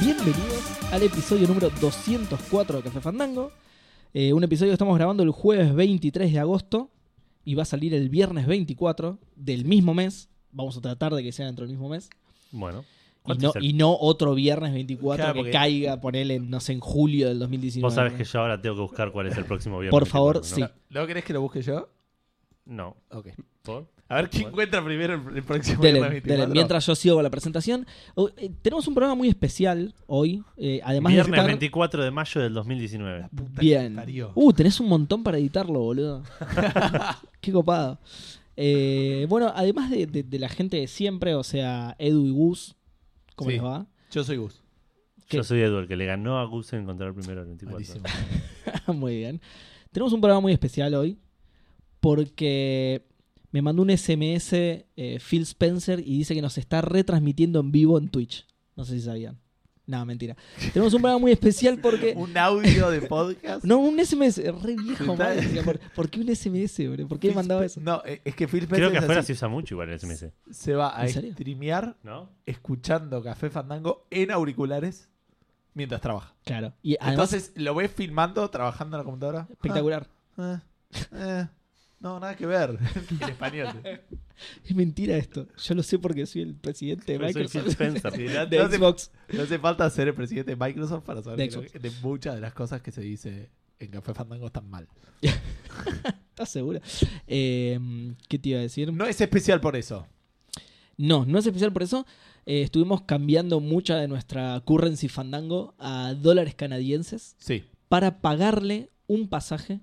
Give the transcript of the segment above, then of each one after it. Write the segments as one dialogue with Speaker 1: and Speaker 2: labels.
Speaker 1: bienvenidos al episodio número 204 de Café Fandango. Eh, un episodio que estamos grabando el jueves 23 de agosto y va a salir el viernes 24 del mismo mes. Vamos a tratar de que sea dentro del mismo mes.
Speaker 2: Bueno.
Speaker 1: Y
Speaker 2: ¿cuánto
Speaker 1: no,
Speaker 2: es el-
Speaker 1: y no otro viernes 24
Speaker 2: Claro,
Speaker 1: que
Speaker 2: porque-
Speaker 1: caiga, ponele, no sé, en julio del 2019.
Speaker 2: Vos sabés que yo ahora tengo que buscar cuál es el próximo viernes.
Speaker 1: Por favor,
Speaker 2: 24,
Speaker 1: sí.
Speaker 3: ¿No querés que lo busque yo?
Speaker 2: ¿no? No.
Speaker 3: Ok.
Speaker 2: ¿Por?
Speaker 3: A ver quién encuentra primero el, el próximo
Speaker 1: Dele,
Speaker 3: viernes
Speaker 1: dele.
Speaker 3: 24.
Speaker 1: Mientras yo sigo con la presentación, oh, eh, tenemos un programa muy especial hoy. eh, además
Speaker 2: Viernes
Speaker 1: de estar-
Speaker 2: 24 de mayo del 2019.
Speaker 3: Puta que
Speaker 1: Bien.
Speaker 3: parió.
Speaker 1: Uh, tenés un montón para editarlo, boludo. Qué copado. Eh, bueno, además de, de- de la gente de siempre, o sea, Edu y Gus, ¿cómo
Speaker 3: Sí.
Speaker 1: les va?
Speaker 3: Yo soy Gus.
Speaker 1: ¿Qué?
Speaker 2: Yo soy Edu, el que le ganó a Gus en encontrar primero el 24.
Speaker 3: Malísimo.
Speaker 1: muy bien. Tenemos un programa muy especial hoy porque me mandó un SMS eh, Phil Spencer y dice que nos está retransmitiendo en vivo en Twitch. No sé si sabían. No, mentira. Tenemos un programa muy especial porque...
Speaker 3: Un audio de podcast.
Speaker 1: No, un SMS, re viejo, madre.
Speaker 3: Está-
Speaker 1: ¿Por, por qué un SMS, bro? ¿Por qué me mandaba eso?
Speaker 3: No, eh, es que Phil Spencer
Speaker 2: Creo que
Speaker 3: es
Speaker 2: afuera se
Speaker 3: así.
Speaker 2: usa mucho igual el SMS,
Speaker 3: se va a
Speaker 1: ¿En serio?
Speaker 3: streamear
Speaker 2: ¿no?
Speaker 3: escuchando Café Fandango en auriculares mientras trabaja.
Speaker 1: Claro. Y además
Speaker 3: Entonces, ¿lo ves filmando, trabajando en la computadora?
Speaker 1: Espectacular.
Speaker 3: Ah, eh, eh. No, nada que ver. en español.
Speaker 1: Es mentira esto. Yo lo sé porque soy el presidente de
Speaker 2: Pero soy Phil
Speaker 1: Microsoft.
Speaker 2: Spencer.
Speaker 3: Sí, no-
Speaker 1: De
Speaker 3: no hace-
Speaker 1: Xbox.
Speaker 3: No hace falta ser el presidente de Microsoft para saber
Speaker 1: De
Speaker 3: que lo-
Speaker 1: Xbox.
Speaker 3: de muchas de las cosas que se dice en Café Fandango están mal.
Speaker 1: ¿Estás seguro? Eh, ¿Qué te iba a decir?
Speaker 3: No es especial por eso.
Speaker 1: No, no es especial por eso. Eh, estuvimos cambiando mucha de nuestra currency fandango a dólares canadienses
Speaker 3: Sí.
Speaker 1: para pagarle un pasaje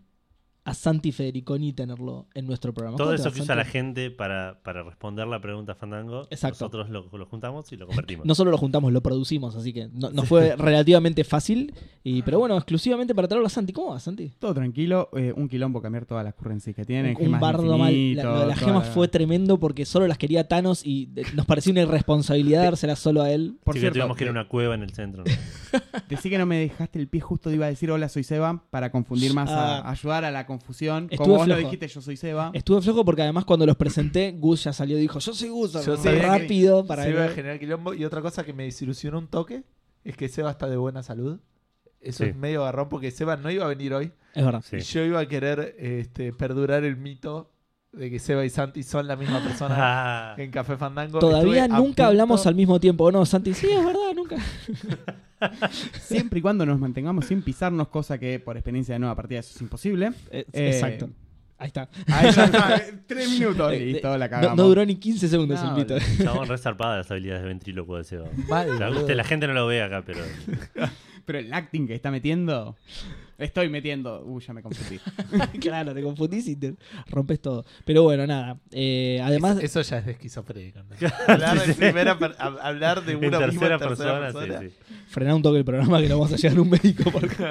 Speaker 1: a Santi Federiconi y tenerlo en nuestro programa.
Speaker 2: Todo
Speaker 1: ¿Cómo te
Speaker 2: eso
Speaker 1: va,
Speaker 2: que usa
Speaker 1: Santi?
Speaker 2: la gente para, para responder la pregunta Fandango,
Speaker 1: Exacto.
Speaker 2: nosotros lo, lo juntamos y lo convertimos.
Speaker 1: No solo lo juntamos, lo producimos, así que no- nos fue relativamente fácil. Y, pero bueno, exclusivamente para traerlo a Santi. ¿Cómo va, Santi?
Speaker 4: Todo tranquilo, eh, un quilombo cambiar todas las currencies que tienen.
Speaker 1: Un- un
Speaker 4: gemas de
Speaker 1: bardo mal. La,
Speaker 4: infinito,
Speaker 1: lo de las
Speaker 4: toda
Speaker 1: gemas
Speaker 4: la-
Speaker 1: fue tremendo porque solo las quería Thanos y de- nos parecía una irresponsabilidad dársela solo a él.
Speaker 4: Por
Speaker 2: Así que
Speaker 4: cierto,
Speaker 2: tuvimos que ir a
Speaker 4: te-
Speaker 1: eh,
Speaker 2: una cueva en el centro. ¿no?
Speaker 4: decí que no me dejaste el pie justo, te iba a decir hola, soy Seba, para confundir más, a-
Speaker 1: Ah.
Speaker 4: ayudar a la confusión.
Speaker 1: Estuve
Speaker 4: Como vos lo
Speaker 1: flojo.
Speaker 4: dijiste, yo soy Seba.
Speaker 1: Estuve flojo porque además cuando los presenté, Gus ya salió y dijo, yo soy Gus,
Speaker 3: Yo
Speaker 1: soy
Speaker 3: sabía que
Speaker 1: rápido para
Speaker 3: se
Speaker 1: él.
Speaker 3: iba a generar quilombo. Y otra cosa que me desilusionó un toque es que Seba está de buena salud. Eso
Speaker 2: Sí.
Speaker 3: es medio garrón porque Seba no iba a venir hoy.
Speaker 1: Es verdad.
Speaker 2: Sí.
Speaker 3: Y yo iba a querer este, perdurar el mito de que Seba y Santi son la misma persona
Speaker 2: Ah,
Speaker 3: en Café Fandango.
Speaker 1: Todavía
Speaker 3: Estuve a
Speaker 1: nunca
Speaker 3: punto-
Speaker 1: hablamos al mismo tiempo, ¿o no, Santi? Sí, es verdad, nunca.
Speaker 4: Siempre y cuando nos mantengamos sin pisarnos, cosa que por experiencia de nueva partida eso es imposible.
Speaker 1: Eh,
Speaker 4: Eh,
Speaker 1: Exacto. Ahí está.
Speaker 4: Ahí ya está, eh, tres minutos.
Speaker 1: Eh,
Speaker 4: Listo, la
Speaker 1: No,
Speaker 4: cagamos.
Speaker 1: no duró ni 15 segundos
Speaker 4: No,
Speaker 1: el mito.
Speaker 2: chabón, re zarpada las habilidades de ventrílocuo de Seba.
Speaker 3: Mal,
Speaker 2: O sea,
Speaker 3: boludo.
Speaker 2: usted- la gente no lo ve acá, pero
Speaker 4: Pero el acting que está metiendo... Estoy metiendo... Uy, ya me confundí.
Speaker 1: claro, te confundís y te rompes todo. Pero bueno, nada. Eh, además,
Speaker 3: Es- eso ya es de esquizofrénico. ¿no? hablar, de primera per- hab- hablar de uno
Speaker 2: en
Speaker 3: mismo en
Speaker 2: tercera
Speaker 3: tercera
Speaker 2: persona,
Speaker 3: persona.
Speaker 2: sí, sí.
Speaker 1: frená un toque el programa que no vamos a llegar a un médico porque...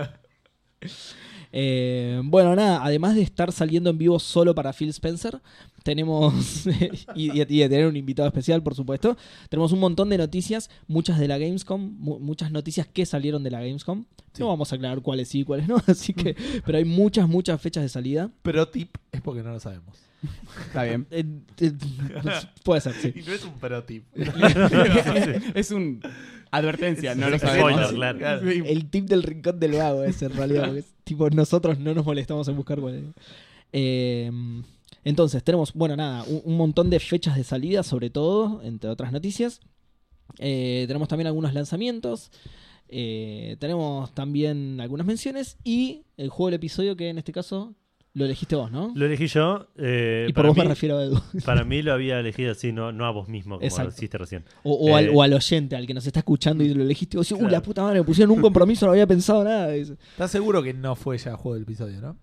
Speaker 1: Eh, bueno, nada, además de estar saliendo en vivo solo para Phil Spencer, tenemos, y, y- y de tener un invitado especial, por supuesto, tenemos un montón de noticias, muchas de la Gamescom, mu- muchas noticias que salieron de la Gamescom.
Speaker 3: Sí.
Speaker 1: No vamos a aclarar cuáles sí y cuáles no, así que, pero hay muchas, muchas fechas de salida.
Speaker 3: Pero tip es porque no lo sabemos.
Speaker 4: Está bien.
Speaker 1: Eh, eh, puede ser, sí.
Speaker 3: Y no es un pero tip.
Speaker 4: es un... Advertencia, no lo
Speaker 2: Spoiler,
Speaker 4: sabemos.
Speaker 2: claro.
Speaker 4: Sí.
Speaker 1: El tip del rincón del vago es en realidad. porque es tipo, nosotros no nos molestamos en buscar cuál es. Eh, entonces, tenemos, bueno, nada, un, un montón de fechas de salida, sobre todo, entre otras noticias. Eh, tenemos también algunos lanzamientos. eh, tenemos también algunas menciones. Y el juego del episodio, que en este caso lo elegiste vos, ¿no?
Speaker 2: Lo elegí yo. eh,
Speaker 1: y por
Speaker 2: para
Speaker 1: vos me
Speaker 2: mí-
Speaker 1: refiero a Edu.
Speaker 2: Para mí lo había elegido así, no, no a vos mismo, como
Speaker 1: Exacto.
Speaker 2: lo hiciste recién.
Speaker 1: O, o al,
Speaker 2: Eh,
Speaker 1: o al oyente, al que nos está escuchando y lo elegiste. vos, y, "Uh,
Speaker 2: Claro.
Speaker 1: la puta madre, me pusieron un compromiso, no había pensado nada. Y-
Speaker 3: ¿Estás seguro que no fue ya juego del episodio, no?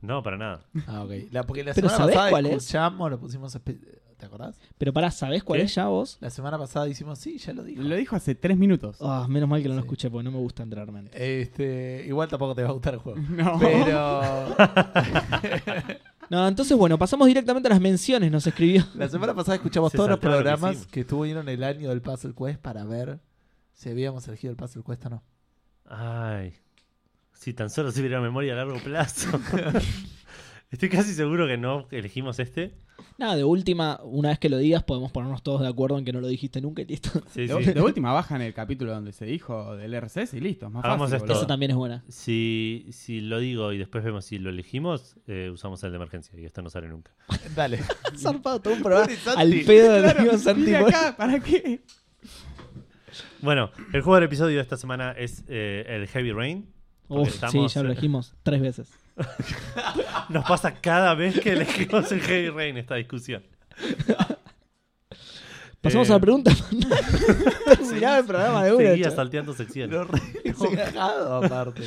Speaker 2: No, para nada.
Speaker 3: Ah, ok. La, porque la
Speaker 1: Pero
Speaker 3: semana
Speaker 1: ¿sabés
Speaker 3: pasada
Speaker 1: cuál es?
Speaker 3: escuchamos, lo pusimos. espe- ¿Te acordás?
Speaker 1: Pero pará, ¿sabés cuál
Speaker 2: ¿Qué?
Speaker 1: es ya vos?
Speaker 3: La semana pasada hicimos, sí, ya lo dijo.
Speaker 4: Lo dijo hace tres minutos.
Speaker 1: Ah, menos mal que no lo
Speaker 3: Sí.
Speaker 1: escuché porque no me gusta entrar mente.
Speaker 3: Este, igual tampoco te va a gustar el juego.
Speaker 4: No.
Speaker 3: Pero
Speaker 1: No, entonces bueno, pasamos directamente a las menciones, nos escribió.
Speaker 3: la semana pasada escuchamos
Speaker 2: Se
Speaker 3: todos los
Speaker 2: saltaron lo que
Speaker 3: programas
Speaker 2: hicimos.
Speaker 3: que, estuvieron el año del Puzzle Quest para ver si habíamos elegido el Puzzle Quest o no.
Speaker 2: Ay. Si tan solo tuviera memoria a largo plazo. Estoy casi seguro que no elegimos este.
Speaker 1: Nada, de última, una vez que lo digas, podemos ponernos todos de acuerdo en que no lo dijiste nunca y listo.
Speaker 2: Sí,
Speaker 4: de,
Speaker 2: sí.
Speaker 4: de última bajan el capítulo donde se dijo del RCS y listo, es más
Speaker 2: Hagamos
Speaker 4: fácil.
Speaker 2: esto.
Speaker 4: boludo.
Speaker 1: Eso también es buena.
Speaker 2: Si, si lo digo y después vemos si lo elegimos, eh, usamos el de emergencia y esto no sale nunca.
Speaker 3: Dale.
Speaker 1: Zarpado todo un programa
Speaker 3: Pobre Santi.
Speaker 1: al pedo del
Speaker 4: Claro,
Speaker 1: amigo Santi.
Speaker 4: vine
Speaker 1: boludo.
Speaker 4: acá, ¿para qué?
Speaker 2: Bueno, el juego del episodio de esta semana es eh, el Heavy Rain. porque
Speaker 1: Uf, sí, ya lo elegimos tres veces.
Speaker 2: Nos pasa cada vez que elegimos el Heavy Rain esta discusión.
Speaker 1: Pasamos
Speaker 2: Eh,
Speaker 1: a la pregunta. Terminaba el programa de una.
Speaker 2: Seguía
Speaker 1: chaval.
Speaker 2: salteando secciones.
Speaker 3: Lo re enojado, aparte.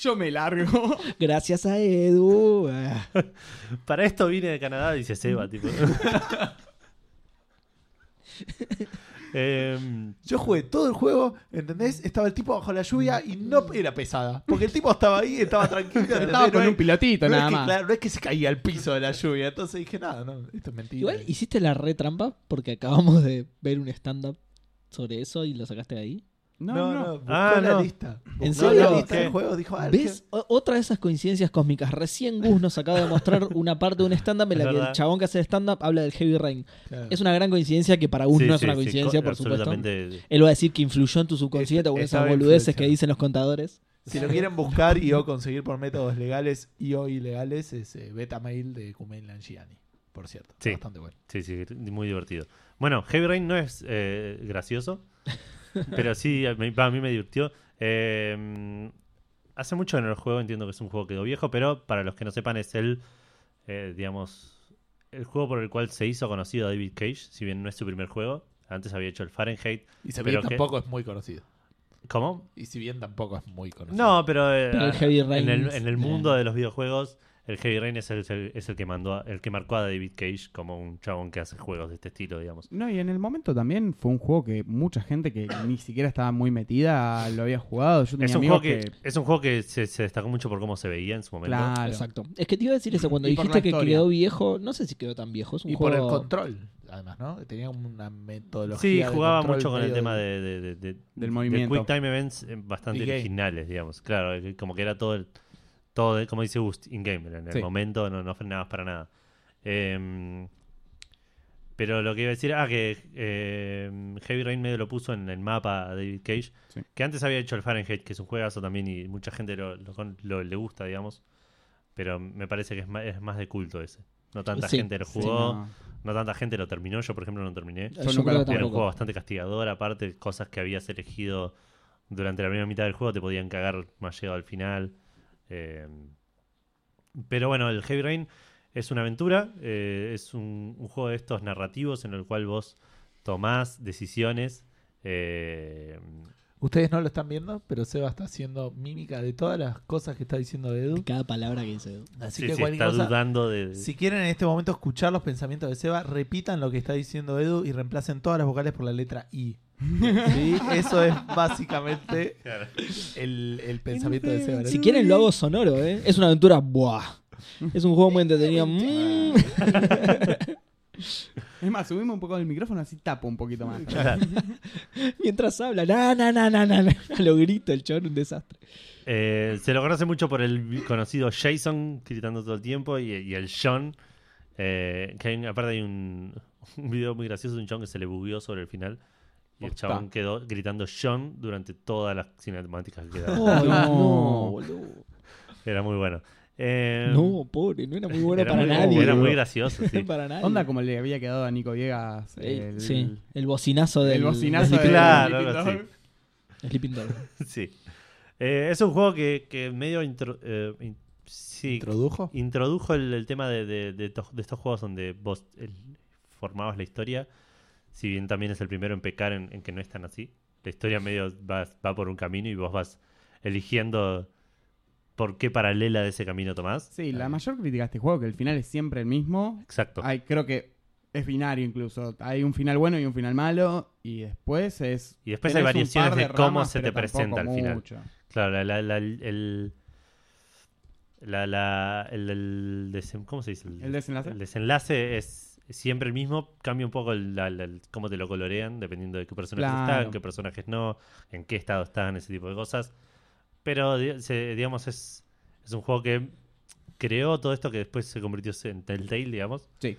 Speaker 4: Yo me largo.
Speaker 1: Gracias a Edu. Ah.
Speaker 2: Para esto vine de Canadá, dice Seba, tipo. Em,
Speaker 3: Yo jugué todo el juego, ¿entendés? Estaba el tipo bajo la lluvia y no era pesada. Porque el tipo estaba ahí, estaba tranquilo. ¿entendés?
Speaker 4: Estaba
Speaker 3: No
Speaker 4: con
Speaker 3: es-
Speaker 4: un pilotito
Speaker 3: no es
Speaker 4: nada
Speaker 3: que,
Speaker 4: más.
Speaker 3: claro, no es que se caía al piso de la lluvia. Entonces dije, nada, no, esto es mentira.
Speaker 1: Igual hiciste la re trampa porque acabamos de ver un stand-up sobre eso y lo sacaste de ahí.
Speaker 4: No, no,
Speaker 3: buscó
Speaker 2: Ah,
Speaker 3: la
Speaker 2: no.
Speaker 3: lista.
Speaker 1: ¿En
Speaker 3: Buscó
Speaker 1: serio?
Speaker 3: la lista
Speaker 2: ¿Qué?
Speaker 3: del juego, dijo, ah,
Speaker 1: ¿Ves? O- otra de esas coincidencias cósmicas. Recién Gus nos acaba de mostrar una parte de un stand-up en
Speaker 2: Es
Speaker 1: la que el
Speaker 2: verdad.
Speaker 1: chabón que hace stand-up habla del Heavy Rain.
Speaker 3: Claro.
Speaker 1: Es una gran coincidencia que para Gus
Speaker 2: sí,
Speaker 1: no es
Speaker 2: sí,
Speaker 1: una
Speaker 2: sí,
Speaker 1: coincidencia,
Speaker 2: co-
Speaker 1: por supuesto.
Speaker 2: absolutamente.
Speaker 1: Él va a decir que influyó en tu subconsciente con esas
Speaker 3: Estaba
Speaker 1: boludeces
Speaker 3: influenciado.
Speaker 1: que dicen los contadores.
Speaker 3: Si lo quieren buscar y o conseguir por métodos legales y o ilegales, es eh, Betamail de Kumail Nanjiani. Por cierto,
Speaker 2: Sí.
Speaker 3: bastante bueno.
Speaker 2: Sí, sí, muy divertido. Bueno, Heavy Rain no es eh, gracioso, pero sí, a mí, a mí me divirtió. Eh, hace mucho que no lo juego, entiendo que es un juego que quedó viejo, pero para los que no sepan es el, eh, digamos, el juego por el cual se hizo conocido David Cage, si bien no es su primer juego. Antes había hecho el Fahrenheit.
Speaker 3: Y si
Speaker 2: Pero
Speaker 3: bien
Speaker 2: que-
Speaker 3: tampoco es muy conocido.
Speaker 2: ¿Cómo?
Speaker 3: Y si bien tampoco es muy conocido.
Speaker 2: No, pero, eh,
Speaker 1: Pero el Heavy Rain
Speaker 2: en, el,
Speaker 1: es-
Speaker 2: en el mundo de los videojuegos, el Heavy Rain es el, el- es el que mandó, a- el que marcó a David Cage como un chabón que hace juegos de este estilo, digamos.
Speaker 4: No, y en el momento también fue un juego que mucha gente que ni siquiera estaba muy metida lo había jugado. Yo tenía
Speaker 2: Es un, juego
Speaker 4: amigos
Speaker 2: que, es un juego que se, se destacó mucho por cómo se veía en su momento.
Speaker 4: Claro.
Speaker 1: Exacto. Es que te iba a decir eso, cuando
Speaker 4: Y por la
Speaker 1: dijiste que
Speaker 4: historia.
Speaker 1: quedó viejo, no sé si quedó tan viejo, es un
Speaker 3: Y
Speaker 1: juego...
Speaker 3: por el control, además, ¿no? Tenía una metodología.
Speaker 2: Sí,
Speaker 3: de
Speaker 2: jugaba
Speaker 3: control
Speaker 2: mucho con el
Speaker 3: medio
Speaker 2: tema
Speaker 3: de-
Speaker 2: de, de- de- de-
Speaker 4: del
Speaker 2: de
Speaker 4: movimiento.
Speaker 2: Quick Time Events eh, bastante
Speaker 3: In-game.
Speaker 2: originales, digamos. Claro, eh, como que era todo, el- todo de- como dice Gust, in-game. En el
Speaker 4: Sí.
Speaker 2: momento no, no frenabas para nada. Em, pero lo que iba a decir, ah, que em, Heavy Rain medio lo puso en el mapa a David Cage,
Speaker 4: Sí.
Speaker 2: que antes había hecho el Fahrenheit, que es un juegazo también y mucha gente lo, lo con- lo- le gusta, digamos. Pero me parece que es más, es más de culto ese. No tanta
Speaker 1: Sí.
Speaker 2: gente lo
Speaker 4: Sí,
Speaker 2: jugó,
Speaker 4: no.
Speaker 2: no tanta gente lo terminó. Yo, por ejemplo, no terminé.
Speaker 1: Yo
Speaker 4: Yo
Speaker 1: creo
Speaker 4: nunca
Speaker 1: que
Speaker 4: lo jugué,
Speaker 2: Era un juego
Speaker 1: tampoco.
Speaker 2: bastante castigador, aparte cosas que habías elegido durante la primera mitad del juego te podían cagar más llegado al final. Eh, pero bueno, el Heavy Rain es una aventura, eh, es un, un juego de estos narrativos en el cual vos tomás decisiones. eh,
Speaker 3: Ustedes no lo están viendo, pero Seba está haciendo mímica de todas las cosas que está diciendo Edu.
Speaker 1: Cada palabra que dice.
Speaker 3: Así
Speaker 2: sí,
Speaker 3: que
Speaker 2: sí,
Speaker 3: cualquier
Speaker 2: está
Speaker 3: cosa,
Speaker 2: dudando de...
Speaker 3: Si quieren en este momento escuchar los pensamientos de Seba, repitan lo que está diciendo Edu y reemplacen todas las vocales por la letra I. ¿Sí? Eso es básicamente
Speaker 2: Claro.
Speaker 3: el, el pensamiento de Seba.
Speaker 1: Si quieren lo hago sonoro, ¿eh? Es una aventura, buah. Es un juego muy entretenido. Mm.
Speaker 4: Es más, subimos un poco el micrófono así tapo un poquito más.
Speaker 2: Claro.
Speaker 1: Mientras habla, na, na, na, na, na, na. Lo grito, el chabón, un desastre.
Speaker 2: Eh, se lo conoce mucho por el conocido Jason gritando todo el tiempo y, y el John. eh, que hay un- aparte hay un, un video muy gracioso de un John que se le bugueó sobre el final. Y el
Speaker 4: Posta.
Speaker 2: chabón quedó gritando John durante todas las cinemáticas que quedaban.
Speaker 1: Oh,
Speaker 4: no.
Speaker 1: no, boludo.
Speaker 2: Era muy bueno. Eh,
Speaker 1: No, pobre, no era muy bueno
Speaker 2: era
Speaker 1: para
Speaker 2: muy-
Speaker 1: nadie.
Speaker 2: Era muy
Speaker 1: boludo.
Speaker 2: gracioso, sí.
Speaker 1: para nadie.
Speaker 4: Onda como le había quedado a Nico Viegas.
Speaker 1: Eh,
Speaker 4: El,
Speaker 1: sí, el bocinazo del
Speaker 4: el bocinazo
Speaker 1: del
Speaker 4: de
Speaker 2: del- Claro, algo así.
Speaker 1: Sleeping Dog.
Speaker 2: Sí. Eh, es un juego que, que medio intro- eh, in- sí,
Speaker 3: ¿Introdujo?
Speaker 2: introdujo el, el tema de, de- de to- de estos juegos donde vos el- formabas la historia, si bien también es el primero en pecar en, en que no es tan así. La historia medio va, va por un camino y vos vas eligiendo por qué paralela de ese camino tomás.
Speaker 4: Sí, la mayor crítica a este juego que el final es siempre el mismo.
Speaker 2: Exacto.
Speaker 4: Hay, creo que es binario incluso. Hay un final bueno y un final malo. Y después es.
Speaker 2: Y después
Speaker 4: tenés
Speaker 2: hay
Speaker 4: un
Speaker 2: variaciones
Speaker 4: par
Speaker 2: de cómo se
Speaker 4: pero
Speaker 2: te presenta
Speaker 4: tampoco
Speaker 2: al final.
Speaker 4: mucho.
Speaker 2: Claro, la, la- la- el... La, la- el, el desen- ¿Cómo se dice?
Speaker 4: ¿El desenlace?
Speaker 2: El desenlace es siempre el mismo. Cambia un poco el, la- la- el- cómo te lo colorean, dependiendo de qué personajes
Speaker 4: Claro.
Speaker 2: están, qué personajes no, en qué estado están, ese tipo de cosas. Pero, di- se- digamos, es, es un juego que creó todo esto que después se convirtió en Telltale, digamos.
Speaker 4: Sí.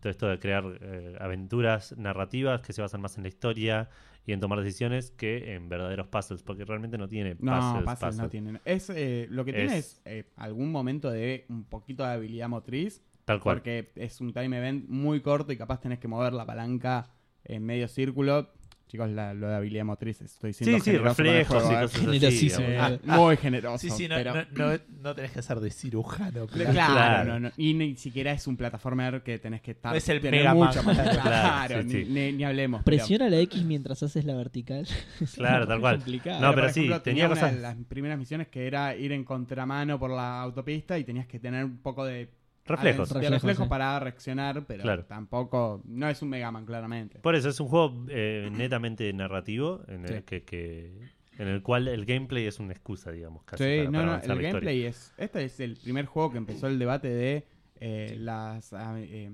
Speaker 2: Todo esto de crear eh, aventuras narrativas que se basan más en la historia y en tomar decisiones que en verdaderos puzzles, porque realmente no tiene
Speaker 4: No,
Speaker 2: puzzles.
Speaker 4: puzzles
Speaker 2: puzzles.
Speaker 4: no tienen. Es, eh, lo que tiene
Speaker 2: Es-
Speaker 4: es eh, algún momento de un poquito de habilidad motriz,
Speaker 2: Tal cual.
Speaker 4: porque es un time event muy corto y capaz tenés que mover la palanca en medio círculo. Chicos, la- lo de habilidad motriz, estoy
Speaker 2: Sí,
Speaker 4: siendo
Speaker 2: sí,
Speaker 4: generoso con el
Speaker 2: reflejos y
Speaker 4: juego, ¿eh?
Speaker 2: cosas así.
Speaker 1: Generosísimo.
Speaker 2: digamos.
Speaker 4: Ah, muy generoso.
Speaker 3: Sí, sí, no,
Speaker 4: pero-
Speaker 3: no, no- no tenés que ser de cirujano.
Speaker 4: Claro,
Speaker 3: claro.
Speaker 2: Claro.
Speaker 4: no, no. y ni siquiera es un plataformer que tenés que estar.
Speaker 3: No es el
Speaker 4: tener
Speaker 3: Mega Man.
Speaker 4: mucho más- Claro,
Speaker 2: Claro, sí,
Speaker 4: ni,
Speaker 2: sí.
Speaker 4: ni- ni hablemos. pero-
Speaker 1: Presiona la X mientras haces la vertical.
Speaker 2: Claro, tal
Speaker 1: Es
Speaker 2: cual.
Speaker 1: complicado.
Speaker 2: No, pero
Speaker 4: por
Speaker 2: sí,
Speaker 4: ejemplo,
Speaker 2: tenía
Speaker 4: una
Speaker 2: cosas-
Speaker 4: de las primeras misiones que era ir en contramano por la autopista y tenías que tener un poco de
Speaker 2: Reflejos.
Speaker 4: de
Speaker 1: Reflejos,
Speaker 4: reflejos
Speaker 1: sí.
Speaker 4: para reaccionar, pero
Speaker 2: Claro.
Speaker 4: tampoco no es un Mega Man claramente.
Speaker 2: Por eso es un juego eh, netamente narrativo en el
Speaker 4: Sí.
Speaker 2: que, que- en el cual el gameplay es una excusa, digamos, casi
Speaker 4: Sí,
Speaker 2: para,
Speaker 4: no,
Speaker 2: para
Speaker 4: no,
Speaker 2: avanzar
Speaker 4: el
Speaker 2: la historia.
Speaker 4: gameplay es este es el primer juego que empezó el debate de eh, las ah, eh,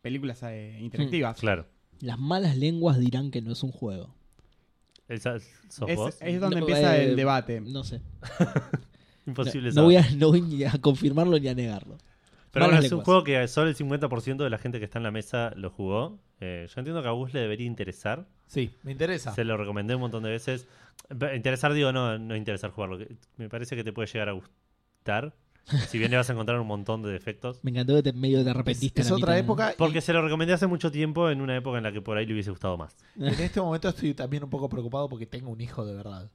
Speaker 4: películas eh, interactivas.
Speaker 2: Mm. Claro.
Speaker 1: Las malas lenguas dirán que no es un juego.
Speaker 2: Esa- ¿Sos vos?
Speaker 4: Es, es
Speaker 1: No,
Speaker 4: donde empieza
Speaker 1: eh,
Speaker 4: el debate.
Speaker 1: No sé. No,
Speaker 2: Imposible
Speaker 1: no
Speaker 2: saber.
Speaker 1: voy a, no voy ni a confirmarlo ni a negarlo.
Speaker 2: Pero bueno,
Speaker 1: malas
Speaker 2: es un
Speaker 1: lenguas.
Speaker 2: juego que solo el 50% de la gente que está en la mesa lo jugó. Eh, yo entiendo que a Gus le debería interesar.
Speaker 3: Sí, me interesa.
Speaker 2: Se lo recomendé un montón de veces. Pe- Interesar, digo, no, no interesar jugarlo. que- Me parece que te puede llegar a gustar. Si bien le vas a encontrar un montón de defectos.
Speaker 1: Me encantó que te, medio te
Speaker 3: Es,
Speaker 1: arrepentiste. a
Speaker 3: es
Speaker 1: la
Speaker 3: otra
Speaker 1: mitad.
Speaker 3: época. y
Speaker 2: Porque se lo recomendé hace mucho tiempo, en una época en la que por ahí le hubiese gustado más.
Speaker 3: en este momento estoy también un poco preocupado porque tengo un hijo de verdad.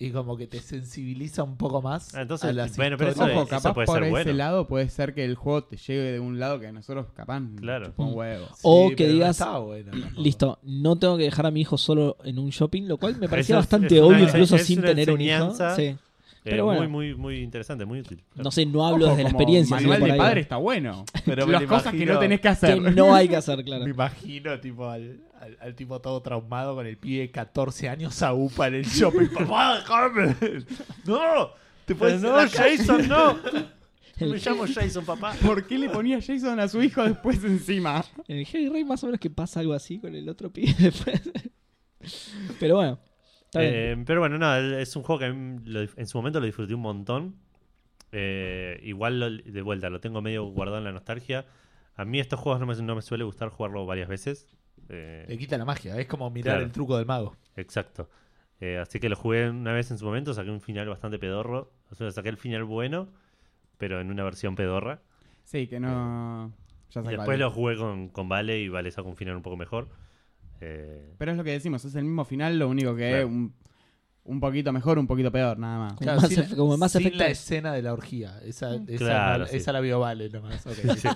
Speaker 3: Y como que te sensibiliza un poco más.
Speaker 2: Ah, entonces,
Speaker 3: a las
Speaker 2: bueno, pero
Speaker 3: historias.
Speaker 2: eso
Speaker 4: Ojo,
Speaker 2: es-
Speaker 4: capaz
Speaker 2: puede
Speaker 4: por
Speaker 2: ser
Speaker 4: ese
Speaker 2: bueno.
Speaker 4: lado puede ser que el juego te llegue de un lado que a nosotros capaz
Speaker 2: Claro.
Speaker 4: nos chupa un huevo.
Speaker 1: O que
Speaker 3: pero no
Speaker 1: digas,
Speaker 3: está bueno, tampoco.
Speaker 1: Listo, no tengo que dejar a mi hijo solo en un shopping, lo cual me parecía
Speaker 2: Eso es-
Speaker 1: bastante
Speaker 2: es una-
Speaker 1: obvio, incluso
Speaker 2: es
Speaker 1: sin
Speaker 2: una
Speaker 1: tener un hijo.
Speaker 2: enseñanza.
Speaker 1: Sí.
Speaker 2: Eh,
Speaker 1: Pero bueno.
Speaker 2: Muy, muy, muy interesante, muy útil.
Speaker 1: No sé, no hablo
Speaker 4: Ojo,
Speaker 1: desde la
Speaker 4: como
Speaker 1: experiencia. sino
Speaker 4: Manual
Speaker 1: por
Speaker 4: de
Speaker 1: ahí.
Speaker 4: padre está bueno.
Speaker 3: Pero me
Speaker 4: las
Speaker 3: lo
Speaker 4: cosas que
Speaker 3: imagino-
Speaker 4: no tenés que hacer.
Speaker 1: Que no hay que hacer, claro.
Speaker 3: Me imagino, tipo, al, al, al tipo todo traumado con el pibe de 14 años a UPA en el shopping. ¡Papá, déjame! ¡No! ¡Te puedes
Speaker 2: Pues no, Jason, no. Me
Speaker 1: pues, El,
Speaker 2: llamo Jason, papá.
Speaker 4: ¿Por qué le ponía Jason a su hijo después encima?
Speaker 1: el Heavy Rain más o menos que pasa algo así con el otro pibe después. Pero bueno, está bien.
Speaker 2: Eh, pero bueno, nada, es un juego que a mí lo- en su momento lo disfruté un montón. Eh, igual, lo- de vuelta, lo tengo medio guardado en la nostalgia. A mí estos juegos no me, no me suele gustar jugarlo varias veces. Eh,
Speaker 3: Le quita la magia. Es como mirar
Speaker 2: Claro.
Speaker 3: el truco del mago.
Speaker 2: Exacto. Eh, así que lo jugué una vez en su momento, saqué un final bastante pedorro. O sea, saqué el final bueno, pero en una versión pedorra.
Speaker 4: Sí, que no. Ya
Speaker 2: Y
Speaker 4: sé
Speaker 2: después
Speaker 4: cuál.
Speaker 2: lo jugué con, con Vale y Vale sacó un final un poco mejor. Eh,
Speaker 4: Pero es lo que decimos, es el mismo final, lo único que
Speaker 2: Claro.
Speaker 4: un, un poquito mejor, un poquito peor, nada más.
Speaker 1: Como Mass Eff- como Mass
Speaker 3: sin
Speaker 1: Effect
Speaker 3: la
Speaker 1: 3.
Speaker 3: escena de la orgía. Esa, esa,
Speaker 2: Claro,
Speaker 3: no-
Speaker 2: sí.
Speaker 3: esa la vio Vale nomás. Ok, sí.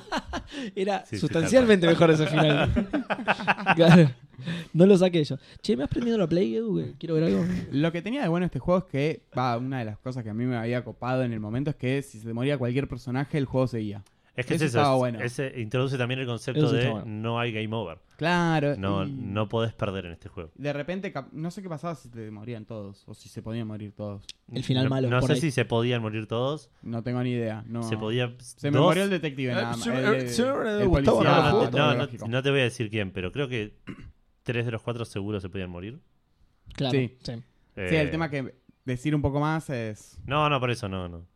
Speaker 1: Era
Speaker 2: Sí, sí,
Speaker 1: sustancialmente mejor ese final. claro. No lo saqué yo. Che, ¿me has prendido la Play, Edu? que Quiero ver algo.
Speaker 4: Lo que tenía de bueno este juego es que, va, una de las cosas que a mí me había copado en el momento es que si se moría cualquier personaje, el juego seguía.
Speaker 2: Es que
Speaker 4: Eso
Speaker 2: es eso.
Speaker 4: estaba
Speaker 2: es-
Speaker 4: bueno.
Speaker 2: ese- introduce también el concepto
Speaker 1: Eso sí
Speaker 2: de
Speaker 1: está bueno.
Speaker 2: no hay game over.
Speaker 4: Claro.
Speaker 2: No,
Speaker 4: Eh, y
Speaker 2: no podés perder en este juego.
Speaker 4: De repente, cap- no sé qué pasaba si te morían todos, o si se podían morir todos.
Speaker 1: El final
Speaker 2: no,
Speaker 1: malo,
Speaker 2: No
Speaker 1: por
Speaker 2: sé
Speaker 1: ahí.
Speaker 2: si se podían morir todos.
Speaker 4: No tengo ni idea. No.
Speaker 2: Se podía.
Speaker 4: Se me
Speaker 2: dos-
Speaker 4: morió el detective nada más.
Speaker 3: Eh,
Speaker 4: el-
Speaker 3: se-
Speaker 4: el-
Speaker 3: se me gustaba
Speaker 4: el policía,
Speaker 2: No,
Speaker 3: nada más.
Speaker 4: el
Speaker 2: no,
Speaker 3: Ah,
Speaker 2: te- no, no,
Speaker 4: tecnológico.
Speaker 2: no te voy a decir quién, pero creo que tres de los cuatro seguro se podían morir.
Speaker 1: Claro.
Speaker 4: Sí.
Speaker 1: sí.
Speaker 4: Sí,
Speaker 2: Eh,
Speaker 4: el tema que decir un poco más es.
Speaker 2: No, no, por eso no, no.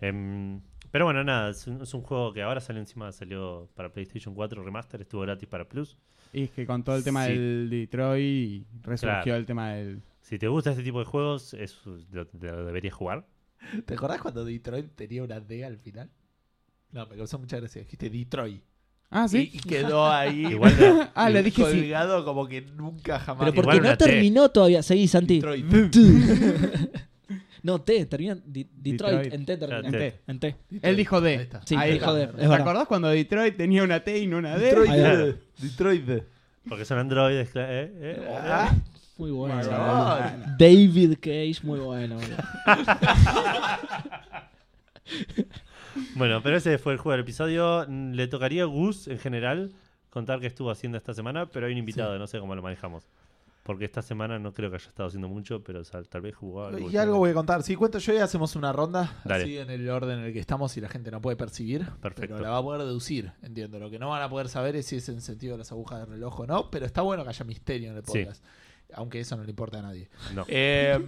Speaker 2: Em, pero bueno, nada, es un, es un juego que ahora sale encima, salió para PlayStation 4 Remaster, estuvo gratis para Plus.
Speaker 4: Y es que con todo el tema
Speaker 2: Sí.
Speaker 4: del Detroit resurgió
Speaker 2: Claro.
Speaker 4: el tema del.
Speaker 2: Si te gusta este tipo de juegos, es, lo, lo deberías jugar.
Speaker 3: ¿Te acordás cuando Detroit tenía una D al final? No, me causó mucha gracia. Dijiste Detroit.
Speaker 4: Ah, sí.
Speaker 3: Y, y quedó ahí.
Speaker 2: Igual de-
Speaker 4: ah, le dije sí.
Speaker 3: colgado como que nunca jamás.
Speaker 1: Pero
Speaker 2: Igual
Speaker 1: porque
Speaker 2: una
Speaker 1: no
Speaker 2: T.
Speaker 1: terminó todavía. Seguí, Santi.
Speaker 3: Detroit.
Speaker 1: No, T, termina. Di- Detroit,
Speaker 4: Detroit.
Speaker 1: en T termina.
Speaker 2: Claro, T.
Speaker 4: Ente.
Speaker 1: En T.
Speaker 4: Él dijo
Speaker 3: Ahí
Speaker 4: D.
Speaker 3: está.
Speaker 1: Sí,
Speaker 4: Ahí
Speaker 1: él dijo
Speaker 4: está.
Speaker 1: D, es
Speaker 4: ¿Te
Speaker 1: verdad.
Speaker 4: acordás cuando Detroit tenía una T y no una D?
Speaker 3: Detroit.
Speaker 1: Ahí
Speaker 2: va.
Speaker 3: Detroit.
Speaker 2: Porque son androides. cla- eh, eh, eh.
Speaker 3: Ah,
Speaker 1: Muy bueno.
Speaker 4: Bueno,
Speaker 1: chaval.
Speaker 4: bueno.
Speaker 1: David Cage, muy bueno. boludo.
Speaker 2: Bueno, pero ese fue el juego del episodio. Mm, Le tocaría a Gus en general contar qué estuvo haciendo esta semana, pero hay un invitado, no sé cómo lo manejamos. Porque esta semana no creo que haya estado haciendo mucho, pero o sea, tal vez jugó algo. este
Speaker 3: Y algo voy a contar. Si cuento yo y hacemos una ronda,
Speaker 2: Dale.
Speaker 3: así en el orden en el que estamos y la gente no puede percibir.
Speaker 2: Perfecto.
Speaker 3: Pero la va a poder deducir, entiendo. Lo que no van a poder saber es si es en sentido de las agujas de reloj o no, pero está bueno que haya misterio en el
Speaker 2: Sí.
Speaker 3: podcast. Aunque eso no le importa a nadie.
Speaker 2: No.
Speaker 3: Eh,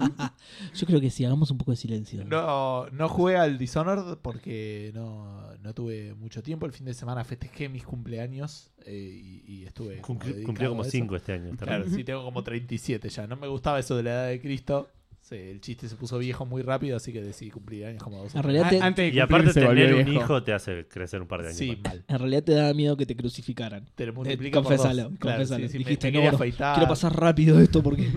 Speaker 1: Yo creo que sí, hagamos un poco de silencio.
Speaker 3: no, no jugué al Dishonored porque no, no tuve mucho tiempo. El fin de semana festejé mis cumpleaños eh, y, y estuve. como
Speaker 2: Cumpli-
Speaker 3: dedicado
Speaker 2: cumplió como
Speaker 3: a eso.
Speaker 2: 5 este año. está
Speaker 3: Claro,
Speaker 2: raro.
Speaker 3: sí, tengo como 37 ya. No me gustaba eso de la edad de Cristo. Sí, el chiste se puso viejo muy rápido, así que decidí cumplir años como dos. o
Speaker 1: En
Speaker 3: tres.
Speaker 1: realidad, te,
Speaker 4: A- antes de
Speaker 2: Y
Speaker 4: cumplir
Speaker 2: aparte
Speaker 4: se volvió
Speaker 2: tener un
Speaker 4: viejo.
Speaker 2: hijo te hace crecer un par de años.
Speaker 3: Sí,
Speaker 2: más.
Speaker 3: mal.
Speaker 1: en realidad te daba miedo que te crucificaran.
Speaker 3: Te lo
Speaker 1: Eh,
Speaker 3: multiplico
Speaker 1: confesalo,
Speaker 3: por dos. Claro,
Speaker 1: confesalo.
Speaker 3: sí, sí, me-
Speaker 1: Dijiste,
Speaker 3: me
Speaker 1: no,
Speaker 3: quería
Speaker 1: no,
Speaker 3: afeitar. Este,
Speaker 1: quiero pasar rápido esto porque...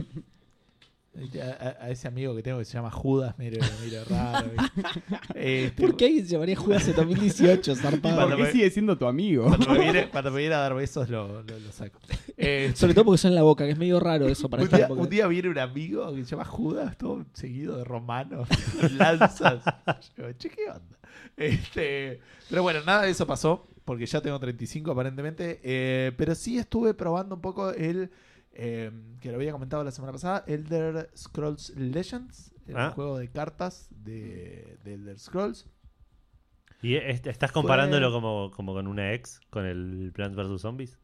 Speaker 3: A, a- a ese amigo que tengo que se llama Judas, mire, mire raro. ¿viste? Este,
Speaker 1: ¿Por qué alguien se llamaría Judas en 2018, zarpado?
Speaker 3: Cuando
Speaker 4: ¿Por qué
Speaker 3: me-
Speaker 4: sigue siendo tu amigo?
Speaker 3: Cuando me, viene, cuando me viene a dar besos lo, lo- lo saco. Este,
Speaker 1: Sobre todo porque son en la boca, que es medio raro eso para
Speaker 3: un,
Speaker 1: esta
Speaker 3: día,
Speaker 1: época.
Speaker 3: un día viene un amigo que se llama Judas, todo seguido de romanos, con lanzas. Yo, che, ¿qué onda? Este, pero bueno, nada de eso pasó, porque ya tengo 35 aparentemente. eh, pero sí estuve probando un poco el, eh, que lo había comentado la semana pasada, Elder Scrolls Legends, el
Speaker 2: Ah.
Speaker 3: juego de cartas de, de Elder Scrolls.
Speaker 2: ¿Y est- estás
Speaker 3: Fue-
Speaker 2: comparándolo como, como con una ex, con el Plants vs. Zombies?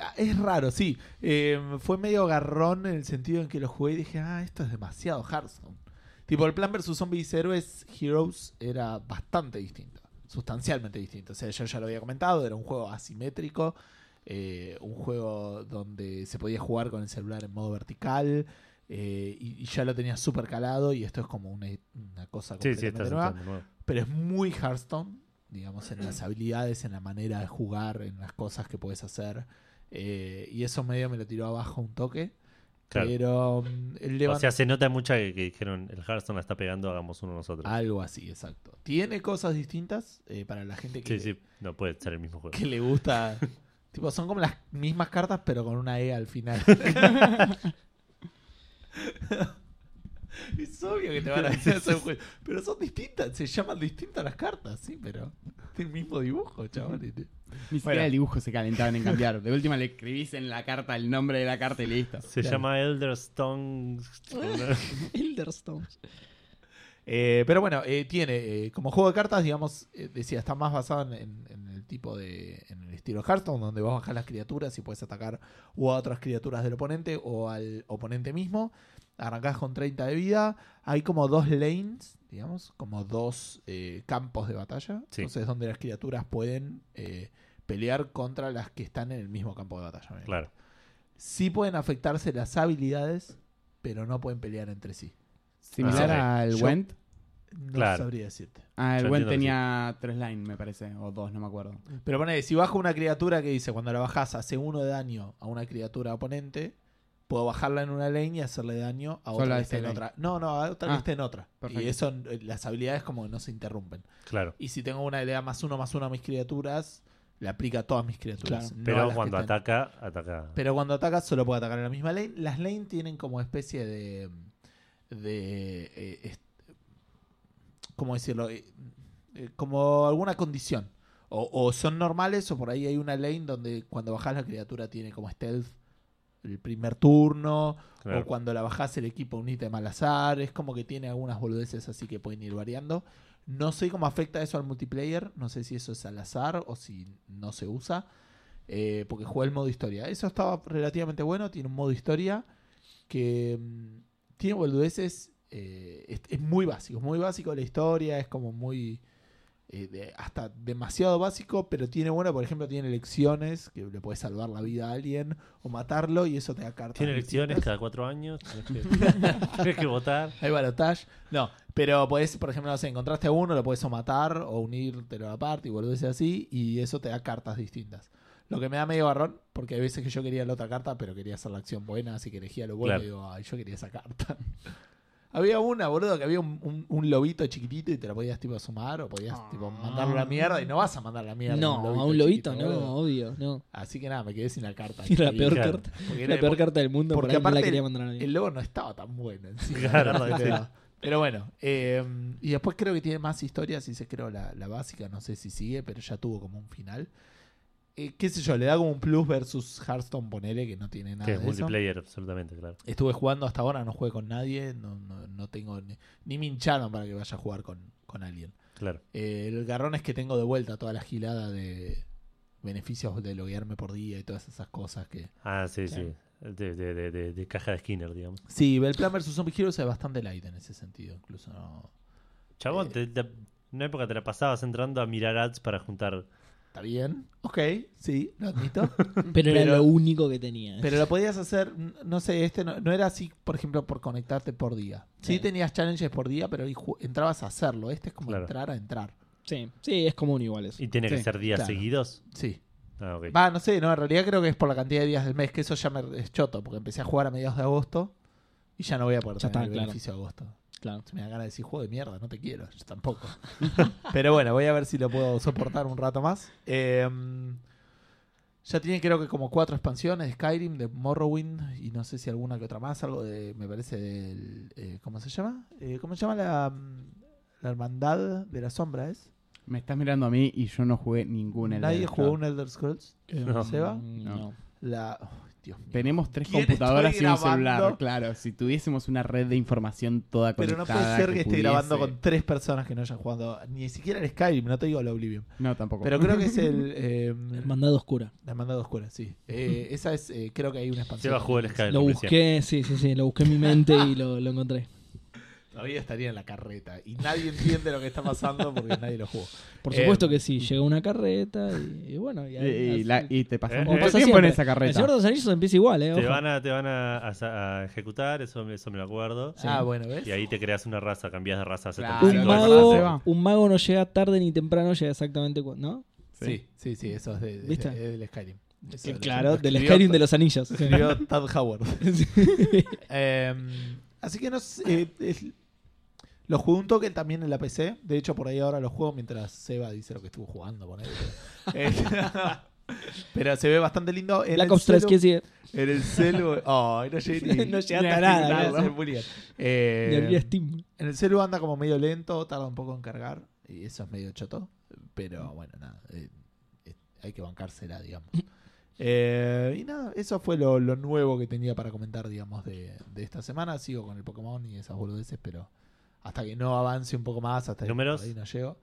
Speaker 3: Ah, Es raro, sí. Eh, fue medio garrón en el sentido en que lo jugué y dije, ah, esto es demasiado Hearthstone. Tipo, el plan versus Zombies Heroes Heroes era bastante distinto, sustancialmente distinto. O sea, yo ya lo había comentado, era un juego asimétrico, eh, un juego donde se podía jugar con el celular en modo vertical eh, y, y ya lo tenía súper calado y esto es como una, una cosa
Speaker 2: Sí, sí,
Speaker 3: completamente
Speaker 2: estás
Speaker 3: nueva
Speaker 2: usando nuevo.
Speaker 3: pero es muy Hearthstone, digamos, en las habilidades, en la manera de jugar, en las cosas que puedes hacer. eh, y eso medio me lo tiró abajo un toque.
Speaker 2: Claro.
Speaker 3: Pero mm, el
Speaker 2: O
Speaker 3: levant-
Speaker 2: sea, se nota mucho que, que dijeron, el Hearthstone la está pegando, hagamos uno nosotros.
Speaker 3: algo así, exacto. Tiene cosas distintas eh, para la gente que,
Speaker 2: sí, sí, no puede ser el mismo juego.
Speaker 3: que le gusta. tipo, son como las mismas cartas, pero con una E al final. es obvio que te van a hacer un juego. Pero son distintas, se llaman distintas las cartas, sí, pero. Es el mismo dibujo, chavales.
Speaker 4: Ni siquiera el dibujo se calentaban en cambiar. De última le escribís en la carta el nombre de la carta y listo.
Speaker 2: Se
Speaker 3: Claro.
Speaker 2: llama Elder Stone.
Speaker 1: Elderstone.
Speaker 3: Eh, pero bueno, eh, tiene eh, como juego de cartas, digamos, eh, decía, está más basado en, en- en el tipo de. en el estilo Hearthstone, donde vos bajás las criaturas y puedes atacar o a otras criaturas del oponente o al oponente mismo. Arrancás con 30 de vida. Hay como dos lanes, digamos, como dos eh, campos de batalla.
Speaker 2: Sí.
Speaker 3: Entonces, donde las criaturas pueden eh, pelear contra las que están en el mismo campo de batalla. ¿no?
Speaker 2: claro.
Speaker 3: Sí pueden afectarse las habilidades, pero no pueden pelear entre sí.
Speaker 4: Similar
Speaker 2: Ah,
Speaker 4: al
Speaker 3: yo-
Speaker 4: Went.
Speaker 3: No
Speaker 2: Claro.
Speaker 3: sabría decirte.
Speaker 4: Ah, el
Speaker 2: Yo
Speaker 4: Went
Speaker 2: entiendo que
Speaker 4: tenía tres lines, me parece, o dos, no me acuerdo.
Speaker 3: Pero ponele, si bajo una criatura que dice cuando la bajas hace uno de daño a una criatura oponente, puedo bajarla en una lane y hacerle daño a
Speaker 4: Solo
Speaker 3: otra
Speaker 4: a
Speaker 3: que
Speaker 4: esta
Speaker 3: esté en
Speaker 4: lane.
Speaker 3: otra. No, no, a otra que
Speaker 4: Ah,
Speaker 3: esté en otra. Y
Speaker 4: perfecto.
Speaker 3: eso, eh, las habilidades como que no se interrumpen.
Speaker 2: Claro.
Speaker 3: Y si tengo una idea más uno más uno a mis criaturas, le aplica a todas mis criaturas.
Speaker 1: Claro.
Speaker 3: no a
Speaker 2: Pero
Speaker 3: las que
Speaker 2: cuando
Speaker 3: están-
Speaker 2: ataca, ataca.
Speaker 3: Pero cuando ataca solo puede atacar en la misma lane. Las lane tienen como especie de... de eh, est- ¿Cómo decirlo? Eh, eh, como alguna condición. O, o son normales o por ahí hay una lane donde cuando bajas la criatura tiene como stealth el primer turno.
Speaker 2: Claro.
Speaker 3: O cuando la bajas el equipo un ítem al azar. Es como que tiene algunas boludeces así que pueden ir variando. No sé cómo afecta eso al multiplayer. No sé si eso es al azar o si no se usa. eh, porque juega el modo historia. Eso estaba relativamente bueno. Tiene un modo historia que mm, tiene boludeces. eh, es, es muy básico. Es muy básico la historia. Es como muy. eh, de- hasta demasiado básico, pero tiene bueno, por ejemplo, tiene elecciones que le puedes salvar la vida a alguien o matarlo y eso te da cartas.
Speaker 2: Tiene
Speaker 3: distintas.
Speaker 2: elecciones cada cuatro años. Tienes que, tenés que votar.
Speaker 3: Hay balotage. No, pero podés, por ejemplo, no sé, encontraste a uno, lo podés o matar o unírtelo a la parte y volverse así, y eso te da cartas distintas. Lo que me da medio barrón, porque hay veces que yo quería la otra carta, pero quería hacer la acción buena, así que elegía lo bueno
Speaker 2: Claro.
Speaker 3: y digo, ay, yo quería esa carta. había una, boludo, que había un, un- un lobito chiquitito y te la podías tipo sumar o podías tipo mandarlo a la mierda y no vas a mandar a la mierda.
Speaker 1: No, a un lobito,
Speaker 3: chiquito,
Speaker 1: no,
Speaker 3: boludo.
Speaker 1: obvio, no.
Speaker 3: Así que nada, me quedé sin la carta.
Speaker 1: Era la peor
Speaker 2: Claro.
Speaker 1: carta.
Speaker 3: Porque era-
Speaker 1: La peor carta del mundo,
Speaker 3: porque
Speaker 1: por ahí no la
Speaker 3: aparte
Speaker 1: quería mandar a nadie.
Speaker 3: el logo no estaba tan bueno. encima,
Speaker 2: Claro,
Speaker 3: la verdad,
Speaker 2: sí.
Speaker 3: pero, pero bueno, eh, y después creo que tiene más historias, y se creo la, la básica, no sé si sigue, pero ya tuvo como un final. Eh, qué sé yo, le da como un plus versus Hearthstone, ponele, que no tiene nada
Speaker 2: Que es
Speaker 3: de eso.
Speaker 2: multiplayer, absolutamente, claro.
Speaker 3: Estuve jugando hasta ahora, no jugué con nadie, no, no, no tengo ni, ni me hincharon para que vaya a jugar con, con alguien.
Speaker 2: Claro.
Speaker 3: Eh, el garrón es que tengo de vuelta toda la gilada de beneficios de loguearme por día y todas esas cosas que
Speaker 2: Ah, sí, sí. de, de- de- de- de caja de Skinner, digamos.
Speaker 3: Sí, Bellplan vs. Zombie Heroes es bastante light en ese sentido, incluso no...
Speaker 2: Chabón, te- te- en una época te la pasabas entrando a mirar ads para juntar.
Speaker 3: Está bien, ok, sí, lo admito.
Speaker 1: Pero era
Speaker 3: Pero-
Speaker 1: lo único que tenía.
Speaker 3: Pero lo podías hacer, no sé, este no, no era así, por ejemplo, por conectarte por día. Sí,
Speaker 1: Sí.
Speaker 3: tenías challenges por día, pero ahí ju- entrabas a hacerlo. Este es como
Speaker 2: Claro.
Speaker 3: entrar a entrar.
Speaker 1: Sí, sí, es común igual eso.
Speaker 2: ¿Y tiene que
Speaker 4: Sí,
Speaker 2: ser días
Speaker 3: claro.
Speaker 2: seguidos?
Speaker 3: Sí.
Speaker 2: Ah, ok.
Speaker 3: Va, no sé, no, en realidad creo que es por la cantidad de días del mes, que eso ya me es choto, porque empecé a jugar a mediados de agosto y ya no voy a poder
Speaker 1: Ya
Speaker 3: tener
Speaker 1: está,
Speaker 3: el
Speaker 1: claro.
Speaker 3: beneficio de agosto.
Speaker 1: Claro.
Speaker 3: Se me da ganas de decir juego de mierda, no te quiero, yo tampoco. Pero bueno, voy a ver si lo puedo soportar un rato más. Eh, ya tiene creo que como cuatro expansiones de Skyrim, de Morrowind y no sé si alguna que otra más, algo de, me parece del, eh, ¿cómo se llama? Eh, ¿Cómo se llama la, mm, la hermandad de la sombra es?
Speaker 4: Me estás mirando a mí y yo no jugué ningún Elden
Speaker 3: Nadie
Speaker 4: Ring.
Speaker 3: jugó un Elder Scrolls.
Speaker 2: No.
Speaker 3: ¿Seba?
Speaker 1: Eh, mm, No.
Speaker 4: No.
Speaker 3: La, ay, Dios mío.
Speaker 4: Tenemos tres
Speaker 3: ¿Quién
Speaker 4: computadoras y
Speaker 3: estoy
Speaker 4: un
Speaker 3: grabando?
Speaker 4: celular, claro. Si tuviésemos una red de información toda
Speaker 3: Pero
Speaker 4: conectada.
Speaker 3: no puede ser que, esté
Speaker 4: pudiese-
Speaker 3: grabando con tres personas que no hayan jugado ni siquiera el Skyrim, no te digo el Oblivion.
Speaker 4: No, tampoco.
Speaker 3: Pero creo que es el... eh,
Speaker 1: Hermandad Oscura.
Speaker 3: La mandado oscura, sí. Eh, esa es, eh, creo que hay una
Speaker 2: Se
Speaker 3: expansión.
Speaker 2: va a jugar el Skyrim.
Speaker 1: Lo
Speaker 2: me decía.
Speaker 1: busqué, sí, sí, sí, lo busqué en mi mente y lo, lo encontré.
Speaker 3: Todavía estaría en la carreta. Y nadie entiende lo que está pasando porque nadie lo jugó.
Speaker 1: Por
Speaker 3: Eh,
Speaker 1: supuesto que sí, llegó una carreta y, y bueno. Y,
Speaker 4: Y,
Speaker 1: ahí-
Speaker 4: y la- y te pasas
Speaker 2: Eh,
Speaker 1: como
Speaker 4: mucho
Speaker 1: pasa
Speaker 4: tiempo
Speaker 1: siempre.
Speaker 4: en esa
Speaker 1: El Señor de
Speaker 4: carreta.
Speaker 1: los Anillos empieza igual, ¿eh?
Speaker 2: Te
Speaker 1: Ojo.
Speaker 2: van a, te van a, a- a ejecutar, eso me, eso me lo acuerdo.
Speaker 3: Ah, bueno, ¿ves?
Speaker 2: Y ahí te creas una raza, cambias de raza a 75
Speaker 4: Claro.
Speaker 1: un,
Speaker 4: Ah,
Speaker 2: de
Speaker 4: claro, se
Speaker 2: raza.
Speaker 1: mago,
Speaker 4: va.
Speaker 1: un mago no llega tarde ni temprano, llega exactamente cuando. ¿No?
Speaker 3: Sí, sí, sí, eso es, de- de-
Speaker 1: ¿Viste?
Speaker 3: es del Skyrim. Eso
Speaker 1: Que
Speaker 3: lo-
Speaker 1: claro,
Speaker 3: lo
Speaker 1: del
Speaker 3: escribió-
Speaker 1: Skyrim de los Anillos.
Speaker 3: lo Escribió Tad Howard.
Speaker 1: Sí.
Speaker 3: Eh, así que no sé. eh, es- lo jugué un toque también en la PC. De hecho, por ahí ahora lo juego mientras Seba dice lo que estuvo jugando. ponele. Eh, pero se ve bastante lindo. En
Speaker 1: Black
Speaker 3: el eh,
Speaker 1: Ops 3,
Speaker 3: celu-
Speaker 1: ¿quién sigue?
Speaker 3: En el celu. Ay, no llegué ni-
Speaker 1: No llegaste
Speaker 3: ni
Speaker 1: a
Speaker 3: terminarlo,
Speaker 1: nada,
Speaker 3: es
Speaker 1: ¿no?
Speaker 3: muy bien. Eh,
Speaker 1: De abrir Steam.
Speaker 3: en el celu anda como medio lento, tarda un poco en cargar. Y eso es medio choto.
Speaker 2: Mm.
Speaker 3: Pero bueno, nada. eh, eh, hay que bancársela, digamos. Eh, y nada, eso fue lo, lo nuevo que tenía para comentar, digamos, de, de esta semana. Sigo con el Pokémon y esas boludeces, pero hasta que no avance un poco más, hasta que
Speaker 2: ¿Números?
Speaker 3: por ahí no llego.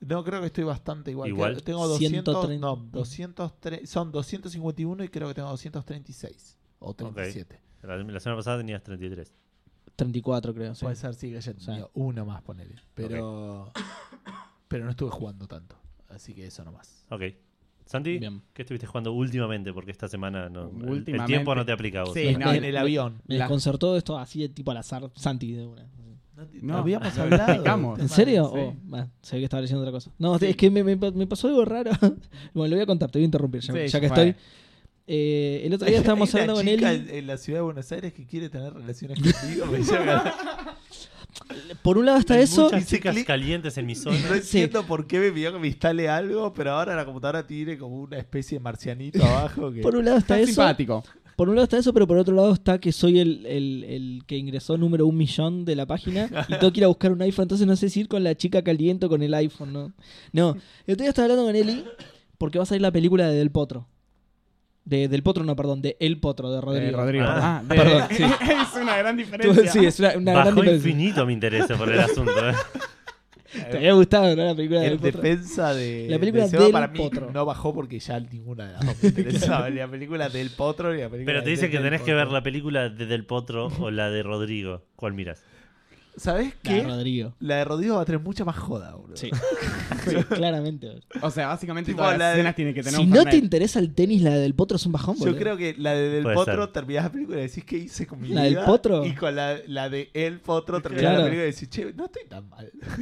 Speaker 3: No, creo que estoy bastante igual.
Speaker 2: Igual.
Speaker 3: Creo- Tengo 200,
Speaker 1: 130.
Speaker 3: no, 203, son 251 y creo que tengo 236 o 37.
Speaker 2: La, la semana pasada tenías 33.
Speaker 1: 34, creo. sí.
Speaker 3: Puede ser, sí, que ya tenía
Speaker 1: Sí.
Speaker 3: uno más, ponele. Pero, pero no estuve jugando tanto. Así que eso nomás.
Speaker 2: Ok. Santi,
Speaker 1: Bien.
Speaker 2: ¿qué estuviste jugando últimamente? Porque esta semana no, el- el,
Speaker 4: Últimamente.
Speaker 2: tiempo no te aplica a vos.
Speaker 4: Sí, no,
Speaker 3: en el
Speaker 1: la-
Speaker 3: avión.
Speaker 1: Me
Speaker 4: La-
Speaker 1: desconcertó esto así de tipo al azar, Santi de una.
Speaker 4: No,
Speaker 3: habíamos
Speaker 4: lo
Speaker 3: hablado.
Speaker 4: explicamos.
Speaker 3: del
Speaker 1: ¿En
Speaker 3: tema
Speaker 1: serio?
Speaker 4: sí.
Speaker 1: Oh, bah, se ve que estaba leyendo otra cosa. No, es que me, me- me pasó algo raro. Bueno, lo voy a contar, te voy a interrumpir ya,
Speaker 4: Sí,
Speaker 1: ya
Speaker 4: ya
Speaker 1: que
Speaker 4: fue.
Speaker 1: estoy. Eh, el otro día estábamos
Speaker 3: Hay una
Speaker 1: hablando con
Speaker 3: chica
Speaker 1: él.
Speaker 3: En, en la ciudad de Buenos Aires que quiere tener relaciones contigo. me llega.
Speaker 1: Por un lado está eso.
Speaker 2: Muchas
Speaker 3: Hice
Speaker 2: chicas
Speaker 3: clic.
Speaker 2: calientes en mi
Speaker 3: No
Speaker 2: zona.
Speaker 3: entiendo por qué me pidió que me instale algo, pero ahora la computadora tiene como una especie de marcianito abajo. Que...
Speaker 1: Por un lado está
Speaker 4: Está
Speaker 1: eso.
Speaker 4: simpático. eh,
Speaker 1: Por un lado está eso, pero por otro lado está que soy el, el- el que ingresó número un millón de la página y tengo que ir a buscar un iPhone, entonces no sé si ir con la chica caliente o con el iPhone, ¿no? No, el otro día estaba hablando con Eli porque va a salir la película de Del Potro. De, del Potro, no, perdón, de El Potro, de
Speaker 4: Eh,
Speaker 1: Rodrigo.
Speaker 4: Rodrigo.
Speaker 2: Ah,
Speaker 4: Ah, de-
Speaker 1: perdón, sí.
Speaker 4: Es una gran
Speaker 1: Tú-
Speaker 4: diferencia.
Speaker 1: sí, es una, una gran
Speaker 2: Bajó
Speaker 1: diferencia.
Speaker 2: infinito mi interés por el asunto. ¿eh?
Speaker 1: Te había gustado, ¿no? La película de Del
Speaker 3: En
Speaker 1: Potro.
Speaker 3: defensa de.
Speaker 1: La película
Speaker 3: de Seba,
Speaker 1: del
Speaker 3: para mí
Speaker 1: potro.
Speaker 3: no bajó porque ya ninguna de las dos me interesaba. ni la película del potro ni la película
Speaker 2: Pero te
Speaker 3: de-
Speaker 2: dicen que
Speaker 3: del
Speaker 2: tenés que
Speaker 3: potro.
Speaker 2: ver la película de Del Potro o la de Rodrigo. ¿Cuál miras?
Speaker 3: ¿Sabés
Speaker 1: La de
Speaker 3: qué?
Speaker 1: Rodrigo.
Speaker 3: La de Rodrigo va a tener mucha más joda, boludo.
Speaker 1: Sí. Sí, claramente. boludo.
Speaker 4: O sea, básicamente
Speaker 3: Tipo, la
Speaker 4: todas las
Speaker 3: de-
Speaker 4: escenas tienen que tener
Speaker 1: Si
Speaker 4: un
Speaker 1: no
Speaker 4: Fernet.
Speaker 1: te interesa el tenis, la de Del Potro es un bajón, boludo.
Speaker 3: Yo creo que la de Del
Speaker 2: Puede
Speaker 3: Potro
Speaker 2: ser.
Speaker 3: terminás la película y decís qué hice con mi
Speaker 1: ¿La
Speaker 3: vida.
Speaker 1: del Potro?
Speaker 3: Y con la, la de El Potro terminás
Speaker 1: Claro.
Speaker 3: la película y decís, che, no estoy tan mal.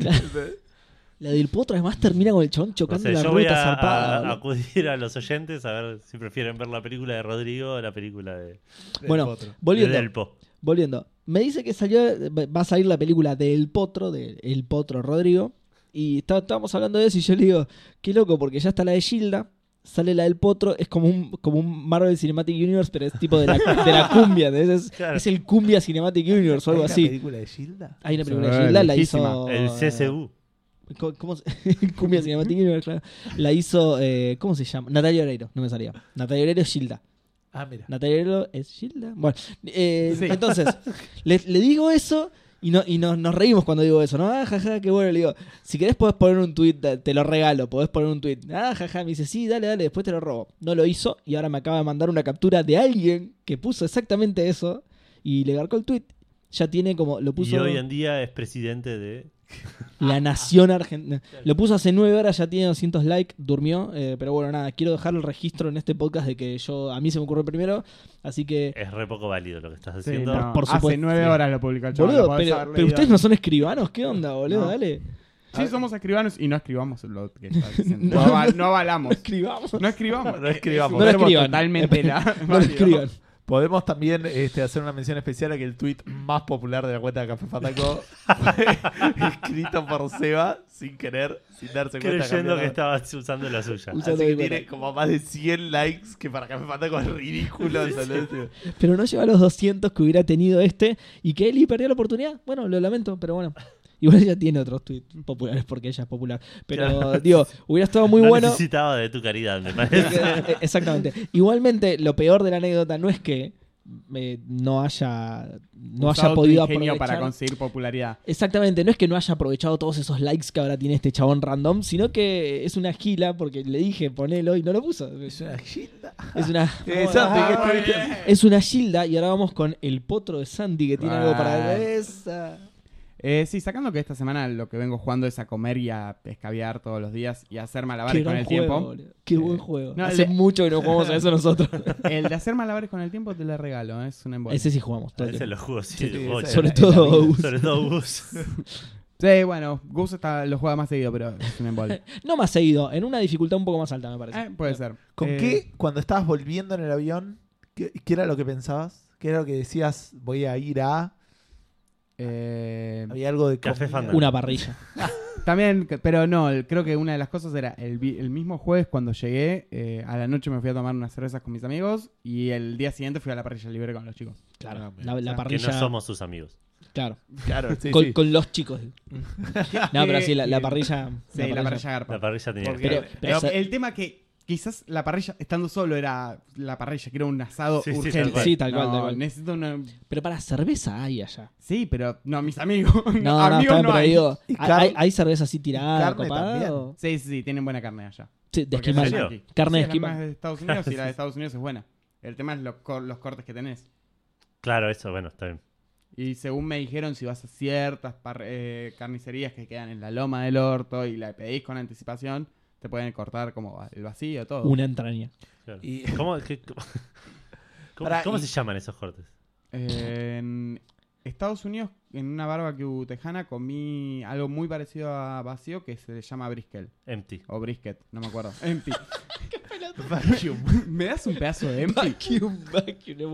Speaker 1: La del Potro además termina con el chabón
Speaker 2: No
Speaker 1: chocando
Speaker 2: sé,
Speaker 1: la
Speaker 2: yo voy
Speaker 1: ruta
Speaker 2: a,
Speaker 1: zarpada.
Speaker 2: a-
Speaker 1: boludo.
Speaker 2: acudir a los oyentes a ver si prefieren ver la película de Rodrigo o la película de,
Speaker 3: Del
Speaker 1: Bueno,
Speaker 3: Potro.
Speaker 2: de
Speaker 1: Volviendo.
Speaker 2: Del Po.
Speaker 1: Volviendo, me dice que salió, va a salir la película de El Potro, de El Potro Rodrigo, y está- estábamos hablando de eso y yo le digo, qué loco, porque ya está la de Gilda, sale la del Potro, es como un, como un Marvel Cinematic Universe, pero es tipo de la, de la cumbia, ¿entendés? es,
Speaker 2: Claro.
Speaker 1: es el cumbia Cinematic Universe o algo
Speaker 3: ¿Hay una
Speaker 1: así.
Speaker 3: película de Gilda?
Speaker 1: Hay una
Speaker 4: Sí,
Speaker 1: película de Gilda, la
Speaker 4: viejísima.
Speaker 1: hizo...
Speaker 2: El CCU.
Speaker 1: ¿Cómo- cómo se- Cumbia Cinematic Universe, claro. La hizo, eh, ¿cómo se llama? Natalia Oreiro, no me salía. Natalia Oreiro es Gilda.
Speaker 3: Ah, mira.
Speaker 1: Natalia Oreiro es Gilda. Bueno, eh,
Speaker 4: Sí.
Speaker 1: entonces, le, le digo eso Y, no, y nos, nos reímos cuando digo eso, ¿no? Ah, jaja, qué bueno. Le digo, si querés podés poner un tweet, te lo regalo, podés poner un tweet. Ah, jaja, me dice, sí, dale, dale, después te lo robo. No lo hizo y ahora me acaba de mandar una captura de alguien que puso exactamente eso y le garcó el tweet. Ya tiene como, lo puso
Speaker 2: Y hoy en Ah. día es presidente de.
Speaker 1: la nación argentina. Lo puso hace nueve horas, ya tiene 200 likes, durmió. eh, pero bueno, nada, quiero dejar el registro en este podcast de que yo, a mí se me ocurrió primero. Así que
Speaker 2: Es re poco válido lo que estás
Speaker 4: Sí,
Speaker 2: haciendo.
Speaker 4: no,
Speaker 1: por
Speaker 4: Hace
Speaker 1: supuesto.
Speaker 4: nueve horas lo publicó el chabón,
Speaker 1: Boludo,
Speaker 4: lo podés
Speaker 1: pero,
Speaker 4: haber
Speaker 1: pero
Speaker 4: leído.
Speaker 1: ustedes no son escribanos, ¿qué onda, boludo?
Speaker 4: No.
Speaker 1: Dale.
Speaker 4: Sí, somos escribanos y no escribamos lo que estás diciendo.
Speaker 1: Ah, No.
Speaker 4: No, aval- no
Speaker 1: No
Speaker 4: avalamos.
Speaker 1: escribamos.
Speaker 4: No escribamos.
Speaker 2: No escribamos.
Speaker 1: No lo
Speaker 4: Es un verbo
Speaker 1: escriban.
Speaker 4: Totalmente la-
Speaker 1: No lo escriban.
Speaker 3: Podemos también este, hacer una mención especial a que el tweet más popular de la cuenta de Café Fataco fue escrito por Seba sin querer, sin darse cuenta.
Speaker 2: Creyendo
Speaker 3: cambiando-
Speaker 2: que estabas usando la
Speaker 1: Usa-
Speaker 2: suya.
Speaker 3: Así
Speaker 1: Usando mi
Speaker 3: que
Speaker 1: cuenta.
Speaker 3: tiene como más de 100 likes, que para Café Fataco es ridículo. ¿entendés?
Speaker 1: Pero no lleva los 200 que hubiera tenido este y que Eli perdió la oportunidad. Bueno, lo lamento, pero bueno. Igual ella tiene otros tweets populares porque ella es popular. Pero
Speaker 2: Claro.
Speaker 1: digo, hubiera estado muy
Speaker 2: no
Speaker 1: bueno.
Speaker 2: necesitaba de tu caridad, me parece.
Speaker 1: Eh, Exactamente. Igualmente, lo peor de la anécdota no es que eh, no haya no
Speaker 4: Usado
Speaker 1: haya
Speaker 4: tu
Speaker 1: podido
Speaker 4: ingenio para
Speaker 1: aprovechar.
Speaker 4: conseguir popularidad.
Speaker 1: Exactamente, no es que no haya aprovechado todos esos likes que ahora tiene este chabón random, sino que es una gila porque le dije ponelo y no lo puso.
Speaker 3: Es una gilda.
Speaker 1: Es una,
Speaker 3: Eh, Santi, ¿qué
Speaker 4: Ah,
Speaker 3: estuviste-
Speaker 4: bien.
Speaker 1: es una gilda y ahora vamos con el potro de Sandy que tiene algo para...
Speaker 4: Right.
Speaker 1: Esa.
Speaker 4: Eh, sí, sacando que esta semana lo que vengo jugando es a comer y a escabiar todos los días y a hacer malabares
Speaker 1: Qué
Speaker 4: con
Speaker 1: gran
Speaker 4: el
Speaker 1: juego,
Speaker 4: tiempo.
Speaker 1: boludo. Qué
Speaker 4: Eh,
Speaker 1: buen juego.
Speaker 4: no,
Speaker 1: Hace
Speaker 4: el de-
Speaker 1: mucho que no jugamos a eso nosotros.
Speaker 4: El de hacer malabares con el tiempo te lo regalo, ¿eh? es un embole.
Speaker 1: Ese sí jugamos. todo el
Speaker 2: Ese
Speaker 1: tiempo.
Speaker 2: lo jugó sí,
Speaker 3: Sí,
Speaker 2: ocho.
Speaker 3: ese-
Speaker 1: Sobre
Speaker 3: la-
Speaker 1: todo... Gus.
Speaker 2: Sobre todo Gus.
Speaker 4: Sí, bueno, Gus está- lo juega más seguido, pero es un embole.
Speaker 1: No más seguido, en una dificultad un poco más alta me parece.
Speaker 4: Eh, puede ser.
Speaker 3: ¿Con
Speaker 4: Eh,
Speaker 3: qué, cuando estabas volviendo en el avión, qué, qué era lo que pensabas? ¿Qué era lo que decías, voy a ir a...
Speaker 4: eh,
Speaker 3: Había algo de...
Speaker 2: Café
Speaker 3: comida?
Speaker 2: Fandango.
Speaker 1: Una parrilla.
Speaker 4: También, que- pero no, el- creo que una de las cosas era el, vi- el mismo jueves cuando llegué, eh, a la noche me fui a tomar unas cervezas con mis amigos y el día siguiente fui a la parrilla libre con los chicos.
Speaker 1: Claro,
Speaker 3: Ah,
Speaker 1: la, la
Speaker 4: o sea, que
Speaker 2: Que
Speaker 1: parrilla...
Speaker 2: no somos sus amigos.
Speaker 1: Claro,
Speaker 3: Claro, sí,
Speaker 1: con,
Speaker 3: sí.
Speaker 1: con los chicos. No, pero sí, la, la parrilla...
Speaker 4: Eh, Sí, la parrilla garpa.
Speaker 2: La parrilla tenía
Speaker 4: Porque
Speaker 1: Pero-
Speaker 4: el-
Speaker 1: pero
Speaker 4: el,
Speaker 1: esa-
Speaker 4: el tema que quizás la parrilla, estando solo, era la parrilla, que era un asado
Speaker 2: Sí, sí,
Speaker 4: urgente.
Speaker 2: tal cual.
Speaker 1: Sí, tal cual,
Speaker 4: No,
Speaker 1: tal cual.
Speaker 4: Necesito una...
Speaker 1: Pero para cerveza hay allá.
Speaker 4: Sí, pero no, mis amigos.
Speaker 1: No, no,
Speaker 4: amigos
Speaker 1: está bien,
Speaker 4: no
Speaker 1: pero
Speaker 4: hay.
Speaker 1: digo,
Speaker 3: Y
Speaker 1: ¿hay-
Speaker 3: car-
Speaker 1: ¿hay, hay cerveza así tirada,
Speaker 3: carne
Speaker 1: copada?
Speaker 3: también.
Speaker 1: o-
Speaker 4: Sí, sí, sí, tienen buena carne allá.
Speaker 1: Sí, de
Speaker 4: Porque
Speaker 1: esquimal.
Speaker 4: es
Speaker 2: ¿En serio?
Speaker 4: yankee.
Speaker 1: Carne de
Speaker 4: Sí, la
Speaker 1: esquimal.
Speaker 4: más de Estados Unidos y la de Estados Unidos es buena. El tema es los, cor- los cortes que tenés.
Speaker 2: Claro, eso, bueno, está bien.
Speaker 4: Y según me dijeron, si vas a ciertas par- eh, carnicerías que quedan en la loma del orto y la pedís con anticipación, te pueden cortar como va- el vacío, todo.
Speaker 1: Una entraña.
Speaker 2: claro.
Speaker 3: Y-
Speaker 2: ¿Cómo, qué- cómo- cómo-
Speaker 3: Pará,
Speaker 2: cómo
Speaker 3: y-
Speaker 2: se llaman esos cortes?
Speaker 4: Eh, en Estados Unidos, en una barbecue tejana, comí algo muy parecido a vacío que se le llama brisket.
Speaker 2: Empty.
Speaker 4: O brisket, no me acuerdo. Empty.
Speaker 3: Vacuum.
Speaker 4: ¿Me das un pedazo de empty?
Speaker 1: Vacuum, vacuum, es buenísimo,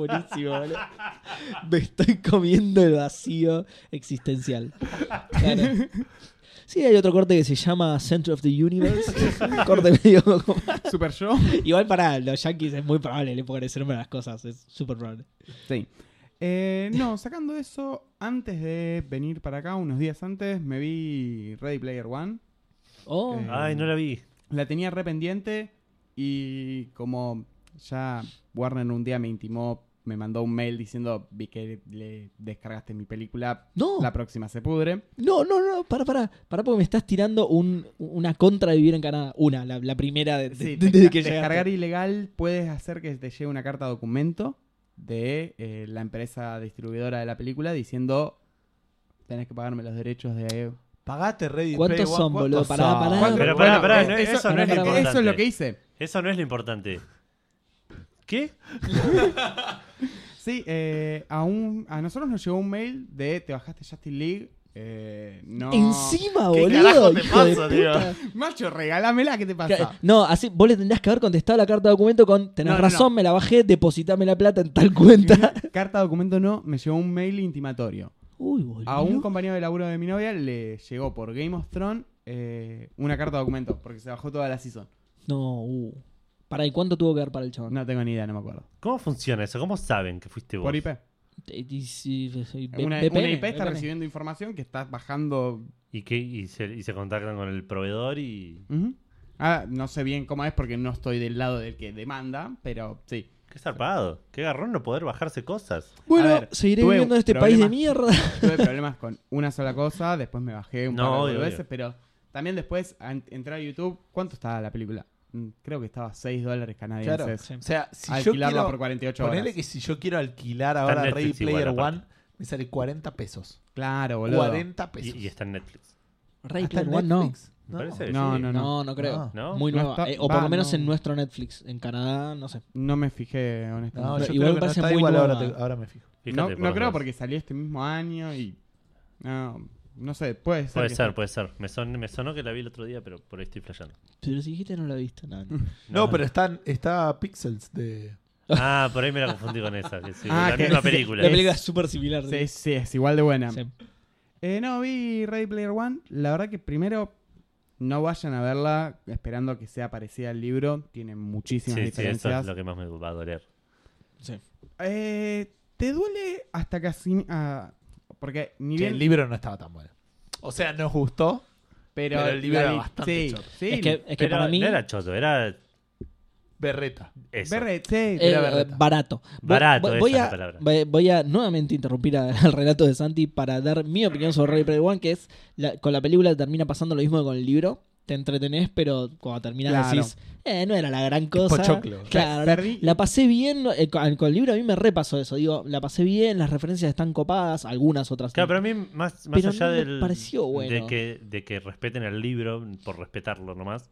Speaker 1: boludo. Me estoy comiendo el vacío existencial. Claro. Sí, hay otro corte que se llama Center of the Universe. Un corte medio como-
Speaker 4: Super yo.
Speaker 1: Igual para los yankees es muy probable le puedan decirme las cosas. Es súper probable.
Speaker 4: Sí. Eh, no, sacando eso, antes de venir para acá, unos días antes, me vi Ready Player One.
Speaker 1: Oh,
Speaker 4: Eh,
Speaker 2: Ay, no la vi.
Speaker 4: La tenía re pendiente y como ya Warner un día me intimó, me mandó un mail diciendo, vi que le descargaste mi película,
Speaker 1: no.
Speaker 4: la próxima se pudre.
Speaker 1: No, no, no, para, para, para porque me estás tirando un, una contra de vivir en Canadá. Una, la, la primera de, de-
Speaker 4: Sí,
Speaker 1: desde
Speaker 4: desca-
Speaker 1: que llegaste.
Speaker 4: descargar ilegal puedes hacer que te llegue una carta documento de eh, la empresa distribuidora de la película diciendo, tenés que pagarme los derechos de...
Speaker 3: Pagate Ready
Speaker 1: ¿Cuántos
Speaker 3: Player One,
Speaker 1: son, boludo?
Speaker 3: ¿cuántos
Speaker 1: Pará,
Speaker 3: son?
Speaker 1: pará.
Speaker 4: ¿Cuánto-
Speaker 2: Pero pará,
Speaker 4: bueno,
Speaker 2: pará,
Speaker 4: eh,
Speaker 2: no-
Speaker 4: eso-
Speaker 2: eso no es lo
Speaker 1: pará, pará.
Speaker 2: importante.
Speaker 4: Eso es lo que hice.
Speaker 2: Eso no es lo importante. ¿Qué?
Speaker 4: Sí, eh, a, un- a nosotros nos llegó un mail de te bajaste Justin League. eh, no.
Speaker 1: Encima,
Speaker 3: ¿Qué
Speaker 1: Ah, boludo.
Speaker 3: carajo te
Speaker 1: hijo de
Speaker 3: pasa,
Speaker 1: puta.
Speaker 4: Macho, regálamela, ¿qué te pasa?
Speaker 1: No, así vos le tendrías que haber contestado la carta de documento con tenés
Speaker 4: No, no,
Speaker 1: razón,
Speaker 4: no.
Speaker 1: me la bajé, depositame la plata en tal cuenta.
Speaker 4: Carta, documento no, me llegó un mail intimatorio.
Speaker 1: Uy, boludo.
Speaker 4: A un compañero de laburo de mi novia le llegó por Game of Thrones eh, una carta documento, porque se bajó toda la season.
Speaker 1: No, uh. Para, ¿y cuánto tuvo que dar para el chabón?
Speaker 4: No tengo ni idea, no me acuerdo.
Speaker 2: ¿Cómo funciona eso? ¿Cómo saben que fuiste vos?
Speaker 4: Por IP.
Speaker 1: Eh, y si- soy B-
Speaker 4: Una,
Speaker 1: VPN,
Speaker 4: una IP está
Speaker 1: VPN.
Speaker 4: recibiendo información que estás bajando.
Speaker 2: ¿Y, qué? Y, se, y se contactan con el proveedor y...
Speaker 4: Ujú. Ah, no sé bien cómo es porque no estoy del lado del que demanda, pero sí.
Speaker 2: Qué zarpado. Qué garrón no poder bajarse cosas.
Speaker 1: Bueno,
Speaker 4: A ver,
Speaker 1: seguiré
Speaker 4: tuve
Speaker 1: viviendo en este país de mierda.
Speaker 4: problemas- Tuve problemas con una sola cosa, después me bajé un
Speaker 2: No,
Speaker 4: par de
Speaker 2: obvio,
Speaker 4: veces,
Speaker 2: obvio.
Speaker 4: pero también después a en- entrar a YouTube, ¿cuánto estaba la película? Mm, Creo que estaba 6 dólares canadienses.
Speaker 3: Claro.
Speaker 1: Sí.
Speaker 3: O sea, si yo
Speaker 4: Alquilarla
Speaker 3: quiero.
Speaker 4: por 48 horas.
Speaker 3: Ponele que si yo quiero alquilar ahora
Speaker 2: en
Speaker 3: Ready
Speaker 2: Netflix
Speaker 3: Player
Speaker 2: igual, aparte.
Speaker 3: One, me sale 40 pesos.
Speaker 4: Claro, boludo.
Speaker 3: 40 pesos.
Speaker 2: Y, y está en Netflix.
Speaker 1: Ray
Speaker 3: Hasta
Speaker 1: Player
Speaker 3: en
Speaker 1: One no.
Speaker 3: Netflix.
Speaker 2: Me parece.
Speaker 4: No,
Speaker 2: sí.
Speaker 4: no,
Speaker 1: No, no creo.
Speaker 3: No.
Speaker 2: ¿No?
Speaker 1: Muy
Speaker 4: No
Speaker 1: nueva.
Speaker 4: está-
Speaker 1: Eh, o por
Speaker 4: va,
Speaker 1: lo menos
Speaker 4: no.
Speaker 1: en nuestro Netflix. En Canadá, no sé.
Speaker 4: No me fijé,
Speaker 3: No,
Speaker 4: honestamente.
Speaker 3: yo
Speaker 1: igual
Speaker 3: creo que no
Speaker 1: parece
Speaker 3: está
Speaker 1: muy
Speaker 3: igual ahora,
Speaker 1: nueva.
Speaker 3: te- ahora me fijo.
Speaker 4: No,
Speaker 2: Fíjate,
Speaker 4: no
Speaker 2: lo
Speaker 4: creo
Speaker 2: menos.
Speaker 4: porque salió este mismo año y... No, no sé, puede ser.
Speaker 2: Puede
Speaker 4: que-
Speaker 2: ser, puede ser. Me, son- me sonó que la vi el otro día, pero por ahí estoy flasheando.
Speaker 1: Pero si dijiste no la viste. No, no.
Speaker 3: No, pero está, está Pixels de.
Speaker 2: Ah, por ahí me la confundí con esa. que sí,
Speaker 4: Ah,
Speaker 2: la
Speaker 4: que-
Speaker 2: misma película.
Speaker 1: La película es súper similar.
Speaker 4: Sí, sí, es igual de buena.
Speaker 1: Sí.
Speaker 4: Eh, no, vi Ready Player One. La verdad que primero no vayan a verla esperando que sea parecida al libro. Tiene muchísimas
Speaker 2: Sí, sí, eso
Speaker 4: diferencias.
Speaker 2: es lo que más me va a doler.
Speaker 1: Sí.
Speaker 4: Eh, te duele hasta casi... ah, porque ni
Speaker 3: que
Speaker 4: bien...
Speaker 3: el libro no estaba tan bueno. O sea, nos gustó.
Speaker 4: pero,
Speaker 3: pero el libro
Speaker 4: la
Speaker 3: era
Speaker 4: li-
Speaker 3: bastante
Speaker 4: sí,
Speaker 3: choto.
Speaker 4: sí,
Speaker 1: Es que, es que
Speaker 2: Pero
Speaker 1: para mí.
Speaker 2: no era choto, era
Speaker 3: Berreta.
Speaker 2: eso.
Speaker 4: Berre- sí,
Speaker 1: Eh,
Speaker 3: Era
Speaker 1: eh,
Speaker 3: berreta.
Speaker 1: barato. Voy-
Speaker 2: Barato,
Speaker 1: voy,
Speaker 2: esa
Speaker 1: voy
Speaker 2: es
Speaker 1: a,
Speaker 2: la palabra.
Speaker 1: voy- voy a nuevamente interrumpir a- al relato de Santi para dar mi opinión sobre Ready Player One, que es la- con la película termina pasando lo mismo que con el libro. Te entretenés, pero cuando terminás
Speaker 4: Claro.
Speaker 1: decís, eh, no era la gran cosa.
Speaker 3: pochoclo.
Speaker 1: Claro, la,
Speaker 4: Perdí-
Speaker 1: la pasé bien, eh, con, con el libro a mí me repasó eso. Digo, la pasé bien, las referencias están copadas, algunas otras.
Speaker 2: Claro,
Speaker 1: no.
Speaker 2: pero a mí, más, más
Speaker 1: Pero
Speaker 2: allá
Speaker 1: no me
Speaker 2: del,
Speaker 1: pareció bueno.
Speaker 2: de, que, de que respeten el libro, por respetarlo nomás,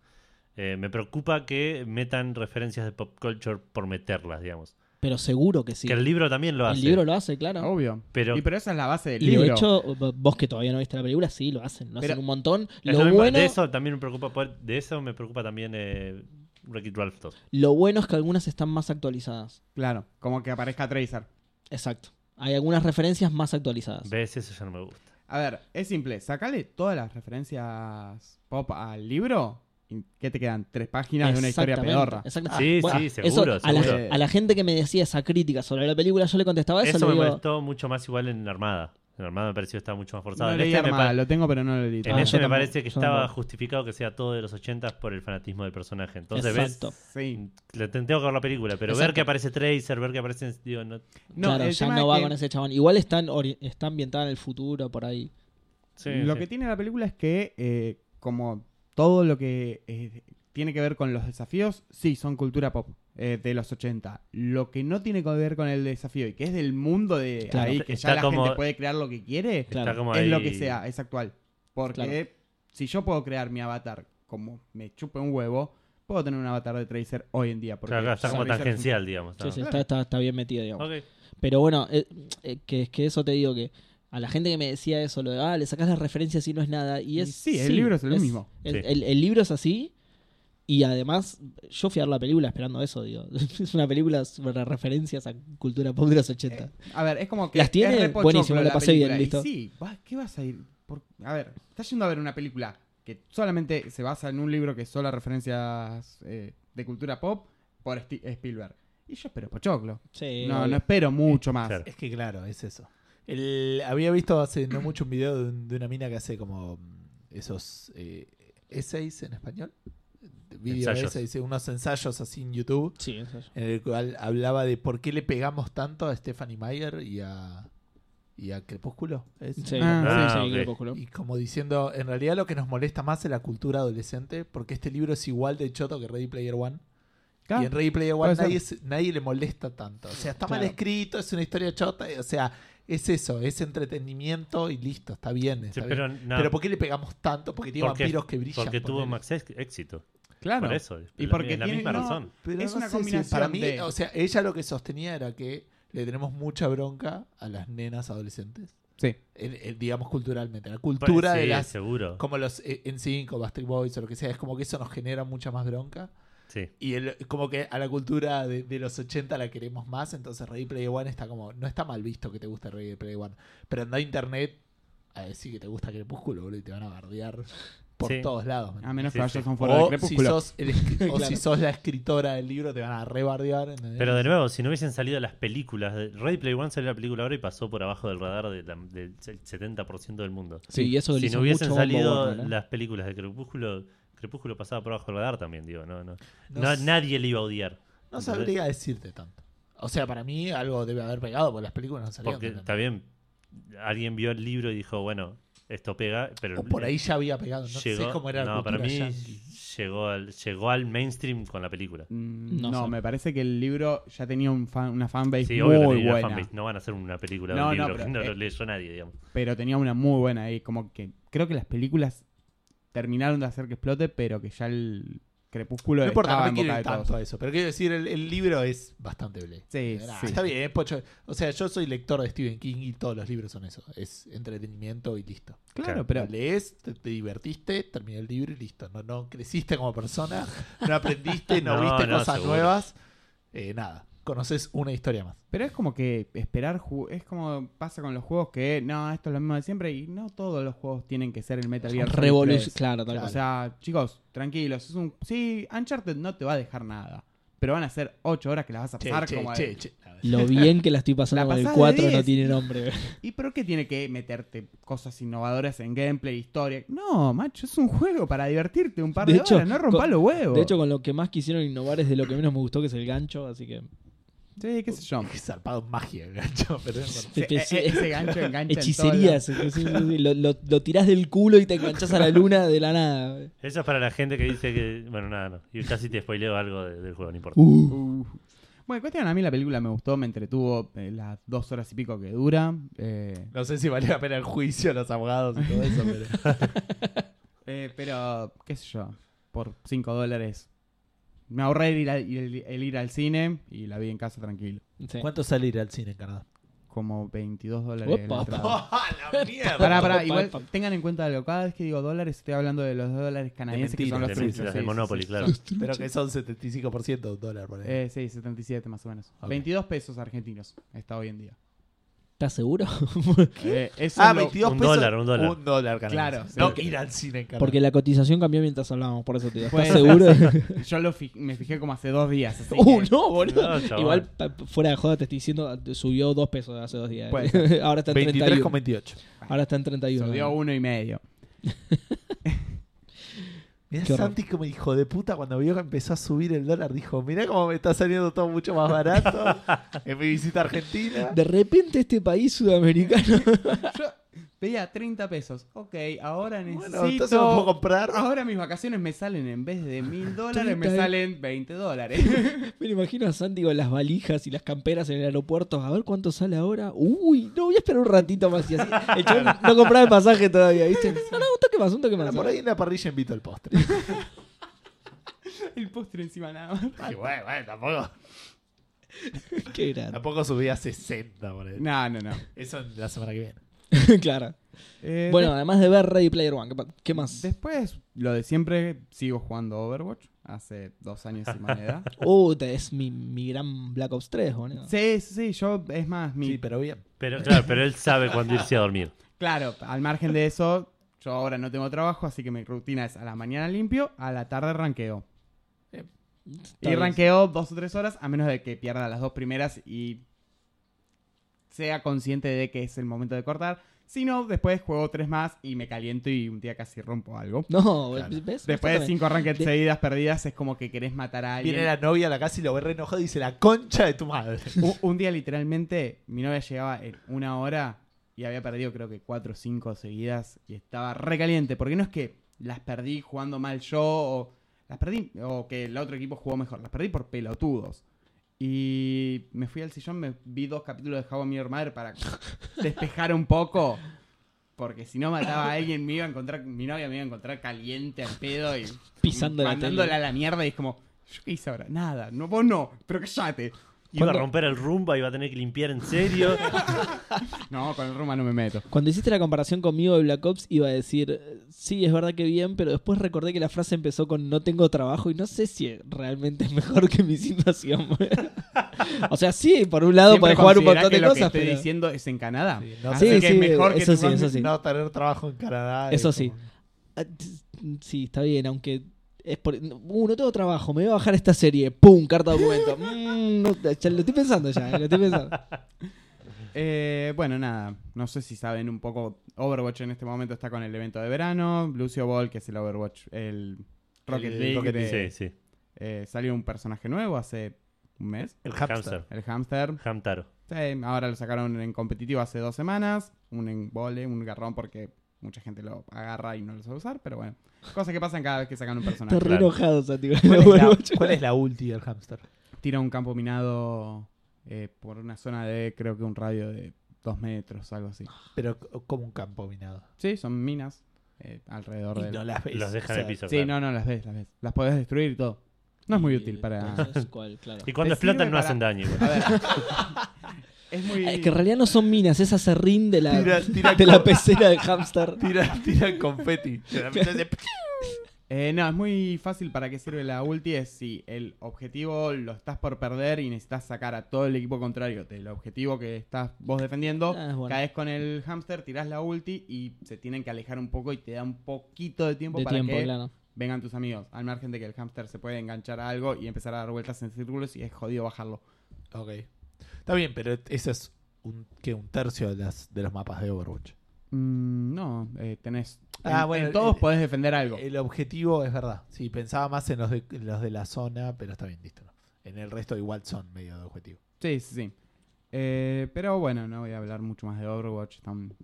Speaker 2: eh, me preocupa que metan referencias de pop culture por meterlas, digamos.
Speaker 1: Pero seguro que sí.
Speaker 2: Que el libro también lo hace.
Speaker 1: El libro lo hace, claro.
Speaker 4: Obvio.
Speaker 2: Pero-
Speaker 4: y pero esa es la base del
Speaker 1: Y
Speaker 4: libro.
Speaker 1: de hecho, v- vos que todavía no viste la película, sí, lo hacen. Lo
Speaker 4: Pero-
Speaker 1: hacen un montón.
Speaker 2: Eso
Speaker 1: Lo
Speaker 2: me-
Speaker 1: bueno,
Speaker 2: De eso también me preocupa, por- de eso me preocupa también eh, Wreck-It Ralph 2.
Speaker 1: lo bueno es que algunas están más actualizadas.
Speaker 4: Claro, como que aparezca Tracer.
Speaker 1: Exacto. Hay algunas referencias más actualizadas.
Speaker 2: ¿Ves? Eso ya no me gusta.
Speaker 4: A ver, es simple. Sacale todas las referencias pop al libro. y ¿Qué te quedan? Tres páginas de una historia
Speaker 1: Exactamente,
Speaker 4: pedorra.
Speaker 1: exactamente.
Speaker 2: Sí,
Speaker 1: Bueno,
Speaker 2: sí,
Speaker 1: eso,
Speaker 2: seguro,
Speaker 1: a, la,
Speaker 2: seguro.
Speaker 1: a la gente que me decía esa crítica sobre la película, yo le contestaba eso.
Speaker 2: Eso me
Speaker 1: le digo,
Speaker 2: molestó mucho más igual en Armada. En Armada me pareció que estaba mucho más forzado.
Speaker 4: No
Speaker 2: En
Speaker 4: leí
Speaker 2: este me
Speaker 4: Armada,
Speaker 2: pa-
Speaker 4: lo tengo, pero no lo leí.
Speaker 2: En
Speaker 1: Ah,
Speaker 4: todavía.
Speaker 2: este
Speaker 1: yo
Speaker 2: me
Speaker 1: tampoco,
Speaker 2: parece que
Speaker 1: yo
Speaker 2: estaba
Speaker 1: tampoco.
Speaker 2: justificado que sea todo de los 80 por el fanatismo del personaje. Entonces, ves,
Speaker 1: Exacto.
Speaker 4: Sí.
Speaker 2: Le te- tengo que ver la película, pero ver
Speaker 1: Exacto.
Speaker 2: que aparece Tracer, ver que aparece. Digo, no,
Speaker 4: No,
Speaker 1: claro,
Speaker 4: el
Speaker 1: ya
Speaker 4: tema
Speaker 1: no
Speaker 4: es
Speaker 1: va
Speaker 4: que
Speaker 1: con ese chabón. Igual están ori- está ambientada en el futuro, por ahí.
Speaker 4: Lo que tiene la película es que, eh, como todo lo que eh, tiene que ver con los desafíos, sí, son cultura pop eh, de los 80. Lo que no tiene que ver con el desafío y que es del mundo de
Speaker 1: Claro.
Speaker 4: ahí, que
Speaker 2: Está
Speaker 4: ya la
Speaker 2: como-
Speaker 4: gente puede crear lo que quiere,
Speaker 2: Está
Speaker 1: Claro.
Speaker 2: como
Speaker 4: es
Speaker 2: ahí-
Speaker 4: lo que sea, es actual. Porque
Speaker 1: Claro.
Speaker 4: si yo puedo crear mi avatar como me chupe un huevo, puedo tener un avatar de Tracer hoy en día. Porque
Speaker 2: Claro, claro, está como
Speaker 4: Tracer es un-
Speaker 2: tangencial, digamos.
Speaker 1: Sí,
Speaker 2: ¿no?
Speaker 1: sí, está, está- está bien metida, digamos.
Speaker 2: Ok.
Speaker 1: Pero bueno, eh, eh, que, que eso te digo que a la gente que me decía eso, lo de, ah, le sacas las referencias y no es nada. Y es.
Speaker 4: Y sí, el libro es lo mismo.
Speaker 1: es-
Speaker 2: Sí.
Speaker 1: el, el libro es así. Y además, yo fui a ver la película esperando eso, digo. Es una película sobre referencias a cultura pop de los 80.
Speaker 4: A ver, es como que.
Speaker 1: Las tiene,
Speaker 4: es re pochoclo
Speaker 1: buenísimo, la pasé bien, listo.
Speaker 4: película. Y sí, va- ¿qué vas a ir? Por- a ver, estás yendo a ver una película que solamente se basa en un libro que solo referencias eh, de cultura pop por Sti- Spielberg. Y yo espero Pochoclo.
Speaker 1: Sí,
Speaker 4: no,
Speaker 1: obvio.
Speaker 4: no espero mucho más.
Speaker 2: Eh, Claro.
Speaker 3: Es que claro, es eso. El- había visto hace no mucho un video de, un- de una mina que hace como mm, esos eh, essays en español. Video
Speaker 2: Ensayos.
Speaker 3: essays, unos ensayos así en YouTube,
Speaker 1: Sí, eso es.
Speaker 3: en el cual hablaba de por qué le pegamos tanto a Stephanie Meyer y a, y a Crepúsculo. ¿es?
Speaker 1: Sí,
Speaker 4: Ah,
Speaker 1: sí, sí,
Speaker 2: ok.
Speaker 1: Crepúsculo.
Speaker 3: Y como diciendo, en realidad lo que nos molesta más es la cultura adolescente, porque este libro es igual de choto que Ready Player One.
Speaker 4: Claro.
Speaker 3: Y en Ready Player
Speaker 4: puede
Speaker 3: One
Speaker 4: ser.
Speaker 3: nadie, se- nadie le molesta tanto. O sea, está mal
Speaker 1: Claro.
Speaker 3: escrito, es una historia chota, y- o sea, es eso, es entretenimiento y listo, está bien.
Speaker 2: Sí,
Speaker 3: está bien. pero,
Speaker 2: pero, no,
Speaker 3: ¿por qué le pegamos tanto? Porque tiene
Speaker 2: porque-
Speaker 3: vampiros que brillan.
Speaker 2: porque tuvo
Speaker 3: ponele.
Speaker 2: más ex- éxito.
Speaker 4: Claro.
Speaker 2: Por eso.
Speaker 4: Ah, Y
Speaker 2: la-
Speaker 4: porque
Speaker 2: es la
Speaker 4: tiene-
Speaker 2: misma
Speaker 4: no,
Speaker 2: razón.
Speaker 3: Pero
Speaker 4: Es
Speaker 3: no
Speaker 4: una
Speaker 3: sé si-
Speaker 4: combinación
Speaker 3: para mí,
Speaker 4: de-
Speaker 3: o sea, ella lo que sostenía era que le tenemos mucha bronca a las nenas adolescentes.
Speaker 4: Sí.
Speaker 3: en- en- digamos culturalmente. La cultura
Speaker 2: Sí,
Speaker 3: de las
Speaker 2: seguro.
Speaker 3: como los eh, en 5 Bastard Boys o lo que sea, es como que eso nos genera mucha más bronca.
Speaker 2: Sí.
Speaker 3: Y el- como que a la cultura de, de los 80 la queremos más, entonces Ready Player One está como, no está mal visto que te guste Ready Player One, pero anda a internet a decir que te gusta Crepúsculo, boludo, y te van a bardear por
Speaker 2: Sí.
Speaker 3: todos lados. ¿me
Speaker 4: A menos
Speaker 2: Sí,
Speaker 4: que
Speaker 2: sí.
Speaker 4: vayas a un foro de
Speaker 3: o si,
Speaker 4: crepúsculo.
Speaker 3: sos el escri- o si sos la escritora del libro, te van a rebardear. ¿entendés?
Speaker 2: Pero de nuevo, si no hubiesen salido las películas, de- Ready Play One salió la película ahora y pasó por abajo del radar de la- del 70% del mundo.
Speaker 1: Sí, y eso que le
Speaker 2: Si
Speaker 1: hizo
Speaker 2: no hubiesen
Speaker 1: mucho bombo
Speaker 2: salido
Speaker 1: Warner, ¿eh?
Speaker 2: las películas de Crepúsculo, Crepúsculo pasaba por abajo del radar también, digo, no, no.
Speaker 3: No
Speaker 2: No-
Speaker 3: sé.
Speaker 2: nadie le iba a odiar.
Speaker 3: No sabría decirte tanto. O sea, para mí algo debe haber pegado, porque las películas no salieron.
Speaker 2: Porque
Speaker 3: tanto.
Speaker 2: está bien, alguien vio el libro y dijo, bueno, esto pega, pero
Speaker 3: O por ahí ya había pegado, no
Speaker 2: llegó,
Speaker 3: sé cómo era la
Speaker 2: no, para
Speaker 3: cultura
Speaker 2: mí
Speaker 3: yankee.
Speaker 2: llegó al, llegó al mainstream con la película.
Speaker 4: Mm,
Speaker 1: No
Speaker 4: No,
Speaker 1: sé.
Speaker 4: me parece que el libro ya tenía un fan- una fanbase
Speaker 2: Sí,
Speaker 4: muy
Speaker 2: obvio que tenía
Speaker 4: buena.
Speaker 2: fanbase, no van a hacer una película
Speaker 4: No,
Speaker 2: de un
Speaker 4: no,
Speaker 2: libro que
Speaker 4: pero,
Speaker 2: no lo
Speaker 4: eh,
Speaker 2: leyó nadie, digamos.
Speaker 4: Pero tenía una muy buena. Y como que creo que las películas terminaron de hacer que explote, pero que ya el crepúsculo
Speaker 3: No importa, no
Speaker 4: estaba
Speaker 3: me
Speaker 4: en
Speaker 3: quiero
Speaker 4: boca
Speaker 3: ir
Speaker 4: de
Speaker 3: tanto
Speaker 4: todos.
Speaker 3: a eso. Pero quiero decir, el, el libro es bastante ble.
Speaker 4: Sí,
Speaker 3: Nah,
Speaker 4: sí.
Speaker 3: Está bien, es pocho. O sea, yo soy lector de Stephen King y todos los libros son eso. Es entretenimiento y listo.
Speaker 4: Claro,
Speaker 2: Claro.
Speaker 4: pero
Speaker 3: lees, te, te divertiste, terminé el libro y listo. No, no creciste como persona, no aprendiste, no,
Speaker 2: No,
Speaker 3: viste
Speaker 2: no,
Speaker 3: cosas
Speaker 2: seguro.
Speaker 3: nuevas. Eh, nada, conoces una historia más.
Speaker 4: Pero es como que esperar, ju- es como pasa con los juegos que, no, esto es lo mismo de siempre y no todos los juegos tienen que ser el Metal Gear Solid
Speaker 1: Revolución.
Speaker 4: 3.
Speaker 1: Claro, tal
Speaker 4: O
Speaker 1: cual.
Speaker 4: sea, chicos, tranquilos, es un... Sí, Uncharted no te va a dejar nada, pero van a ser 8 horas que las vas a
Speaker 3: Che,
Speaker 4: pasar
Speaker 3: che,
Speaker 4: como...
Speaker 3: che,
Speaker 4: de-
Speaker 3: che. A ver.
Speaker 1: Lo bien que la estoy pasando
Speaker 4: La
Speaker 1: con el
Speaker 4: pasás de
Speaker 1: 4 no
Speaker 4: 10.
Speaker 1: tiene nombre.
Speaker 4: ¿Y por qué tiene que meterte cosas innovadoras en gameplay, historia? No, macho, es un juego para divertirte un par de,
Speaker 1: De hecho,
Speaker 4: horas, no rompa
Speaker 1: con-
Speaker 4: los huevos.
Speaker 1: De hecho, con lo que más quisieron innovar es de lo que menos me gustó, que es el gancho, así que...
Speaker 4: sí, qué sé yo.
Speaker 3: Qué zarpado magia el gancho, pero es verdad.
Speaker 4: Sí,
Speaker 1: que
Speaker 4: e-
Speaker 1: sí.
Speaker 4: e- ese gancho engancha en
Speaker 1: Hechicerías. sí, sí, sí, Lo, lo- lo tirás del culo y te enganchás a la luna de la nada.
Speaker 2: Eso es para la gente que dice que. Bueno, nada, no. Y casi te spoileo algo de- del juego, no importa.
Speaker 1: Uh.
Speaker 4: Uh. Bueno, cuestión, a mí la película me gustó, me entretuvo eh, las dos horas y pico que dura. eh,
Speaker 3: No sé si valió la pena el juicio, los abogados y todo eso, pero.
Speaker 4: eh, pero, qué sé yo, por 5 dólares. Me ahorré el ir, al, el- el ir al cine y la vi en casa tranquilo.
Speaker 1: Sí.
Speaker 3: ¿Cuánto sale ir al cine en Canadá?
Speaker 4: Como 22 dólares. la
Speaker 1: Opa.
Speaker 4: entrada.
Speaker 3: ¡Oh, la mierda!
Speaker 4: Pará,
Speaker 1: Opa,
Speaker 4: pará, igual
Speaker 1: opa.
Speaker 4: tengan en cuenta algo. Cada vez que digo dólares, estoy hablando de los dólares canadienses que son los
Speaker 3: mentiras,
Speaker 2: de,
Speaker 4: truchos,
Speaker 2: las
Speaker 4: sí,
Speaker 2: de
Speaker 4: sí,
Speaker 2: Monopoly,
Speaker 4: sí.
Speaker 2: claro.
Speaker 3: Pero que son 75% de un dólar por ahí.
Speaker 4: Eh, sí, 77 más o menos.
Speaker 3: Ok.
Speaker 4: 22 pesos argentinos está hoy en día.
Speaker 1: ¿Estás seguro?
Speaker 4: Eh, eso
Speaker 3: ah,
Speaker 4: es lo-
Speaker 3: 22
Speaker 2: Un
Speaker 3: pesos.
Speaker 2: dólar, un dólar.
Speaker 3: Un dólar canadiense.
Speaker 4: Claro, sí.
Speaker 3: No, ir al cine en Canadá.
Speaker 1: Porque la cotización cambió mientras hablábamos, por eso te digo. ¿Estás
Speaker 4: Puede
Speaker 1: seguro?
Speaker 4: Yo lo fi- me fijé como hace dos días. así
Speaker 1: uh,
Speaker 4: que-
Speaker 1: no, boludo.
Speaker 2: No, chaval.
Speaker 1: Igual, pa- fuera de joda, te estoy diciendo, subió dos pesos hace dos días.
Speaker 4: Puede
Speaker 1: Ahora está en 31.
Speaker 3: 23,28.
Speaker 1: Ahora está en 31.
Speaker 4: Subió uno y medio.
Speaker 3: Mirá
Speaker 1: Qué horror.
Speaker 3: Santi como hijo de puta cuando vio que empezó a subir el dólar dijo, mirá cómo me está saliendo todo mucho más barato en mi visita a Argentina.
Speaker 1: De repente este país sudamericano...
Speaker 4: Yo pedía 30 pesos. Ok, ahora necesito.
Speaker 3: Bueno, entonces no puedo comprar.
Speaker 1: Ah,
Speaker 4: Ahora mis vacaciones me salen en vez de mil dólares, me
Speaker 1: 30.
Speaker 4: salen 20 dólares.
Speaker 1: Me lo imagino a Santi con las valijas y las camperas en el aeropuerto. A ver cuánto sale ahora. Uy, no, voy a esperar un ratito más. Y así. El chabón no compraba el pasaje todavía, ¿viste? No, no, un toque más, un toque
Speaker 3: Ahora
Speaker 1: más.
Speaker 3: por ahí en la parrilla invito el postre.
Speaker 4: El postre encima nada más.
Speaker 3: Ay, bueno, bueno, tampoco,
Speaker 1: Qué grande.
Speaker 3: tampoco subí a 60 por ahí.
Speaker 4: No, no, no.
Speaker 3: Eso en la semana que viene.
Speaker 1: claro.
Speaker 4: Eh,
Speaker 1: Bueno,
Speaker 4: de-
Speaker 1: además de ver Ready Player One, ¿qué pa- ¿qué más?
Speaker 4: después, lo de siempre, sigo jugando Overwatch. Hace dos años y más de edad.
Speaker 1: Uh, te- es mi, mi gran Black Ops 3, boludo.
Speaker 4: Sí, sí, sí, yo es más mi.
Speaker 3: Sí, pero bien.
Speaker 2: Pero, claro, pero él sabe cuándo irse a dormir.
Speaker 4: Claro, al margen de eso, yo ahora no tengo trabajo, así que mi rutina es a la mañana limpio, a la tarde ranqueo.
Speaker 1: Está
Speaker 4: Y
Speaker 1: bien.
Speaker 4: ranqueo dos o tres horas, a menos de que pierda las dos primeras y sea consciente de que es el momento de cortar. Si no, después juego tres más y me caliento y un día casi rompo algo.
Speaker 1: No,
Speaker 3: Claro.
Speaker 1: ¿ves?
Speaker 4: Después de
Speaker 1: Exactamente.
Speaker 4: cinco arranques
Speaker 1: De-
Speaker 4: seguidas perdidas es como que querés matar a alguien.
Speaker 3: Viene la novia a la casa y lo ve re enojado y dice, la concha de tu madre.
Speaker 4: Un, un día literalmente mi novia llegaba en una hora y había perdido creo que cuatro o cinco seguidas y estaba recaliente. Porque no es que las perdí jugando mal yo o las perdí o que el otro equipo jugó mejor. Las perdí por pelotudos. Y me fui al sillón, me vi dos capítulos de How I Met Your Mother para despejar un poco. Porque si no mataba a alguien, me iba a encontrar, mi novia me iba a encontrar caliente al pedo y
Speaker 1: Pisando la
Speaker 4: mandándola
Speaker 1: tele.
Speaker 4: a la mierda. Y es como, ¿yo qué hice ahora? Nada, no, vos no, pero cállate.
Speaker 2: Iba a
Speaker 1: ¿Cuándo?
Speaker 2: romper el rumba, iba a tener que limpiar en serio.
Speaker 4: No, con el Roma no me meto.
Speaker 1: Cuando hiciste la comparación conmigo de Black Ops, iba a decir, sí, es verdad que bien, pero después recordé que la frase empezó con no tengo trabajo y no sé si realmente es mejor que mi situación. o sea, sí, por un lado podés
Speaker 4: Siempre
Speaker 1: jugar un
Speaker 4: considerá
Speaker 1: montón
Speaker 4: que
Speaker 1: de
Speaker 4: lo que
Speaker 1: cosas,
Speaker 4: estoy
Speaker 1: pero...
Speaker 4: diciendo es en Canadá.
Speaker 3: Sí, no
Speaker 4: Así
Speaker 1: sé. Ah, Sí,
Speaker 4: que
Speaker 1: sí,
Speaker 4: es mejor que
Speaker 1: eso
Speaker 4: tu
Speaker 1: sí, eso
Speaker 4: mami-
Speaker 1: sí.
Speaker 3: No tener trabajo en Canadá.
Speaker 1: Eso
Speaker 3: es
Speaker 1: sí.
Speaker 3: como-
Speaker 1: Ah, t- Sí, está bien, aunque... Es por... Uh, no tengo trabajo, me voy a bajar esta serie. ¡Pum! Carta de documento. Mm, no, ya lo estoy pensando ya, lo estoy pensando.
Speaker 4: Ah, Eh, bueno, nada. No sé si saben un poco. Overwatch en este momento está con el evento de verano. Lucio Ball, que es el Overwatch, el Rocket
Speaker 3: El
Speaker 4: League.
Speaker 3: Rocket
Speaker 4: de-
Speaker 2: Sí, sí.
Speaker 4: eh, salió un personaje nuevo hace ¿Un mes?
Speaker 3: El
Speaker 2: Hamster.
Speaker 3: hamster.
Speaker 4: El hamster.
Speaker 2: Hamtaro.
Speaker 4: Sí, ahora lo sacaron en competitivo hace dos semanas. Un embole, un garrón porque mucha gente lo agarra y no lo sabe usar, pero bueno. Cosas que pasan cada vez que sacan un personaje.
Speaker 1: Está re
Speaker 2: Claro.
Speaker 1: enojado, Santi, con
Speaker 3: ¿Cuál
Speaker 1: la
Speaker 3: es, la,
Speaker 1: bombacha.
Speaker 3: cuál es la ulti del hamster?
Speaker 4: Tira un campo minado eh, por una zona de, creo que un radio de dos metros, algo así.
Speaker 3: Pero c- como un campo minado.
Speaker 4: Sí, son minas eh, alrededor
Speaker 3: Y
Speaker 4: de...
Speaker 3: no las ves.
Speaker 2: Los dejan
Speaker 3: o
Speaker 2: en
Speaker 3: sea,
Speaker 2: el piso.
Speaker 4: Sí,
Speaker 2: claro.
Speaker 4: no, no, las ves, las ves. Las podés destruir y todo. No es muy
Speaker 1: Y,
Speaker 4: útil para...
Speaker 1: entonces, ¿cuál? Claro.
Speaker 2: Y cuando
Speaker 4: Te sirve
Speaker 2: explotan no
Speaker 4: para-
Speaker 2: hacen daño. igual.
Speaker 4: A ver. es muy...
Speaker 1: Es que en realidad no son minas, es acerrín de la,
Speaker 3: Tira- tira
Speaker 1: de la
Speaker 3: co-
Speaker 1: pecera del hámster.
Speaker 3: Tiran, tiran confeti. Se la meten de-
Speaker 4: Eh, no, es muy fácil para qué sirve la ulti. Es si el objetivo lo estás por perder y necesitas sacar a todo el equipo contrario del objetivo que estás vos defendiendo.
Speaker 1: Ah, es bueno.
Speaker 4: Caes con el hamster, tirás la ulti y se tienen que alejar un poco y te da un poquito de tiempo
Speaker 1: De
Speaker 4: para
Speaker 1: tiempo,
Speaker 4: que
Speaker 1: claro.
Speaker 4: vengan tus amigos. Al margen de que el hamster se puede enganchar a algo y empezar a dar vueltas en círculos y es jodido bajarlo.
Speaker 3: Ok. Está bien, pero ese es un, que un tercio de, las, de los mapas de Overwatch.
Speaker 4: Mm, no, eh, tenés.
Speaker 3: Ah,
Speaker 4: en-
Speaker 3: bueno, eh,
Speaker 4: en todos
Speaker 3: el-
Speaker 4: podés defender algo.
Speaker 3: El objetivo es verdad. Sí, pensaba más en los de, en los de la zona, pero está bien, listo. ¿no? En el resto igual son medio de objetivo.
Speaker 4: Sí, sí, sí. Eh, pero bueno, no voy a hablar mucho más de Overwatch. Está en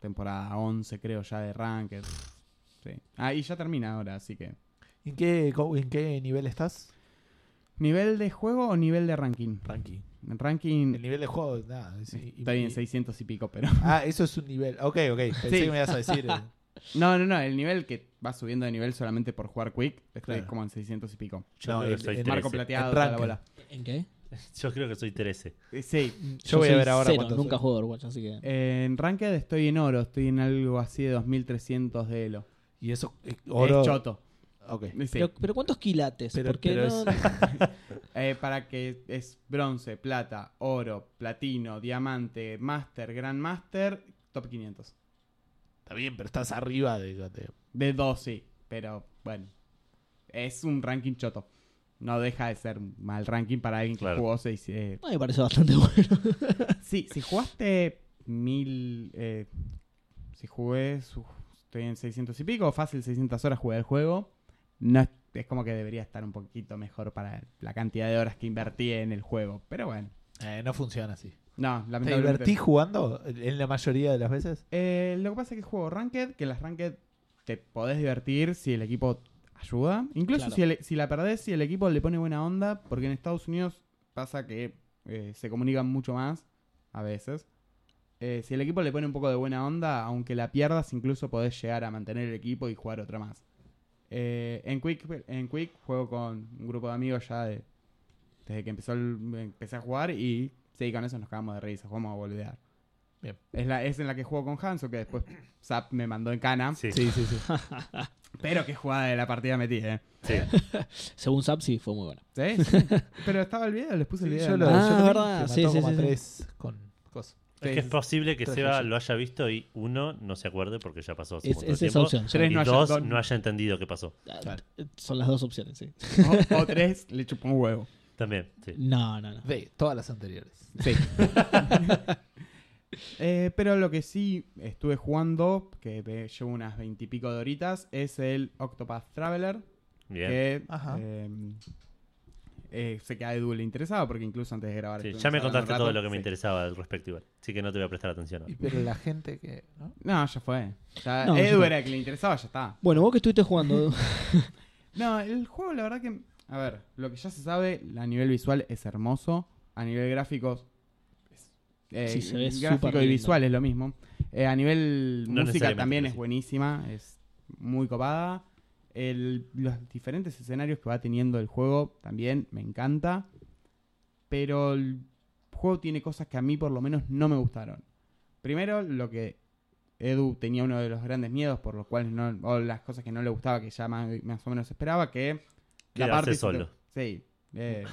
Speaker 4: temporada 11, creo, ya de Ranked. Sí. Ah, y ya termina ahora, así que.
Speaker 3: ¿En qué, co- en qué nivel estás?
Speaker 4: ¿Nivel de juego o nivel de ranking?
Speaker 3: Ranking.
Speaker 4: En Ranking
Speaker 3: El nivel de juego, nada. es- y-
Speaker 4: está bien,
Speaker 3: y-
Speaker 4: 600 y pico, pero.
Speaker 3: Ah, eso es un nivel. Ok, ok. Pensé
Speaker 4: Sí.
Speaker 3: que me ibas a decir. eh,
Speaker 4: No, no, no. El nivel que va subiendo de nivel solamente por jugar Quick estoy
Speaker 3: Claro.
Speaker 4: como en 600 y pico.
Speaker 2: Yo
Speaker 3: No,
Speaker 2: creo
Speaker 3: el-
Speaker 2: que soy
Speaker 3: el
Speaker 2: 13.
Speaker 4: Marco plateado,
Speaker 3: En
Speaker 4: toda la
Speaker 3: ranked.
Speaker 4: bola.
Speaker 1: ¿En qué?
Speaker 2: Yo creo que soy 13.
Speaker 4: Eh, Sí,
Speaker 1: Yo,
Speaker 3: voy a
Speaker 1: soy
Speaker 3: ver ahora Eh,
Speaker 1: cero,
Speaker 3: cuánto
Speaker 1: Nunca
Speaker 3: soy.
Speaker 1: juego a Overwatch, así que.
Speaker 4: En Ranked estoy en oro, estoy en algo así de 2300 de elo.
Speaker 3: Y eso, eh, oro.
Speaker 4: Es choto.
Speaker 3: Ok.
Speaker 4: Sí.
Speaker 1: Pero, pero ¿cuántos quilates?
Speaker 3: Pero-
Speaker 1: Porque
Speaker 3: pero
Speaker 1: no,
Speaker 3: es-
Speaker 4: Eh, para que es bronce, plata, oro, platino, diamante, master, gran master, top 500.
Speaker 3: Está bien, pero estás arriba de. de-
Speaker 4: De dos, sí, pero bueno. Es un ranking choto. No deja de ser un mal ranking para alguien que
Speaker 2: Claro.
Speaker 4: jugó seis. eh,
Speaker 1: me parece bastante bueno.
Speaker 4: sí, si jugaste mil. eh, si jugué. su- estoy en 600 y pico, fácil 600 horas jugué el juego. No es, es como que debería estar un poquito mejor para la cantidad de horas que invertí en el juego, pero bueno.
Speaker 3: Eh, no funciona así.
Speaker 4: No,
Speaker 3: ¿Te
Speaker 4: lamentablemente.
Speaker 3: divertís jugando en la mayoría de las veces?
Speaker 4: Eh, lo que pasa es que juego Ranked, que en las Ranked te podés divertir si el equipo ayuda. Incluso
Speaker 1: Claro.
Speaker 4: si, el- e, si la perdés, si el equipo le pone buena onda, porque en Estados Unidos pasa que eh, se comunican mucho más, a veces. Eh, si el equipo le pone un poco de buena onda, aunque la pierdas, incluso podés llegar a mantener el equipo y jugar otra más. Eh, en, Quick, en Quick juego con un grupo de amigos ya de- desde que empezó el- empecé a jugar y sí, con eso nos cagamos de risa, jugamos a boludear.
Speaker 3: Bien.
Speaker 4: Es, la, es en la que juego con Hanso, que después Zap me mandó en cana.
Speaker 2: Sí, sí.
Speaker 3: Sí, sí, sí.
Speaker 1: Ah,
Speaker 4: Pero qué jugada de la partida metí, ¿eh?
Speaker 1: Según Zap, sí, fue muy bueno.
Speaker 4: ¿Sí? sí. Pero estaba el video, les puse el
Speaker 3: Sí,
Speaker 4: video.
Speaker 3: yo lo,
Speaker 4: ¿no?
Speaker 1: Ah,
Speaker 3: yo lo vi,
Speaker 1: verdad,
Speaker 3: que
Speaker 1: sí,
Speaker 3: mató
Speaker 1: sí,
Speaker 3: como
Speaker 1: sí,
Speaker 3: a tres con cosas.
Speaker 2: Es que es posible que
Speaker 3: Tres
Speaker 2: Seba
Speaker 3: veces.
Speaker 2: lo haya visto y uno no se acuerde porque ya pasó hace
Speaker 1: Es,
Speaker 2: mucho
Speaker 1: es esa
Speaker 2: tiempo.
Speaker 1: opción. sí.
Speaker 4: Tres
Speaker 2: Y
Speaker 4: no haya-
Speaker 2: dos,
Speaker 4: don-
Speaker 2: no haya entendido qué pasó.
Speaker 1: Ah,
Speaker 3: Claro.
Speaker 1: Son las dos opciones, sí.
Speaker 4: O, o tres, le chupó un huevo.
Speaker 2: También, sí.
Speaker 1: No, no, no.
Speaker 3: De todas las anteriores.
Speaker 4: Sí. Eh, pero lo que sí estuve jugando, que me llevo unas veintipico de horitas, es el Octopath Traveler.
Speaker 2: Bien.
Speaker 4: Que
Speaker 3: Ajá.
Speaker 4: eh, eh, sé que a Edu le interesaba, porque incluso antes de grabar.
Speaker 2: Sí,
Speaker 4: estuvimos
Speaker 2: ya me
Speaker 4: hablando un
Speaker 2: contaste
Speaker 4: rato.
Speaker 2: todo lo que me
Speaker 4: Sí.
Speaker 2: interesaba al respecto igual. Así que no te voy a prestar atención. ahora.
Speaker 3: Y pero la gente que. ¿no?
Speaker 4: No, ya fue. Ya-
Speaker 1: No, ya
Speaker 4: Edu
Speaker 1: fue.
Speaker 4: era el que le interesaba, ya está.
Speaker 1: Bueno, vos que estuviste jugando.
Speaker 4: No, el juego la verdad que... A ver, lo que ya se sabe a nivel visual es hermoso. A nivel gráficos... es- eh,
Speaker 1: Sí, se ve
Speaker 4: gráfico
Speaker 1: súper
Speaker 4: y
Speaker 1: lindo.
Speaker 4: visual es lo mismo. Eh, a nivel
Speaker 2: No
Speaker 4: música
Speaker 2: necesariamente,
Speaker 4: también
Speaker 2: pero
Speaker 4: es
Speaker 2: sí.
Speaker 4: buenísima. Es muy copada. El- los diferentes escenarios que va teniendo el juego también me encanta. Pero el juego tiene cosas que a mí por lo menos no me gustaron. Primero, lo que Edu tenía uno de los grandes miedos, por los cuales no, o las cosas que no le gustaba, que ya más, más o menos esperaba, que
Speaker 2: Quedarse
Speaker 4: party
Speaker 2: solo.
Speaker 4: sí. eh,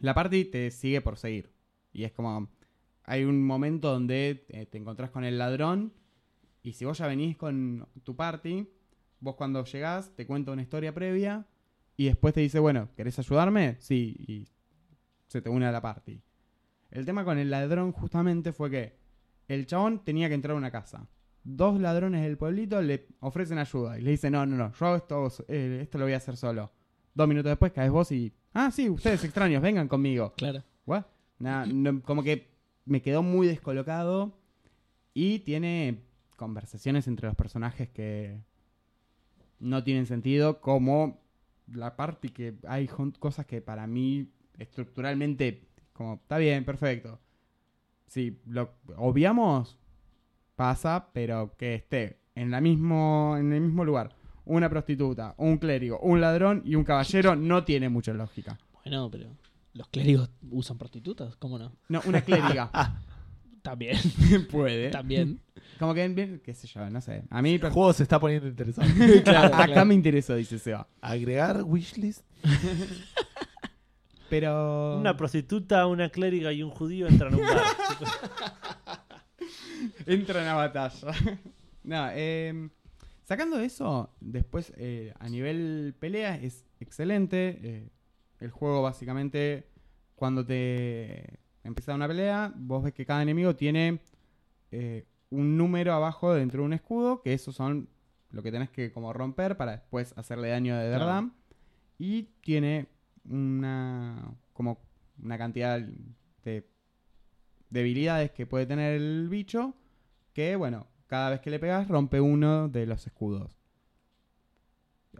Speaker 4: la party te sigue por seguir. Y es como. Hay un momento donde eh, te encontrás con el ladrón. Y si vos ya venís con tu party, vos cuando llegás te cuenta una historia previa. Y después te dice, bueno, ¿querés ayudarme? Sí. Y se te une a la party. El tema con el ladrón justamente fue que el chabón tenía que entrar a una casa. Dos ladrones del pueblito le ofrecen ayuda y le dicen, no, no, no, yo hago esto, eh, esto lo voy a hacer solo. Dos minutos después caes vos y, Ah, sí, ustedes extraños, vengan conmigo.
Speaker 1: Claro.
Speaker 4: What? Nah, no, como que me quedó muy descolocado y tiene conversaciones entre los personajes que no tienen sentido, como la parte que hay jun- cosas que para mí estructuralmente, como, está bien, perfecto. Si lo obviamos, pasa, pero que esté en, la mismo, en el mismo lugar una prostituta, un clérigo, un ladrón y un caballero no tiene mucha lógica.
Speaker 1: Bueno, pero los clérigos usan prostitutas, ¿cómo no?
Speaker 4: No, una clériga.
Speaker 1: También,
Speaker 4: Puede.
Speaker 1: también.
Speaker 4: Como que, bien, qué sé yo, no sé. A mí,
Speaker 3: El
Speaker 4: per-
Speaker 3: juego se está poniendo interesante.
Speaker 1: Claro,
Speaker 4: acá
Speaker 1: claro.
Speaker 4: me interesó, dice Seba.
Speaker 3: Agregar wishlist.
Speaker 4: Pero.
Speaker 2: Una prostituta, una clériga y un judío entran a un bar.
Speaker 4: Entran a batalla. no, eh, sacando eso, después eh, a nivel pelea es excelente. eh, el juego básicamente, cuando te empieza una pelea, vos ves que cada enemigo tiene eh, un número abajo dentro de un escudo, que esos son lo que tenés que como romper para después hacerle daño de verdad. Y tiene una como una cantidad de debilidades que puede tener el bicho, que bueno, cada vez que le pegas rompe uno de los escudos.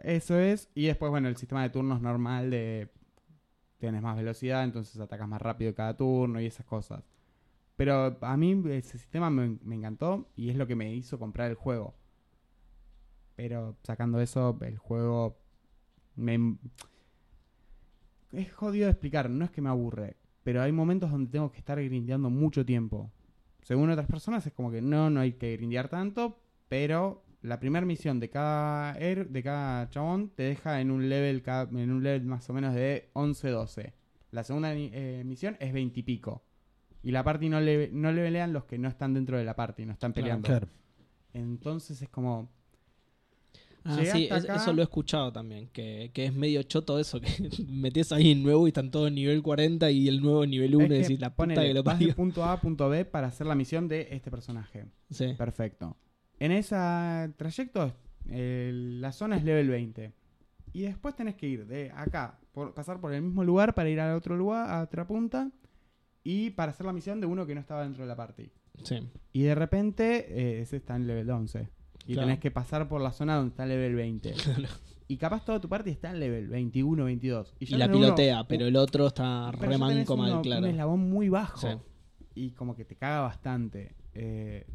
Speaker 4: Eso es, y después bueno, el sistema de turnos normal de tienes más velocidad, entonces atacas más rápido cada turno y esas cosas. Pero a mí ese sistema me, me encantó y es lo que me hizo comprar el juego. Pero sacando eso, el juego me... Es jodido de explicar, no es que me aburre, pero hay momentos donde tengo que estar grindeando mucho tiempo. Según otras personas es como que no, no hay que grindear tanto, pero la primera misión de cada her- de cada chabón te deja en un level ca- en un level más o menos de 11 12. La segunda ni- eh, misión es 20 y pico. Y la party no le no levelean los que no están dentro de la party, no están peleando. Entonces es como
Speaker 1: Ah,
Speaker 4: Llegué
Speaker 1: sí,
Speaker 4: hasta
Speaker 1: es-
Speaker 4: acá.
Speaker 1: eso lo he escuchado también, que, que es medio choto eso, que metes ahí en nuevo y están todos nivel 40 y el nuevo nivel 1 y
Speaker 4: es que
Speaker 1: decís, la puta
Speaker 4: ponele,
Speaker 1: que lo
Speaker 4: vas de
Speaker 1: parió.
Speaker 4: punto A a punto B para hacer la misión de este personaje.
Speaker 1: Sí.
Speaker 4: Perfecto. En ese trayecto, eh, la zona es level 20. Y después tenés que ir de acá, por, pasar por el mismo lugar para ir a otro lugar, a otra punta, y para hacer la misión de uno que no estaba dentro de la party.
Speaker 1: sí.
Speaker 4: Y de repente, eh, ese está en level 11. Y
Speaker 1: Claro.
Speaker 4: tenés que pasar por la zona donde está level 20. Y capaz toda tu party está en level 21, 22.
Speaker 1: Y,
Speaker 4: ya
Speaker 1: la
Speaker 4: tenés uno-
Speaker 1: pilotea, pero el otro está
Speaker 4: pero ya tenés
Speaker 1: remanco mal,
Speaker 4: uno- Un
Speaker 1: claro.
Speaker 4: eslabón muy bajo.
Speaker 1: Sí.
Speaker 4: Y como que te caga bastante. Eh,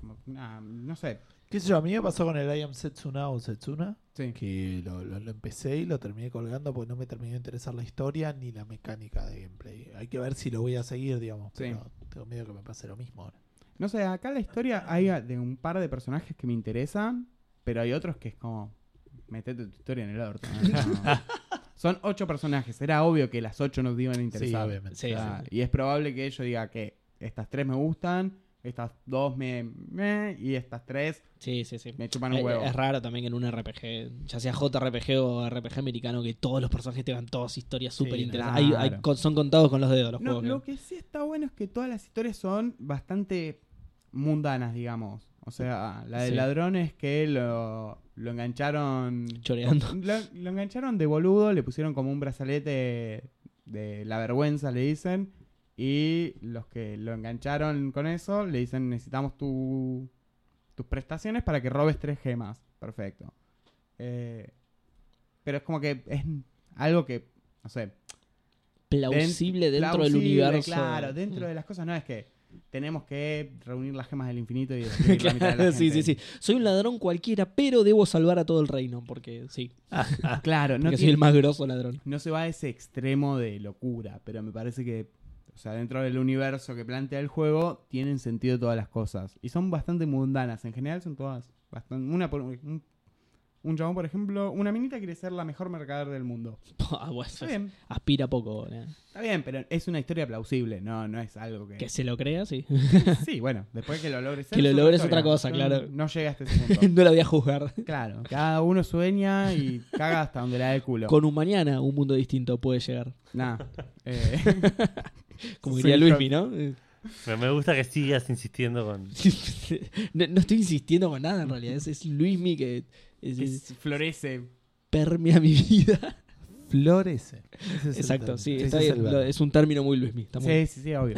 Speaker 4: como, nah, no sé.
Speaker 3: ¿Qué sé yo? A mí me pasó con el I am Setsuna o Setsuna.
Speaker 4: Sí.
Speaker 3: Que lo, lo- lo empecé y lo terminé colgando porque no me terminó de interesar la historia ni la mecánica de gameplay. Hay que ver si lo voy a seguir, digamos.
Speaker 4: Sí.
Speaker 3: Pero tengo miedo que me pase lo mismo ahora.
Speaker 4: No sé, acá la historia hay a- de un par de personajes que me interesan, pero hay otros que es como. Metete tu historia en el orto. ¿no? Son ocho personajes. Era obvio que las ocho nos iban a
Speaker 3: Sí,
Speaker 4: interesar.
Speaker 3: obviamente.
Speaker 1: Sí,
Speaker 4: O sea, Y es probable que yo diga que estas tres me gustan, estas dos me. me, y estas tres
Speaker 1: Sí, sí, sí.
Speaker 4: me chupan un
Speaker 1: Eh,
Speaker 4: huevo.
Speaker 1: Es raro también que en un RPG, ya sea JRPG o RPG americano, que todos los personajes tengan todas historias súper interesantes.
Speaker 4: claro.
Speaker 1: Hay- hay con- son contados con los dedos los
Speaker 4: No,
Speaker 1: juegos.
Speaker 4: lo
Speaker 1: ¿no?
Speaker 4: que sí está bueno es que todas las historias son bastante mundanas, digamos. O sea, la del
Speaker 1: Sí.
Speaker 4: ladrón es que lo, lo engancharon.
Speaker 1: Choreando.
Speaker 4: Lo, lo engancharon de boludo, le pusieron como un brazalete de la vergüenza, le dicen. Y los que lo engancharon con eso le dicen: Necesitamos tu, tus prestaciones para que robes tres gemas. Perfecto. Eh, pero es como que es algo que, no sé,
Speaker 1: Plausible dentro del
Speaker 4: plausible,
Speaker 1: universo. Mm.
Speaker 4: Claro, dentro de las cosas no es que tenemos que reunir las gemas del infinito y destruir la mitad de la
Speaker 1: Claro, sí, sí,
Speaker 4: gente.
Speaker 1: sí. Soy un ladrón cualquiera, pero debo salvar a todo el reino, porque sí,
Speaker 4: Ah, Claro, no,
Speaker 1: porque soy
Speaker 4: tiene-
Speaker 1: el más grosso ladrón.
Speaker 4: no se va a ese extremo de locura, pero me parece que, o sea, dentro del universo que plantea el juego, tienen sentido todas las cosas. Y son bastante mundanas, en general son todas bastante... Una por, un, un chabón, por ejemplo, una minita quiere ser la mejor mercader del mundo.
Speaker 1: Ah, bueno,
Speaker 4: Está bien,
Speaker 1: aspira poco. eh. ¿no?
Speaker 4: está bien, pero es una historia plausible, no, no es algo que...
Speaker 1: Que se lo crea, sí.
Speaker 4: Sí, bueno, después que lo logres...
Speaker 1: Que lo
Speaker 4: es
Speaker 1: logres
Speaker 4: historia.
Speaker 1: otra cosa,
Speaker 4: Yo
Speaker 1: claro.
Speaker 4: No llegaste a ese punto.
Speaker 1: no la voy a juzgar.
Speaker 4: Claro, cada uno sueña y caga hasta donde le da el culo.
Speaker 1: Con un mañana, un mundo distinto puede llegar.
Speaker 4: Nah, eh,
Speaker 1: Como
Speaker 4: Sí,
Speaker 1: diría
Speaker 4: yo-
Speaker 1: Luismi, ¿no? Eh,
Speaker 2: Me- me gusta que sigas insistiendo con.
Speaker 1: no, no estoy insistiendo con nada en realidad. Es, es Luismi que es- es-
Speaker 4: es- florece.
Speaker 1: permea mi vida.
Speaker 3: Florece. Ese es el
Speaker 1: Exacto,
Speaker 3: término.
Speaker 1: sí.
Speaker 3: Ese
Speaker 1: está
Speaker 3: es
Speaker 1: bien,
Speaker 3: el
Speaker 1: lo-
Speaker 3: verbo.
Speaker 1: es un término muy Luismi. está muy bien.
Speaker 4: Sí, sí, sí, obvio.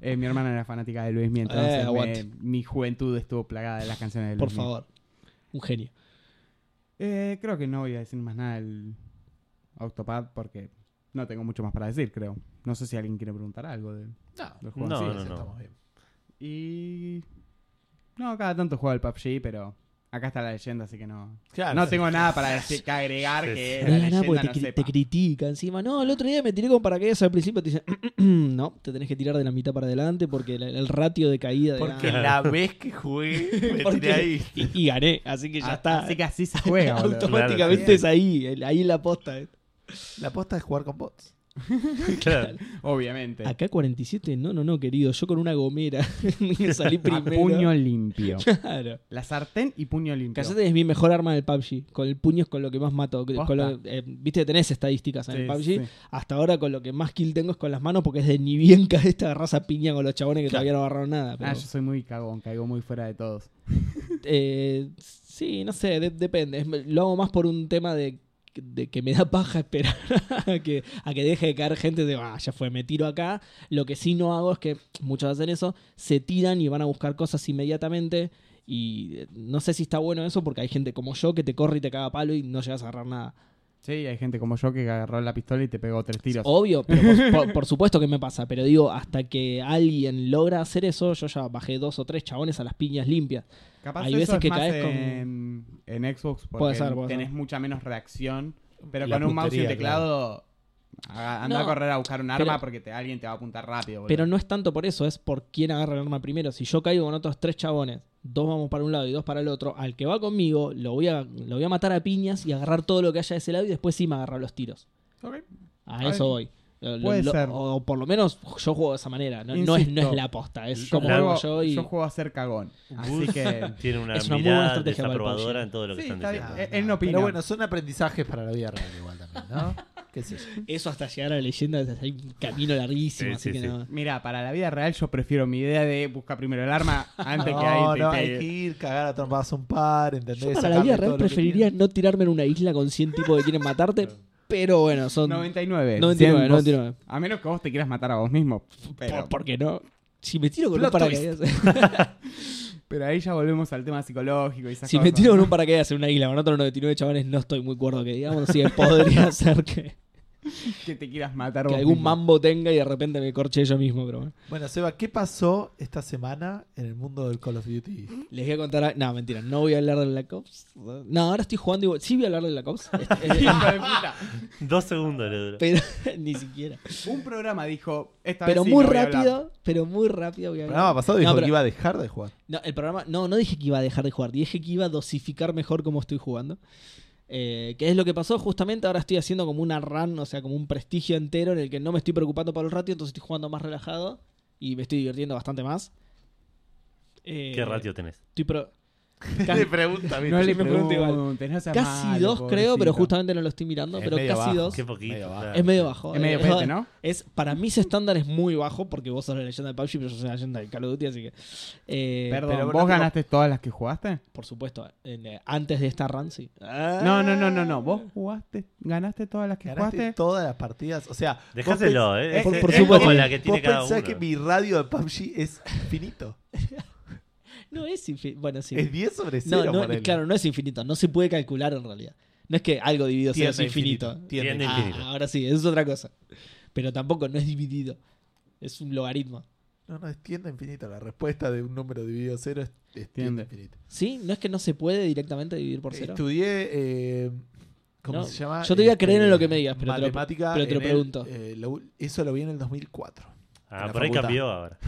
Speaker 4: Eh, mi hermana era fanática de Luis Mí,
Speaker 1: Eh,
Speaker 4: entonces me-
Speaker 1: aguante.
Speaker 4: mi juventud estuvo plagada de las canciones de Luis
Speaker 1: Por
Speaker 4: Mí.
Speaker 1: favor. Un genio.
Speaker 4: Eh, creo que no voy a decir más nada del Octopad porque no tengo mucho más para decir, creo. No sé si alguien quiere preguntar algo del,
Speaker 3: No,
Speaker 4: del juego. en
Speaker 2: No,
Speaker 3: sí,
Speaker 4: sí.
Speaker 2: no,
Speaker 3: ese
Speaker 2: no.
Speaker 3: estamos bien.
Speaker 4: Y. No, cada tanto juego al PUBG, pero acá está la leyenda, así que no.
Speaker 3: Claro,
Speaker 4: No
Speaker 3: sí.
Speaker 4: tengo nada para decir, que agregar
Speaker 2: Sí,
Speaker 4: que
Speaker 2: sí.
Speaker 1: No
Speaker 4: la
Speaker 1: digas nada
Speaker 4: leyenda
Speaker 1: porque te,
Speaker 4: no
Speaker 1: cri- te
Speaker 4: sepa.
Speaker 1: critica encima. No, el otro día me tiré con paracaídas al principio. Te dicen, no, te tenés que tirar de la mitad para adelante porque la- el ratio de caída. de
Speaker 3: Porque
Speaker 1: la-
Speaker 3: la vez que jugué, me
Speaker 1: Porque-
Speaker 3: tiré ahí.
Speaker 1: y, y gané, así que ya
Speaker 4: Ah,
Speaker 1: está.
Speaker 4: Así que así se juega, boludo.
Speaker 1: Automáticamente
Speaker 3: Claro,
Speaker 1: es ahí, el- ahí la posta. eh.
Speaker 3: La aposta es jugar con bots.
Speaker 2: Claro.
Speaker 4: Obviamente.
Speaker 1: Acá 47, no, no, no, querido. Yo con una gomera salí
Speaker 4: A
Speaker 1: primero.
Speaker 4: puño limpio.
Speaker 1: Claro.
Speaker 4: La sartén y puño limpio.
Speaker 1: Cazate es mi mejor arma del PUBG. Con el puño es con lo que más mato. Con
Speaker 4: Posta.
Speaker 1: lo- eh, Viste que tenés estadísticas en el
Speaker 4: Sí,
Speaker 1: PUBG.
Speaker 4: sí.
Speaker 1: Hasta ahora con lo que más kill tengo es con las manos porque es de ni bien cae esta raza piña con los chabones que
Speaker 3: Claro.
Speaker 1: todavía no agarraron nada. pero-
Speaker 4: Ah, yo soy muy cagón, caigo muy fuera de todos.
Speaker 1: Eh, sí, no sé, de- depende. Es- Lo hago más por un tema de, de que me da paja esperar a que, a que deje de caer gente de, ah, ya fue, me tiro acá. Lo que sí no hago es que muchos hacen eso, se tiran y van a buscar cosas inmediatamente. Y eh, no sé si está bueno eso porque hay gente como yo que te corre y te caga a palo y no llegas a agarrar nada.
Speaker 4: Sí, hay gente como yo que agarró la pistola y te pegó tres tiros.
Speaker 1: Obvio, pero por, por- por supuesto que me pasa. Pero digo, hasta que alguien logra hacer eso, yo ya bajé dos o tres chabones a las piñas limpias.
Speaker 4: Capaz
Speaker 1: hay
Speaker 4: eso
Speaker 1: veces
Speaker 4: es
Speaker 1: que
Speaker 4: más
Speaker 1: caes con-
Speaker 4: en, en Xbox porque
Speaker 1: Puede ser, puede
Speaker 4: tenés
Speaker 1: ser.
Speaker 4: mucha menos reacción, pero
Speaker 3: La
Speaker 4: con un mouse y
Speaker 3: puntería,
Speaker 4: un teclado a- anda
Speaker 1: No,
Speaker 4: a correr a buscar un
Speaker 1: pero-
Speaker 4: arma porque te- alguien te va a apuntar rápido. boludo.
Speaker 1: Pero no es tanto por eso, es por quién agarra el arma primero. Si yo caigo con otros tres chabones, dos vamos para un lado y dos para el otro, al que va conmigo lo voy a, lo voy a matar a piñas y agarrar todo lo que haya de ese lado y después sí me agarra los tiros. A
Speaker 4: Ay,
Speaker 1: eso voy. Lo- lo-
Speaker 4: puede
Speaker 1: lo-
Speaker 4: ser.
Speaker 1: O por lo menos yo juego de esa manera. No, no es, no es
Speaker 4: Insisto,
Speaker 1: la aposta, es
Speaker 4: yo,
Speaker 1: como
Speaker 2: la-
Speaker 1: hago yo
Speaker 4: juego,
Speaker 1: y.
Speaker 4: yo juego a ser cagón. Así
Speaker 2: Gus
Speaker 4: que...
Speaker 2: tiene una,
Speaker 1: Es una muy buena
Speaker 2: mirada
Speaker 1: estrategia para el
Speaker 2: desaprobadora
Speaker 1: PUBG.
Speaker 2: en todo lo que
Speaker 4: Sí,
Speaker 2: están
Speaker 4: está bien.
Speaker 2: diciendo.
Speaker 4: Eh, él no opina.
Speaker 3: Pero bueno, son aprendizajes para la vida real igual también, ¿no? ¿Qué sé yo?
Speaker 1: Eso hasta llegar a la leyenda es un camino larguísimo,
Speaker 2: Sí,
Speaker 1: así
Speaker 2: sí,
Speaker 1: que
Speaker 2: sí.
Speaker 1: no.
Speaker 4: Mira, para la vida real yo prefiero mi idea de buscar primero el arma antes que
Speaker 3: No,
Speaker 4: alguien te
Speaker 3: no,
Speaker 4: pegue.
Speaker 3: hay que ir, cagar a trompadas un par, ¿entendés?
Speaker 1: Yo para la
Speaker 3: Sacarle
Speaker 1: vida
Speaker 3: todo
Speaker 1: real
Speaker 3: lo que
Speaker 1: preferiría no tirarme en una isla con 100 tipos que quieren matarte, pero bueno, son.
Speaker 4: 99.
Speaker 1: 99,
Speaker 4: Cien, vos-
Speaker 1: 99.
Speaker 4: A menos que vos te quieras matar a vos mismo. Pero,
Speaker 1: Por- porque no. Si me tiro con un
Speaker 3: Plot
Speaker 1: paracaídas.
Speaker 4: pero ahí ya volvemos al tema psicológico y esas
Speaker 1: Si
Speaker 4: cosas.
Speaker 1: me tiro con un paracaídas en una isla con otros 99 chavales, no estoy muy cuerdo que digamos, así que podría ser que,
Speaker 4: Que te quieras matar
Speaker 1: que
Speaker 4: vos
Speaker 1: algún
Speaker 4: mismo.
Speaker 1: mambo tenga y de repente me corche yo mismo, pero bueno.
Speaker 3: tiene. Bueno, Seba, ¿qué pasó esta semana en el mundo del Call of Duty?
Speaker 1: Les voy a contar. a- No, mentira, no voy a hablar de Black Ops. No, ahora estoy jugando igual. Sí voy a hablar de Black Ops. Este, eh,
Speaker 4: Hijo de puta.
Speaker 2: Dos segundos le duró.
Speaker 1: pero ni siquiera.
Speaker 4: Un programa dijo. Esta
Speaker 1: Pero
Speaker 4: vez sí
Speaker 1: muy
Speaker 4: no voy a hablar.
Speaker 1: rápido, pero muy rápido voy a
Speaker 3: El
Speaker 1: hablar.
Speaker 3: programa pasado
Speaker 1: No,
Speaker 3: dijo
Speaker 1: pero-
Speaker 3: que iba a dejar de jugar.
Speaker 1: No, el programa. No, no dije que iba a dejar de jugar. Dije que iba a dosificar mejor como estoy jugando. Eh, que es lo que pasó justamente. Ahora estoy haciendo como una run, o sea, como un prestigio entero en el que no me estoy preocupando por el ratio, entonces estoy jugando más relajado y me estoy divirtiendo bastante más. Eh,
Speaker 2: ¿Qué ratio tenés?
Speaker 1: Estoy pro-
Speaker 3: Le pregunta, ¿viste?
Speaker 4: No le
Speaker 1: me pregunto igual.
Speaker 4: preguntes, no seas
Speaker 1: casi
Speaker 4: malo,
Speaker 1: dos, creo, pero
Speaker 4: pobrecito.
Speaker 1: justamente no lo estoy mirando,
Speaker 3: Es
Speaker 1: pero
Speaker 3: medio
Speaker 1: casi
Speaker 3: bajo,
Speaker 1: dos.
Speaker 2: Qué poquito.
Speaker 3: Medio bajo.
Speaker 2: claro.
Speaker 1: Es medio bajo.
Speaker 4: Es medio
Speaker 1: Eh,
Speaker 4: pete, ¿no?
Speaker 1: es- para mí ese estándar es muy bajo porque vos sos la leyenda de PUBG, pero yo soy la leyenda de Call of Duty, así que. eh,
Speaker 4: Perdón,
Speaker 3: pero
Speaker 4: ¿vos
Speaker 3: no tengo-
Speaker 4: ganaste todas las que jugaste?
Speaker 1: Por supuesto, en, eh, antes de esta run, sí.
Speaker 4: No, no, no, no,
Speaker 3: Ah.
Speaker 4: no. ¿Vos jugaste? ¿Ganaste todas las que
Speaker 3: Ganaste
Speaker 4: jugaste?
Speaker 3: todas las partidas. O sea, vos
Speaker 2: Dejáselo, ¿eh?
Speaker 4: Por-
Speaker 2: Es-
Speaker 1: por
Speaker 2: es
Speaker 1: supuesto.
Speaker 2: como la que
Speaker 3: pens-
Speaker 2: tiene
Speaker 3: vos
Speaker 2: cada
Speaker 3: pensás
Speaker 2: uno.
Speaker 3: que mi radio de PUBG es finito.
Speaker 1: No es infinito. Bueno, sí.
Speaker 3: Es 10 sobre 0.
Speaker 1: no, no, claro, no es infinito. No se puede calcular en realidad. No es que algo dividido sea es infinito.
Speaker 2: Tiende
Speaker 3: Tiene.
Speaker 2: a
Speaker 1: Ah,
Speaker 2: infinito.
Speaker 1: ahora sí, eso es otra cosa. Pero tampoco no es dividido. Es un logaritmo.
Speaker 3: No, no, es tiende a infinito. La respuesta de un número dividido 0 es, es tiende a
Speaker 4: Tiende.
Speaker 3: infinito.
Speaker 1: ¿Sí? No es que no se puede directamente dividir por cero.
Speaker 3: Estudié. eh, ¿Cómo
Speaker 1: No,
Speaker 3: se llama?
Speaker 1: yo te voy a
Speaker 3: Este,
Speaker 1: creer en lo que me digas, pero te lo-
Speaker 3: matemática
Speaker 1: pero te lo
Speaker 3: en el,
Speaker 1: pregunto.
Speaker 3: eh, lo- eso lo vi en el 2004.
Speaker 2: Ah,
Speaker 3: la
Speaker 2: por ahí
Speaker 3: facultad.
Speaker 2: cambió ahora.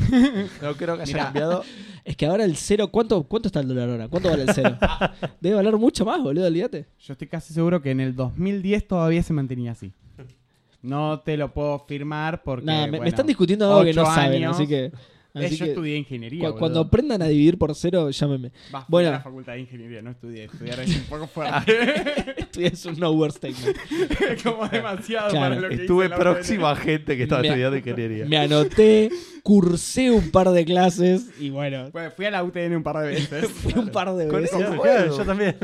Speaker 3: No creo que haya
Speaker 4: Mirá.
Speaker 3: cambiado.
Speaker 1: Es que ahora el cero, ¿cuánto, ¿cuánto está el dólar ahora? ¿Cuánto vale el cero? Debe valer mucho más, boludo, olvídate.
Speaker 4: Yo estoy casi seguro que en el 2010 todavía se mantenía así. No te lo puedo firmar porque.
Speaker 1: Nada, me- me,
Speaker 4: bueno,
Speaker 1: están discutiendo algo que
Speaker 4: ocho
Speaker 1: no saben,
Speaker 4: años.
Speaker 1: así que.
Speaker 4: Eh,
Speaker 1: así
Speaker 4: yo
Speaker 1: que
Speaker 4: estudié
Speaker 1: cu-
Speaker 4: ingeniería.
Speaker 1: cuando
Speaker 4: boludo.
Speaker 1: aprendan a dividir por cero, llámenme.
Speaker 4: Vas
Speaker 1: Bueno.
Speaker 4: a la facultad de ingeniería, no estudié. Estudiar es un poco fuerte.
Speaker 1: Estudié es un no word statement.
Speaker 4: Como demasiado
Speaker 1: Claro.
Speaker 4: para lo que
Speaker 3: Estuve
Speaker 4: hice la otra
Speaker 3: próximo a gente que estaba
Speaker 1: Me-
Speaker 3: estudiando ingeniería.
Speaker 1: Me anoté, cursé un par de clases y bueno,
Speaker 4: UTN. Bueno, fui a la UTN un par de veces.
Speaker 1: fui un par de
Speaker 2: Con
Speaker 1: veces.
Speaker 2: eso,
Speaker 3: juego.
Speaker 2: claro, yo también.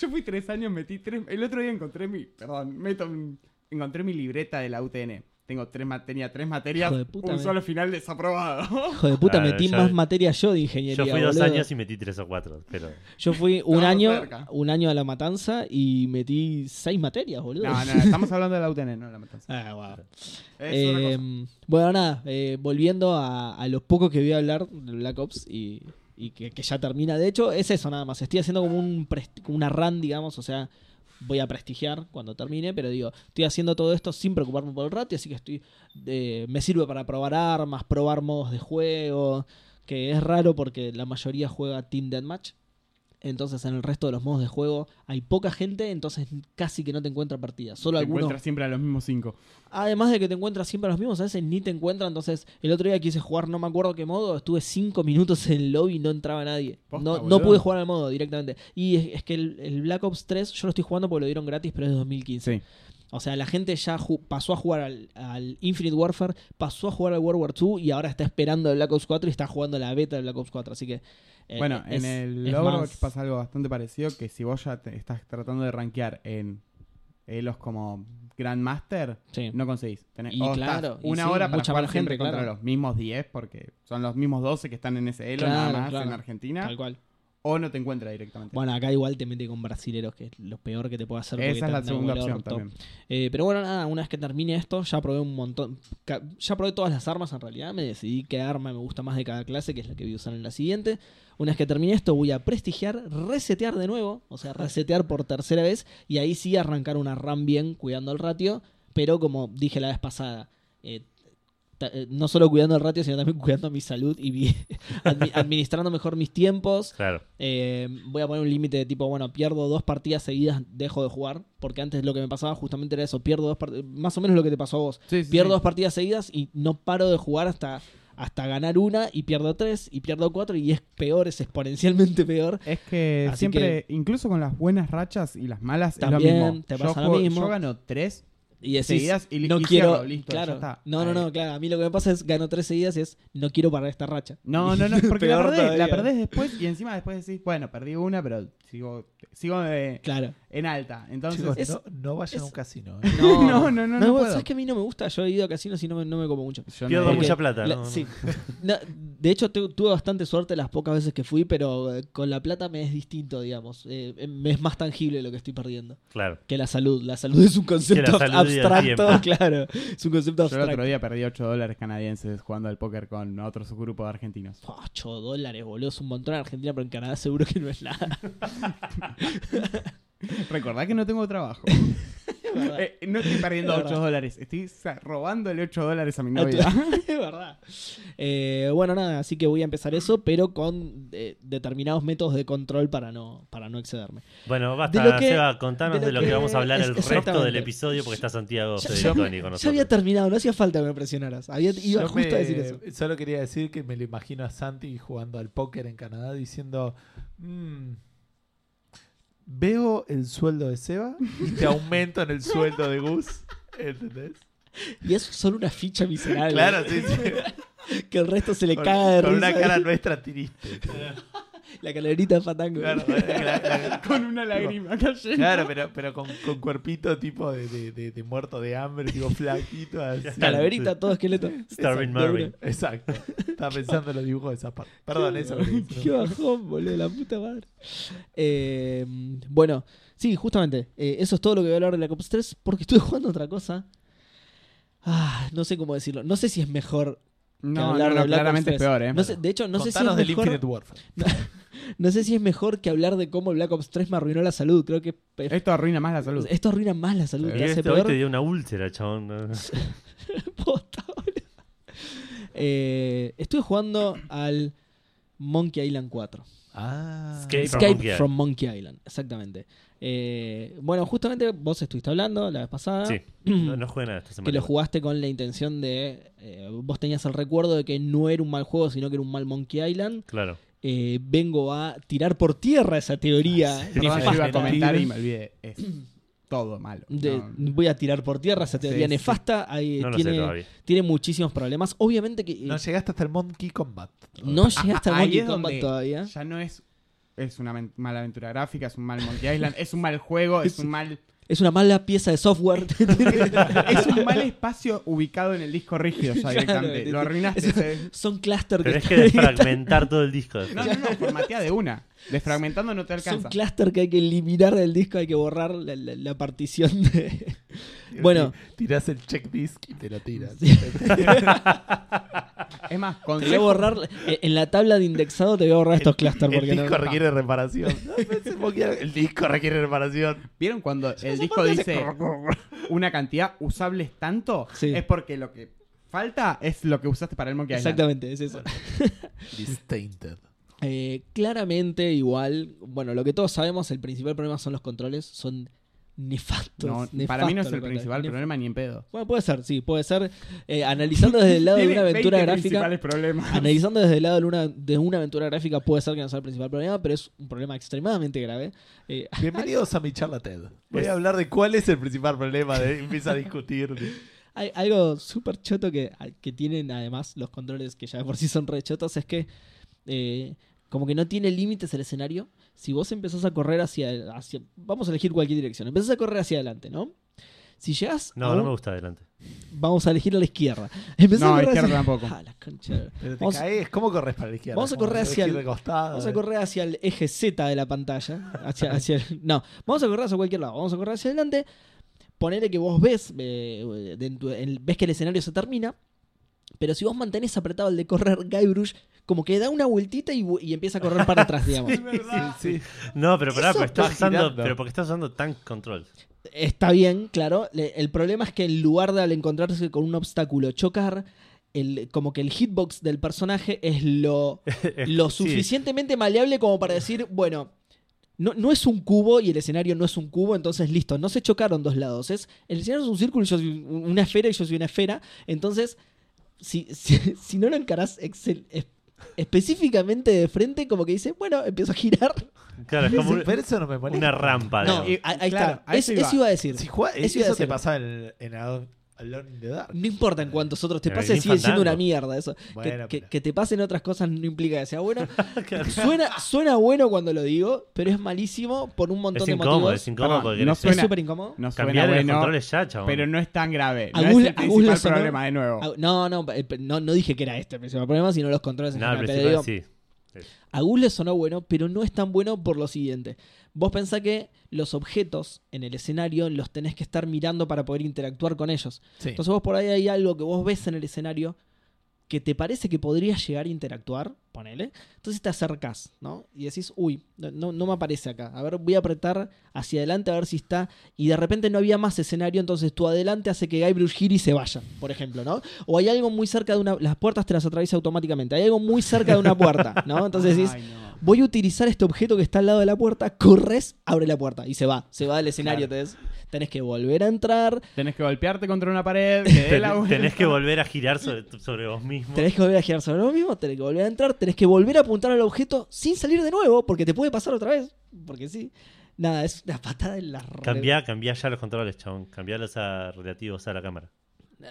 Speaker 4: Yo fui tres años, metí tres. El otro día encontré mi. Perdón, meto un encontré mi libreta de la UTN. Tengo tres ma- tenía tres materias,
Speaker 1: Hijo de puta,
Speaker 4: un
Speaker 1: me-
Speaker 4: solo final desaprobado.
Speaker 1: Hijo de puta,
Speaker 2: Claro,
Speaker 1: metí
Speaker 2: yo-
Speaker 1: más materia yo de ingeniería.
Speaker 2: Ah, Yo fui dos
Speaker 1: boludo.
Speaker 2: años y metí tres o cuatro, pero
Speaker 1: Yo fui un
Speaker 4: Estábamos
Speaker 1: año,
Speaker 4: cerca.
Speaker 1: un año a la matanza y metí seis materias, boludo.
Speaker 4: No, no, estamos hablando de la UTN, no de la matanza.
Speaker 1: Ah, guau.
Speaker 4: Es otra cosa.
Speaker 1: Eh, bueno, nada, eh, volviendo a, a lo poco que voy a hablar de Black Ops y, y que, que ya termina. De hecho, es eso nada más. Estoy haciendo como un prest- como una run, digamos, o sea, voy a prestigiar cuando termine, pero digo, estoy haciendo todo esto sin preocuparme por el ratio, así que estoy eh, me sirve para probar armas, probar modos de juego, que es raro porque la mayoría juega Team Deathmatch. Entonces en el resto de los modos de juego hay poca gente, entonces casi que no te encuentra partida. Solo
Speaker 4: Te
Speaker 1: algunos
Speaker 4: encuentras siempre a los mismos cinco.
Speaker 1: Además de que te encuentras siempre a los mismos, a veces ni te encuentran. Entonces, el otro día quise jugar, no me acuerdo qué modo, estuve cinco minutos en el lobby y no entraba nadie.
Speaker 4: Posta,
Speaker 1: No,
Speaker 4: boludo.
Speaker 1: no pude jugar al modo directamente. Y es, es que el, el Black Ops 3 yo lo estoy jugando porque lo dieron gratis, pero es de 2015.
Speaker 4: Sí.
Speaker 1: O sea, la gente ya ju- pasó a jugar al, al Infinite Warfare, pasó a jugar al World War 2 y ahora está esperando el Black Ops 4 y está jugando la beta del Black Ops 4. Así que. eh,
Speaker 4: Bueno,
Speaker 1: es-
Speaker 4: en el
Speaker 1: es
Speaker 4: Overwatch
Speaker 1: más-
Speaker 4: pasa algo bastante parecido, que si vos ya te estás tratando de rankear en Elos como Grandmaster,
Speaker 1: Sí.
Speaker 4: no conseguís. Tenés,
Speaker 1: Y
Speaker 4: o estás
Speaker 1: claro, y
Speaker 4: una
Speaker 1: sí,
Speaker 4: hora para
Speaker 1: mucha
Speaker 4: jugar
Speaker 1: más
Speaker 4: siempre
Speaker 1: gente,
Speaker 4: contra
Speaker 1: claro.
Speaker 4: los mismos 10, porque son los mismos 12 que están en ese Elo
Speaker 1: Claro,
Speaker 4: nada más
Speaker 1: claro.
Speaker 4: en Argentina,
Speaker 1: Tal cual.
Speaker 4: o no te encuentra directamente.
Speaker 1: Bueno, acá igual te mete con brasileros, que es lo peor que te puede hacer. porque
Speaker 4: Esa es
Speaker 1: te
Speaker 4: la
Speaker 1: andan como
Speaker 4: segunda
Speaker 1: el
Speaker 4: opción
Speaker 1: orto.
Speaker 4: también.
Speaker 1: Eh, pero bueno, nada, una vez que termine esto, ya probé un montón. ca- Ya probé todas las armas en realidad. Me decidí qué arma me gusta más de cada clase, que es la que voy a usar en la siguiente. Una vez que termine esto, voy a prestigiar, resetear de nuevo. O sea, resetear por tercera vez. Y ahí sí arrancar una RAM bien, cuidando el ratio. Pero como dije la vez pasada, eh, ta- eh, no solo cuidando el ratio, sino también cuidando mi salud y mi- admi- administrando mejor mis tiempos.
Speaker 2: claro.
Speaker 1: Eh, voy a poner un límite de tipo, bueno, pierdo dos partidas seguidas, dejo de jugar. Porque antes lo que me pasaba justamente era eso, pierdo dos partidas, más o menos lo que te pasó a vos.
Speaker 4: Sí, sí,
Speaker 1: Pierdo
Speaker 4: sí.
Speaker 1: dos partidas seguidas y no paro de jugar hasta, hasta ganar una y pierdo tres y pierdo cuatro y es peor, es exponencialmente peor.
Speaker 4: Es que
Speaker 1: Así
Speaker 4: siempre, incluso con las buenas rachas y las malas, es
Speaker 1: También
Speaker 4: lo mismo.
Speaker 1: te
Speaker 4: Yo
Speaker 1: pasa lo
Speaker 4: juego-
Speaker 1: mismo.
Speaker 4: Yo gano 3
Speaker 1: Y decís,
Speaker 4: seguidas y, li-
Speaker 1: no
Speaker 4: y
Speaker 1: quiero...
Speaker 4: cierro, listo, ya
Speaker 1: claro,
Speaker 4: está.
Speaker 1: No, no,
Speaker 4: Ahí.
Speaker 1: no, claro. A mí lo que me pasa es gano tres seguidas y es no quiero parar esta racha.
Speaker 4: No, no, no, porque la
Speaker 1: Peor
Speaker 4: perdés, la
Speaker 1: todavía.
Speaker 4: perdés después y encima después decís, bueno, perdí una, pero sigo, sigo de-
Speaker 1: Claro.
Speaker 4: en alta. Entonces,
Speaker 3: Chicos,
Speaker 1: es-
Speaker 3: no, no vayan a un
Speaker 1: es-
Speaker 3: casino. ¿eh?
Speaker 4: no, no, no, no,
Speaker 1: vos
Speaker 4: puedo.
Speaker 1: sabés que a mí no me gusta. Yo he ido a casinos y no me, no me como mucho.
Speaker 4: Yo no-
Speaker 2: Pierdo
Speaker 1: Porque
Speaker 2: mucha plata,
Speaker 1: la-
Speaker 2: ¿no?
Speaker 1: sí. No, de hecho, tu- tuve bastante suerte las pocas veces que fui, pero eh, con la plata me es distinto, digamos. Eh, eh, me es más tangible lo que estoy perdiendo
Speaker 2: Claro.
Speaker 1: que la salud. La salud es un concepto
Speaker 2: salud y el
Speaker 1: abstracto,
Speaker 2: tiempo.
Speaker 1: claro. Es un concepto
Speaker 4: Yo el
Speaker 1: abstracto.
Speaker 4: otro día perdí 8 dólares canadienses jugando al póker con otro grupo de argentinos.
Speaker 1: 8 Ah, dólares, boludo, es un montón en Argentina, pero en Canadá seguro que no es nada.
Speaker 4: Recordá que no tengo trabajo.
Speaker 1: Es verdad.
Speaker 4: Eh, no estoy perdiendo
Speaker 1: Es
Speaker 4: 8
Speaker 1: verdad.
Speaker 4: dólares, estoy sa- robándole 8 dólares a mi
Speaker 1: A tu-
Speaker 4: novia.
Speaker 1: es verdad. Eh, bueno, nada, así que voy a empezar eso, pero con eh, determinados métodos de control para no, para no excederme.
Speaker 2: Bueno,
Speaker 1: De
Speaker 2: basta,
Speaker 1: lo que-
Speaker 2: Seba, contanos
Speaker 1: de lo
Speaker 2: de lo, que,
Speaker 1: que-
Speaker 2: vamos a hablar el
Speaker 1: es-
Speaker 2: resto del
Speaker 1: exactamente.
Speaker 2: episodio porque está Santiago
Speaker 1: Ya-
Speaker 2: Federico Ani con
Speaker 1: Ya
Speaker 2: nosotros.
Speaker 1: había terminado, no hacía falta que me presionaras. Había, iba
Speaker 3: Yo
Speaker 1: justo
Speaker 3: me-
Speaker 1: a decir eso.
Speaker 3: Solo quería decir que me lo imagino a Santi jugando al póker en Canadá diciendo: "Mm, Veo el sueldo de Seba y te aumento en el sueldo de Gus. ¿Entendés?
Speaker 1: Y eso es solo una ficha miserable.
Speaker 3: Claro, sí, sí.
Speaker 1: Que el resto se le
Speaker 3: Con,
Speaker 1: caga de
Speaker 3: con
Speaker 1: risa.
Speaker 3: una cara nuestra tiriste.
Speaker 1: La calerita de Fandango.
Speaker 3: Claro, claro,
Speaker 4: con una lágrima cayendo.
Speaker 3: claro, pero, pero con, con cuerpito tipo de, de- de- de muerto de hambre, tipo flaquito. Así.
Speaker 1: Calaverita, todo esqueleto. Exacto,
Speaker 2: Starving Marvin.
Speaker 3: Exacto. Estaba pensando en los dibujos de zapato. Perdón, eso. lo que
Speaker 1: Qué
Speaker 3: hice.
Speaker 1: bajón, boludo, la puta madre. Eh, bueno, sí, justamente. eh, eso es todo lo que voy a hablar de la Cops 3 porque estuve jugando otra cosa. Ah, no sé cómo decirlo. No sé si es mejor que
Speaker 4: No,
Speaker 1: hablar
Speaker 4: no, no,
Speaker 1: de Black Ops
Speaker 4: claramente es
Speaker 1: 3.
Speaker 4: peor, ¿eh?
Speaker 1: No sé- de hecho, no sé, si es
Speaker 3: Contanos del
Speaker 1: mejor,
Speaker 3: Infinite Warfare.
Speaker 1: no sé si es mejor que hablar de cómo Black Ops 3 me arruinó la salud. Creo que es-
Speaker 4: Esto arruina más la salud.
Speaker 1: esto arruina más la salud.
Speaker 2: Y
Speaker 1: la hace
Speaker 2: este hoy
Speaker 1: peor.
Speaker 2: te dio una úlcera, chabón.
Speaker 1: Posta, boludo. Eh, estuve jugando al Monkey Island 4.
Speaker 3: Ah.
Speaker 2: Escape from
Speaker 1: Escape
Speaker 2: Monkey Island.
Speaker 1: from Monkey Island, exactamente. Eh, bueno, justamente vos estuviste hablando la vez pasada.
Speaker 2: Sí, no, no juega nada esta
Speaker 1: Que
Speaker 2: semana.
Speaker 1: lo jugaste con la intención de. eh, vos tenías el recuerdo de que no era un mal juego, sino que era un mal Monkey Island.
Speaker 2: Claro.
Speaker 1: Eh, vengo a tirar por tierra esa teoría.
Speaker 2: Sí,
Speaker 4: Ah, Perdón, yo iba a
Speaker 1: nefasta.
Speaker 4: comentar y me olvidé. Es todo malo.
Speaker 1: De-
Speaker 4: No.
Speaker 1: Voy a tirar por tierra esa teoría
Speaker 4: Sí, sí.
Speaker 1: nefasta. Ahí
Speaker 2: No lo sé
Speaker 1: tiene,
Speaker 2: todavía.
Speaker 1: tiene muchísimos problemas. Obviamente que. eh,
Speaker 3: No llegaste hasta el Monkey Combat.
Speaker 1: No llegaste
Speaker 4: Ah,
Speaker 1: a
Speaker 4: ahí
Speaker 1: Monkey
Speaker 4: es
Speaker 1: Combat
Speaker 4: donde
Speaker 1: todavía.
Speaker 4: Ya no es. Es una men- mala aventura gráfica, es un mal Monkey Island, es un mal juego, es un mal
Speaker 1: es una mala pieza de software.
Speaker 4: es un mal espacio ubicado en el disco rígido ya
Speaker 1: Claro,
Speaker 4: directamente.
Speaker 1: te-
Speaker 4: Lo
Speaker 1: te-
Speaker 4: arruinaste.
Speaker 1: es-
Speaker 4: se-
Speaker 1: Son cluster
Speaker 2: Pero
Speaker 1: que,
Speaker 2: es que
Speaker 1: están ahí,
Speaker 2: desfragmentar todo el disco.
Speaker 4: No, no, no, formatea de una. Desfragmentando no te
Speaker 1: son
Speaker 4: alcanza.
Speaker 1: cluster que hay que eliminar del disco, hay que borrar la, la- la partición de... Bueno.
Speaker 3: Tirás el check disk y te lo tiras.
Speaker 4: Es más,
Speaker 1: Te voy a
Speaker 4: consejo,
Speaker 1: borrar, eh, en la tabla de indexado te voy a borrar estos cluster
Speaker 3: El
Speaker 1: porque no...
Speaker 3: disco requiere reparación. El disco requiere reparación.
Speaker 4: ¿vieron cuando el disco dice una cantidad usables tanto?
Speaker 1: Sí.
Speaker 4: Es porque lo que falta es lo que usaste para el Monkey Island.
Speaker 1: Exactamente, es eso.
Speaker 3: Distainted.
Speaker 1: Eh, claramente, igual, bueno, lo que todos sabemos, el principal problema son los controles, son nefastos.
Speaker 4: No, para
Speaker 1: nefastos
Speaker 4: mí no
Speaker 1: los
Speaker 4: es el
Speaker 1: controles,
Speaker 4: principal
Speaker 1: nef-
Speaker 4: problema ni en pedo.
Speaker 1: Bueno, puede ser, sí, puede ser. Eh, analizando desde el lado de
Speaker 4: Tiene
Speaker 1: una aventura
Speaker 4: 20
Speaker 1: gráfica.
Speaker 4: principales problemas.
Speaker 1: Analizando desde el lado de una, de una aventura gráfica, puede ser que no sea el principal problema, pero es un problema extremadamente grave. Eh,
Speaker 3: Bienvenidos a mi charla TED. Voy a hablar de cuál es el principal problema. De, empieza a discutir.
Speaker 1: Hay algo súper choto que, que tienen además los controles que ya de por sí son re chotos es que eh, como que no tiene límites el escenario. Si vos empezás a correr hacia, hacia... Vamos a elegir cualquier dirección. Empezás a correr hacia adelante, ¿no? Si llegás... a
Speaker 2: No, no
Speaker 1: un-
Speaker 2: me gusta adelante.
Speaker 1: Vamos a elegir a la izquierda. Empezás
Speaker 4: No,
Speaker 1: a correr
Speaker 4: izquierda
Speaker 1: hacia-
Speaker 4: tampoco.
Speaker 1: Ah, la concha de-
Speaker 3: Pero te
Speaker 1: Vamos-
Speaker 3: caes. ¿Cómo corres para la izquierda?
Speaker 1: vamos a
Speaker 3: ¿Cómo
Speaker 1: correr hacia
Speaker 3: corres
Speaker 1: el-
Speaker 3: de este costado?
Speaker 1: Vamos a correr hacia el eje Z de la pantalla. Hacia, hacia el- no, vamos a correr hacia cualquier lado. Vamos a correr hacia adelante. Ponele que vos ves, eh, de- en tu- en- ves que el escenario se termina. Pero si vos mantenés apretado el de correr, Guybrush como que da una vueltita y, vu- y empieza a correr para atrás, digamos.
Speaker 3: Sí, sí.
Speaker 2: No, pero pará,
Speaker 1: Eso
Speaker 2: pero estás
Speaker 3: está
Speaker 2: usando,
Speaker 3: girando.
Speaker 2: pero porque estás usando tan control.
Speaker 1: Está bien, claro. Le- el problema es que en lugar de al encontrarse con un obstáculo chocar, el, como que el hitbox del personaje es lo, lo
Speaker 2: Sí.
Speaker 1: suficientemente maleable como para decir, bueno, no, no es un cubo y el escenario no es un cubo, entonces listo, no se chocaron dos lados. Es, el escenario es un círculo y yo soy un- una esfera y yo soy una esfera. Entonces, si, si, si no lo encarás excel- es- específicamente de frente, como que dice, bueno, empiezo a girar.
Speaker 2: Claro, es como un-
Speaker 3: Pero eso no me molesta.
Speaker 2: una rampa.
Speaker 1: No,
Speaker 2: digamos.
Speaker 1: ahí, ahí
Speaker 4: claro,
Speaker 1: está.
Speaker 4: a
Speaker 1: Es-
Speaker 4: eso
Speaker 1: eso
Speaker 4: iba.
Speaker 1: iba a decir.
Speaker 3: Si juega-
Speaker 1: Eso
Speaker 3: eso
Speaker 1: iba a
Speaker 3: te
Speaker 1: decir.
Speaker 3: pasaba en, en Alone Alone in the Dark.
Speaker 1: No importa en cuántos otros te
Speaker 2: Pero
Speaker 1: pase,
Speaker 2: ni
Speaker 1: sigue siendo
Speaker 2: Fandango.
Speaker 1: una mierda eso. Que-
Speaker 3: Bueno,
Speaker 1: que,
Speaker 3: pero-
Speaker 1: que te pasen otras cosas no implica que sea bueno. suena, suena bueno cuando lo digo, pero es malísimo por un montón
Speaker 2: es
Speaker 1: de
Speaker 2: incómodo,
Speaker 1: motivos.
Speaker 2: es incómodo
Speaker 4: Perdón,
Speaker 2: porque
Speaker 4: no
Speaker 1: Es
Speaker 2: querés
Speaker 4: Suena-
Speaker 1: súper incómodo.
Speaker 4: No suena
Speaker 2: cambiar los
Speaker 4: bueno,
Speaker 2: controles ya, chabón.
Speaker 4: pero no es tan grave. No
Speaker 1: Agus-
Speaker 4: es el
Speaker 1: Agus
Speaker 4: principal
Speaker 1: Lazo, ¿no?
Speaker 4: problema, de nuevo.
Speaker 1: Ah, No, no, eh, pe- no, no dije que era este el principal problema, sino los controles en
Speaker 2: No, al
Speaker 1: general. Pero
Speaker 2: principal
Speaker 1: digo,
Speaker 2: sí.
Speaker 1: A Gus le sonó bueno, pero no es tan bueno por lo siguiente. Vos pensá que los objetos en el escenario los tenés que estar mirando para poder interactuar con ellos.
Speaker 3: Sí.
Speaker 1: Entonces vos por ahí hay algo que vos ves en el escenario que te parece que podrías llegar a interactuar, ponele. Entonces te acercás, ¿no? Y decís, uy, no- no, no me aparece acá. A ver, voy a apretar hacia adelante a ver si está. Y de repente no había más escenario, entonces tu adelante hace que Guybrush gire y se vaya, por ejemplo, ¿no? O hay algo muy cerca de una... Las puertas te las atraviesa automáticamente. Hay algo muy cerca de una puerta, ¿no? Entonces decís,
Speaker 4: Ay, no.
Speaker 1: voy a utilizar este objeto que está al lado de la puerta, corres, abre la puerta y se va, se va del escenario,
Speaker 4: Claro.
Speaker 1: entonces tenés que volver a entrar,
Speaker 4: Tenés que golpearte contra una pared, que dé
Speaker 2: Ten-
Speaker 4: la vuelta.
Speaker 2: tenés que volver a girar sobre, sobre vos mismo.
Speaker 1: tenés que volver a girar sobre lo mismo, tenés que volver a entrar, tenés que volver a apuntar al objeto sin salir de nuevo, porque te puede pasar otra vez, porque sí. Nada, es una patada en la re-
Speaker 2: Cambiá, cambiá ya los controles, chabón. Cambialos a relativos a la cámara.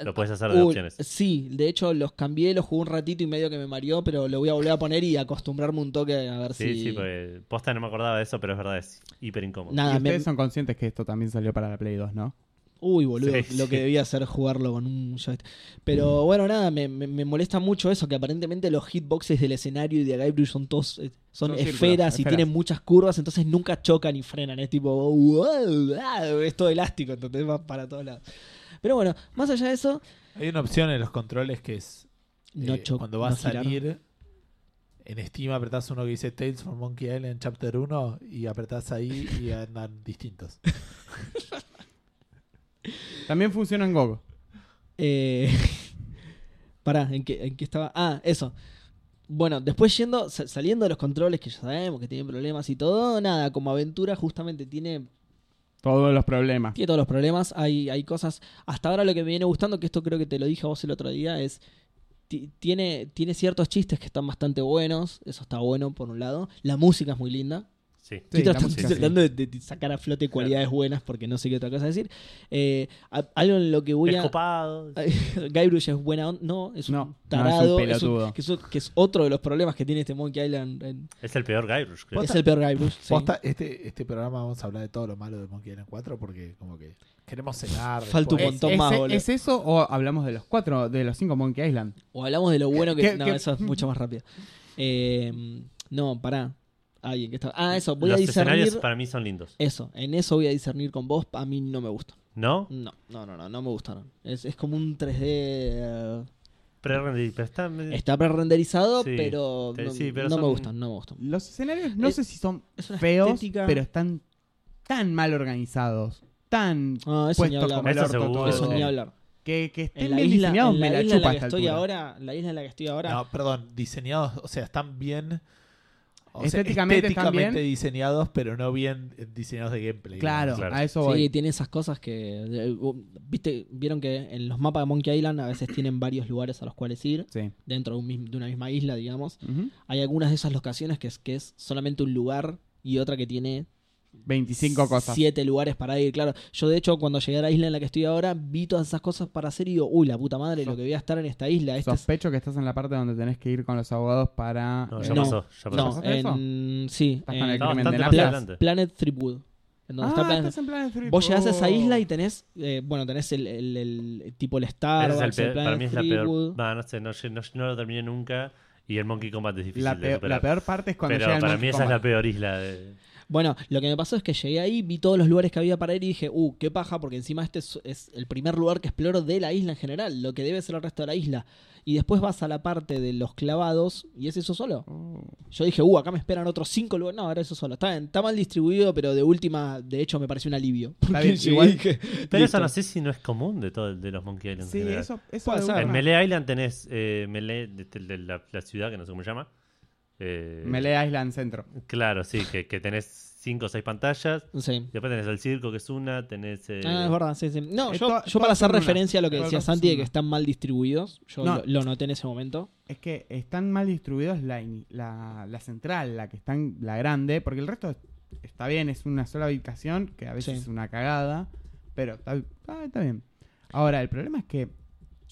Speaker 2: Lo puedes hacer de
Speaker 1: Eh, Uy,
Speaker 2: opciones.
Speaker 1: Sí, de hecho los cambié, los jugué un ratito y medio que me mareó, pero lo voy a volver a poner y acostumbrarme un toque a ver
Speaker 2: Sí,
Speaker 1: si...
Speaker 2: sí, porque posta no me acordaba de eso, pero es verdad, es hiper incómodo.
Speaker 4: Y
Speaker 1: Nada, Ah, me-
Speaker 4: ustedes son conscientes que esto también salió para la Play 2, ¿no?
Speaker 1: Uy, boludo,
Speaker 2: Sí,
Speaker 1: lo
Speaker 2: sí.
Speaker 1: que debía hacer jugarlo con un joystick. Pero bueno, nada, me, me- me molesta mucho eso, que aparentemente los hitboxes del escenario y de Guybrush son todos eh, son,
Speaker 4: Son
Speaker 1: esferas
Speaker 4: círculos,
Speaker 1: y
Speaker 4: esferas.
Speaker 1: tienen muchas curvas, entonces nunca chocan y frenan. Es tipo, "Oh, wow, ah, es todo elástico, entonces va para todos lados. Pero bueno, más allá de eso,
Speaker 3: Hay una opción en los controles que es
Speaker 1: no
Speaker 3: Eh,
Speaker 1: chocan.
Speaker 3: Cuando va a salir, en Steam apretás uno que dice Tales from Monkey Island Chapter 1 y apretás ahí y andan distintos.
Speaker 4: También funciona en GOG.
Speaker 1: Eh, pará, ¿en qué, en qué estaba? Ah, eso. Bueno, después yendo, sa- saliendo de los controles que ya sabemos que tienen problemas y todo, nada, como aventura justamente tiene
Speaker 4: Todos los problemas.
Speaker 1: Tiene todos los problemas, hay, hay cosas. Hasta ahora lo que me viene gustando, que esto creo que te lo dije a vos el otro día, es. ti- Tiene, tiene ciertos chistes que están bastante buenos. Eso está bueno, por un lado. La música es muy linda.
Speaker 2: Sí.
Speaker 4: Sí,
Speaker 1: Estoy
Speaker 4: la
Speaker 1: tratando-
Speaker 4: música,
Speaker 1: estoy
Speaker 4: sí.
Speaker 1: tratando de, de sacar a flote cualidades buenas porque no sé qué otra cosa decir. Eh, a- algo en lo que voy
Speaker 2: Es
Speaker 1: a.
Speaker 2: copado.
Speaker 1: Guybrush es buena onda. No, es un
Speaker 4: No, no, es un
Speaker 1: tarado. es un-
Speaker 4: pelotudo.
Speaker 1: que, es, un- que es otro de los problemas que tiene este Monkey Island. en-
Speaker 2: Es el peor Guybrush. creo.
Speaker 1: es el peor Guybrush. sí.
Speaker 3: Posta, este, este programa vamos a hablar de todo lo malo de Monkey Island 4 porque como que queremos cenar.
Speaker 1: Falta un
Speaker 3: después.
Speaker 4: ¿Es-
Speaker 1: montón
Speaker 4: es,
Speaker 1: más, boludo.
Speaker 4: ¿Es eso o hablamos de los cuatro, de los cinco Monkey Island?
Speaker 1: O hablamos de lo bueno que.
Speaker 4: ¿Qué-
Speaker 1: no,
Speaker 4: qué-
Speaker 1: eso es mucho más rápido. Eh, no, pará. Ay, ¿en qué estaba? Ah, eso. Voy
Speaker 2: Los
Speaker 1: a discernir.
Speaker 2: escenarios para mí son lindos.
Speaker 1: Eso, en eso voy a discernir con vos. A mí no me gusta.
Speaker 2: ¿No?
Speaker 1: No, no, no, no, no me gustaron. Es, es como un 3D. eh,
Speaker 2: Pre-renderizado, pero está medio-
Speaker 1: Está pre-renderizado,
Speaker 2: Sí,
Speaker 1: pero,
Speaker 2: te-
Speaker 1: no,
Speaker 2: sí, pero
Speaker 1: no me
Speaker 2: son-
Speaker 1: gustan, no me gustan.
Speaker 4: Los escenarios no
Speaker 1: Es-
Speaker 4: sé si son
Speaker 1: Es una
Speaker 4: feos,
Speaker 1: estética-
Speaker 4: pero están tan mal organizados, tan
Speaker 1: Ah, eso ni
Speaker 4: puestos
Speaker 1: hablar.
Speaker 4: como el
Speaker 2: Eso
Speaker 4: orto
Speaker 2: seguro.
Speaker 4: todo
Speaker 1: Eso ni
Speaker 2: eh,
Speaker 1: hablar.
Speaker 4: Que, que
Speaker 1: En
Speaker 4: estén
Speaker 1: la
Speaker 4: bien
Speaker 1: isla,
Speaker 4: diseñados
Speaker 1: en
Speaker 4: me
Speaker 1: la
Speaker 4: la
Speaker 1: isla en
Speaker 4: chupa
Speaker 1: la
Speaker 4: a
Speaker 1: que
Speaker 4: esta
Speaker 1: estoy
Speaker 4: altura.
Speaker 1: ahora, la isla en la que estoy ahora,
Speaker 3: No, perdón, diseñados, o sea, están bien. o sea,
Speaker 4: Estéticamente están bien.
Speaker 3: estéticamente diseñados, pero no bien eh, diseñados de gameplay.
Speaker 4: Claro,
Speaker 2: Claro.
Speaker 4: a eso
Speaker 1: sí,
Speaker 4: voy.
Speaker 1: tiene esas cosas que eh, uh, viste, vieron que en los mapas de Monkey Island a veces tienen varios lugares a los cuales ir
Speaker 4: Sí.
Speaker 1: dentro de, un mis- de una misma isla, digamos.
Speaker 4: Ujú.
Speaker 1: Hay algunas de esas locaciones que es que es solamente un lugar y otra que tiene
Speaker 4: 25 cosas.
Speaker 1: Siete lugares para ir, claro. Yo, de hecho, cuando llegué a la isla en la que estoy ahora, vi todas esas cosas para hacer y digo, uy, la puta madre, lo que voy a estar en esta isla. Este es-
Speaker 4: Sospecho que estás en la parte donde tenés que ir con los abogados para...
Speaker 2: No,
Speaker 4: eh,
Speaker 2: ya
Speaker 1: No,
Speaker 2: pasó. Ya pasó.
Speaker 1: No,
Speaker 4: ¿Pasaste
Speaker 1: en. Sí,
Speaker 4: Estás
Speaker 1: en
Speaker 4: con el
Speaker 2: Está
Speaker 4: crimen
Speaker 2: bastante
Speaker 4: de
Speaker 2: más
Speaker 1: Pla-
Speaker 4: Napla.
Speaker 2: adelante.
Speaker 1: Planet Threepwood. En donde está
Speaker 4: Ah,
Speaker 1: Planet-
Speaker 4: estás en Planet Three,
Speaker 1: Vos llegás a esa
Speaker 4: oh.
Speaker 1: isla y tenés, eh, bueno, tenés el, el- el- tipo el Star,
Speaker 2: Ese es el peor-
Speaker 1: Planet
Speaker 2: para mí es la
Speaker 1: Threepwood.
Speaker 2: peor. Bah, no sé, no, lle- no- no lo terminé nunca. Y el Monkey Combat es difícil.
Speaker 4: La
Speaker 2: de
Speaker 4: peor, la
Speaker 2: superar.
Speaker 4: peor parte es cuando
Speaker 2: Pero
Speaker 4: llega el
Speaker 2: para
Speaker 4: Monkey
Speaker 2: mí esa es la
Speaker 4: Combat.
Speaker 2: peor isla. de-
Speaker 1: Bueno, lo que me pasó es que llegué ahí, vi todos los lugares que había para ir y dije, uh, qué paja, porque encima este es, es el primer lugar que exploro de la isla en general, lo que debe ser el resto de la isla. Y después vas a la parte de los clavados y es eso solo.
Speaker 4: Oh.
Speaker 1: Yo dije, uh, acá me esperan otros cinco lugares. No, era eso solo. Está, bien, está mal distribuido, pero de última, de hecho, me pareció un alivio. Porque
Speaker 4: bien,
Speaker 1: llegué
Speaker 4: igual-
Speaker 1: y dije,
Speaker 2: Pero eso
Speaker 1: listo.
Speaker 2: no sé si no es común de todo de los Monkey Island. en
Speaker 4: Sí,
Speaker 2: general.
Speaker 4: eso, eso
Speaker 1: Puede
Speaker 4: de
Speaker 1: ser.
Speaker 4: una.
Speaker 2: En Melee Island tenés eh, Melee, de- de- de la, la ciudad, que no sé cómo se llama. Eh,
Speaker 4: Melee Island Centro.
Speaker 2: Claro, sí, que, que tenés cinco o seis pantallas.
Speaker 1: Sí.
Speaker 2: Después tenés el circo, que es una. Tenés. eh,
Speaker 1: Ah, es verdad, sí, sí. No,
Speaker 4: Eh,
Speaker 1: yo,
Speaker 4: todas-
Speaker 1: yo para
Speaker 4: todas
Speaker 1: hacer
Speaker 4: son una.
Speaker 1: referencia a lo que
Speaker 4: Todas
Speaker 1: decía
Speaker 4: son
Speaker 1: Santi de
Speaker 4: una.
Speaker 1: que están mal distribuidos, yo
Speaker 4: No.
Speaker 1: lo, lo noté en ese momento.
Speaker 4: Es que están mal distribuidos la, ini- la, la central, la que están, la grande, porque el resto es- está bien, es una sola habitación, que a veces
Speaker 1: Sí.
Speaker 4: es una cagada, pero está, ah, está bien. Ahora, el problema es que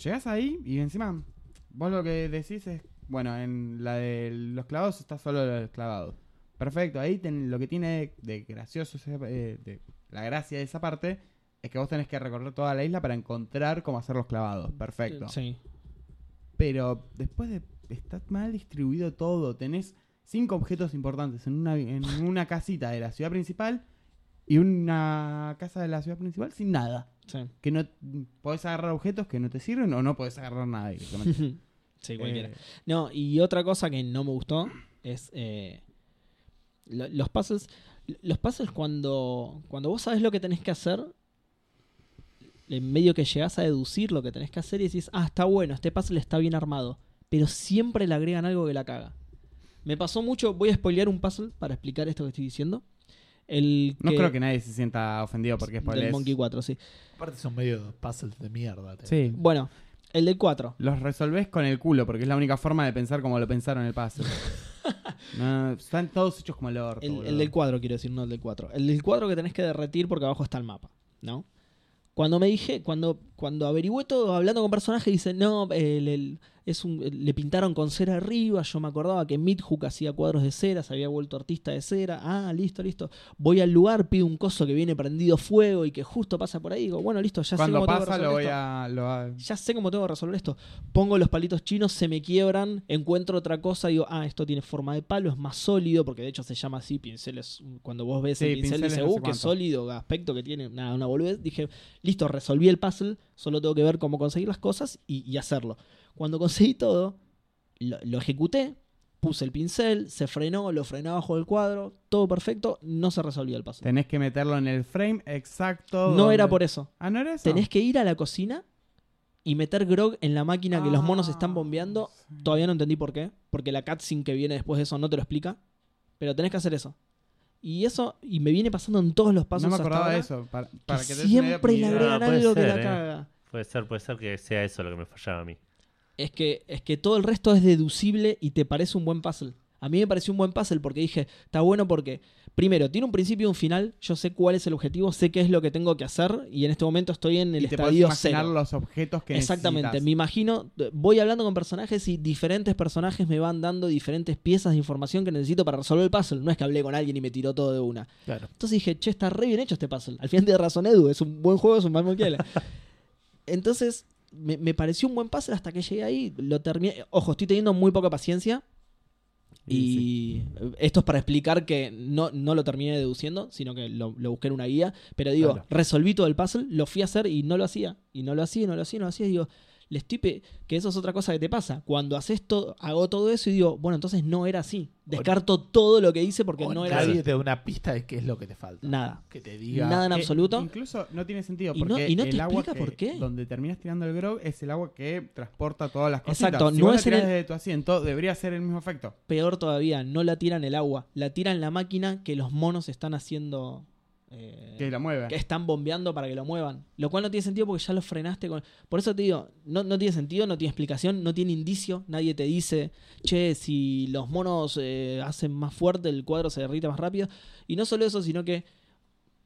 Speaker 4: llegás ahí y encima vos lo que decís es, bueno, en la de los clavados está solo los clavados. Perfecto, ahí ten- lo que tiene de gracioso, ese- eh, de la gracia de esa parte, es que vos tenés que recorrer toda la isla para encontrar cómo hacer los clavados. Perfecto.
Speaker 1: Sí.
Speaker 4: Pero después de. Está mal distribuido todo. Tenés cinco objetos importantes en una, en una casita de la ciudad principal y una casa de la ciudad principal sin nada.
Speaker 1: Sí.
Speaker 4: Que no podés agarrar objetos que no te sirven o no podés agarrar nada directamente.
Speaker 1: sí, cualquiera.
Speaker 4: Eh,
Speaker 1: No, y otra cosa que no me gustó es eh, lo- los puzzles. Los puzzles cuando, cuando vos sabes lo que tenés que hacer, en medio que llegás a deducir lo que tenés que hacer y decís, ah, está bueno, este puzzle está bien armado. Pero siempre le agregan algo que la caga. Me pasó mucho, voy a spoilear un puzzle para explicar esto que estoy diciendo. El
Speaker 4: no creo que nadie se sienta ofendido porque
Speaker 1: Del
Speaker 4: spoilers.
Speaker 1: Monkey 4, sí.
Speaker 3: Aparte son medio puzzles de mierda. te-
Speaker 4: Sí.
Speaker 1: Bueno, el del 4.
Speaker 4: Los resolvés con el culo porque es la única forma de pensar como lo pensaron el paso. No, están todos hechos como el orto.
Speaker 1: El,
Speaker 4: boludo.
Speaker 1: el del cuadro, quiero decir, no el del cuadro. El del cuadro que tenés que derretir porque abajo está el mapa, ¿no? Cuando me dije, cuando, cuando averigüé todo hablando con personajes, dice, no, el- el- es un, le pintaron con cera arriba, yo me acordaba que Midhook hacía cuadros de cera, se había vuelto artista de cera, ah, listo, listo. Voy al lugar, pido un coso que viene prendido fuego y que justo pasa por ahí, digo, bueno, listo, ya sé
Speaker 4: Cuando
Speaker 1: cómo tengo que
Speaker 4: pasa lo
Speaker 1: resolver
Speaker 4: voy
Speaker 1: esto"
Speaker 4: a. Lo a-
Speaker 1: ya sé cómo tengo que resolver esto. Pongo los palitos chinos, se me quiebran, encuentro otra cosa, digo, ah, esto tiene forma de palo, es más sólido, porque de hecho se llama así, pinceles. Cuando vos ves
Speaker 4: Sí,
Speaker 1: el pincel,
Speaker 4: pinceles
Speaker 1: dices,
Speaker 4: no sé
Speaker 1: uh, qué
Speaker 4: cuánto".
Speaker 1: sólido aspecto que tiene, nada, una boludez. Dije, listo, resolví el puzzle, solo tengo que ver cómo conseguir las cosas y, y hacerlo. Cuando conseguí todo, lo, lo ejecuté, puse el pincel, se frenó, lo frené abajo del cuadro, todo perfecto, no se resolvió el puzzle.
Speaker 4: Tenés que meterlo en el frame exacto.
Speaker 1: No era por
Speaker 4: eso.
Speaker 1: eso.
Speaker 4: Ah, no era eso.
Speaker 1: Tenés que ir a la cocina y meter grog en la máquina que los monos están bombeando.
Speaker 4: Ah, sí.
Speaker 1: Todavía no entendí por qué, porque la cutscene que viene después de eso no te lo explica. Pero tenés que hacer eso. Y eso, y me viene pasando en todos los pasos.
Speaker 4: No me
Speaker 1: hasta
Speaker 4: acordaba
Speaker 1: ahora,
Speaker 4: de eso. Para, para
Speaker 1: que
Speaker 4: que te des una idea,
Speaker 1: siempre le
Speaker 4: porque-
Speaker 2: agrega-
Speaker 1: agregan
Speaker 2: Ah, puede
Speaker 1: algo que
Speaker 2: ser,
Speaker 1: la
Speaker 2: eh.
Speaker 1: caga.
Speaker 2: Puede ser, puede ser que sea eso lo que me fallaba a mí.
Speaker 1: Es que, es que todo el resto es deducible y te parece un buen puzzle. A mí me pareció un buen puzzle porque dije, está bueno porque, primero, tiene un principio y un final, yo sé cuál es el objetivo, sé qué es lo que tengo que hacer y en este momento estoy en el
Speaker 4: y te podés
Speaker 1: estadio
Speaker 4: imaginar
Speaker 1: cero.
Speaker 4: los objetos que
Speaker 1: Exactamente, me
Speaker 4: necesitas.
Speaker 1: imagino, eh, voy hablando con personajes y diferentes personajes me van dando diferentes piezas de información que necesito para resolver el puzzle. No es que hablé con alguien y me tiró todo de una.
Speaker 3: Claro.
Speaker 1: Entonces dije, che, está re bien hecho este puzzle. Al final de razón, Edu, es un buen juego, es un mal Monkey Island. Entonces, me, me pareció un buen puzzle hasta que llegué ahí. Lo terminé. Ojo, estoy teniendo muy poca paciencia. Y eh, esto es para explicar que no, no lo terminé deduciendo, sino que lo, lo busqué en una guía. Pero digo,
Speaker 3: Claro.
Speaker 1: resolví todo el puzzle, lo fui a hacer y no lo hacía. Y no lo hacía, y no lo hacía, y no lo hacía. Y digo, le estoy pe- que eso es otra cosa que te pasa. Cuando haces todo, hago todo eso y digo, bueno, entonces no era así. Descarto todo lo que hice porque
Speaker 3: O
Speaker 1: no era
Speaker 3: nadie
Speaker 1: así.
Speaker 3: te da una pista de qué es lo que te falta.
Speaker 1: Nada.
Speaker 3: Que te diga.
Speaker 1: Nada en
Speaker 4: Que
Speaker 1: absoluto.
Speaker 4: Incluso no tiene sentido
Speaker 1: Y no-
Speaker 4: porque
Speaker 1: y no te
Speaker 4: el agua
Speaker 1: explica
Speaker 4: que-
Speaker 1: por qué.
Speaker 4: donde terminas tirando el grog es el agua que transporta todas las cositas.
Speaker 1: Exacto,
Speaker 4: si
Speaker 1: no
Speaker 4: vos la
Speaker 1: es en
Speaker 4: tirás
Speaker 1: el-
Speaker 4: desde tu asiento debería ser el mismo efecto.
Speaker 1: Peor todavía, no la tiran el agua, la tiran la máquina que los monos están haciendo. eh,
Speaker 4: Que la mueve.
Speaker 1: que están bombeando para que lo muevan. Lo cual no tiene sentido porque ya lo frenaste con. Por eso te digo, no, no tiene sentido, no tiene explicación, no tiene indicio. Nadie te dice, che, si los monos eh, hacen más fuerte, el cuadro se derrite más rápido. Y no solo eso, sino que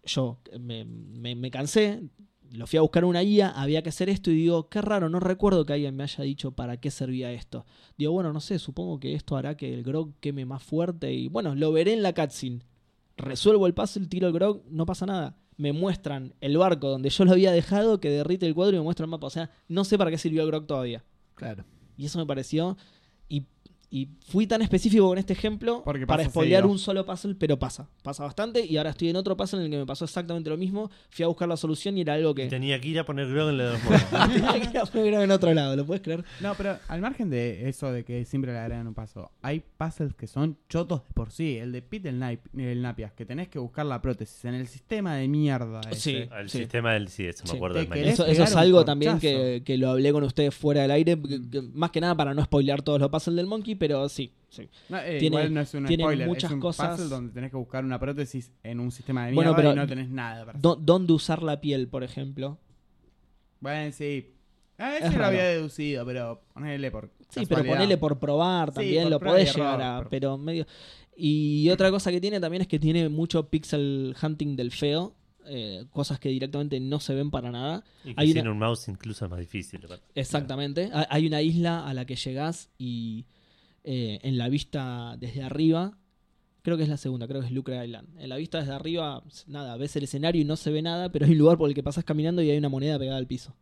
Speaker 1: yo eh, me, me- me cansé, lo fui a buscar en una guía, había que hacer esto y digo, qué raro, no recuerdo que alguien me haya dicho para qué servía esto. Digo, bueno, no sé, supongo que esto hará que el grog queme más fuerte y bueno, lo veré en la cutscene. Resuelvo el puzzle, tiro el grog, no pasa nada. Me muestran el barco donde yo lo había dejado, que derrite el cuadro y me muestra el mapa. O sea, no sé para qué sirvió el grog todavía.
Speaker 3: Claro.
Speaker 1: Y eso me pareció. Y, y fui tan específico con este ejemplo
Speaker 4: Porque
Speaker 1: para
Speaker 4: pasa
Speaker 1: spoilear
Speaker 4: seguido.
Speaker 1: un solo puzzle, pero pasa. Pasa bastante. Y ahora estoy en otro puzzle en el que me pasó exactamente lo mismo. Fui a buscar la solución y era algo que.
Speaker 2: Tenía que ir a poner grog en la de los monos.
Speaker 1: Tenía que ir a poner en otro lado, ¿lo puedes creer?
Speaker 4: No, pero al margen de eso de que siempre le agregan un paso, hay puzzles que son chotos de por sí. El de Pete el, Nap- el Napias, que tenés que buscar la prótesis en el sistema de mierda. ese.
Speaker 1: Sí.
Speaker 2: Al sistema del. Sí, eso me
Speaker 1: Sí.
Speaker 2: acuerdo
Speaker 4: Te
Speaker 2: del maíz.
Speaker 4: querés
Speaker 1: Eso, eso
Speaker 4: pegar
Speaker 1: es
Speaker 4: un
Speaker 1: algo también
Speaker 4: corchazo. Mm.
Speaker 1: que, que lo hablé con ustedes fuera del aire. que- que- más que nada para no spoilear todos los puzzles del Monkey, pero sí. sí.
Speaker 4: No, eh,
Speaker 1: Tiene-
Speaker 4: igual no es un
Speaker 1: tiene
Speaker 4: spoiler,
Speaker 1: muchas
Speaker 4: es un
Speaker 1: cosas-
Speaker 4: puzzle donde tenés que buscar una prótesis en un sistema de mierda
Speaker 1: Bueno, pero-
Speaker 4: y no tenés nada para
Speaker 1: Dó- ¿Dónde usar la piel, por ejemplo?
Speaker 4: Bueno, sí. Ah,
Speaker 1: Es
Speaker 4: ese lo
Speaker 1: raro.
Speaker 4: había deducido, pero ponele por.
Speaker 1: Sí, pero
Speaker 4: casualidad.
Speaker 1: ponele por probar
Speaker 4: Sí,
Speaker 1: también,
Speaker 4: por
Speaker 1: lo
Speaker 4: prueba y
Speaker 1: podés
Speaker 4: error,
Speaker 1: llegar a.
Speaker 4: por-
Speaker 1: Pero medio. Y otra cosa que tiene también es que tiene mucho pixel hunting del feo. eh, cosas que directamente no se ven para nada.
Speaker 2: Y que
Speaker 1: Hay
Speaker 2: sin
Speaker 1: una-
Speaker 2: un mouse incluso es más difícil. ¿verdad?
Speaker 1: Exactamente. Ha- Hay una isla a la que llegás y eh, en la vista desde arriba, creo que es la segunda, creo que es Lucre Island. En la vista desde arriba, s- nada, ves el escenario y no se ve nada, pero hay un lugar por el que pasás caminando y hay una moneda pegada al piso.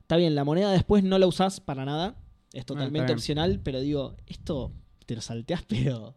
Speaker 1: Está bien, la moneda después no la usás para nada, es
Speaker 4: Ah, está
Speaker 1: totalmente
Speaker 4: bien.
Speaker 1: opcional, pero digo, esto te lo salteás, pero,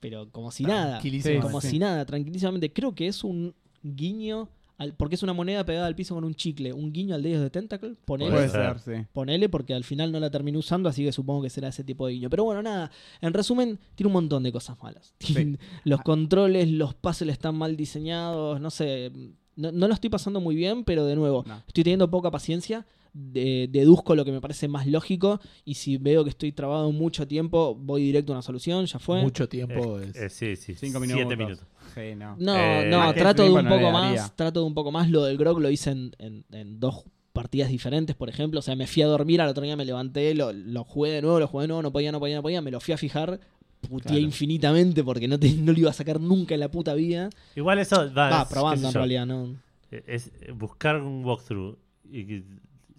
Speaker 1: pero como si nada
Speaker 3: Tranquilísimo.
Speaker 1: como si nada, tranquilísimamente. Creo que es un guiño, al, porque es una moneda pegada al piso con un chicle, un guiño al Dios de Tentacle. Ponele,
Speaker 4: Puede
Speaker 2: Puede
Speaker 4: ser,
Speaker 2: ser.
Speaker 4: sí.
Speaker 1: ponele, porque al final no la terminé usando, así que supongo que será ese tipo de guiño. Pero bueno, nada, en resumen, tiene un montón de cosas malas.
Speaker 4: Sí.
Speaker 1: los
Speaker 4: Ah.
Speaker 1: controles, los puzzles están mal diseñados, no sé. No, no lo estoy pasando muy bien, pero de nuevo,
Speaker 4: No.
Speaker 1: estoy teniendo poca paciencia. de- deduzco lo que me parece más lógico y si veo que estoy trabado mucho tiempo, voy directo a una solución. Ya fue.
Speaker 3: Mucho tiempo
Speaker 2: Eh,
Speaker 3: es.
Speaker 2: eh, sí, sí.
Speaker 4: Cinco minutos.
Speaker 2: siete minutos.
Speaker 4: Sí, no.
Speaker 1: No,
Speaker 2: Eh,
Speaker 1: no,
Speaker 2: más
Speaker 4: que
Speaker 1: trato de
Speaker 4: tiempo
Speaker 1: un
Speaker 4: no le
Speaker 1: poco
Speaker 4: daría.
Speaker 1: más, trato de un poco más. Lo del Grog lo hice en, en- en dos partidas diferentes, por ejemplo. O sea, me fui a dormir, al otro día me levanté, lo, lo jugué de nuevo, lo jugué de nuevo, no podía, no podía, no podía, me lo fui a fijar, puteé
Speaker 3: Claro.
Speaker 1: infinitamente porque no, te- no lo iba a sacar nunca en la puta vida.
Speaker 2: Igual eso va.
Speaker 1: Va,
Speaker 2: Ah, es- qué sé
Speaker 1: probando en
Speaker 2: yo,
Speaker 1: realidad, ¿no?
Speaker 2: eh, Es eh, buscar un walkthrough y que-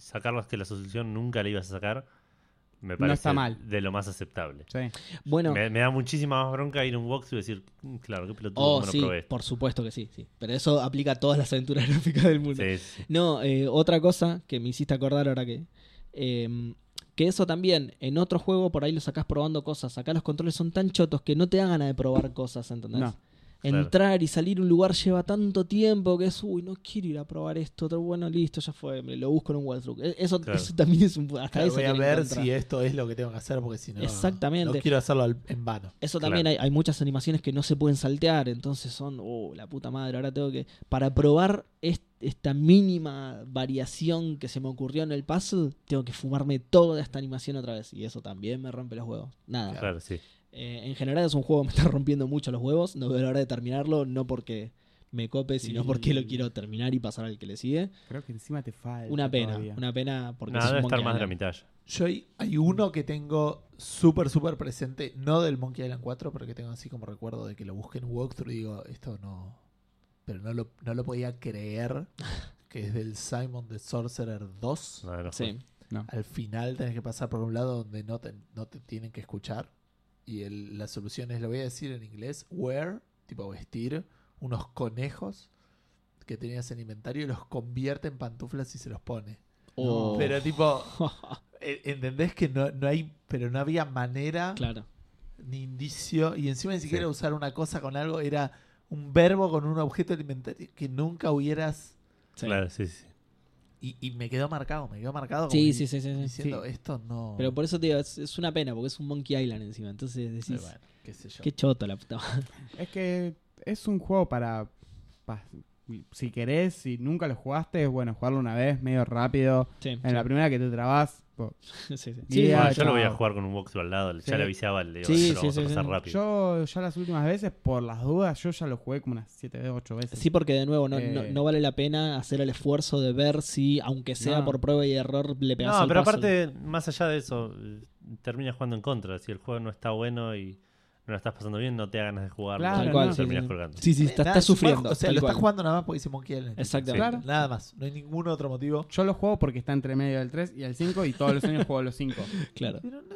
Speaker 2: sacar las que la solución nunca le ibas a sacar. Me parece
Speaker 4: está mal.
Speaker 2: de lo más aceptable.
Speaker 4: Sí.
Speaker 1: Bueno,
Speaker 2: Me, me da muchísima más bronca ir a un walkthrough y decir, "Mm, claro, qué pelotudo,
Speaker 1: oh,
Speaker 2: cómo no
Speaker 1: sí,
Speaker 2: probé esto".
Speaker 1: por supuesto que sí, sí. Pero eso aplica a todas las aventuras gráficas del mundo.
Speaker 2: Sí, sí.
Speaker 1: No, eh, otra cosa que me hiciste acordar ahora que. eh, que eso también, en otro juego por ahí lo sacás probando cosas. Acá los controles son tan chotos que no te dan ganas de probar cosas, ¿entendés?
Speaker 4: No.
Speaker 1: Entrar y salir a un lugar lleva tanto tiempo que es, uy, no quiero ir a probar esto. Otro, bueno, listo, ya fue, me lo busco en un walkthrough. E- Eso,
Speaker 2: Claro.
Speaker 1: eso también es un. Hasta
Speaker 3: Claro,
Speaker 1: eso
Speaker 3: voy a
Speaker 1: tienen
Speaker 3: ver
Speaker 1: contra.
Speaker 3: si esto es lo que tengo que hacer porque si no.
Speaker 1: Exactamente.
Speaker 3: No quiero hacerlo al- en vano.
Speaker 1: Eso también
Speaker 2: Claro.
Speaker 1: hay, hay muchas animaciones que no se pueden saltear, entonces son, oh, la puta madre, ahora tengo que... Para probar est- esta mínima variación que se me ocurrió en el puzzle, tengo que fumarme toda esta animación otra vez, y eso también me rompe los huevos. Nada.
Speaker 2: Claro, sí.
Speaker 1: Eh, en general es un juego que me está rompiendo mucho los huevos, no veo la hora de terminarlo, no porque me cope, sino
Speaker 4: Y-
Speaker 1: porque lo quiero terminar y pasar al que le sigue.
Speaker 4: Creo que encima te falta.
Speaker 1: Una pena,
Speaker 4: todavía.
Speaker 1: una pena porque...
Speaker 2: Nada,
Speaker 1: es un
Speaker 2: debe estar
Speaker 1: Monkey
Speaker 2: más de la
Speaker 1: Island.
Speaker 2: mitad ya.
Speaker 3: Yo hay, hay uno que tengo súper, súper presente, no del Monkey Island 4, pero que tengo así como recuerdo de que lo busqué en un walkthrough y digo, esto no. Pero no lo, no lo podía creer, que es del Simon the Sorcerer 2.
Speaker 2: No, no
Speaker 1: Sí.
Speaker 3: Al final tenés que pasar por un lado donde no te, no te tienen que escuchar. Y el- la solución es, lo voy a decir en inglés, wear, tipo vestir, unos conejos que tenías en inventario y los convierte en pantuflas y se los pone.
Speaker 1: O-
Speaker 3: Pero tipo, e- entendés que no, no hay, pero no había manera
Speaker 1: claro.
Speaker 3: ni indicio. Y encima ni siquiera usar una cosa con algo, era un verbo con un objeto del inventario que nunca hubieras...
Speaker 1: Sí.
Speaker 2: Claro, sí, sí.
Speaker 3: Y, y me quedó marcado, me quedó marcado. como
Speaker 1: Sí,
Speaker 3: di-
Speaker 1: sí, sí, sí, sí.
Speaker 3: Diciendo,
Speaker 4: Sí.
Speaker 3: esto no...
Speaker 1: Pero por eso te digo, es, es una pena, porque es un Monkey Island encima. Entonces decís,
Speaker 3: Pero bueno, qué sé yo.
Speaker 1: qué choto la puta. madre.
Speaker 4: Es que es un juego para, pa- Si querés, si nunca lo jugaste, es bueno jugarlo una vez, medio rápido.
Speaker 1: Sí,
Speaker 4: En la primera que te trabas, po-
Speaker 1: sí, sí. sí.
Speaker 4: Sí,
Speaker 2: Bueno,
Speaker 4: ah,
Speaker 2: yo lo voy a
Speaker 4: chao.
Speaker 2: jugar con un walkthrough al lado.
Speaker 4: Sí.
Speaker 2: Ya le avisaba, le digo,
Speaker 1: Sí,
Speaker 2: "Esto lo
Speaker 1: sí,
Speaker 2: vamos a
Speaker 1: sí,
Speaker 2: pasar
Speaker 1: sí.
Speaker 2: rápido.
Speaker 4: yo ya las últimas veces, por las dudas, yo ya lo jugué como unas 7 o 8 veces.
Speaker 1: Sí, porque de nuevo no, no,
Speaker 4: Eh.
Speaker 1: no vale la pena hacer el esfuerzo de ver si, aunque sea
Speaker 4: No.
Speaker 1: por prueba y error, le pegas
Speaker 2: No,
Speaker 1: al
Speaker 2: pero
Speaker 1: puzzle.
Speaker 2: aparte, más allá de eso, eh, terminas jugando en contra. Si el juego no está bueno y no lo estás pasando bien, no te da ganas de jugarlo.
Speaker 4: Claro,
Speaker 1: Tal cual,
Speaker 4: no.
Speaker 1: sí,
Speaker 2: terminas
Speaker 1: sí.
Speaker 2: colgando.
Speaker 1: Sí, sí, está,
Speaker 3: Nada,
Speaker 1: está
Speaker 3: es un juego,
Speaker 1: sufriendo.
Speaker 3: O sea,
Speaker 1: tal
Speaker 3: lo está
Speaker 1: cual.
Speaker 3: jugando nada más porque dice Monkey Island.
Speaker 1: Exactamente.
Speaker 4: Claro.
Speaker 3: Nada más, no hay ningún otro motivo.
Speaker 4: Yo lo juego porque está entre medio del 3 y el 5 y todos los años juego los 5.
Speaker 1: Claro.
Speaker 3: Pero no-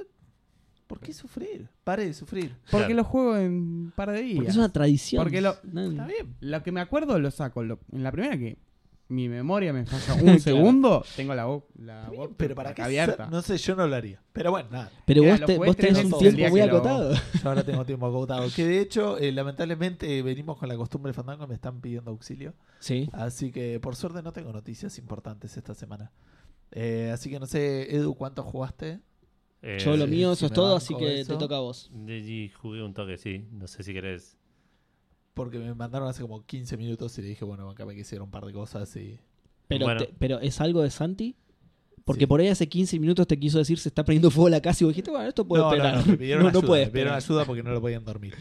Speaker 3: ¿Por qué sufrir? Pare de sufrir.
Speaker 4: Porque
Speaker 2: Claro.
Speaker 4: lo juego en un par de días.
Speaker 1: Porque es una tradición.
Speaker 4: Porque lo-
Speaker 1: No,
Speaker 3: Está bien.
Speaker 4: Lo que me acuerdo lo saco. Lo- en la primera que mi memoria me falla un Claro. segundo, tengo la, bo- la
Speaker 1: Ah,
Speaker 3: está
Speaker 4: boca
Speaker 3: bien, pero para qué
Speaker 4: abierta.
Speaker 3: sa- No sé, yo no lo haría. Pero bueno, nada.
Speaker 1: Pero
Speaker 4: Mira,
Speaker 1: vos,
Speaker 4: lo
Speaker 1: te-
Speaker 4: jugué
Speaker 1: vos
Speaker 4: tres
Speaker 1: tenés
Speaker 3: veces
Speaker 1: un
Speaker 3: el
Speaker 1: tiempo
Speaker 4: día
Speaker 1: muy
Speaker 4: que lo-
Speaker 1: acotado.
Speaker 3: Yo ahora tengo tiempo agotado. Que de hecho, eh, lamentablemente, venimos con la costumbre fandango y me están pidiendo auxilio.
Speaker 1: Sí.
Speaker 3: Así que por suerte no tengo noticias importantes esta semana. Eh, así que no sé, Edu, ¿cuánto jugaste?
Speaker 2: Eh,
Speaker 1: Yo lo
Speaker 3: sí,
Speaker 1: mío,
Speaker 3: sí,
Speaker 1: eso es
Speaker 3: me
Speaker 1: todo,
Speaker 3: banco
Speaker 1: así que
Speaker 3: eso.
Speaker 1: te toca a vos.
Speaker 2: Y jugué un toque, sí. No sé si querés.
Speaker 3: Porque me mandaron hace como 15 minutos y le dije, bueno, acá me quisieron un par de cosas y.
Speaker 1: Pero,
Speaker 2: Bueno.
Speaker 1: te- pero es algo de Santi. Porque
Speaker 3: Sí.
Speaker 1: por ahí hace 15 minutos te quiso decir se está prendiendo fuego la casa y vos dijiste, bueno, esto puede
Speaker 3: no, no,
Speaker 1: esperar.
Speaker 3: no, me pidieron
Speaker 1: No, no
Speaker 3: ayuda,
Speaker 1: puede
Speaker 3: me pidieron
Speaker 1: esperar.
Speaker 3: ayuda porque no lo podían dormir.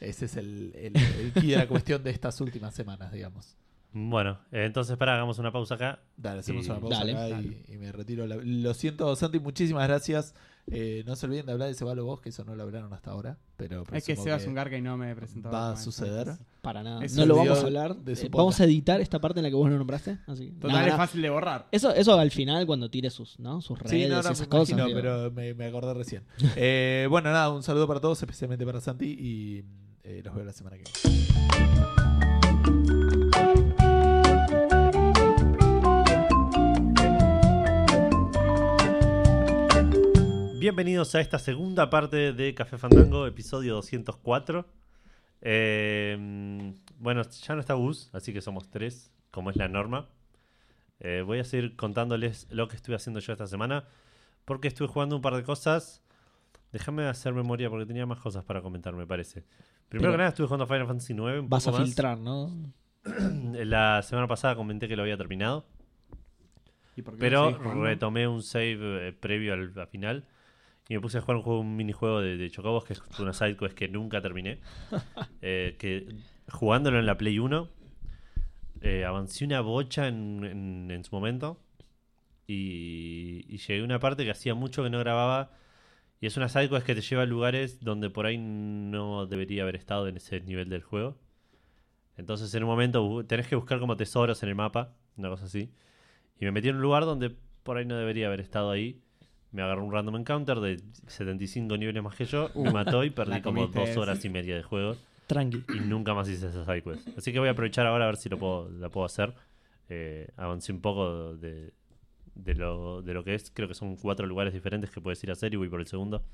Speaker 3: Ese es el, el, el key de la cuestión de estas últimas semanas, digamos.
Speaker 2: Bueno, eh, entonces, para, hagamos una pausa acá.
Speaker 3: Dale, hacemos
Speaker 2: Y-
Speaker 3: una pausa
Speaker 1: Dale.
Speaker 3: acá y- Y, me retiro. la- lo siento, Santi, muchísimas gracias. Eh, no se olviden de hablar de Cebalo Vos, que eso no lo hablaron hasta ahora. Pero
Speaker 4: Es que
Speaker 3: presumo
Speaker 4: Sebas Ungarca y no me presentó.
Speaker 3: va a suceder.
Speaker 1: Para nada.
Speaker 4: Eso
Speaker 1: No lo
Speaker 4: olvidó
Speaker 1: vamos a hablar.
Speaker 3: de su
Speaker 1: Eh, vamos a editar esta parte en la que vos lo nombraste. Así que-
Speaker 4: Total,
Speaker 1: Nah,
Speaker 4: es
Speaker 1: nah.
Speaker 4: fácil de borrar.
Speaker 1: Eso, eso al final cuando tire sus, ¿no? sus redes,
Speaker 3: Sí, no, no, me
Speaker 1: esas cosas.
Speaker 3: imagino,
Speaker 1: digo.
Speaker 3: pero me, me acordé recién. Eh, bueno, nada, un saludo para todos, especialmente para Santi y eh, los veo la semana que viene.
Speaker 2: Bienvenidos a esta segunda parte de Café Fandango, episodio 204. Eh, bueno, ya no está Gus, así que somos tres, como es la norma. Eh, voy a seguir contándoles lo que estuve haciendo yo esta semana, porque estuve jugando un par de cosas. Déjame hacer memoria porque tenía más cosas para comentar, me parece. Primero
Speaker 1: Pero-
Speaker 2: que nada, estuve jugando Final Fantasy IX. un
Speaker 1: Vas a
Speaker 2: poco más.
Speaker 1: filtrar, ¿no?
Speaker 2: La semana pasada comenté que lo había terminado.
Speaker 4: ¿Y por qué
Speaker 2: Pero
Speaker 4: no seguís jugando?
Speaker 2: retomé un save eh, previo al, al final y me puse a jugar un, juego, un minijuego de, de Chocobos, que es una sidequest que nunca terminé. Eh, que jugándolo en la Play 1, eh, avancé una bocha en, en- en su momento y, y llegué a una parte que hacía mucho que no grababa. Y es una sidequest que te lleva a lugares donde por ahí no debería haber estado en ese nivel del juego. Entonces en un momento bu- tenés que buscar como tesoros en el mapa, una cosa así. Y me metí en un lugar donde por ahí no debería haber estado ahí. Me agarró un random encounter de 75 niveles más que yo, me mató y perdí
Speaker 4: la
Speaker 2: como
Speaker 4: comiste
Speaker 2: dos
Speaker 4: esa.
Speaker 2: horas y media de juego.
Speaker 1: Tranqui.
Speaker 2: Y nunca más hice esa sidequest. Así que voy a aprovechar ahora a ver si lo puedo, la puedo hacer. Eh, avancé un poco de, de lo, de lo que es. Creo que son cuatro lugares diferentes que puedes ir a hacer y voy por el segundo.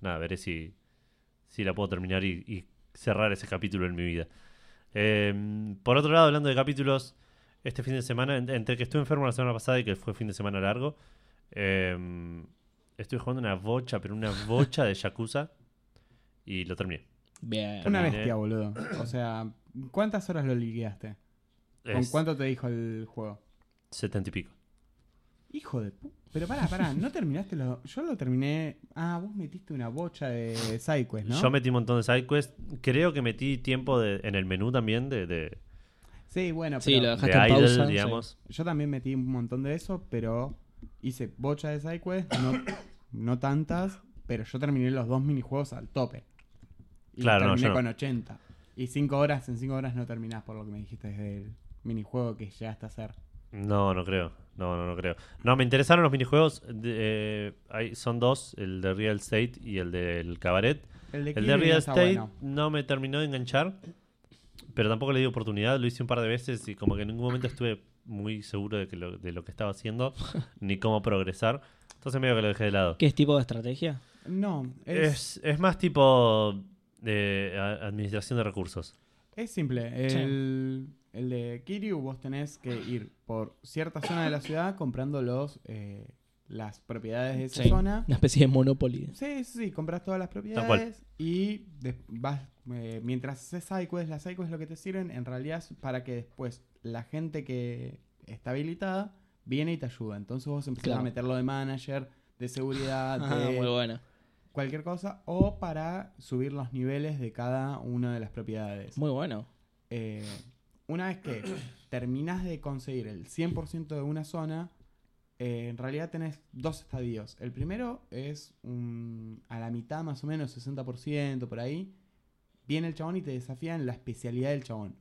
Speaker 2: Nada, veré si, si la puedo terminar y, y cerrar ese capítulo en mi vida. Eh, por otro lado, hablando de capítulos, este fin de semana, en- entre que estuve enfermo la semana pasada y que fue fin de semana largo, eh, estuve jugando una bocha, pero una bocha de Yakuza y lo terminé.
Speaker 1: Bien.
Speaker 4: Una
Speaker 2: terminé.
Speaker 4: bestia, boludo. O sea, ¿cuántas horas lo liquidaste? ¿Con
Speaker 2: Es
Speaker 4: cuánto te dijo el juego?
Speaker 2: 70 y pico.
Speaker 4: Hijo de pu... Pero pará, pará, no terminaste lo... Yo lo terminé... Ah, vos metiste una bocha de sidequest, ¿no?
Speaker 2: Yo metí un montón de sidequests. Creo que metí tiempo de- en el menú también de, de,
Speaker 4: Sí, bueno,
Speaker 1: Sí,
Speaker 4: pero...
Speaker 1: lo
Speaker 2: de
Speaker 1: dejaste en
Speaker 2: idle,
Speaker 1: pausa. sí.
Speaker 2: digamos.
Speaker 4: Yo también metí un montón de eso, pero hice bocha de sidequest, no, no tantas, pero yo terminé los dos minijuegos al tope. Y
Speaker 2: Claro, no,
Speaker 4: terminé
Speaker 2: yo no.
Speaker 4: con 80. Y 5 horas, en 5 horas no terminás por lo que me dijiste desde el minijuego que llegaste a hacer.
Speaker 2: No, no creo. No, no, no creo. No, me interesaron los minijuegos. de- eh, hay, son dos, el de Real Estate y el del Cabaret. El de
Speaker 4: Kirby
Speaker 2: Real
Speaker 4: está
Speaker 2: Estate
Speaker 4: bueno.
Speaker 2: no me terminó de enganchar, pero tampoco le di oportunidad. Lo hice un par de veces y como que en ningún momento estuve muy seguro de, que lo, de lo que estaba haciendo ni cómo progresar. Entonces medio que lo dejé de lado.
Speaker 1: ¿Qué es tipo de estrategia?
Speaker 4: No, es,
Speaker 2: Es, es más tipo de a- administración de recursos.
Speaker 4: es simple.
Speaker 1: Sí.
Speaker 4: El, el de Kiryu vos tenés que ir por cierta zona de la ciudad comprando los, eh, las propiedades de esa
Speaker 1: Sí.
Speaker 4: zona.
Speaker 1: Una especie de Monopoly.
Speaker 4: Sí, sí, sí, compras todas las
Speaker 2: cual.
Speaker 4: propiedades y des- vas, eh, mientras haces side quests, las side quests lo que te sirven en realidad es para que después la gente que está habilitada viene y te ayuda. Entonces vos empezás
Speaker 1: Claro.
Speaker 4: a meterlo de manager, de seguridad,
Speaker 1: Ah,
Speaker 4: de
Speaker 1: muy bueno.
Speaker 4: cualquier cosa o para subir los niveles de cada una de las propiedades.
Speaker 1: Muy bueno.
Speaker 4: Eh, una vez que terminás de conseguir el 100% de una zona, eh, en realidad tenés dos estadios. El primero es un- a la mitad más o menos, 60% por ahí. Viene el chabón y te desafía en la especialidad del chabón.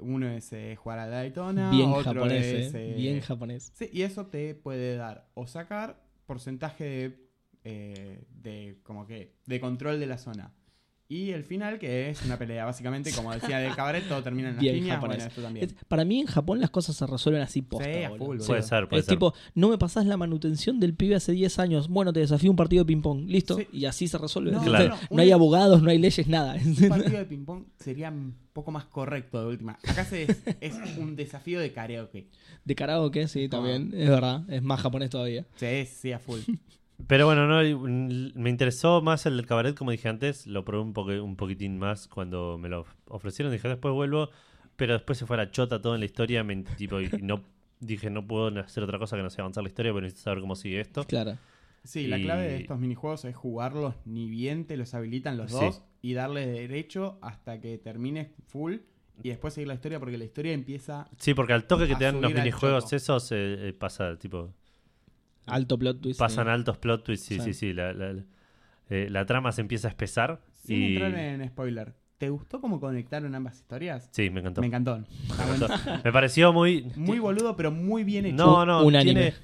Speaker 4: Uno es eh, jugar a Daytona,
Speaker 1: bien
Speaker 4: otro
Speaker 1: japonés,
Speaker 4: es...
Speaker 1: eh.
Speaker 4: eh,
Speaker 1: Bien japonés.
Speaker 4: Sí, y eso te puede dar o sacar porcentaje de, eh, de como que de control de la zona. Y el final, que es una pelea, básicamente, como decía del cabaret, todo termina en las
Speaker 1: Bien
Speaker 4: líneas,
Speaker 1: japonés.
Speaker 4: bueno, esto también.
Speaker 1: Es- para mí en Japón las cosas se resuelven así posta,
Speaker 4: Sí, a
Speaker 1: boludo.
Speaker 4: full,
Speaker 2: Puede
Speaker 4: boludo.
Speaker 2: ser, puede
Speaker 1: es
Speaker 2: ser.
Speaker 1: tipo, no me pasás la manutención del pibe hace 10 años. Bueno, te desafío un partido de ping-pong. Listo.
Speaker 4: Sí.
Speaker 1: Y así se resuelve.
Speaker 4: No,
Speaker 1: No,
Speaker 2: Claro.
Speaker 4: no,
Speaker 1: hay
Speaker 4: un-
Speaker 1: abogados, no hay leyes, nada.
Speaker 4: Un partido de ping-pong sería un poco más correcto de última. Acá se es, es un desafío de karaoke.
Speaker 1: De karaoke, sí, también. Es verdad. Es más japonés todavía.
Speaker 4: Sí, sí, a full.
Speaker 2: Pero bueno, no, y, mm, me interesó más el del cabaret, como dije antes. Lo probé un, poque- un poquitín más cuando me lo ofrecieron. Dije, "Ah, después vuelvo. Pero después se fue a la chota todo en la historia. Me, tipo, y no, dije, no puedo hacer otra cosa que no sea avanzar la historia, pero necesito saber cómo sigue esto.
Speaker 1: Claro.
Speaker 4: Sí, la
Speaker 2: Y-
Speaker 4: clave de estos minijuegos es jugarlos ni bien te los habilitan los
Speaker 2: Sí.
Speaker 4: dos y darle derecho hasta que termines full y después seguir la historia porque la historia empieza
Speaker 2: Sí, porque al toque que
Speaker 4: A
Speaker 2: te dan los
Speaker 4: subir al
Speaker 2: minijuegos
Speaker 4: choto.
Speaker 2: esos, eh, eh, pasa, tipo,
Speaker 1: Alto plot twist.
Speaker 2: pasan
Speaker 1: sí.
Speaker 2: altos plot twists. Sí,
Speaker 1: Sí.
Speaker 2: sí, sí. la, la- eh, la trama se empieza a espesar.
Speaker 4: sin
Speaker 2: y...
Speaker 4: entrar en spoiler. ¿Te gustó cómo conectaron ambas historias?
Speaker 2: Sí, me encantó.
Speaker 4: Me
Speaker 2: Me,
Speaker 4: encantó. Está bueno.
Speaker 2: pareció muy.
Speaker 4: Muy boludo, pero muy bien hecho.
Speaker 2: No, no,
Speaker 1: Un
Speaker 2: tiene
Speaker 1: anime.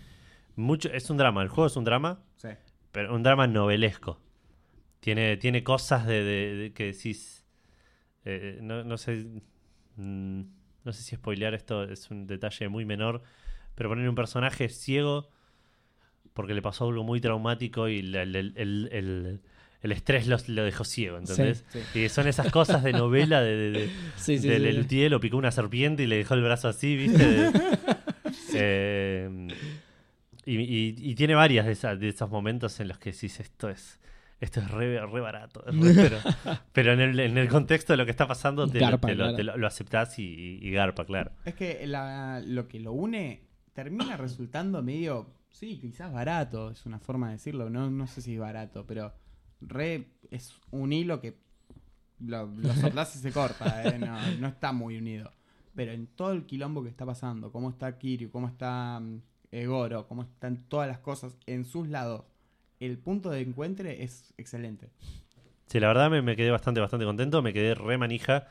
Speaker 2: mucho. Es un drama. El juego es un drama.
Speaker 4: Sí.
Speaker 2: pero un drama novelesco. Tiene, tiene cosas de, de- de que decís. eh, no, no sé. mm, No sé si spoilear esto es un detalle muy menor. Pero poner un personaje ciego porque le pasó algo muy traumático y la- el, el- el- el- el estrés los- lo dejó ciego, ¿entendés?
Speaker 4: Sí,
Speaker 2: Y son esas cosas de novela de, de, de-
Speaker 1: Sí, sí, sí,
Speaker 2: de
Speaker 1: sí.
Speaker 2: Lelutier, lo picó una serpiente y le dejó el brazo así, ¿viste? De- Eh, y, y- y tiene varias de, esa- de esos momentos en los que decís esto es. Esto es re, re barato. es re- pero pero en, el, en el contexto de lo que está pasando, te, lo-
Speaker 1: Garpa,
Speaker 2: te lo,
Speaker 1: claro.
Speaker 2: te lo- lo aceptás y, y- y garpa, claro.
Speaker 4: Es que la- lo que lo une termina resultando medio, sí, quizás barato, es una forma de decirlo, no, no sé si es barato, pero re es un hilo que lo, lo soplás y se corta, eh, no, no está muy unido. Pero en todo el quilombo que está pasando, cómo está Kiryu, cómo está mm, eh, Goro, cómo están todas las cosas en sus lados, el punto de encuentro es excelente.
Speaker 2: Sí, la verdad me, me quedé bastante, bastante contento. Me quedé re manija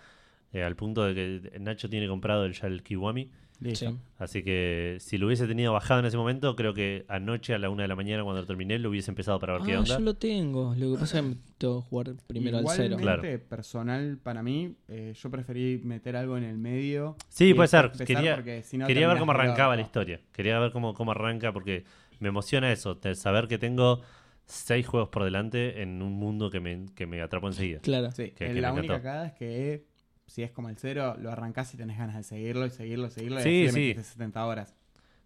Speaker 2: eh, al punto de que Nacho tiene comprado el- ya el Kiwami.
Speaker 1: Sí.
Speaker 2: Así que si lo hubiese tenido bajado en ese momento, creo que anoche a la una de la mañana cuando lo terminé lo hubiese empezado para ver qué
Speaker 1: Ah,
Speaker 2: onda.
Speaker 1: yo lo tengo. Lo que pasa es que tengo que jugar primero al cero.
Speaker 4: Igualmente, personal para mí, eh, yo preferí meter algo en el medio.
Speaker 2: Sí,
Speaker 4: y
Speaker 2: puede ser.
Speaker 4: empezar
Speaker 2: Quería-
Speaker 4: porque si no
Speaker 2: Quería ver
Speaker 4: terminás
Speaker 2: cómo
Speaker 4: colgado.
Speaker 2: arrancaba la historia. Quería ver cómo, cómo arranca porque me emociona eso, de saber que tengo seis juegos por delante en un mundo que me, que me atrapa enseguida.
Speaker 1: Claro.
Speaker 4: Sí,
Speaker 2: que-
Speaker 4: eh,
Speaker 2: que me
Speaker 4: la
Speaker 2: encantó.
Speaker 4: única cagada es que si es como el cero, lo arrancás y tenés ganas de seguirlo y seguirlo y seguirlo.
Speaker 2: Sí,
Speaker 4: y así
Speaker 2: sí.
Speaker 4: le metiste 70 horas.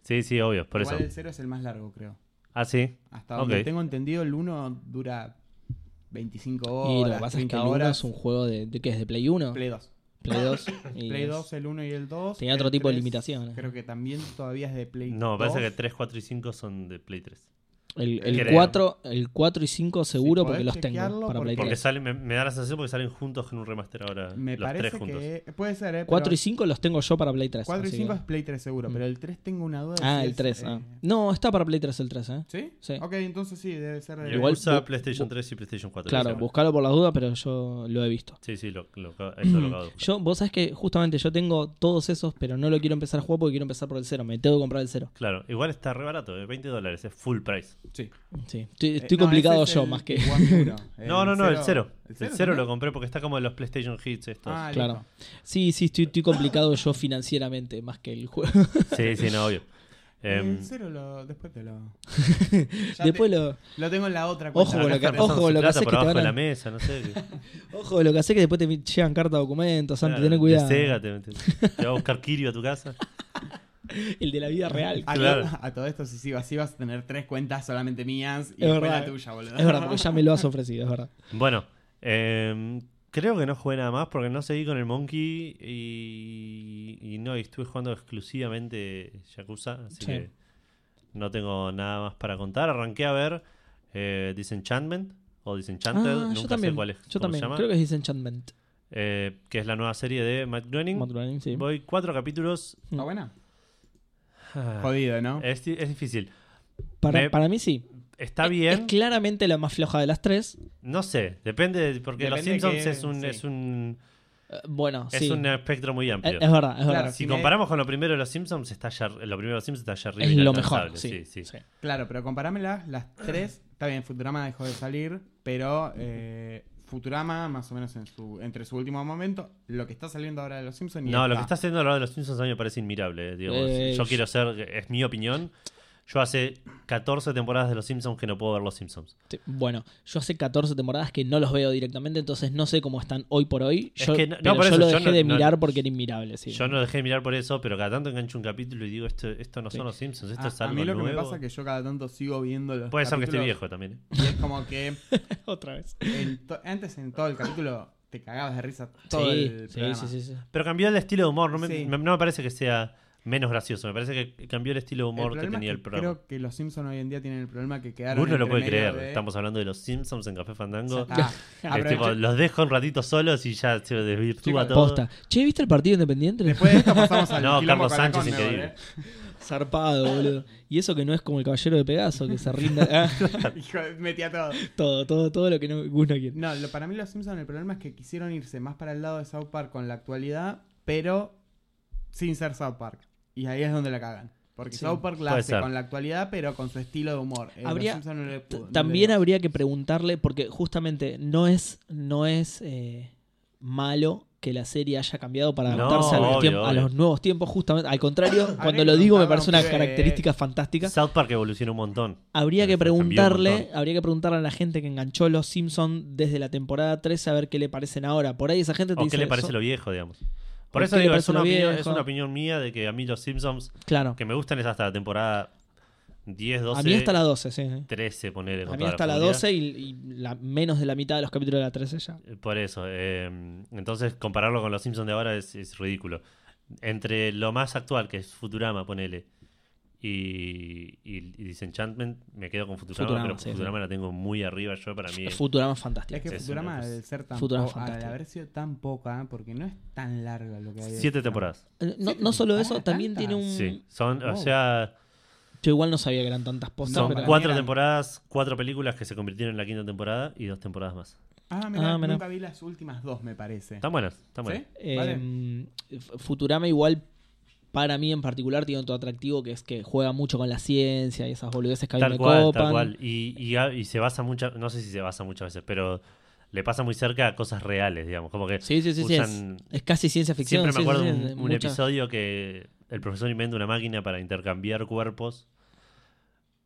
Speaker 2: Sí, sí, obvio, por
Speaker 4: Igual el
Speaker 2: eso.
Speaker 4: cero es el más largo, creo.
Speaker 2: Ah, sí.
Speaker 4: Hasta donde
Speaker 2: Ok.
Speaker 4: tengo entendido, el uno dura 25 horas.
Speaker 1: Y lo que pasa es que
Speaker 4: 30
Speaker 1: el uno
Speaker 4: horas.
Speaker 1: es un juego de, de ¿qué es? ¿De Play 1?
Speaker 4: Play 2.
Speaker 1: Play 2. y
Speaker 4: Play
Speaker 1: es-
Speaker 4: 2, el 1 y el 2.
Speaker 1: Tenía
Speaker 4: El
Speaker 1: otro tipo de
Speaker 4: tres,
Speaker 1: limitaciones.
Speaker 4: Creo que también todavía es de Play
Speaker 2: No,
Speaker 4: 2.
Speaker 2: parece que 3, 4 y 5 son de Play 3.
Speaker 1: El, el,
Speaker 2: Creo.
Speaker 1: 4, el 4 y 5 seguro
Speaker 3: Si
Speaker 1: porque
Speaker 3: podés
Speaker 1: los tengo
Speaker 3: chequearlo,
Speaker 1: para Play
Speaker 3: porque-
Speaker 2: Porque
Speaker 1: 3.
Speaker 2: salen, me, me da la sensación porque salen juntos en un remaster ahora.
Speaker 4: Me
Speaker 2: los tres
Speaker 4: parece
Speaker 2: juntos.
Speaker 4: que. Puede ser, ¿eh?
Speaker 1: 4 y 5 los tengo yo para Play 3.
Speaker 4: 4 y Ah,
Speaker 1: así que-
Speaker 4: 5 es Play 3 seguro,
Speaker 1: Mm.
Speaker 4: pero el 3 tengo una duda. de
Speaker 1: Ah,
Speaker 4: si
Speaker 1: el
Speaker 4: es,
Speaker 1: 3. ah.
Speaker 4: eh,
Speaker 1: No, está para Play 3 el 3, ¿eh?
Speaker 4: ¿Sí?
Speaker 1: Sí.
Speaker 4: Ok, entonces sí, debe ser. de-
Speaker 1: Igual
Speaker 2: Igual usa
Speaker 1: bu-
Speaker 2: PlayStation
Speaker 1: bu-
Speaker 2: 3 y PlayStation 4.
Speaker 1: Claro,
Speaker 2: eso.
Speaker 1: buscalo por las dudas, pero yo lo he visto.
Speaker 2: Sí, sí, lo, lo, eso
Speaker 4: Mm.
Speaker 2: lo acabo de buscar.
Speaker 1: Yo, vos sabés que justamente yo tengo todos esos, pero no lo quiero empezar a jugar porque quiero empezar por el 0. Me tengo que comprar el 0.
Speaker 2: Claro, igual está re barato, eh, 20 dólares, es full price.
Speaker 4: Sí.
Speaker 1: Sí. Estoy,
Speaker 4: Eh,
Speaker 1: estoy
Speaker 4: no,
Speaker 1: complicado
Speaker 4: ese es
Speaker 1: yo
Speaker 4: el
Speaker 1: más que.
Speaker 4: One Euro. Eh, El
Speaker 2: no, no, no, el cero. El
Speaker 4: cero
Speaker 2: cero,
Speaker 4: también?
Speaker 2: lo compré porque está como en los PlayStation Hits estos.
Speaker 4: Ah, listo.
Speaker 1: Claro. Sí, sí, estoy, estoy complicado yo financieramente más que el juego.
Speaker 2: sí, sí, no, obvio. Em,
Speaker 4: Eh, El cero lo, después te lo. Ya
Speaker 1: Después
Speaker 4: te-
Speaker 1: lo.
Speaker 4: lo tengo en la otra
Speaker 1: Ojo
Speaker 4: cuenta.
Speaker 1: con lo
Speaker 2: acá
Speaker 1: que-
Speaker 2: están pasando
Speaker 1: ojo,
Speaker 2: su
Speaker 1: lo que
Speaker 2: plata
Speaker 1: hace es
Speaker 2: por
Speaker 1: que te
Speaker 2: abajo
Speaker 1: van
Speaker 2: de
Speaker 1: a-
Speaker 2: la mesa, no sé. que-
Speaker 1: Ojo, de lo que hace que después te llegan cartas, documentos, Santi,
Speaker 2: claro,
Speaker 1: tener
Speaker 2: de
Speaker 1: cuidado.
Speaker 2: Sega, te, te- te va a buscar Kirio a tu casa.
Speaker 1: El de la vida real.
Speaker 4: A,
Speaker 2: Claro.
Speaker 4: a todo esto, si sigo así, vas a tener tres cuentas solamente mías y
Speaker 1: Es
Speaker 4: después la
Speaker 1: verdad.
Speaker 4: tuya, boludo.
Speaker 1: Es verdad, porque ya me lo has ofrecido, es verdad.
Speaker 2: Bueno, em, creo que no jugué nada más porque no seguí con el Monkey y, y no, y estuve jugando exclusivamente Yakuza, así
Speaker 1: Sí.
Speaker 2: que no tengo nada más para contar. Arranqué a ver eh, Disenchantment o Disenchanted,
Speaker 1: Ah,
Speaker 2: nunca
Speaker 1: yo
Speaker 2: sé
Speaker 1: también.
Speaker 2: cuál es.
Speaker 1: Yo
Speaker 2: cómo se
Speaker 1: también.
Speaker 2: llama,
Speaker 1: Creo que es Disenchantment.
Speaker 2: eh, que es la nueva serie de Matt Groening.
Speaker 1: Matt Groening, sí.
Speaker 2: Voy cuatro capítulos.
Speaker 4: ¿Está buena?
Speaker 2: Ah,
Speaker 4: Jodido, ¿no?
Speaker 2: es, di- es difícil.
Speaker 1: Para,
Speaker 2: Me-
Speaker 1: para mí sí.
Speaker 2: Está
Speaker 1: Es- Es,
Speaker 2: bien.
Speaker 1: claramente la más floja de las tres.
Speaker 2: No sé, depende, porque Los
Speaker 4: Depende
Speaker 2: Simpsons
Speaker 4: que-
Speaker 2: es un
Speaker 4: sí.
Speaker 2: es un
Speaker 1: Eh, Bueno,
Speaker 2: es
Speaker 1: sí.
Speaker 2: un espectro muy
Speaker 1: Eh,
Speaker 2: amplio.
Speaker 1: Es verdad, es
Speaker 4: Claro,
Speaker 1: verdad.
Speaker 2: Si
Speaker 4: Si me-
Speaker 2: comparamos con lo primero de los Simpsons, está ya, lo primero de los Simpsons está ya arriba.
Speaker 1: Es lo
Speaker 2: inalcanzable,
Speaker 1: mejor. Sí,
Speaker 2: sí, sí.
Speaker 1: sí.
Speaker 4: Claro, pero comparámelas, las tres, está bien, Futurama dejó de salir, pero eh, Futurama, más o menos en su, entre su último momento, lo que está saliendo ahora de los Simpsons. y
Speaker 2: No, lo que está
Speaker 4: esta.
Speaker 2: haciendo lo de los Simpsons a mí me parece inmirable. eh, digamos.
Speaker 1: Ah. Eh,
Speaker 2: yo
Speaker 1: yo-
Speaker 2: quiero ser, es mi opinión. Yo hace 14 temporadas de los Simpsons que no puedo ver los Simpsons.
Speaker 1: Sí. Bueno, yo hace 14 temporadas que no los veo directamente, entonces no sé cómo están hoy por hoy.
Speaker 2: Es
Speaker 1: Yo,
Speaker 2: que no- no,
Speaker 1: pero
Speaker 2: por
Speaker 1: yo
Speaker 2: eso,
Speaker 1: lo
Speaker 2: yo
Speaker 1: dejé
Speaker 2: no-
Speaker 1: de
Speaker 2: no-
Speaker 1: mirar porque era inmirable. Sí.
Speaker 2: Yo no dejé de mirar por eso, pero cada tanto engancho un capítulo y digo, esto, esto no
Speaker 1: Sí.
Speaker 2: son los Simpsons, esto
Speaker 4: A-
Speaker 2: es
Speaker 4: Ah, a,
Speaker 2: algo
Speaker 4: mí lo que me
Speaker 2: nuevo.
Speaker 4: pasa es que yo cada tanto sigo viendo los.
Speaker 2: Puede ser que esté
Speaker 4: capítulos
Speaker 2: viejo también. eh.
Speaker 4: Y es como que
Speaker 1: Otra vez.
Speaker 4: el to- antes en todo el capítulo te cagabas de risa todo
Speaker 1: sí,
Speaker 4: el
Speaker 1: sí,
Speaker 4: programa.
Speaker 1: sí, sí, sí.
Speaker 2: Pero cambió el estilo de humor, no me,
Speaker 4: Sí.
Speaker 2: me- no me parece que sea menos gracioso, me parece que cambió el estilo de
Speaker 4: El
Speaker 2: humor que
Speaker 4: problema es
Speaker 2: tenía el
Speaker 4: que
Speaker 2: programa.
Speaker 4: Creo que los Simpsons hoy en día tienen el problema que quedaron.
Speaker 2: Uno no lo
Speaker 4: entre
Speaker 2: puede
Speaker 4: medio
Speaker 2: creer,
Speaker 4: de-
Speaker 2: estamos hablando de los Simpsons en Café Fandango.
Speaker 4: Ah,
Speaker 2: Es tipo,
Speaker 4: aprovecha-
Speaker 2: los dejo un ratito solos y ya se desvirtúa
Speaker 4: Chicos,
Speaker 2: todo.
Speaker 1: Posta. Che, ¿viste el partido independiente?
Speaker 4: Después de esto pasamos al
Speaker 2: No, Carlos
Speaker 4: quilombo con la
Speaker 2: Sánchez,
Speaker 4: Conmebol,
Speaker 2: increíble.
Speaker 4: ¿eh?
Speaker 1: Zarpado, boludo. Y eso que no es como el caballero de Pegaso, que se rinda. Ah,
Speaker 4: eh. Hijo, metía todo.
Speaker 1: todo, todo, todo lo que no, uno quiere.
Speaker 4: No, lo- para mí los Simpsons el problema es que quisieron irse más para el lado de South Park con la actualidad, pero sin ser South Park. Y ahí es donde la cagan. Porque
Speaker 1: Sí,
Speaker 4: South Park la
Speaker 2: puede
Speaker 4: hace
Speaker 2: ser.
Speaker 4: con la actualidad, pero con su estilo de humor. Eh, los
Speaker 1: Habría-
Speaker 4: Simpsons no le pudo-
Speaker 1: T-
Speaker 4: no le
Speaker 1: También
Speaker 4: dio.
Speaker 1: habría que preguntarle, porque justamente no es, no es eh, malo que la serie haya cambiado para
Speaker 2: No,
Speaker 1: adaptarse a, los
Speaker 2: obvio,
Speaker 1: tiemp- a
Speaker 2: obvio.
Speaker 1: los nuevos tiempos, justamente. Al contrario, cuando
Speaker 4: que
Speaker 1: lo digo me
Speaker 4: preguntarle
Speaker 1: parece
Speaker 4: a
Speaker 1: una
Speaker 4: un pibe.
Speaker 1: característica fantástica.
Speaker 2: South Park evolucionó un montón.
Speaker 1: Habría que
Speaker 2: Eso cambió un
Speaker 1: preguntarle,
Speaker 2: montón.
Speaker 1: habría que preguntarle a la gente que enganchó Los Simpsons desde la temporada 13 a ver qué le parecen ahora. Por ahí esa gente te
Speaker 2: ¿O
Speaker 1: dice
Speaker 2: qué le parece
Speaker 1: "Son-
Speaker 2: lo viejo, digamos?
Speaker 1: ¿O
Speaker 2: Por
Speaker 1: qué
Speaker 2: eso
Speaker 1: le
Speaker 2: digo, es
Speaker 1: parece
Speaker 2: una,
Speaker 1: lo
Speaker 2: opinión,
Speaker 1: viejo?
Speaker 2: es una opinión mía de que a mí los Simpsons,
Speaker 1: Claro.
Speaker 2: que me gustan es hasta la temporada 10, 12,
Speaker 1: A mí hasta la 12, sí.
Speaker 2: 13, poner
Speaker 1: A mí hasta la 12 y, y la, menos de la mitad de los capítulos de la 13 ya.
Speaker 2: Por eso. eh, entonces, compararlo con los Simpsons de ahora es, es ridículo. Entre lo más actual, que es Futurama, ponele, y, y, y Disenchantment, me quedo con Futurama,
Speaker 1: Futurama,
Speaker 2: pero
Speaker 1: sí,
Speaker 2: Futurama la tengo muy arriba yo para mí. es-
Speaker 1: Futurama es fantástico.
Speaker 4: Es que
Speaker 2: Sí, sí, pues,
Speaker 4: Futurama,
Speaker 2: no,
Speaker 4: al ser tan
Speaker 1: Futurama
Speaker 4: po- al
Speaker 1: fantástico.
Speaker 4: haber sido tan poca, ¿eh? porque no es tan larga lo que había.
Speaker 2: Siete temporadas.
Speaker 1: Eh, No,
Speaker 4: Sí,
Speaker 1: no solo
Speaker 4: ah,
Speaker 1: eso, también
Speaker 4: tantas.
Speaker 1: tiene un...
Speaker 2: Sí, son, o
Speaker 4: Wow.
Speaker 2: sea,
Speaker 1: Yo igual Oh. no sabía que eran tantas postas,
Speaker 4: No,
Speaker 2: son
Speaker 1: pero...
Speaker 4: para-
Speaker 2: cuatro
Speaker 4: mí eran-
Speaker 2: temporadas, cuatro películas que se convirtieron en la quinta temporada y dos temporadas más.
Speaker 4: Ah, mira,
Speaker 1: Ah, mirá.
Speaker 4: nunca vi las últimas dos, me parece.
Speaker 2: Están buenas, están buenas.
Speaker 4: ¿Sí?
Speaker 1: Eh,
Speaker 4: Vale.
Speaker 1: F- Futurama igual, para mí en particular, tiene otro atractivo que es que juega mucho con la ciencia y esas boludeces que a mí
Speaker 2: Tal
Speaker 1: me
Speaker 2: cual,
Speaker 1: copan.
Speaker 2: tal cual. Y, y a- y se basa muchas, no sé si se basa muchas veces, pero le pasa muy cerca a cosas reales, digamos. Como que
Speaker 1: Sí, sí, sí, sí,
Speaker 2: usan-
Speaker 1: es, es casi ciencia ficción.
Speaker 2: Siempre me
Speaker 1: sí,
Speaker 2: acuerdo
Speaker 1: sí,
Speaker 2: un,
Speaker 1: sí,
Speaker 2: un
Speaker 1: muchas-
Speaker 2: episodio que el profesor inventa una máquina para intercambiar cuerpos,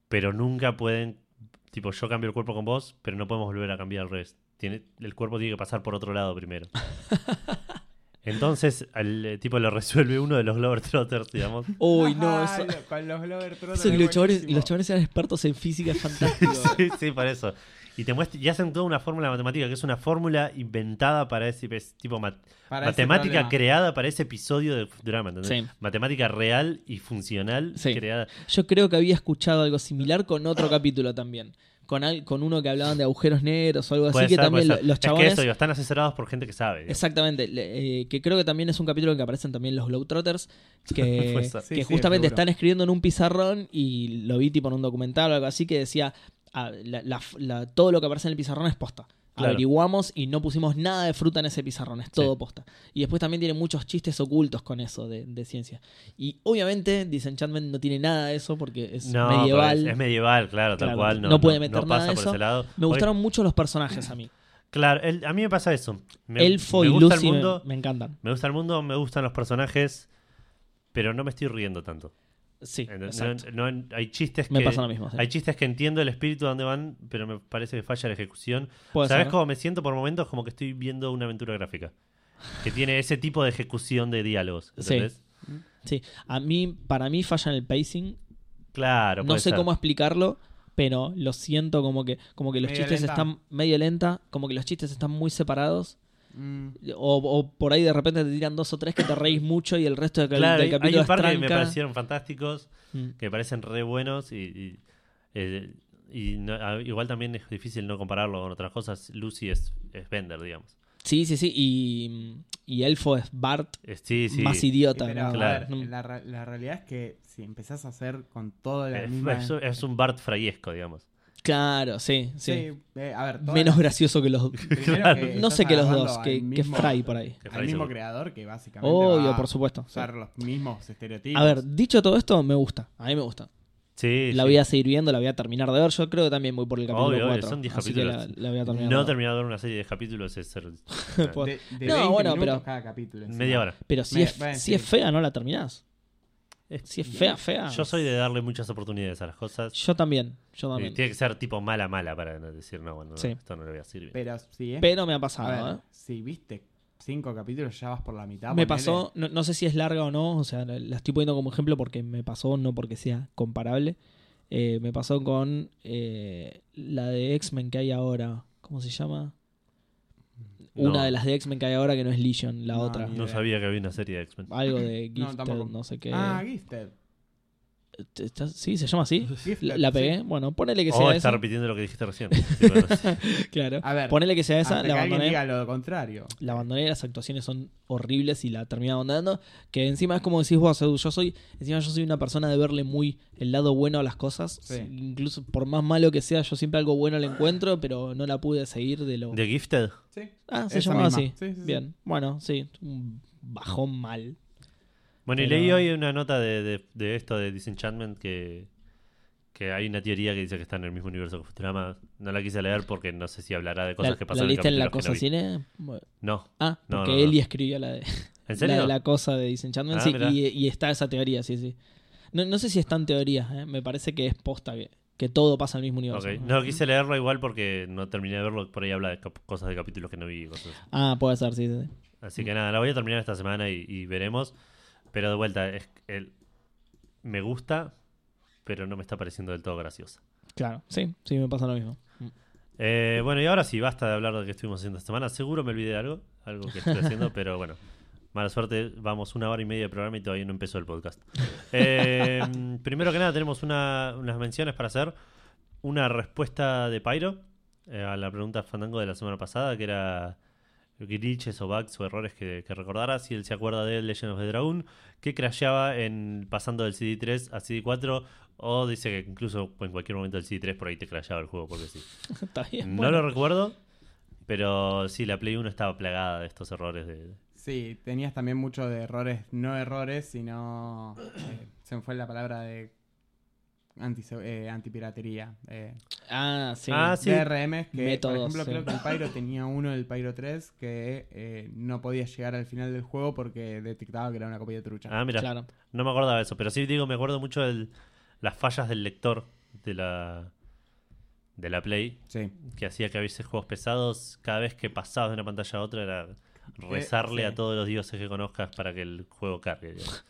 Speaker 2: pero nunca pueden. Tipo, yo cambio el cuerpo con vos, pero no podemos volver a cambiar al revés. Tiene, el cuerpo tiene que pasar por otro lado primero. Entonces, al eh, tipo lo resuelve uno de los Globetrotters, digamos.
Speaker 1: Uy, no,
Speaker 4: Ajá,
Speaker 1: eso...
Speaker 4: lo- con los Globetrotters
Speaker 1: eso que
Speaker 4: es
Speaker 1: los chavales,
Speaker 4: buenísimo.
Speaker 1: los chavales eran expertos en física es fantástico.
Speaker 2: sí, sí, para eso. Y te muestra, y hacen toda una fórmula matemática, que es una fórmula inventada para ese es tipo mat-
Speaker 4: Para ese
Speaker 2: matemática
Speaker 4: problema.
Speaker 2: creada para ese episodio del drama, ¿entendés?
Speaker 1: Sí.
Speaker 2: Matemática real y funcional
Speaker 1: Sí.
Speaker 2: creada.
Speaker 1: Yo creo que había escuchado algo similar con otro capítulo también. Con, al- con uno que hablaban de agujeros negros o algo
Speaker 2: Puede
Speaker 1: así,
Speaker 2: ser,
Speaker 1: que también
Speaker 2: puede
Speaker 1: lo-
Speaker 2: ser.
Speaker 1: los
Speaker 2: Es que
Speaker 1: chabones.
Speaker 2: eso, digo, están asesorados por gente que sabe. digo.
Speaker 1: Exactamente, le- eh, que creo que también es un capítulo en que aparecen también los Globetrotters, que,
Speaker 2: Puede ser.
Speaker 1: que
Speaker 4: Sí, sí,
Speaker 1: justamente
Speaker 4: seguro.
Speaker 1: están escribiendo en un pizarrón y lo vi tipo en un documental o algo así que decía, ah, la- la- la- todo lo que aparece en el pizarrón es posta.
Speaker 2: Claro.
Speaker 1: Averiguamos y no pusimos nada de fruta en ese pizarrón, es todo posta. Y después también tiene muchos chistes ocultos con eso de, de ciencia. Y obviamente Disenchantment no tiene nada de eso porque es
Speaker 2: No, pero
Speaker 1: medieval.
Speaker 2: es, es medieval, claro, tal
Speaker 1: Claro,
Speaker 2: cual. No,
Speaker 1: no puede meter
Speaker 2: no
Speaker 1: nada
Speaker 2: pasa
Speaker 1: de
Speaker 2: por
Speaker 1: eso.
Speaker 2: ese lado.
Speaker 1: Me
Speaker 2: Porque-
Speaker 1: gustaron mucho los personajes a mí.
Speaker 2: Claro, el- a mí me pasa eso. Me,
Speaker 1: Elfo
Speaker 2: me
Speaker 1: y
Speaker 2: gusta el
Speaker 1: Lucy me-
Speaker 2: mundo,
Speaker 1: me encantan.
Speaker 2: me gusta el mundo, me gustan los personajes, pero no me estoy riendo tanto.
Speaker 1: Sí,
Speaker 2: Entonces,
Speaker 1: exacto.
Speaker 2: no- no- hay chistes
Speaker 1: Me
Speaker 2: que
Speaker 1: pasa lo mismo, sí.
Speaker 2: hay chistes que entiendo el espíritu de dónde van, pero me parece que falla la ejecución.
Speaker 1: Puede
Speaker 2: ¿Sabes
Speaker 1: ser.
Speaker 2: cómo me siento por momentos como que estoy viendo una aventura gráfica que tiene ese tipo de ejecución de diálogos,
Speaker 1: Sí.
Speaker 2: ¿entendés?
Speaker 1: Sí, a mí, para mí falla en el pacing.
Speaker 2: Claro,
Speaker 1: No
Speaker 2: puede
Speaker 1: sé
Speaker 2: ser.
Speaker 1: cómo explicarlo, pero lo siento como que, como que los
Speaker 4: Medio
Speaker 1: chistes
Speaker 4: lenta.
Speaker 1: están medio lenta, como que los chistes están muy separados.
Speaker 4: Mm.
Speaker 1: O, o por ahí de repente te tiran dos o tres que te reís mucho y el resto del,
Speaker 2: Claro,
Speaker 1: del
Speaker 2: hay- hay
Speaker 1: capítulo
Speaker 2: un
Speaker 1: es
Speaker 2: par que me
Speaker 1: tranca.
Speaker 2: parecieron fantásticos,
Speaker 1: Mm.
Speaker 2: que me parecen re buenos y, y, eh, y no- a- igual también es difícil no compararlo con otras cosas. Lucy es, es Bender, digamos.
Speaker 1: Sí, sí, sí. Y, y Elfo es Bart
Speaker 2: Es- Eh, sí, sí.
Speaker 1: más
Speaker 4: Y
Speaker 1: idiota.
Speaker 4: pero, a
Speaker 1: ¿no?
Speaker 2: claro.
Speaker 4: ver, la, ra- la realidad es que si empezás a hacer con toda la
Speaker 2: Es,
Speaker 4: misma...
Speaker 2: Eh, es- es un Bart frayesco, digamos.
Speaker 1: Claro, sí, sí.
Speaker 4: Sí, eh, a ver, todas-
Speaker 1: Menos gracioso que los...
Speaker 4: primero
Speaker 2: Claro.
Speaker 4: que
Speaker 1: No
Speaker 4: estás
Speaker 1: sé que los
Speaker 4: agarrando
Speaker 1: dos,
Speaker 4: al
Speaker 1: que, que
Speaker 4: mismo-
Speaker 1: Fry por ahí.
Speaker 2: Que
Speaker 4: Al
Speaker 2: Fry
Speaker 4: mismo
Speaker 2: seguro.
Speaker 4: creador que básicamente
Speaker 1: Obvio,
Speaker 4: va
Speaker 1: por supuesto.
Speaker 4: a usar los mismos estereotipos.
Speaker 1: A ver, dicho todo esto, me gusta. A mí me gusta.
Speaker 2: Sí,
Speaker 1: La
Speaker 2: sí.
Speaker 1: voy a seguir viendo, la voy a terminar de ver. Yo creo que también voy por el capítulo
Speaker 2: Obvio, obvio,
Speaker 1: 4.
Speaker 2: son 10
Speaker 1: así que la,
Speaker 2: capítulos.
Speaker 1: la voy a terminar. de
Speaker 2: No
Speaker 1: ver.
Speaker 2: terminar de ver una serie de capítulos es ser- eh,
Speaker 1: Pues-
Speaker 4: de, de
Speaker 1: No,
Speaker 4: 20
Speaker 1: bueno,
Speaker 4: minutos
Speaker 1: pero-
Speaker 4: cada capítulo. encima.
Speaker 2: media hora.
Speaker 1: Pero si,
Speaker 4: Me-
Speaker 1: es,
Speaker 4: bueno,
Speaker 1: si
Speaker 4: sí.
Speaker 1: es fea, no la terminás.
Speaker 2: Es-
Speaker 1: Si Ah, es fea, fea.
Speaker 2: Yo soy de darle muchas oportunidades a las cosas.
Speaker 1: Yo también. Yo
Speaker 2: Y
Speaker 1: también.
Speaker 2: tiene que ser tipo mala, mala para no decir, no, bueno, no,
Speaker 1: Sí.
Speaker 2: esto no le voy a servir.
Speaker 4: Pero sí, es-
Speaker 1: Pero me ha
Speaker 4: a ver,
Speaker 1: pasado, ¿eh?
Speaker 4: si viste cinco capítulos ya vas por la mitad.
Speaker 1: Me
Speaker 4: ponele.
Speaker 1: pasó, no, no sé si es larga o no, o sea, la, la estoy poniendo como ejemplo porque me pasó, no porque sea comparable. Eh, me pasó con eh, la de X-Men que hay ahora. ¿Cómo se llama?
Speaker 2: No.
Speaker 1: Una de las de X-Men que hay ahora que no es Legion, la
Speaker 4: No,
Speaker 1: otra.
Speaker 4: ni-
Speaker 2: no sabía que había una serie de X-Men.
Speaker 1: Algo de
Speaker 4: No,
Speaker 1: Gifted, no,
Speaker 4: tampoco.
Speaker 1: sé qué.
Speaker 4: Ah, Gifted.
Speaker 1: ¿Te- estás- ¿Sí? ¿Se llama así?
Speaker 4: Gifted,
Speaker 1: La, la
Speaker 4: sí.
Speaker 1: pegué. Bueno, ponele que
Speaker 2: Oh,
Speaker 1: sea
Speaker 2: está
Speaker 1: esa.
Speaker 2: repitiendo lo que dijiste recién. Sí, bueno, sí.
Speaker 1: Claro.
Speaker 4: A ver,
Speaker 1: Ponele que sea esa,
Speaker 4: hasta
Speaker 1: la
Speaker 4: que alguien
Speaker 1: abandoné.
Speaker 4: diga lo contrario.
Speaker 1: La abandoné, las actuaciones son horribles y la terminé abandonando. Que encima es como decís vos, Edu, yo soy, encima yo soy una persona de verle muy el lado bueno a las cosas.
Speaker 4: Sí.
Speaker 1: Incluso por más malo que sea, yo siempre algo bueno le encuentro, pero no la pude seguir de lo.
Speaker 2: ¿The Gifted?
Speaker 4: Sí.
Speaker 1: Ah, se
Speaker 4: esa
Speaker 1: llamaba
Speaker 4: misma.
Speaker 1: así.
Speaker 4: Sí, sí, sí.
Speaker 1: Bien. Bueno, sí. Un bajón mal.
Speaker 2: Bueno, y
Speaker 1: Pero-
Speaker 2: leí hoy una nota de, de- de esto de Disenchantment que, que hay una teoría que dice que está en el mismo universo que Futurama. No la quise leer porque no sé si hablará de cosas
Speaker 1: la,
Speaker 2: que
Speaker 1: la
Speaker 2: pasan
Speaker 1: lista en la
Speaker 2: capítulos
Speaker 1: cosa
Speaker 2: que no vi.
Speaker 1: cine. Bueno,
Speaker 2: No.
Speaker 1: Ah,
Speaker 2: No,
Speaker 1: porque
Speaker 2: no, no.
Speaker 1: Eli escribió la de.
Speaker 2: ¿En serio?
Speaker 1: La de la cosa de Disenchantment,
Speaker 2: Ah,
Speaker 1: sí,
Speaker 2: mirá.
Speaker 1: y, y está esa teoría, sí, sí. No, no sé si está en teoría, ¿eh? me parece que es posta que, que todo pasa en el mismo
Speaker 2: Ok,
Speaker 1: universo.
Speaker 2: No quise leerlo igual porque no terminé de verlo. Por ahí habla de cap- cosas de capítulos que no vi. y Cosas. así.
Speaker 1: Ah, puede ser, sí, sí. sí.
Speaker 2: Así que nada, la voy a terminar esta semana y, y veremos. Pero de vuelta, es el, me gusta, pero no me está pareciendo del todo graciosa.
Speaker 1: Claro, sí, sí, me pasa lo mismo.
Speaker 2: Eh, bueno, y ahora sí, basta de hablar de lo que estuvimos haciendo esta semana. Seguro me olvidé de algo, algo que estoy haciendo, pero bueno. Mala suerte, vamos una hora y media de programa y todavía no empezó el podcast. Eh, primero que nada, tenemos una- unas menciones para hacer. Una respuesta de Pyro eh, a la pregunta Fandango de la semana pasada, que era glitches o bugs o errores que, que recordara. Si él se acuerda de Legend of the Dragon, que crasheaba en pasando del CD3 a CD4, o dice que incluso en cualquier momento del CD3 por ahí te crasheaba el juego, porque sí.
Speaker 1: está bien.
Speaker 2: No
Speaker 1: bueno.
Speaker 2: lo recuerdo, pero sí, la Play 1 estaba plagada de estos errores. De...
Speaker 4: Sí, tenías también mucho de errores, no errores, sino. eh, se me fue la palabra de. Anti, eh, antipiratería. eh,
Speaker 1: Ah, sí.
Speaker 2: Ah, sí.
Speaker 4: DRM, que
Speaker 1: Métodos,
Speaker 4: por ejemplo
Speaker 1: sí.
Speaker 4: creo que el Pyro tenía uno del Pyro 3 que eh, no podía llegar al final del juego porque detectaba que era una copia de trucha.
Speaker 2: Ah, mira,
Speaker 1: claro.
Speaker 2: no me acordaba de eso, pero sí digo, me acuerdo mucho de las fallas del lector de la, de la Play,
Speaker 4: Sí.
Speaker 2: que hacía que a veces juegos pesados, cada vez que pasabas de una pantalla a otra, era rezarle
Speaker 4: Eh, sí.
Speaker 2: a todos los dioses que conozcas para que el juego cargue. digamos.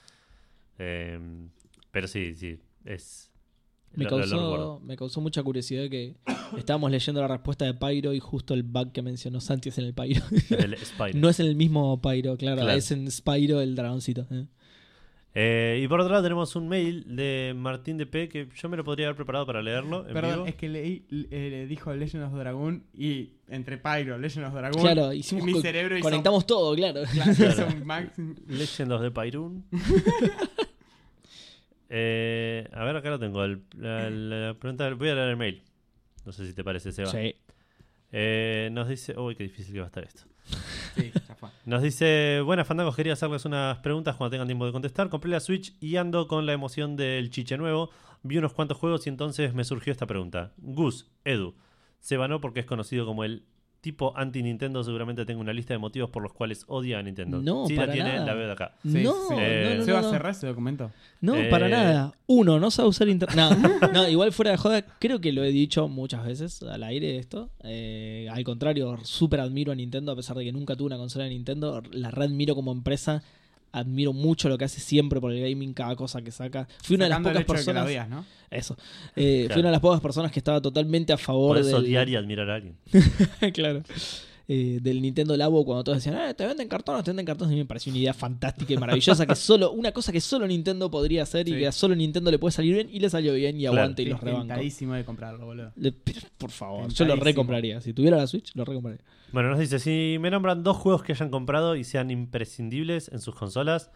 Speaker 2: Em, pero sí, sí, es,
Speaker 1: Me
Speaker 2: Lo- lo- lo
Speaker 1: causó,
Speaker 2: recuerdo.
Speaker 1: me causó mucha curiosidad que estábamos leyendo la respuesta de Pyro y justo el bug que mencionó Santi es en el Pyro.
Speaker 2: El Spyro.
Speaker 1: no es en el mismo Pyro, claro,
Speaker 2: Claro.
Speaker 1: es en Spyro el dragoncito. ¿eh?
Speaker 2: Eh, y por otro lado tenemos un mail de Martín de P que yo me lo podría haber preparado para leerlo en
Speaker 4: Perdón,
Speaker 2: vivo.
Speaker 4: es que leí, le- le dijo Legend of Dragon y entre Pyro, Legend of Dragon.
Speaker 1: Claro,
Speaker 4: y
Speaker 1: hicimos
Speaker 4: mi
Speaker 1: co-
Speaker 4: cerebro hizo-
Speaker 1: conectamos todo, claro.
Speaker 4: Claro,
Speaker 2: Claro.
Speaker 4: hizo un max-
Speaker 2: Legend of the Pyrun. Eh, a ver, acá lo tengo. el- la, la pregunta, voy a leer el mail. No sé si te parece, Seba.
Speaker 1: Sí.
Speaker 2: Eh, nos dice. Uy, qué difícil que va a estar esto.
Speaker 4: Sí, ya fue.
Speaker 2: Nos dice, buenas fandangos, quería hacerles unas preguntas cuando tengan tiempo de contestar. Compré la Switch y ando con la emoción del chiche nuevo. Vi unos cuantos juegos y entonces me surgió esta pregunta. Gus, Edu, se banó porque es conocido como el tipo anti-Nintendo. Seguramente tengo una lista de motivos por los cuales odia a Nintendo.
Speaker 1: No,
Speaker 2: si la
Speaker 1: para
Speaker 2: tiene,
Speaker 1: nada.
Speaker 2: la veo de acá.
Speaker 4: Sí,
Speaker 1: no,
Speaker 4: sí.
Speaker 2: Eh,
Speaker 1: no, no,
Speaker 4: Se va a
Speaker 1: no, no.
Speaker 4: cerrar ese documento.
Speaker 1: No,
Speaker 2: Eh,
Speaker 1: para nada. Uno, no sabe usar internet. No, no, igual fuera de joda, creo que lo he dicho muchas veces al aire esto. Eh, al contrario, súper admiro a Nintendo, a pesar de que nunca tuve una consola de Nintendo. La readmiro como empresa. Admiro mucho lo que hace siempre por el gaming, cada cosa que saca. Fui una de las
Speaker 4: Sacando el
Speaker 1: pocas
Speaker 4: hecho de que la
Speaker 1: personas.
Speaker 4: odias, ¿no?
Speaker 1: eso. Eh,
Speaker 2: Claro.
Speaker 1: Fui una de las pocas personas que estaba totalmente a favor
Speaker 2: Por eso
Speaker 1: del-
Speaker 2: odiar y admirar a alguien.
Speaker 1: claro. Eh, del Nintendo Labo cuando todos decían, "Ah, te venden cartones, te venden cartones. Y me pareció una idea fantástica y maravillosa, que solo, una cosa que solo Nintendo podría hacer y
Speaker 4: Sí.
Speaker 1: que a solo Nintendo le puede salir bien y le salió bien y
Speaker 2: Claro.
Speaker 1: aguante y
Speaker 4: Estoy
Speaker 1: los rebanco.
Speaker 4: tentadísimo de comprarlo, boludo.
Speaker 1: Le- pero, por favor, yo lo
Speaker 4: Tentadísimo.
Speaker 1: recompraría. Si tuviera la Switch, lo recompraría.
Speaker 2: Bueno, nos dice, si me nombran dos juegos que hayan comprado y sean imprescindibles en sus consolas,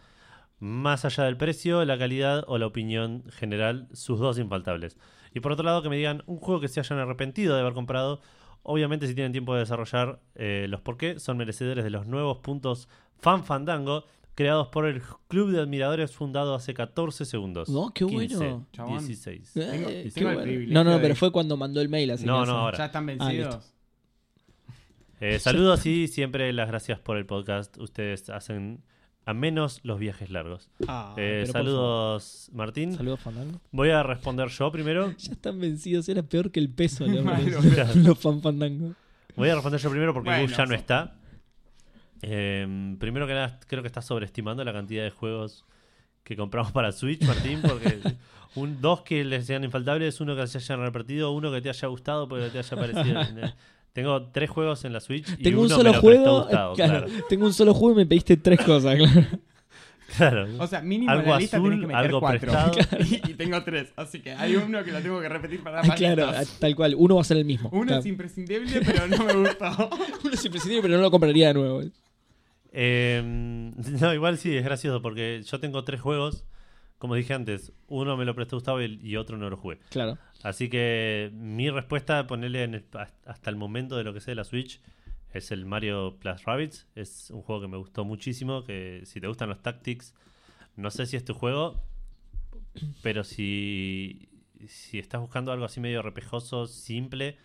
Speaker 2: más allá del precio, la calidad o la opinión general, sus dos infaltables. Y por otro lado, que me digan un juego que se hayan arrepentido de haber comprado. Obviamente, si tienen tiempo de desarrollar eh, los por qué, son merecedores de los nuevos puntos Fan Fandango, creados por el Club de Admiradores fundado hace 14 segundos.
Speaker 1: No, qué
Speaker 2: 15,
Speaker 1: bueno.
Speaker 4: Chabón.
Speaker 2: 16.
Speaker 1: Eh,
Speaker 4: Tengo-
Speaker 1: qué
Speaker 4: tengo el
Speaker 1: bueno.
Speaker 4: privilegio
Speaker 1: No, no,
Speaker 4: de-
Speaker 1: pero fue cuando mandó el mail. Así
Speaker 2: No,
Speaker 1: que
Speaker 2: no,
Speaker 1: eso-
Speaker 2: ahora.
Speaker 4: ¿Ya están
Speaker 1: Ah, listo.
Speaker 4: vencidos?
Speaker 2: Eh, saludos y siempre las gracias por el podcast. Ustedes hacen a menos los viajes largos.
Speaker 1: Ah,
Speaker 2: Eh,
Speaker 1: pero por
Speaker 2: saludos, Martín.
Speaker 1: favor. Saludos, Fandango.
Speaker 2: Voy a responder yo primero.
Speaker 1: Ya están vencidos, era peor que el peso, Leo,
Speaker 4: Malo.
Speaker 1: los fan Fandango.
Speaker 2: Voy a responder yo primero porque
Speaker 4: Bueno,
Speaker 2: Gus ya no
Speaker 4: sí.
Speaker 2: está. Eh, primero que nada, creo que estás sobreestimando la cantidad de juegos que compramos para Switch, Martín, porque un, dos que les sean infaltables, uno que se hayan repartido, uno que te haya gustado, porque te haya parecido. Tengo tres juegos en la Switch y
Speaker 1: Tengo un
Speaker 2: uno
Speaker 1: solo
Speaker 2: me lo prestó
Speaker 1: juego.
Speaker 2: Gustavo,
Speaker 1: claro,
Speaker 2: claro.
Speaker 1: Tengo un solo juego y me pediste tres cosas, claro.
Speaker 2: Claro.
Speaker 4: O sea, mínimo en
Speaker 2: Algo
Speaker 4: la lista tenés
Speaker 2: azul,
Speaker 4: que meter
Speaker 2: algo
Speaker 4: cuatro.
Speaker 2: prestado.
Speaker 4: y, y tengo tres, así que hay uno que lo tengo que repetir para
Speaker 1: Ah,
Speaker 4: las
Speaker 1: claro, Ah,
Speaker 4: paletas.
Speaker 1: tal cual. Uno va a ser el mismo.
Speaker 4: Uno
Speaker 1: Claro.
Speaker 4: es imprescindible, pero no me gustó.
Speaker 1: Uno es imprescindible, pero no lo compraría de nuevo.
Speaker 2: Eh, no, igual sí, es gracioso porque yo tengo tres juegos. Como dije antes, uno me lo prestó Gustavo y, y otro no lo jugué.
Speaker 1: Claro.
Speaker 2: Así que mi respuesta, ponerle en el- hasta el momento de lo que sé de la Switch, es el Mario Plus Rabbids. Es un juego que me gustó muchísimo. Que si te gustan los tactics, no sé si es tu juego, pero si, si estás buscando algo así medio repejoso, simple,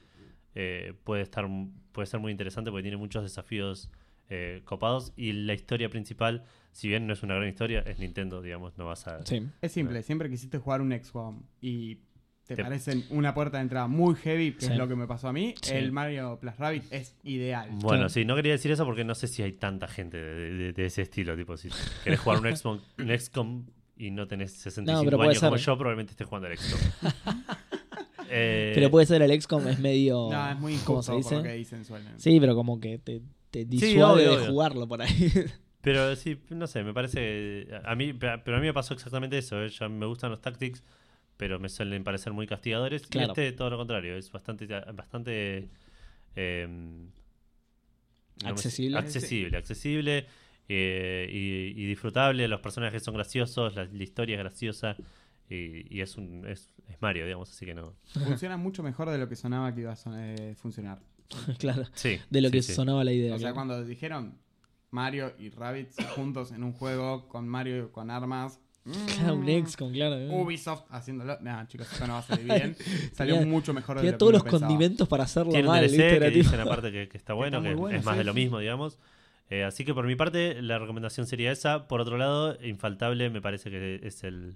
Speaker 2: eh, puede, estar, puede ser muy interesante porque tiene muchos desafíos eh, copados. Y la historia principal, si bien no es una gran historia, es Nintendo, digamos, no vas a.
Speaker 1: Sí.
Speaker 4: Es simple, siempre quisiste jugar un XCOM y te
Speaker 2: Te-
Speaker 4: parecen una puerta de entrada muy heavy, que
Speaker 1: Sí.
Speaker 4: es lo que me pasó a mí.
Speaker 1: Sí.
Speaker 4: El Mario Plus Rabbit es ideal.
Speaker 2: Bueno,
Speaker 1: Claro.
Speaker 2: sí, no quería decir eso porque no sé si hay tanta gente de, de- de ese estilo. Tipo, si querés jugar un XCOM, un XCOM y no tenés 65
Speaker 1: No, pero puede
Speaker 2: años como
Speaker 1: ser.
Speaker 2: yo, probablemente estés jugando al XCOM. Eh,
Speaker 1: Pero puede ser el XCOM, es medio.
Speaker 4: No, es muy
Speaker 1: ¿Cómo
Speaker 4: injusto
Speaker 1: se
Speaker 4: por lo que
Speaker 1: dice?
Speaker 4: dicen suelen.
Speaker 1: Sí, pero como que te, te disuade
Speaker 2: obvio,
Speaker 1: de
Speaker 2: obvio.
Speaker 1: jugarlo por ahí.
Speaker 2: pero sí, no sé, me parece. A mí, pero a mí me pasó exactamente eso. eh, Ya me gustan los tactics, pero me suelen parecer muy castigadores.
Speaker 1: Claro.
Speaker 2: Y este, todo lo contrario, es bastante. bastante eh, no me-
Speaker 1: Accesible.
Speaker 2: accesible, accesible eh, y, y disfrutable. Los personajes son graciosos, la, la historia es graciosa y, y es un es, es Mario, digamos, así que no.
Speaker 4: Funciona mucho mejor de lo que sonaba que iba a son- eh, funcionar.
Speaker 1: claro.
Speaker 2: Sí.
Speaker 1: De lo
Speaker 2: sí,
Speaker 1: que
Speaker 2: sí.
Speaker 1: sonaba la idea.
Speaker 4: O sea,
Speaker 1: claro.
Speaker 4: cuando dijeron Mario y Rabbit juntos en un juego con Mario con armas.
Speaker 1: Claro,
Speaker 4: mm,
Speaker 1: un XCOM, claro. eh.
Speaker 4: Ubisoft haciéndolo. No, chicos, esto no va a salir bien. Salió
Speaker 1: Tenía-
Speaker 4: mucho mejor de
Speaker 1: Tenía
Speaker 4: lo
Speaker 1: todos
Speaker 4: que
Speaker 1: los
Speaker 4: uno pensaba.
Speaker 1: condimentos para hacerlo
Speaker 2: Tiene un
Speaker 1: mal, ¿viste?
Speaker 2: DLC
Speaker 1: Era
Speaker 2: que
Speaker 1: tipo-
Speaker 2: dicen aparte que, que está bueno,
Speaker 4: muy
Speaker 2: que
Speaker 4: bueno,
Speaker 2: es más
Speaker 4: sí,
Speaker 2: de lo
Speaker 4: sí.
Speaker 2: mismo, digamos. Eh, así que por mi parte, la recomendación sería esa. Por otro lado, infaltable me parece que es el,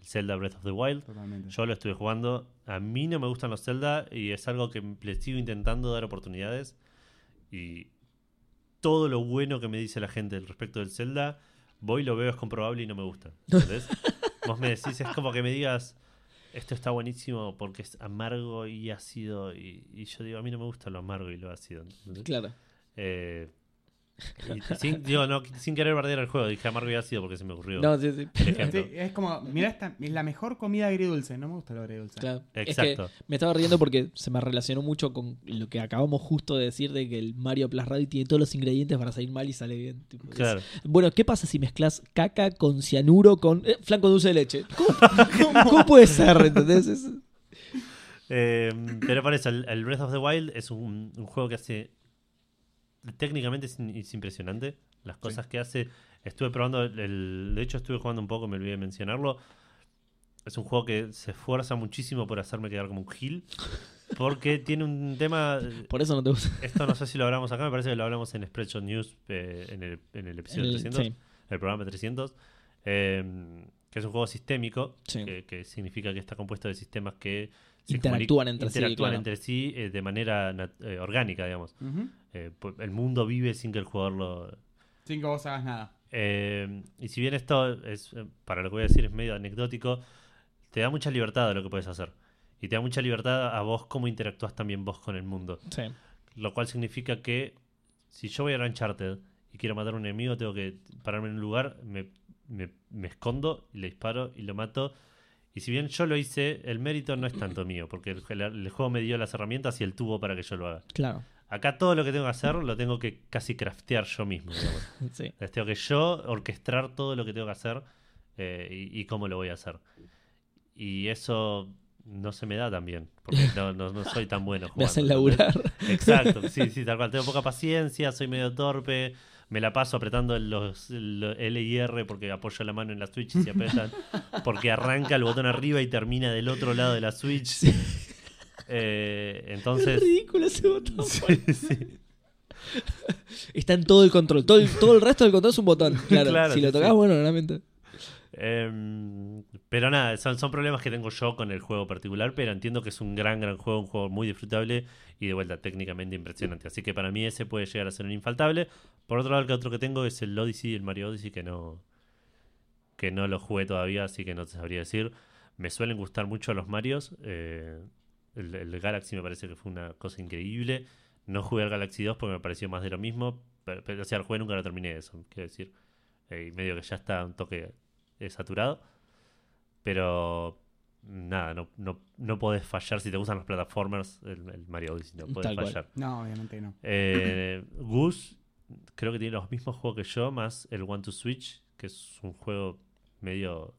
Speaker 2: el Zelda Breath of the Wild.
Speaker 4: Totalmente.
Speaker 2: Yo lo estuve jugando. A mí no me gustan los Zelda y es algo que le sigo intentando dar oportunidades. Y todo lo bueno que me dice la gente al respecto del Zelda, voy, lo veo, es comprobable y no me gusta. ¿entendés? Vos me decís, es como que me digas, esto está buenísimo porque es amargo y ácido. Y, y yo digo, a mí no me gusta lo amargo y lo ácido. ¿entendés?
Speaker 1: Claro.
Speaker 2: Eh, y- sin, digo, no, sin querer bardear el juego, dije amargo y ácido porque se me ocurrió.
Speaker 1: No, sí, sí.
Speaker 2: el ejemplo.
Speaker 4: Sí, es como, mira, esta es la mejor comida agridulce. No me gusta lo agridulce.
Speaker 1: Claro.
Speaker 2: Exacto.
Speaker 1: Es que me estaba riendo porque se me relacionó mucho con lo que acabamos justo de decir de que el Mario Plus Radio tiene todos los ingredientes para salir mal y sale bien. tipo, es-
Speaker 2: Claro.
Speaker 1: Bueno, ¿qué pasa si mezclas caca con cianuro con eh, flanco dulce de leche? ¿Cómo, cómo- cómo puede ser? ¿Entendés? Es-
Speaker 2: Eh, pero por eso, el, el Breath of the Wild es un, un juego que hace. Técnicamente es, in- es impresionante. Las cosas que hace. Estuve probando. El, el- de hecho, estuve jugando un poco, me olvidé de mencionarlo. Es un juego que se esfuerza muchísimo por hacerme quedar como un gil. Porque tiene un tema. eh,
Speaker 1: Por eso no te gusta.
Speaker 2: Esto no sé si lo hablamos acá, me parece que lo hablamos en Spreadshot News eh, en, el, en el episodio
Speaker 1: El-
Speaker 2: 300
Speaker 1: sí.
Speaker 2: el programa 300, eh, que es un juego sistémico,
Speaker 1: Sí.
Speaker 2: que, que significa que está compuesto de sistemas que se
Speaker 1: Interactúan
Speaker 2: comuni-
Speaker 1: entre sí,
Speaker 2: interactúan
Speaker 1: claro.
Speaker 2: entre sí, eh, de manera nat- eh, orgánica, digamos.
Speaker 4: Ujú.
Speaker 2: Eh, pu- el mundo vive sin que el jugador lo...
Speaker 4: Sin que vos hagas nada.
Speaker 2: Eh, y si bien esto es, eh, para lo que voy a decir es medio anecdótico, te da mucha libertad de lo que puedes hacer. Y te da mucha libertad a vos cómo interactúas también vos con el mundo.
Speaker 1: Sí.
Speaker 2: Lo cual significa que si yo voy a Uncharted y quiero matar a un enemigo, tengo que pararme en un lugar, me, me- me escondo, y le disparo y lo mato. Y si bien yo lo hice, el mérito no es tanto mío, porque el, el- el juego me dio las herramientas y el tubo para que yo lo haga.
Speaker 1: Claro.
Speaker 2: Acá todo lo que tengo que hacer lo tengo que casi craftear yo mismo. digamos.
Speaker 1: Sí.
Speaker 2: Les tengo que yo orquestar todo lo que tengo que hacer eh, y, y cómo lo voy a hacer. Y eso no se me da tan bien, porque no, no- no soy tan bueno.
Speaker 1: Me
Speaker 2: jugando,
Speaker 1: hacen
Speaker 2: ¿entendés?
Speaker 1: laburar.
Speaker 2: Exacto, sí, sí, tal cual. Tengo poca paciencia, soy medio torpe, me la paso apretando los, el L y R porque apoyo la mano en la Switch y se apretan, porque arranca el botón arriba y termina del otro lado de la Switch. Eh,
Speaker 1: Es
Speaker 2: entonces...
Speaker 1: ridículo ese botón. boludo.
Speaker 2: Sí, sí.
Speaker 1: Está en todo el control. Todo el, todo el resto del control es un botón. Claro.
Speaker 2: Claro,
Speaker 1: si
Speaker 2: sí,
Speaker 1: lo tocas,
Speaker 2: sí.
Speaker 1: bueno, realmente.
Speaker 2: Em, pero nada, son, son problemas que tengo yo con el juego particular, pero entiendo que es un gran, gran juego, un juego muy disfrutable y de vuelta técnicamente impresionante. Así que para mí ese puede llegar a ser un infaltable. Por otro lado, el que otro que tengo es el Odyssey, el Mario Odyssey, que no, que no lo jugué todavía, así que no te sabría decir. Me suelen gustar mucho los Marios. eh, el, el Galaxy me parece que fue una cosa increíble. No jugué al Galaxy 2 porque me pareció más de lo mismo. Pero, pero, o sea, el juego nunca lo terminé, eso quiero decir. Eh, y medio que ya está un toque eh, saturado. Pero nada, no, no, no podés fallar. Si te gustan los platformers, el, el Mario Odyssey no podés
Speaker 1: Tal cual.
Speaker 2: fallar.
Speaker 4: No, obviamente que no.
Speaker 2: Eh, Gus creo que tiene los mismos juegos que yo, más el One to Switch, que es un juego medio...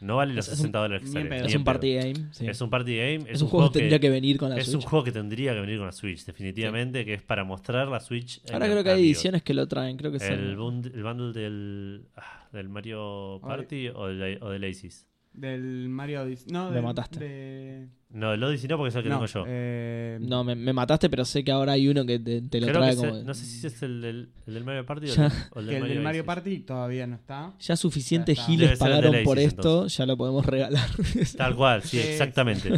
Speaker 2: No vale los
Speaker 1: Es- es un-
Speaker 2: 60 dólares que
Speaker 4: ni en
Speaker 2: sale.
Speaker 4: pedo.
Speaker 2: ni
Speaker 1: Es
Speaker 2: en
Speaker 1: un
Speaker 2: pedo.
Speaker 1: party game. sí.
Speaker 2: Es un party game. Es,
Speaker 1: Es un juego que tendría que
Speaker 2: que,
Speaker 1: venir con la
Speaker 2: es un
Speaker 1: Switch.
Speaker 2: juego que tendría que venir con la Switch, definitivamente, que es para mostrar la Switch. en
Speaker 1: Ahora creo que hay
Speaker 2: amigos.
Speaker 1: ediciones que lo traen. Creo que es
Speaker 2: El,
Speaker 1: el-
Speaker 2: bund- el bundle del, ah, del Mario
Speaker 4: Ay.
Speaker 2: Party o del, o del Aces.
Speaker 4: Del Mario Odyssey. No,
Speaker 1: Lo
Speaker 4: del-
Speaker 1: mataste.
Speaker 4: de-
Speaker 2: No, el Odyssey no, porque es el que
Speaker 4: no,
Speaker 2: tengo yo.
Speaker 4: eh,
Speaker 1: No, me, me mataste, pero sé que ahora hay uno que te, te lo
Speaker 2: Creo que
Speaker 1: trae
Speaker 2: es
Speaker 1: como.
Speaker 2: el- no sé si es el del, el del Mario Party o el,
Speaker 1: Ya.
Speaker 2: o el
Speaker 4: que el del Mario
Speaker 2: Aces.
Speaker 4: Party todavía no está.
Speaker 1: Ya suficientes
Speaker 4: Ya está.
Speaker 1: giles
Speaker 2: Debe ser el de
Speaker 1: pagaron
Speaker 2: Lazy,
Speaker 1: por esto,
Speaker 2: entonces.
Speaker 1: ya lo podemos regalar.
Speaker 2: Tal cual, sí,
Speaker 4: Sí, sí.
Speaker 2: exactamente.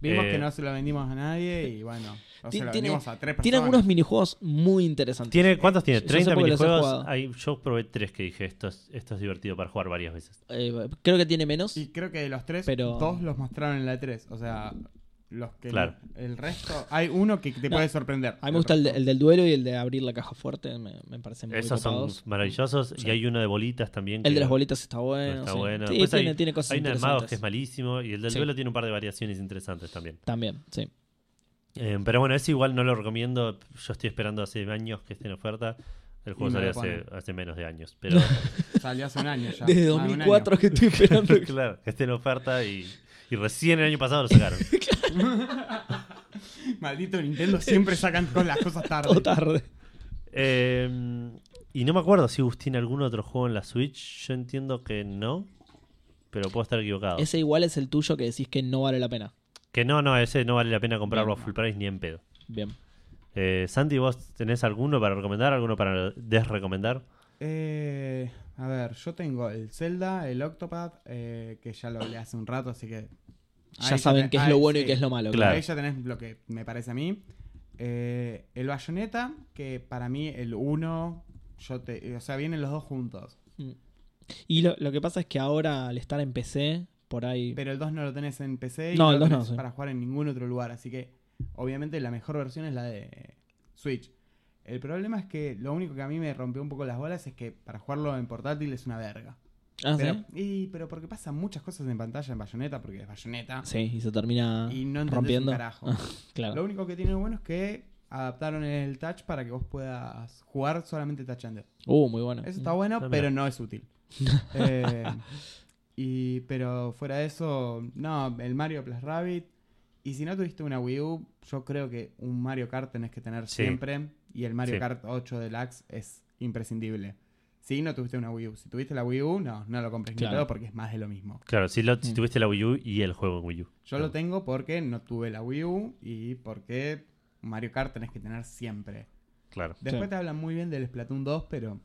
Speaker 4: Vimos
Speaker 2: Eh,
Speaker 4: que no se lo vendimos a nadie y bueno, o se
Speaker 1: Ti-
Speaker 4: lo
Speaker 1: tiene-
Speaker 4: vendimos a tres personas.
Speaker 1: Tiene algunos minijuegos muy interesantes.
Speaker 2: ¿Tiene, ¿Cuántos tiene?
Speaker 1: Yo hace
Speaker 2: 30
Speaker 1: poco los he
Speaker 2: minijuegos.
Speaker 1: jugado.
Speaker 2: Hay, yo probé tres que dije, esto es, esto es divertido para jugar varias veces.
Speaker 1: Eh, creo que tiene menos.
Speaker 4: Y creo que de los tres,
Speaker 1: Pero-
Speaker 4: dos los mostraron en la E3. O sea, los que.
Speaker 2: Claro.
Speaker 4: El resto. Hay uno que te
Speaker 1: No.
Speaker 4: puede sorprender.
Speaker 1: A mí me gusta el, de- el del duelo y el de abrir la caja fuerte, me, me parecen muy
Speaker 2: Esos son
Speaker 1: copados.
Speaker 2: maravillosos.
Speaker 1: Sí.
Speaker 2: Y hay uno de bolitas también.
Speaker 1: El
Speaker 2: que
Speaker 1: de las bolitas está bueno.
Speaker 2: no Está
Speaker 1: sí.
Speaker 2: bueno.
Speaker 1: Sí,
Speaker 2: Después
Speaker 1: tiene,
Speaker 2: hay,
Speaker 1: tiene cosas
Speaker 2: hay un de magos
Speaker 1: interesantes.
Speaker 2: que es malísimo. Y el del
Speaker 1: Sí.
Speaker 2: duelo tiene un par de variaciones interesantes también.
Speaker 1: También, sí.
Speaker 2: Eh, pero bueno, ese igual no lo recomiendo. Yo estoy esperando hace años que esté en oferta. El
Speaker 4: Y
Speaker 2: juego
Speaker 4: me
Speaker 2: salió
Speaker 4: lo
Speaker 2: hace,
Speaker 4: ponen.
Speaker 2: hace menos de años. Pero
Speaker 4: Salió hace un año ya.
Speaker 1: Desde
Speaker 4: más de Ah, un año.
Speaker 1: 2004 que estoy esperando. que-
Speaker 2: claro, que esté en oferta y, y recién el año pasado lo sacaron.
Speaker 4: Maldito Nintendo, siempre sacan con las cosas tarde.
Speaker 1: todo tarde.
Speaker 2: Eh, y no me acuerdo si Agustín algún otro juego en la Switch. Yo entiendo que no, pero puedo estar equivocado.
Speaker 1: Ese igual es el tuyo que decís que no vale la pena.
Speaker 2: Que no, no, ese no vale la pena comprarlo
Speaker 4: No,
Speaker 2: a
Speaker 4: no.
Speaker 2: full price ni en pedo.
Speaker 1: Bien.
Speaker 2: Eh, Santi, ¿vos tenés alguno para recomendar? ¿Alguno para desrecomendar?
Speaker 4: Eh, a ver, yo tengo el Zelda, el Octopad, eh, que ya lo hablé hace un rato, así que.
Speaker 1: Ya saben qué es lo bueno y qué es lo malo.
Speaker 2: Claro.
Speaker 4: Claro. Ahí ya tenés lo que me parece a mí. Eh, el Bayonetta, que para mí el 1. Yo
Speaker 1: Mm.
Speaker 4: te, o sea, vienen los dos juntos.
Speaker 1: Y lo, lo que pasa es que ahora al estar en PC, por ahí.
Speaker 4: Pero el 2 no lo tenés en PC y
Speaker 1: No,
Speaker 4: no,
Speaker 1: el
Speaker 4: lo
Speaker 1: 2 no,
Speaker 4: tenés
Speaker 1: sí.
Speaker 4: para jugar en ningún otro lugar. Así que, obviamente, la mejor versión es la de Switch. El problema es que lo único que a mí me rompió un poco las bolas es que para jugarlo en portátil es una verga.
Speaker 1: Ah,
Speaker 4: pero,
Speaker 1: ¿sí?
Speaker 4: y, pero porque pasan muchas cosas en pantalla en Bayonetta, porque es Bayonetta.
Speaker 1: Sí, y se termina
Speaker 4: y no entendés
Speaker 1: rompiendo.
Speaker 4: un carajo. Lo
Speaker 1: claro.
Speaker 4: único que tiene bueno es que adaptaron el touch para que vos puedas jugar solamente touchando.
Speaker 1: Uh, muy bueno.
Speaker 4: Eso está bueno,
Speaker 2: Ah, mira.
Speaker 4: pero no es útil. Eh, y, pero fuera de eso, no, el Mario Plus Rabbit. Y si no tuviste una Wii U, yo creo que un Mario Kart tenés que tener
Speaker 2: Sí.
Speaker 4: siempre. Y el Mario
Speaker 2: Sí.
Speaker 4: Kart 8 Deluxe es imprescindible. Si no tuviste una Wii U. Si tuviste la Wii U, no, no lo compres ni
Speaker 1: Claro.
Speaker 4: pedo porque es más de lo mismo.
Speaker 2: Claro, si, lo- si
Speaker 1: Mm.
Speaker 2: tuviste la Wii U y el juego en Wii U.
Speaker 4: Yo
Speaker 2: Claro.
Speaker 4: lo tengo porque no tuve la Wii U y porque Mario Kart tenés que tener siempre.
Speaker 2: Claro.
Speaker 4: Después
Speaker 1: Sí.
Speaker 4: te hablan muy bien del Splatoon 2, pero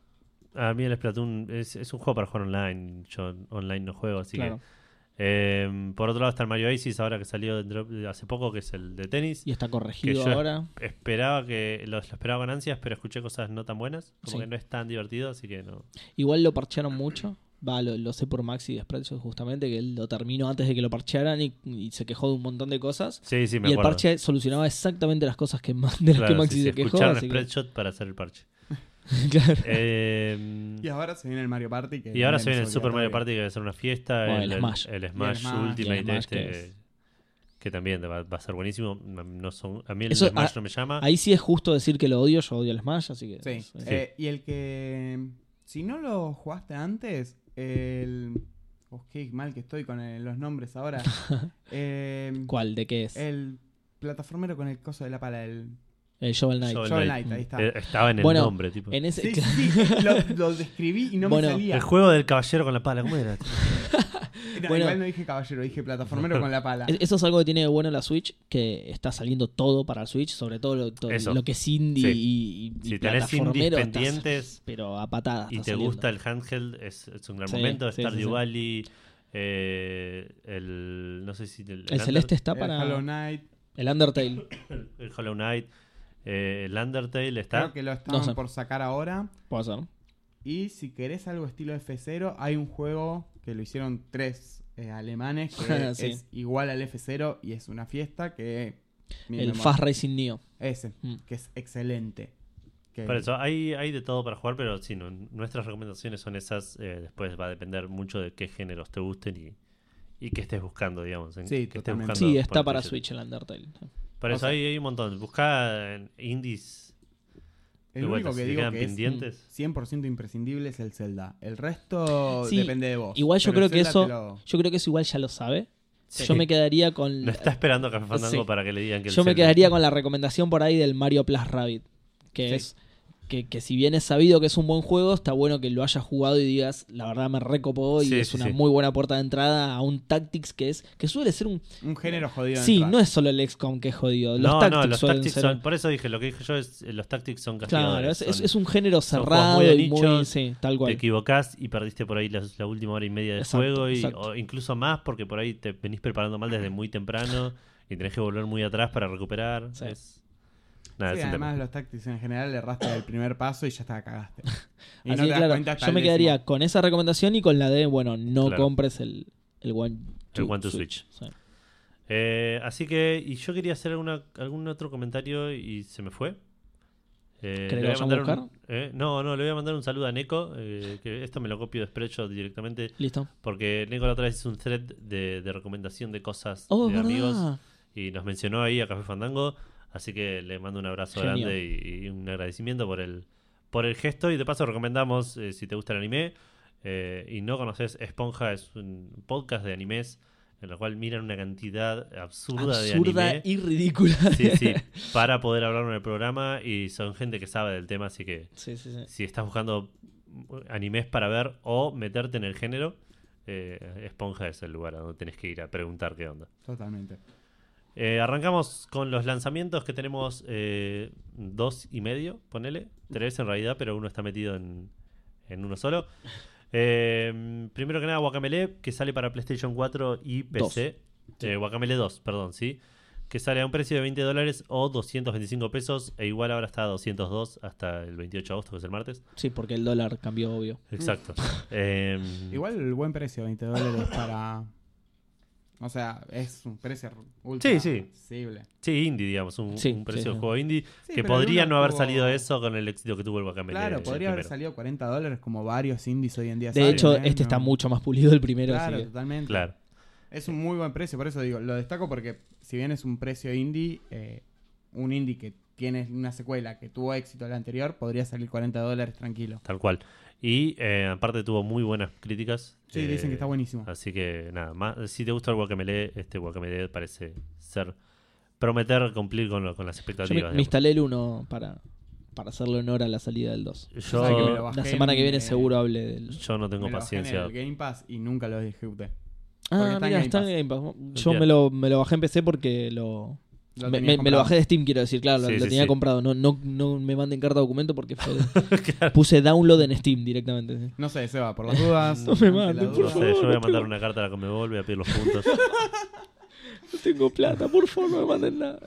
Speaker 2: A mí el Splatoon es, es un juego para jugar online. Yo online no juego, así
Speaker 1: Claro.
Speaker 2: que. eh, por otro lado está el Mario Aces ahora que salió dentro- hace poco, que es el de tenis.
Speaker 1: Y está corregido
Speaker 2: que yo-
Speaker 1: ahora.
Speaker 2: Esperaba que lo, lo esperaba con ansias, pero escuché cosas no tan buenas. Como
Speaker 1: Sí.
Speaker 2: que no es tan divertido, así que no.
Speaker 1: Igual lo parchearon mucho. Va, lo, lo sé por Maxi Desprezzo justamente, que él lo terminó antes de que lo parchearan y, y se quejó de un montón de cosas.
Speaker 2: Sí, sí, me
Speaker 1: y el
Speaker 2: acuerdo.
Speaker 1: parche solucionaba exactamente las cosas que, ma- de las
Speaker 2: Claro,
Speaker 1: que Maxi
Speaker 2: sí, sí,
Speaker 1: se quejó.
Speaker 2: escucharon
Speaker 1: así que-
Speaker 2: Spreadshot para hacer el parche.
Speaker 1: claro.
Speaker 2: Eh,
Speaker 4: Y ahora se viene el Mario Party. Que
Speaker 2: y ahora
Speaker 4: también
Speaker 2: se viene el
Speaker 4: es
Speaker 2: Super Mario
Speaker 4: obligatorio.
Speaker 2: Party que va a ser una fiesta.
Speaker 1: Bueno, el Smash.
Speaker 2: el
Speaker 4: Y el
Speaker 2: Smash
Speaker 4: Smash.
Speaker 2: Ultimate
Speaker 1: Y el Smash,
Speaker 2: este,
Speaker 1: que
Speaker 2: que,
Speaker 1: es-
Speaker 2: que también va, va a ser buenísimo. No son, a mí el
Speaker 1: Eso,
Speaker 2: Smash
Speaker 1: ah,
Speaker 2: no me llama.
Speaker 1: Ahí sí es justo decir que lo odio, yo odio el Smash, así que.
Speaker 4: Sí.
Speaker 1: es-
Speaker 4: Eh, y el que. Si no lo jugaste antes, el. Oh, qué mal que estoy con el- los nombres ahora. Eh,
Speaker 1: ¿Cuál? ¿De qué es? El,
Speaker 4: El plataformero con el coso de la pala, el.
Speaker 1: Shovel Knight.
Speaker 2: Shovel
Speaker 4: Shovel
Speaker 2: Knight.
Speaker 4: Knight, ahí está.
Speaker 2: Eh, estaba en el
Speaker 1: Bueno,
Speaker 2: nombre, tipo.
Speaker 1: En ese.
Speaker 4: Sí, sí, sí, lo, lo describí y no
Speaker 1: Bueno,
Speaker 4: me salía.
Speaker 2: El juego del caballero con la pala, ¿cómo era?
Speaker 4: No,
Speaker 1: bueno.
Speaker 4: igual no dije caballero, dije plataformero con la pala.
Speaker 1: Es- E-, Eso es algo que tiene de bueno la Switch, que está saliendo todo para la Switch, sobre todo lo, to-
Speaker 2: Eso.
Speaker 1: lo que es indie
Speaker 2: Sí.
Speaker 1: y, y- y
Speaker 2: si tenés indies
Speaker 1: plataformero, estás-
Speaker 2: pendientes
Speaker 1: pero a patadas.
Speaker 2: y
Speaker 1: está
Speaker 2: te
Speaker 1: saliendo.
Speaker 2: gusta el handheld, es, es un gran
Speaker 1: Sí,
Speaker 2: momento.
Speaker 1: sí,
Speaker 2: Stardew
Speaker 1: sí, sí.
Speaker 2: Valley, eh, el. No sé si. El,
Speaker 1: El
Speaker 2: Under-
Speaker 1: celeste está
Speaker 4: El
Speaker 1: para.
Speaker 4: Hollow Eh, Knight.
Speaker 1: El Undertale.
Speaker 2: el Hollow Knight, eh, el Undertale está.
Speaker 4: Creo que lo estaban
Speaker 1: No sé.
Speaker 4: por sacar ahora.
Speaker 1: Puede ser.
Speaker 4: Y si querés algo estilo F0, hay un juego que lo hicieron tres eh, alemanes que
Speaker 1: Ah, Sí.
Speaker 4: es igual al F0 y es una fiesta que... mi
Speaker 1: El
Speaker 4: memoria-
Speaker 1: Fast Racing Neo.
Speaker 4: Ese,
Speaker 1: Mm.
Speaker 4: que es excelente. Que-
Speaker 2: Por eso, hay, hay de todo para jugar, pero sí, no, nuestras recomendaciones son esas. eh, después va a depender mucho de qué géneros te gusten y, y qué estés buscando, digamos. en-
Speaker 4: Sí,
Speaker 2: qué estés
Speaker 4: totalmente.
Speaker 2: buscando
Speaker 1: Sí, está
Speaker 2: por
Speaker 1: para
Speaker 2: Twitch.
Speaker 1: Switch el Undertale.
Speaker 2: Por
Speaker 4: O
Speaker 2: eso
Speaker 4: sea-
Speaker 2: hay, hay un montón. Busca en indies.
Speaker 4: el
Speaker 2: de vuelta,
Speaker 4: único que
Speaker 2: si te
Speaker 4: digo
Speaker 2: quedan
Speaker 4: que es
Speaker 2: pendientes.
Speaker 4: 100% imprescindible es el Zelda. El resto
Speaker 1: Sí,
Speaker 4: depende de vos.
Speaker 1: Igual yo
Speaker 4: Pero
Speaker 1: creo
Speaker 4: el
Speaker 1: que
Speaker 4: Zelda
Speaker 1: eso.
Speaker 4: te lo-
Speaker 1: Yo creo que eso igual ya lo sabe.
Speaker 2: Sí.
Speaker 1: Yo me quedaría con.
Speaker 2: No está esperando a Café Fandango
Speaker 1: Sí.
Speaker 2: para que le digan que el este.
Speaker 1: Yo me
Speaker 2: Zelda.
Speaker 1: quedaría con la recomendación por ahí del Mario Plus Rabbit. Que
Speaker 4: Sí.
Speaker 1: es. Que, que si bien es sabido que es un buen juego, está bueno que lo hayas jugado y digas, la verdad me recopó y
Speaker 2: Sí,
Speaker 1: es
Speaker 2: sí,
Speaker 1: una
Speaker 2: sí.
Speaker 1: muy buena puerta de entrada a un Tactics que es. que suele ser un.
Speaker 4: Un género jodido. de
Speaker 1: Sí,
Speaker 4: entrar.
Speaker 1: no es solo el XCOM que es jodido. Los
Speaker 2: no,
Speaker 1: Tactics
Speaker 2: no, los
Speaker 1: suelen
Speaker 2: tactics
Speaker 1: ser-
Speaker 2: son. Por eso dije, lo que dije yo es. eh, Los tactics son castigadores.
Speaker 1: Claro, es, es-
Speaker 2: son-
Speaker 1: es un género
Speaker 2: son
Speaker 1: cerrado
Speaker 2: juegos muy de
Speaker 1: y muy.
Speaker 2: nicho,
Speaker 1: Sí, tal
Speaker 2: Te
Speaker 1: cual.
Speaker 2: equivocás y perdiste por ahí las- la, última hora y media del
Speaker 1: Exacto,
Speaker 2: juego, y,
Speaker 1: exacto.
Speaker 2: o incluso más, porque por ahí te venís preparando mal desde muy temprano y tenés que volver muy atrás para recuperar.
Speaker 1: Sí.
Speaker 2: Es- nada,
Speaker 4: Sí,
Speaker 2: es un tema.
Speaker 4: además los tactics en general le erraste el primer paso y ya está, cagaste. Y
Speaker 1: Así que,
Speaker 4: no te das
Speaker 1: claro,
Speaker 4: cuenta hasta
Speaker 1: yo
Speaker 4: el
Speaker 1: me
Speaker 4: décimo.
Speaker 1: quedaría con esa recomendación y con la de, bueno, no
Speaker 2: Claro.
Speaker 1: compres el, el One
Speaker 2: El One to
Speaker 1: Sí.
Speaker 2: Eh, así que, y yo quería hacer alguna, algún otro comentario y se me fue. Eh,
Speaker 1: ¿Querés que vayamos a
Speaker 2: un, eh, No, no, le voy a mandar un saludo a Neko, eh, que esto me lo copio de Spreadshot directamente,
Speaker 1: Listo.
Speaker 2: porque Neko la otra vez hizo un thread de, de recomendación de cosas
Speaker 1: Oh,
Speaker 2: de
Speaker 1: es
Speaker 2: amigos.
Speaker 1: verdad.
Speaker 2: y nos mencionó ahí a Café Fandango, así que le mando un abrazo
Speaker 1: Genio.
Speaker 2: grande y, y un agradecimiento por el, por el gesto. Y de paso recomendamos, eh, si te gusta el anime eh, y no conoces Esponja, es un podcast de animes en el cual miran una cantidad absurda, de
Speaker 1: Absurda
Speaker 2: anime.
Speaker 1: y ridícula.
Speaker 2: Sí, sí, para poder hablar en el programa y son gente que sabe del tema, así que
Speaker 1: Sí, sí, sí.
Speaker 2: si estás buscando animes para ver o meterte en el género, eh, Esponja es el lugar a donde tenés que ir a preguntar qué onda.
Speaker 4: Totalmente.
Speaker 2: Eh, arrancamos con los lanzamientos que tenemos eh, dos y medio, ponele. Tres en realidad, pero uno está metido en, en uno solo. Eh, primero que nada, Guacamele, que sale para PlayStation 4 y PC. Eh, Guacamele 2, perdón, sí. Que sale a un precio de 20 dólares o 225 pesos. E igual ahora está a 202 hasta el 28 de agosto, que es el martes.
Speaker 1: Sí, porque el
Speaker 4: Mm.
Speaker 1: dólar cambió, obvio.
Speaker 2: Exacto. Eh,
Speaker 4: Igual el buen precio, 20 dólares para O sea, es un precio ultra
Speaker 2: Sí, sí.
Speaker 4: accesible.
Speaker 2: Sí, indie, digamos, un,
Speaker 1: Sí,
Speaker 2: un precio
Speaker 1: sí,
Speaker 2: de
Speaker 1: sí.
Speaker 2: juego indie
Speaker 4: Sí,
Speaker 2: que
Speaker 4: pero
Speaker 2: podría
Speaker 4: el uno
Speaker 2: no haber
Speaker 4: tuvo-
Speaker 2: salido eso con el éxito que tuvo el Guacamele.
Speaker 4: Claro, podría haber salido 40 dólares como varios indies hoy en día.
Speaker 1: De
Speaker 4: salen,
Speaker 1: hecho,
Speaker 4: ¿eh?
Speaker 1: este
Speaker 4: No.
Speaker 1: está mucho más pulido el primero.
Speaker 4: Claro,
Speaker 1: así que-
Speaker 4: totalmente.
Speaker 2: Claro.
Speaker 4: Es un muy buen precio, por eso digo, lo destaco porque si bien es un precio indie, eh, un indie que tiene una secuela que tuvo éxito la anterior, podría salir 40 dólares tranquilo.
Speaker 2: Tal cual. Y eh, aparte tuvo muy buenas críticas.
Speaker 4: Sí, dicen
Speaker 2: eh,
Speaker 4: que está buenísimo.
Speaker 2: Así que nada, más, si te gusta el guacamele, este guacamele parece ser prometer cumplir con, lo- con las
Speaker 1: Yo me-
Speaker 2: expectativas.
Speaker 1: me,
Speaker 2: digamos.
Speaker 1: instalé el 1 para, para hacerle honor a la salida del 2.
Speaker 4: O sea que me lo
Speaker 2: Yo,
Speaker 4: bajé
Speaker 1: La semana que viene
Speaker 4: en, eh,
Speaker 1: seguro hable del...
Speaker 2: yo no tengo
Speaker 4: me lo bajé en
Speaker 2: paciencia.
Speaker 4: el Game Pass y nunca lo ejecuté.
Speaker 1: Ah,
Speaker 4: está en
Speaker 1: mira,
Speaker 4: Game
Speaker 1: está
Speaker 4: Pass.
Speaker 1: en Game Pass. Yo me lo, me lo bajé en PC porque lo...
Speaker 4: Lo
Speaker 1: me, me-
Speaker 4: tenía
Speaker 1: me lo
Speaker 4: comprado.
Speaker 1: bajé de Steam, quiero decir, claro, lo-
Speaker 2: Sí,
Speaker 1: lo
Speaker 2: sí,
Speaker 1: tenía
Speaker 2: sí.
Speaker 1: comprado. No, no, no me manden carta documento porque fue- puse download en Steam directamente. sí.
Speaker 4: No sé, Seba, por las dudas.
Speaker 1: No me mates,
Speaker 4: ante la
Speaker 1: por
Speaker 2: No
Speaker 4: duda.
Speaker 2: sé,
Speaker 1: favor,
Speaker 2: yo voy a
Speaker 1: no
Speaker 2: mandar
Speaker 1: tengo-
Speaker 2: una carta a la que me vuelve a pedir los puntos.
Speaker 1: No tengo plata, por favor, no me manden nada.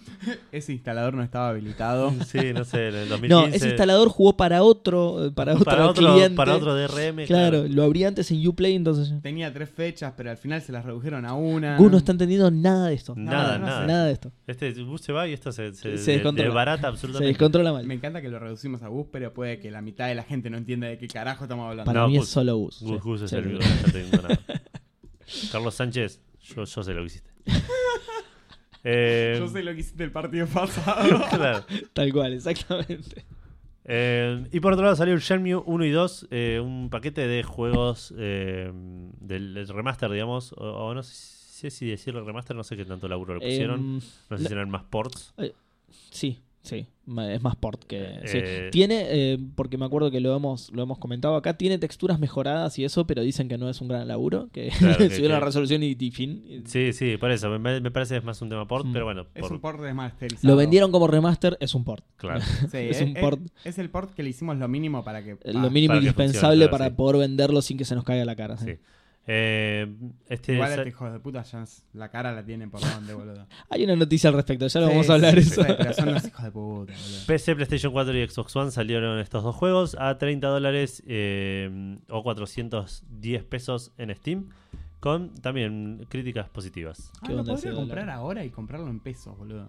Speaker 4: Ese instalador no estaba habilitado.
Speaker 2: sí, no sé, en el 2015.
Speaker 1: No, ese instalador jugó para otro, eh, para otro,
Speaker 2: para otro,
Speaker 1: cliente.
Speaker 2: para otro DRM.
Speaker 1: Claro, lo abrí antes en Uplay, entonces.
Speaker 4: Tenía tres fechas, pero al final se las redujeron a una.
Speaker 1: Gus no está entendiendo nada de esto.
Speaker 2: Ah. Nada, nada.
Speaker 1: Nada de esto.
Speaker 2: Este bus se va y esto se, se,
Speaker 1: Se
Speaker 2: de-
Speaker 1: descontrola.
Speaker 2: desbarata
Speaker 1: Se
Speaker 2: absolutamente.
Speaker 1: descontrola mal.
Speaker 4: Me encanta que lo reducimos a Gus, pero puede que la mitad de la gente no entienda de qué carajo estamos hablando.
Speaker 1: Para
Speaker 2: No,
Speaker 1: mí
Speaker 2: Gus.
Speaker 1: es solo Gus.
Speaker 2: Gus
Speaker 1: Sí,
Speaker 2: Gus es
Speaker 1: sí,
Speaker 2: el
Speaker 1: sí.
Speaker 2: único que no está teniendo nada. Carlos Sánchez, yo, yo sé lo que hiciste. Eh,
Speaker 4: Yo sé lo que hiciste el partido pasado.
Speaker 2: claro.
Speaker 1: Tal cual, exactamente.
Speaker 2: Eh, y por otro lado salió el Shenmue 1 y 2, eh, un paquete de juegos eh, del, del remaster, digamos, o, o no sé si decir el remaster, no sé qué tanto laburo le pusieron,
Speaker 1: Em,
Speaker 2: no sé si
Speaker 1: la-
Speaker 2: eran más ports.
Speaker 1: sí, sí. Ma- Es más port que. sí.
Speaker 2: Eh,
Speaker 1: Tiene, eh, porque me acuerdo que lo hemos, lo hemos comentado acá, tiene texturas mejoradas y eso, pero dicen que no es un gran laburo, que
Speaker 2: Claro, que-
Speaker 1: subió la
Speaker 2: que-
Speaker 1: resolución y, y fin.
Speaker 2: Sí, sí, por eso, me, me parece que es más un tema port,
Speaker 1: Mm.
Speaker 2: pero bueno,
Speaker 4: Es
Speaker 2: por-
Speaker 4: un port remasterizado.
Speaker 1: Lo vendieron como remaster, es un port.
Speaker 2: claro.
Speaker 4: Sí, eh,
Speaker 1: es un port.
Speaker 4: Es, el port que le hicimos lo mínimo para que.
Speaker 1: Eh,
Speaker 4: ah,
Speaker 1: lo mínimo
Speaker 2: para que
Speaker 1: indispensable
Speaker 2: funcione, claro,
Speaker 1: para
Speaker 2: sí.
Speaker 1: poder venderlo sin que se nos caiga la cara. sí.
Speaker 2: Sí. Eh, este
Speaker 4: Igual
Speaker 2: sa-
Speaker 4: estos hijos de puta ya es- la cara la tienen por donde, boludo.
Speaker 1: Hay una noticia al respecto, ya lo
Speaker 4: Sí,
Speaker 1: vamos a hablar
Speaker 4: sí,
Speaker 1: eso.
Speaker 4: sí, pero son los hijos de puta, boludo.
Speaker 2: PC, PlayStation 4 y Xbox One salieron estos dos juegos a 30 dólares eh, o 410 pesos en Steam, con también críticas positivas.
Speaker 4: Ah,
Speaker 1: ¿Qué
Speaker 4: lo
Speaker 1: onda ese
Speaker 4: podría
Speaker 1: dólar?
Speaker 4: comprar ahora y comprarlo en pesos, boludo.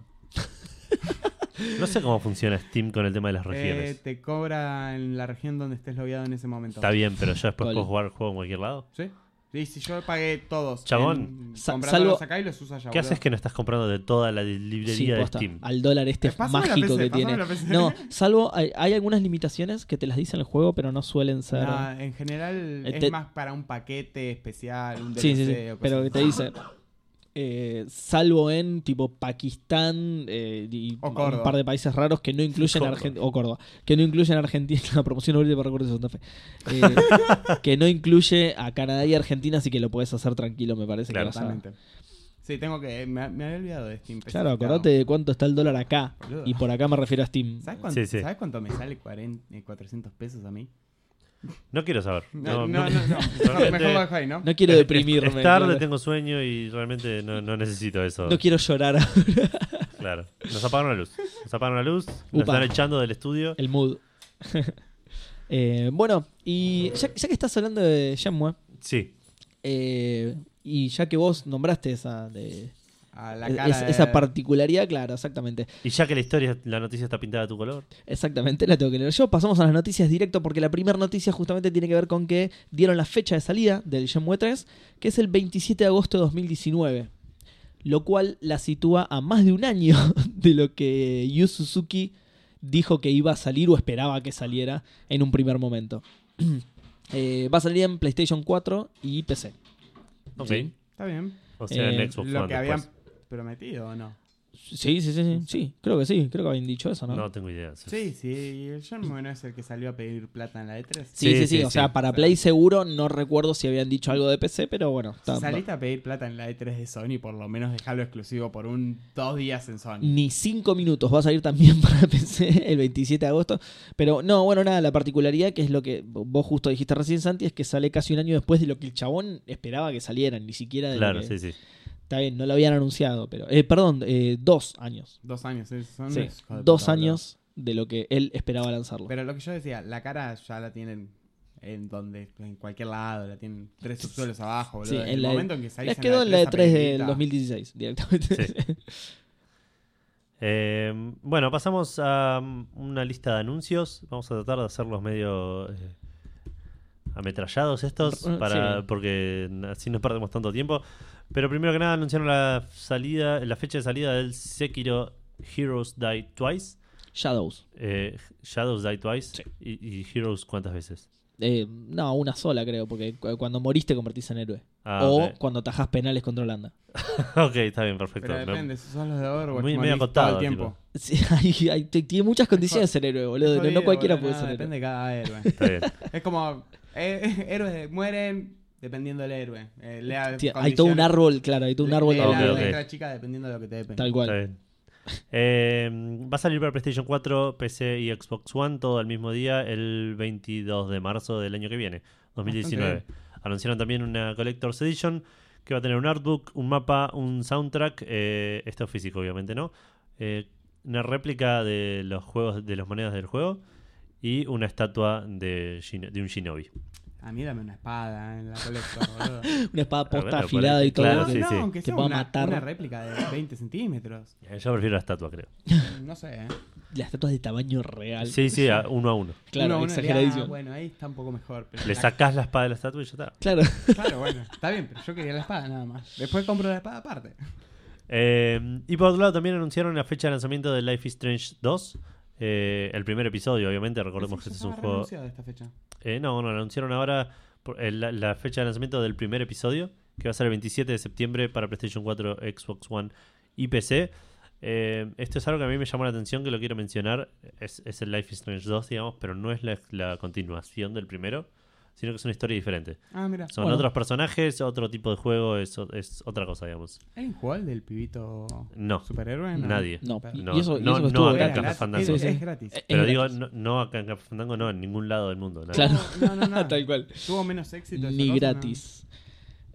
Speaker 2: No sé cómo funciona Steam con el tema de las
Speaker 4: Eh,
Speaker 2: regiones.
Speaker 4: te cobra en la región donde estés logueado en ese momento.
Speaker 2: Está bien, pero yo después
Speaker 1: Gol.
Speaker 2: puedo jugar el juego en cualquier lado.
Speaker 4: ¿Sí? Sí, si yo pagué todos.
Speaker 2: Chabón.
Speaker 4: en-
Speaker 1: Sa-
Speaker 4: comprándolos
Speaker 1: salvo-
Speaker 4: acá y los usa ya,
Speaker 2: ¿Qué haces que no estás comprando de toda la librería
Speaker 1: Sí,
Speaker 2: de
Speaker 1: posta,
Speaker 2: Steam?
Speaker 1: Al dólar este
Speaker 4: Eh, pásame la
Speaker 1: mágico
Speaker 4: PC,
Speaker 1: que tiene.
Speaker 4: pásame la PC.
Speaker 1: No, salvo hay, hay algunas limitaciones que te las dice en el juego, pero no suelen ser.
Speaker 4: Nah, en general
Speaker 1: Eh,
Speaker 4: es
Speaker 1: te-
Speaker 4: más para un paquete especial, un DLC
Speaker 1: sí, sí, sí.
Speaker 4: o cosas
Speaker 1: Pero que te
Speaker 4: así.
Speaker 1: dice. eh, salvo en tipo Pakistán eh, y
Speaker 4: O
Speaker 1: un
Speaker 4: Córdoba.
Speaker 1: par de países raros que no incluyen
Speaker 2: Córdoba.
Speaker 1: Argentina o Córdoba que no incluyen Argentina la promoción ahorita para Recuerdos de Santa Fe Eh, que no incluye a Canadá y Argentina así que lo puedes hacer tranquilo me parece
Speaker 2: Claro.
Speaker 1: que vas a-
Speaker 4: Totalmente. Sí, tengo que. Me, me había olvidado de este Steam. PC,
Speaker 1: claro acordate de cuánto está el dólar acá
Speaker 4: Boludo.
Speaker 1: y por acá me refiero a Steam
Speaker 4: ¿Sabes cuánto,
Speaker 2: Sí, sí.
Speaker 4: ¿sabes cuánto me sale 40, eh, 400 pesos a mí?
Speaker 2: No quiero saber.
Speaker 4: No, no, no. no,
Speaker 2: realmente-
Speaker 4: mejor lo dejo ahí, ¿no?
Speaker 1: no quiero
Speaker 2: Es-
Speaker 1: deprimirme
Speaker 2: Es tarde,
Speaker 1: claro.
Speaker 2: tengo sueño y realmente no, no necesito eso.
Speaker 1: no quiero llorar
Speaker 2: Claro. Nos apagaron la luz. Nos apagaron la luz. Nos
Speaker 1: Upa.
Speaker 2: están echando del estudio.
Speaker 1: El mood. Eh, bueno, y ya, ya que estás hablando de Shenmue,
Speaker 2: Sí.
Speaker 1: eh, y ya que vos nombraste esa, de-
Speaker 4: A la
Speaker 1: es-
Speaker 4: cara de-
Speaker 1: esa particularidad, claro, exactamente.
Speaker 2: Y ya que la historia, la noticia está pintada a tu color.
Speaker 1: Exactamente, la tengo que leer yo. Pasamos a las noticias directo porque la primera noticia justamente tiene que ver con que dieron la fecha de salida del Shenmue 3, que es el 27 de agosto de 2019. Lo cual la sitúa a más de un año de lo que Yu Suzuki dijo que iba a salir o esperaba que saliera en un primer momento. Eh, va a salir en PlayStation 4 y PC.
Speaker 2: Ok.
Speaker 1: Sí.
Speaker 4: Está bien.
Speaker 2: O sea,
Speaker 1: Eh,
Speaker 2: en Xbox
Speaker 4: Lo
Speaker 2: One
Speaker 4: que habían
Speaker 2: después.
Speaker 1: pues.
Speaker 4: prometido o no.
Speaker 1: Sí, sí, sí, sí, sí, creo que sí, creo que habían dicho eso, ¿no?
Speaker 2: No tengo idea.
Speaker 4: Sí, sí. y El John Moe no es el que salió a pedir plata en la E E3.
Speaker 1: Sí, sí, sí,
Speaker 2: Sí, sí,
Speaker 1: o
Speaker 2: sí.
Speaker 1: sea, para Play seguro no recuerdo si habían dicho algo de PC, pero bueno, está-
Speaker 4: Si saliste a pedir plata en la E3 de Sony, por lo menos dejarlo exclusivo por un dos días en Sony.
Speaker 1: ni cinco minutos. Va a salir también para PC el 27 de agosto. Pero no, bueno, nada, la particularidad, que es lo que vos justo dijiste recién, Santi, es que sale casi un año después de lo que el chabón esperaba que saliera, ni siquiera de lo
Speaker 2: Claro,
Speaker 1: que-
Speaker 2: sí, sí.
Speaker 1: Está bien, no lo habían anunciado, pero... eh, perdón, eh, dos años.
Speaker 4: Dos años, ¿eh? Son
Speaker 1: Sí,
Speaker 4: unos hijos de
Speaker 1: dos
Speaker 4: puta, boludo.
Speaker 1: años de lo que él esperaba lanzarlo.
Speaker 4: Pero lo que yo decía, la cara ya la tienen en donde en cualquier lado la tienen tres subsuelos abajo, boludo.
Speaker 1: Sí,
Speaker 4: en
Speaker 1: en
Speaker 4: el
Speaker 1: la de-
Speaker 4: momento en que salís
Speaker 1: Les
Speaker 4: en
Speaker 1: quedó en la de 3
Speaker 4: 3
Speaker 1: del 2016 directamente.
Speaker 2: Sí. Eh, bueno, pasamos a mm, una lista de anuncios. Vamos a tratar de hacerlos medio eh, ametrallados estos,
Speaker 1: R-
Speaker 2: para,
Speaker 1: sí.
Speaker 2: porque así no perdemos tanto tiempo. Pero primero que nada anunciaron la salida, la fecha de salida del Sekiro Heroes Die Twice.
Speaker 1: Shadows.
Speaker 2: Eh, Shadows Die Twice y, y Heroes cuántas veces.
Speaker 1: Eh, no, una sola creo, porque cu- cuando morís te convertís en héroe.
Speaker 2: Ah,
Speaker 1: o
Speaker 2: ok.
Speaker 1: cuando tajás penales contra Holanda.
Speaker 2: ok, está bien, perfecto.
Speaker 4: Pero
Speaker 2: Me-
Speaker 4: depende, si son los de Overwatch,
Speaker 2: Muy-
Speaker 4: morís
Speaker 2: medio
Speaker 4: todo
Speaker 2: acotado,
Speaker 4: el tiempo.
Speaker 2: tipo.
Speaker 1: Sí, hay- hay- te- tiene muchas condiciones ser héroe, boludo. No,
Speaker 4: Jodido,
Speaker 1: cualquiera
Speaker 4: boludo,
Speaker 1: puede
Speaker 4: no,
Speaker 1: ser E héroe.
Speaker 4: Depende de cada héroe.
Speaker 2: Está bien.
Speaker 4: es como, eh, héroes de- mueren dependiendo del héroe. Eh, lea
Speaker 1: Sí, hay todo un
Speaker 4: condiciones-
Speaker 1: árbol, claro, hay todo un árbol.
Speaker 4: lea
Speaker 2: Ok,
Speaker 4: la
Speaker 2: ok.
Speaker 4: letra chica dependiendo de lo que te depende.
Speaker 1: Tal cual.
Speaker 2: Está bien. Eh, va a salir para PlayStation 4, PC y Xbox One todo al mismo día, el 22 de marzo del año que viene, 2019. Anunciaron también una Collector's Edition que va a tener un artbook, un mapa, un soundtrack, eh, esto es físico obviamente, ¿no? Eh, una réplica de los juegos, de las monedas del juego y una estatua de, Shin- de un shinobi.
Speaker 4: A mí dame una espada en la colecta, boludo.
Speaker 1: Una espada posta
Speaker 2: bueno, por
Speaker 1: afilada
Speaker 2: ahí,
Speaker 1: y todo.
Speaker 2: claro,
Speaker 4: no,
Speaker 1: que-
Speaker 2: sí.
Speaker 4: no, aunque
Speaker 1: Te
Speaker 4: sea
Speaker 1: pueda
Speaker 4: una,
Speaker 1: matar.
Speaker 4: una réplica de 20 centímetros.
Speaker 2: Eh, Yo prefiero la estatua, creo.
Speaker 4: No sé. eh.
Speaker 1: Las estatuas de tamaño real.
Speaker 2: Sí, sí, a- uno a uno.
Speaker 1: Claro,
Speaker 4: Uno, uno diría,
Speaker 1: exageradísimo.
Speaker 4: "Ah, bueno, ahí está un poco mejor. Pero
Speaker 2: Le
Speaker 4: la-
Speaker 2: sacás la espada de la estatua y ya está.
Speaker 1: Claro.
Speaker 4: Claro, bueno, está bien, pero yo quería la espada nada más. Después compro la espada aparte.
Speaker 2: Eh, y por otro lado, también anunciaron la fecha de lanzamiento de Life is Strange 2. eh, el primer episodio, obviamente, recordemos que
Speaker 4: Eso
Speaker 2: este es
Speaker 4: ya
Speaker 2: un
Speaker 4: estaba
Speaker 2: juego.
Speaker 4: reanunciado "Ah, esta fecha.
Speaker 2: Eh, no, no, anunciaron ahora por- eh, la, la fecha de lanzamiento del primer episodio, que va a ser el 27 de septiembre para PlayStation 4, Xbox One y PC. Eh, esto es algo que a mí me llamó la atención, que lo quiero mencionar. Es, es el Life is Strange 2, digamos, pero no es la, la continuación del primero, sino que es una historia diferente.
Speaker 4: Ah, mira.
Speaker 2: Son
Speaker 1: Bueno.
Speaker 2: otros personajes, otro tipo de juego, es, o- es otra cosa, digamos.
Speaker 4: ¿Alguien jugó al del pibito
Speaker 2: No,
Speaker 4: superhéroe? No.
Speaker 2: nadie.
Speaker 1: No,
Speaker 4: Pero-
Speaker 1: y-
Speaker 2: No,
Speaker 1: y eso, y
Speaker 2: no,
Speaker 1: eso que
Speaker 2: no,
Speaker 1: estuvo
Speaker 2: acá
Speaker 4: Era
Speaker 1: gratis.
Speaker 2: en Café
Speaker 4: gratis,
Speaker 2: Fandango.
Speaker 4: es,
Speaker 1: Sí, sí.
Speaker 4: es gratis.
Speaker 1: Es
Speaker 2: Pero digo,
Speaker 1: gratis.
Speaker 2: no, no acá en Café Fandango, no, en ningún lado del mundo. nada.
Speaker 1: Claro.
Speaker 4: No, no, no.
Speaker 1: Tal cual.
Speaker 4: Tuvo menos éxito. esa
Speaker 1: Ni
Speaker 4: cosa, ¿no?
Speaker 1: gratis.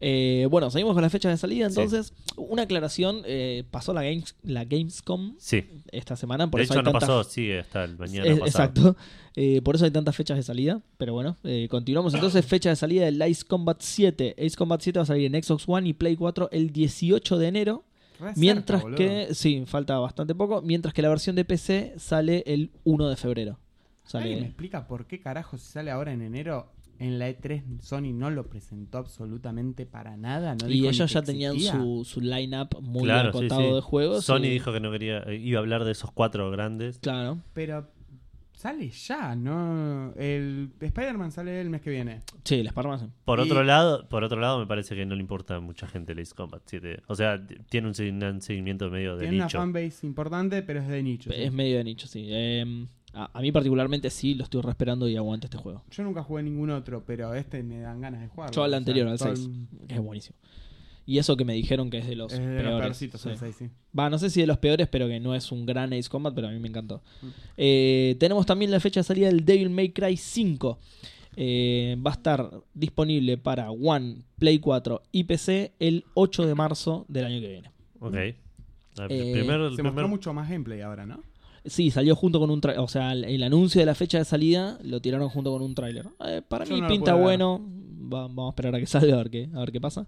Speaker 1: Eh, bueno, seguimos con la fecha de salida.
Speaker 2: Sí.
Speaker 1: Entonces, una aclaración: eh, pasó la, Games, la Gamescom
Speaker 2: Sí.
Speaker 1: esta semana. Por
Speaker 2: de
Speaker 1: eso
Speaker 2: hecho,
Speaker 1: hay
Speaker 2: no
Speaker 1: tantas-
Speaker 2: pasó, sigue hasta el mañana.
Speaker 1: Eh,
Speaker 2: pasado.
Speaker 1: exacto. Eh, por eso hay tantas fechas de salida. Pero bueno, eh, continuamos entonces. Fecha de salida del Ace Combat 7. Ace Combat 7 va a salir en Xbox One y Play 4 el 18 de enero.
Speaker 4: Re
Speaker 1: Mientras
Speaker 4: cerca, boludo.
Speaker 1: que, sí, falta bastante poco. Mientras que la versión de PC sale el 1 de febrero.
Speaker 4: ¿Alguien me
Speaker 1: Sale.
Speaker 4: explica por qué carajo si sale ahora en enero? En la E3 Sony no lo presentó absolutamente para nada. No
Speaker 1: Y
Speaker 4: dijo ni
Speaker 1: ellos
Speaker 4: que
Speaker 1: ya tenían
Speaker 4: existía.
Speaker 1: su, su line-up muy bien
Speaker 2: Claro, sí,
Speaker 1: contado
Speaker 2: sí.
Speaker 1: de juegos.
Speaker 2: Sony
Speaker 1: y-
Speaker 2: dijo que no quería, eh, iba a hablar de esos cuatro grandes.
Speaker 1: Claro.
Speaker 4: Pero sale ya, ¿no? El Spider-Man sale el mes que viene.
Speaker 1: Sí, las parmas.
Speaker 2: Por
Speaker 4: Y-
Speaker 2: otro lado, por otro lado, me parece que no le importa a mucha gente el Ace Combat 7. O sea, t- tiene un segui- un seguimiento medio de
Speaker 4: Tiene una
Speaker 2: nicho.
Speaker 4: fanbase importante, pero es de nicho. sí.
Speaker 1: Es medio de nicho, sí. Eh, a, a mí, particularmente, sí, lo estoy respirando y aguanto este juego.
Speaker 4: Yo nunca jugué ningún otro, pero este me dan ganas de jugar.
Speaker 1: Yo al
Speaker 4: O sea,
Speaker 1: anterior, al
Speaker 4: todo
Speaker 1: 6.
Speaker 4: el-
Speaker 1: que es buenísimo. Y eso que me dijeron que es de los
Speaker 4: Es de los
Speaker 1: peores.
Speaker 4: peorcitos el
Speaker 1: sí.
Speaker 4: 6, sí.
Speaker 1: Va, no sé si de los peores, pero que no es un gran Ace Combat, pero a mí me encantó.
Speaker 4: Mm.
Speaker 1: Eh, tenemos también la fecha de salida del Devil May Cry 5. Eh, va a estar disponible para One, Play 4 y PC el 8 de marzo del año que viene.
Speaker 2: Ok. Ah,
Speaker 1: Eh,
Speaker 2: primer- el
Speaker 4: Se
Speaker 2: primer-
Speaker 4: mostró mucho más gameplay ahora, ¿no?
Speaker 1: Sí, salió junto con un tráiler. O sea, el, el anuncio de la fecha de salida lo tiraron junto con un tráiler. Eh, para
Speaker 4: Yo
Speaker 1: mí
Speaker 4: no lo
Speaker 1: pinta
Speaker 4: puedo ver.
Speaker 1: bueno. Va- vamos a esperar a que salga a ver qué, a ver qué pasa.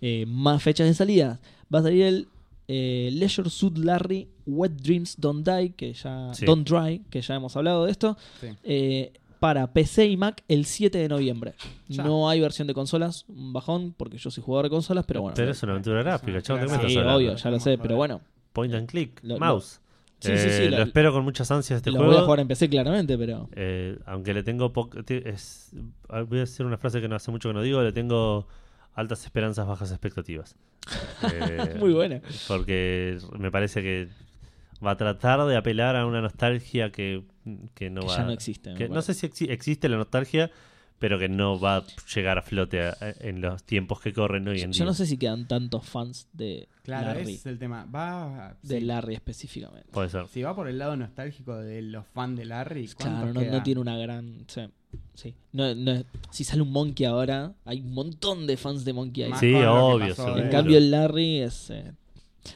Speaker 1: Eh, más fechas de salida. Va a salir el eh, Leisure Suit Larry Wet Dreams Don't Die, que ya.
Speaker 2: Sí.
Speaker 1: Don't Dry, que ya hemos hablado de esto.
Speaker 4: Sí.
Speaker 1: eh, para PC y Mac el 7 de noviembre.
Speaker 4: Ya.
Speaker 1: No hay versión de consolas, un bajón, porque yo soy jugador de consolas, pero bueno. eh,
Speaker 2: Pero es una aventura gráfica, chaval, ¿de qué me
Speaker 1: sí,
Speaker 2: estás hablando?
Speaker 1: obvio, ya lo sé, pero bueno.
Speaker 2: Point and click,
Speaker 1: Lo- lo-
Speaker 2: mouse.
Speaker 1: Sí, sí, sí,
Speaker 2: Eh,
Speaker 1: lo-
Speaker 2: lo, espero con muchas ansias este
Speaker 1: lo
Speaker 2: juego.
Speaker 1: voy a jugar en PC claramente, pero.
Speaker 2: Eh, aunque le tengo. po- te- es- ah, voy a decir una frase que no hace mucho que no digo. Le tengo altas esperanzas, bajas expectativas. Eh,
Speaker 1: Muy buena.
Speaker 2: Porque me parece que va a tratar de apelar a una nostalgia que, que no
Speaker 1: Que
Speaker 2: va.
Speaker 1: ya no existe, me
Speaker 2: que no
Speaker 1: parece.
Speaker 2: sé si exi- existe la nostalgia, pero que no va a llegar a flote a- en los tiempos que corren hoy en día.
Speaker 1: Yo no sé si quedan tantos fans de
Speaker 4: Claro,
Speaker 1: Larry.
Speaker 4: ese es el tema. Va. a-
Speaker 1: De
Speaker 4: sí.
Speaker 1: Larry específicamente.
Speaker 2: Puede ser.
Speaker 4: Si va por el lado nostálgico de los fans de Larry,
Speaker 1: Claro,
Speaker 4: ¿cuántos
Speaker 1: no, no
Speaker 4: quedan?
Speaker 1: tiene una gran. Sí. sí. No- no- si sale un Monkey ahora, hay un montón de fans de Monkey ahí.
Speaker 4: Más
Speaker 2: Sí,
Speaker 4: con lo que
Speaker 2: obvio,
Speaker 4: pasó,
Speaker 2: seguro.
Speaker 1: en
Speaker 4: eh.
Speaker 1: cambio, el Larry es. eh,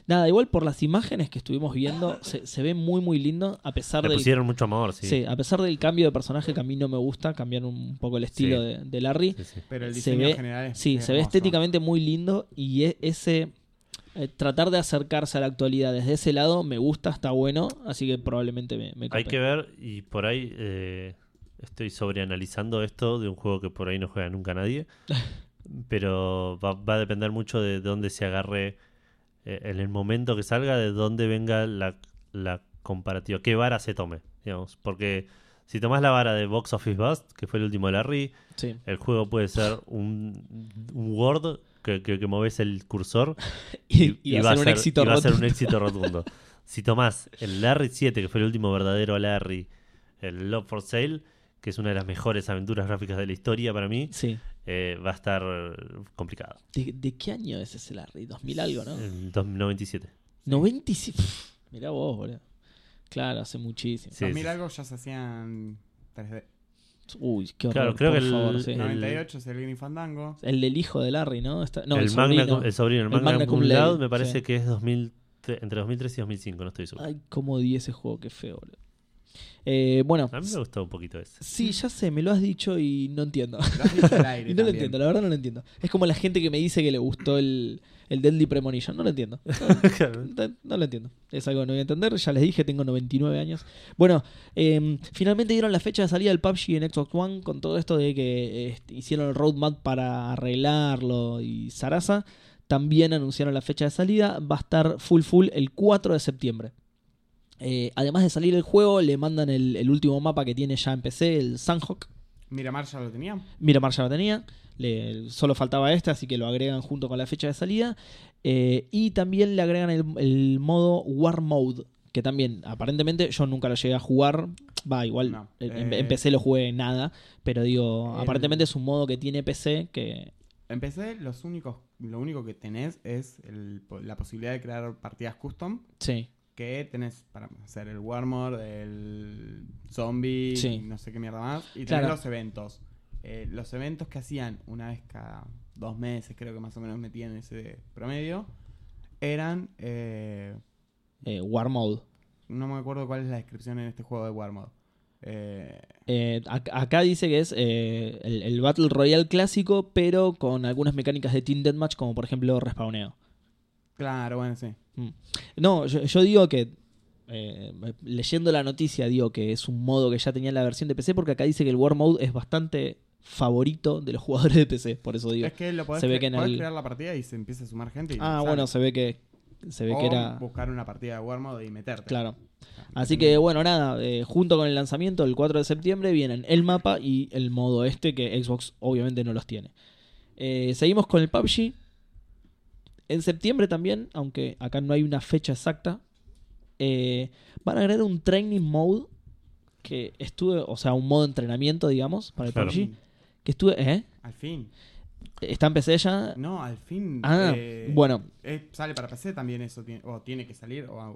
Speaker 1: Nada, igual por las imágenes que estuvimos viendo, se, se ve muy, muy lindo. A pesar
Speaker 2: Le
Speaker 1: del
Speaker 2: pusieron mucho amor, sí.
Speaker 1: Sí, a pesar del cambio de personaje que a mí no me gusta, cambiar un poco el estilo
Speaker 2: Sí.
Speaker 1: de, de Larry.
Speaker 2: Sí, sí.
Speaker 4: Pero el
Speaker 1: Se
Speaker 4: diseño
Speaker 1: ve-
Speaker 4: en general es
Speaker 1: Sí, se ve
Speaker 4: hermoso.
Speaker 1: estéticamente muy lindo y e- ese eh, tratar de acercarse a la actualidad desde ese lado me gusta, está bueno, así que probablemente me, me cope.
Speaker 2: Hay que ver, y por ahí eh, estoy sobreanalizando esto de un juego que por ahí no juega nunca nadie. pero va, va a depender mucho de dónde se agarre eh, en el momento que salga, de dónde venga la, la comparativa, qué vara se tome, digamos. Porque si tomás la vara de Box Office Bust, que fue el último de Larry,
Speaker 1: Sí.
Speaker 2: el juego puede ser un, un Word que, que, que moves el cursor
Speaker 1: Y, y va a ser un
Speaker 2: ser-
Speaker 1: éxito
Speaker 2: y va a ser un
Speaker 1: rotundo.
Speaker 2: éxito rotundo. si tomás el Larry 7, que fue el último verdadero Larry, el Love for Sale, que es una de las mejores aventuras gráficas de la historia para mí,
Speaker 1: Sí.
Speaker 2: eh, va a estar complicado.
Speaker 1: ¿De, de qué año es ese Larry? 2000 algo, ¿no?
Speaker 2: En 2097.
Speaker 1: 95. Mirá vos, boludo. Claro, hace muchísimo.
Speaker 2: Sí,
Speaker 4: 2000
Speaker 2: sí, sí.
Speaker 4: algo ya se hacían 3D.
Speaker 1: Uy, qué horror.
Speaker 2: Claro, creo
Speaker 1: por
Speaker 2: que el-
Speaker 1: favor, sí.
Speaker 2: El-
Speaker 4: 98 es el Green Fandango.
Speaker 1: El del hijo de Larry, ¿no? Está- no, el,
Speaker 2: el, Magna,
Speaker 1: sobrino.
Speaker 2: el sobrino, el
Speaker 1: El
Speaker 2: Magna,
Speaker 1: Magna Cum
Speaker 2: Cum Laude,
Speaker 1: Laude,
Speaker 2: me parece
Speaker 1: sí.
Speaker 2: que es 2000, entre 2003 y 2005, no estoy seguro.
Speaker 1: Ay, cómo di ese juego, qué feo, boludo. Eh, bueno,
Speaker 2: A mí me gustó un poquito ese.
Speaker 1: sí, ya sé, me lo has dicho y no entiendo.
Speaker 4: Lo has dicho al
Speaker 1: no
Speaker 4: aire.
Speaker 1: lo
Speaker 4: también.
Speaker 1: entiendo, la verdad no lo entiendo. Es como la gente que me dice que le gustó el, el Deadly Premonition. No lo entiendo. No, no lo entiendo. Es algo que no voy a entender. Ya les dije, tengo 99 años. Bueno, eh, finalmente dieron la fecha de salida del PUBG en Xbox One con todo esto de que eh, hicieron el roadmap para arreglarlo y Sarasa. También anunciaron la fecha de salida. Va a estar full full el 4 de septiembre. Eh, además de salir el juego, le mandan el, el último mapa que tiene ya en PC, el Sunhawk.
Speaker 4: Miramar ya lo tenía.
Speaker 1: Miramar ya lo tenía. le- solo faltaba este, así que lo agregan junto con la fecha de salida. Eh, y también le agregan el, el modo War Mode. Que también, aparentemente, yo nunca lo llegué a jugar. Va, igual
Speaker 4: No,
Speaker 1: em-
Speaker 4: eh,
Speaker 1: en PC lo jugué nada. Pero digo,
Speaker 4: el-
Speaker 1: aparentemente es un modo que tiene PC que.
Speaker 4: Empecé, los únicos, lo único que tenés es el po- la posibilidad de crear partidas custom.
Speaker 1: Sí.
Speaker 4: Que tenés para hacer el Warmore, el Zombie,
Speaker 1: Sí.
Speaker 4: no sé qué mierda más. Y tenés
Speaker 1: Claro.
Speaker 4: los eventos. Eh, los eventos que hacían una vez cada dos meses, creo que más o menos metían ese promedio, eran. eh,
Speaker 1: eh, War Mode.
Speaker 4: no me acuerdo cuál es la descripción en este juego de Warmore. Eh,
Speaker 1: Eh, ac- acá dice que es eh, el, el Battle Royale clásico, pero con algunas mecánicas de Team Deathmatch, como por ejemplo respawneo.
Speaker 4: claro, bueno, sí.
Speaker 1: No, yo, yo digo que. eh, leyendo la noticia, digo que es un modo que ya tenía en la versión de PC, porque acá dice que el War Mode es bastante favorito de los jugadores de PC, por eso digo.
Speaker 4: es que lo podés,
Speaker 1: se ve
Speaker 4: cre-
Speaker 1: que en
Speaker 4: podés
Speaker 1: el-
Speaker 4: crear la partida y se empieza a sumar gente. Y
Speaker 1: ah,
Speaker 4: sale. Oh,
Speaker 1: bueno, se ve que. Se ve
Speaker 4: o
Speaker 1: que era.
Speaker 4: buscar una partida de Warmode y meterte.
Speaker 1: Claro. Así que bueno, nada, eh, junto con el lanzamiento el 4 de septiembre vienen el mapa y el modo este que Xbox obviamente no los tiene. Eh, seguimos con el PUBG. En septiembre también, aunque acá no hay una fecha exacta, eh, van a agregar un training mode que estuve, o sea, un modo de entrenamiento, digamos, para el
Speaker 2: Claro.
Speaker 1: PUBG. Que estuve, ¿eh?
Speaker 4: Al fin.
Speaker 1: Está en PC ya.
Speaker 4: No, al fin.
Speaker 1: Ah,
Speaker 4: Mm, eh,
Speaker 1: bueno,
Speaker 4: eh, sale para PC también eso. tiene- o tiene que salir. O, ah,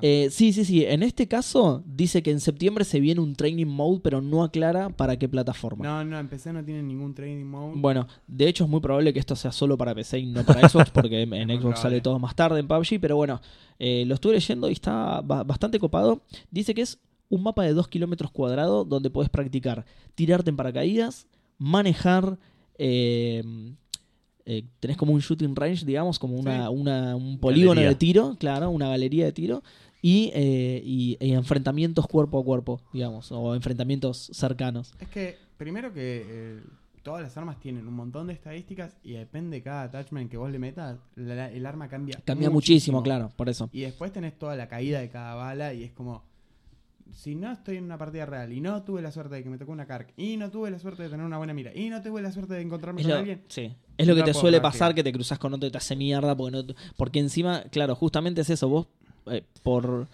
Speaker 1: Eh, sí, sí, sí. En este caso dice que en septiembre se viene un training mode, pero no aclara para qué plataforma.
Speaker 4: no, no, en PC no tiene ningún trading mode.
Speaker 1: Bueno, de hecho es muy probable que esto sea solo para PC y no para Xbox, porque en
Speaker 4: Es
Speaker 1: en
Speaker 4: muy
Speaker 1: Xbox sale
Speaker 4: probable.
Speaker 1: todo más tarde en PUBG, pero bueno, eh, lo estuve leyendo y está ba- bastante copado. Dice que es un mapa de 2 kilómetros cuadrados donde puedes practicar tirarte en paracaídas, manejar, eh, eh, tenés como un shooting range, digamos, como una, una- un polígono
Speaker 2: Galería.
Speaker 1: de tiro, claro, una galería de tiro. Y, eh, y- y enfrentamientos cuerpo a cuerpo, digamos, o enfrentamientos cercanos.
Speaker 4: Es que, primero que eh, todas las armas tienen un montón de estadísticas y depende de cada attachment que vos le metas, la- el arma cambia.
Speaker 1: Cambia muchísimo, claro, por eso.
Speaker 4: Y después tenés toda la caída de cada bala y es como... Si no estoy en una partida real y no tuve la suerte de que me tocó una carc y no tuve la suerte de tener una buena mira y no tuve la suerte de encontrarme
Speaker 1: Es
Speaker 4: con
Speaker 1: lo,
Speaker 4: alguien...
Speaker 1: sí. Es lo que
Speaker 4: No
Speaker 1: te
Speaker 4: puedo
Speaker 1: suele
Speaker 4: creer
Speaker 1: pasar,
Speaker 4: que-
Speaker 1: que te cruzas con otro y te hace mierda, porque, no, porque encima, claro, justamente es eso, vos eh, por...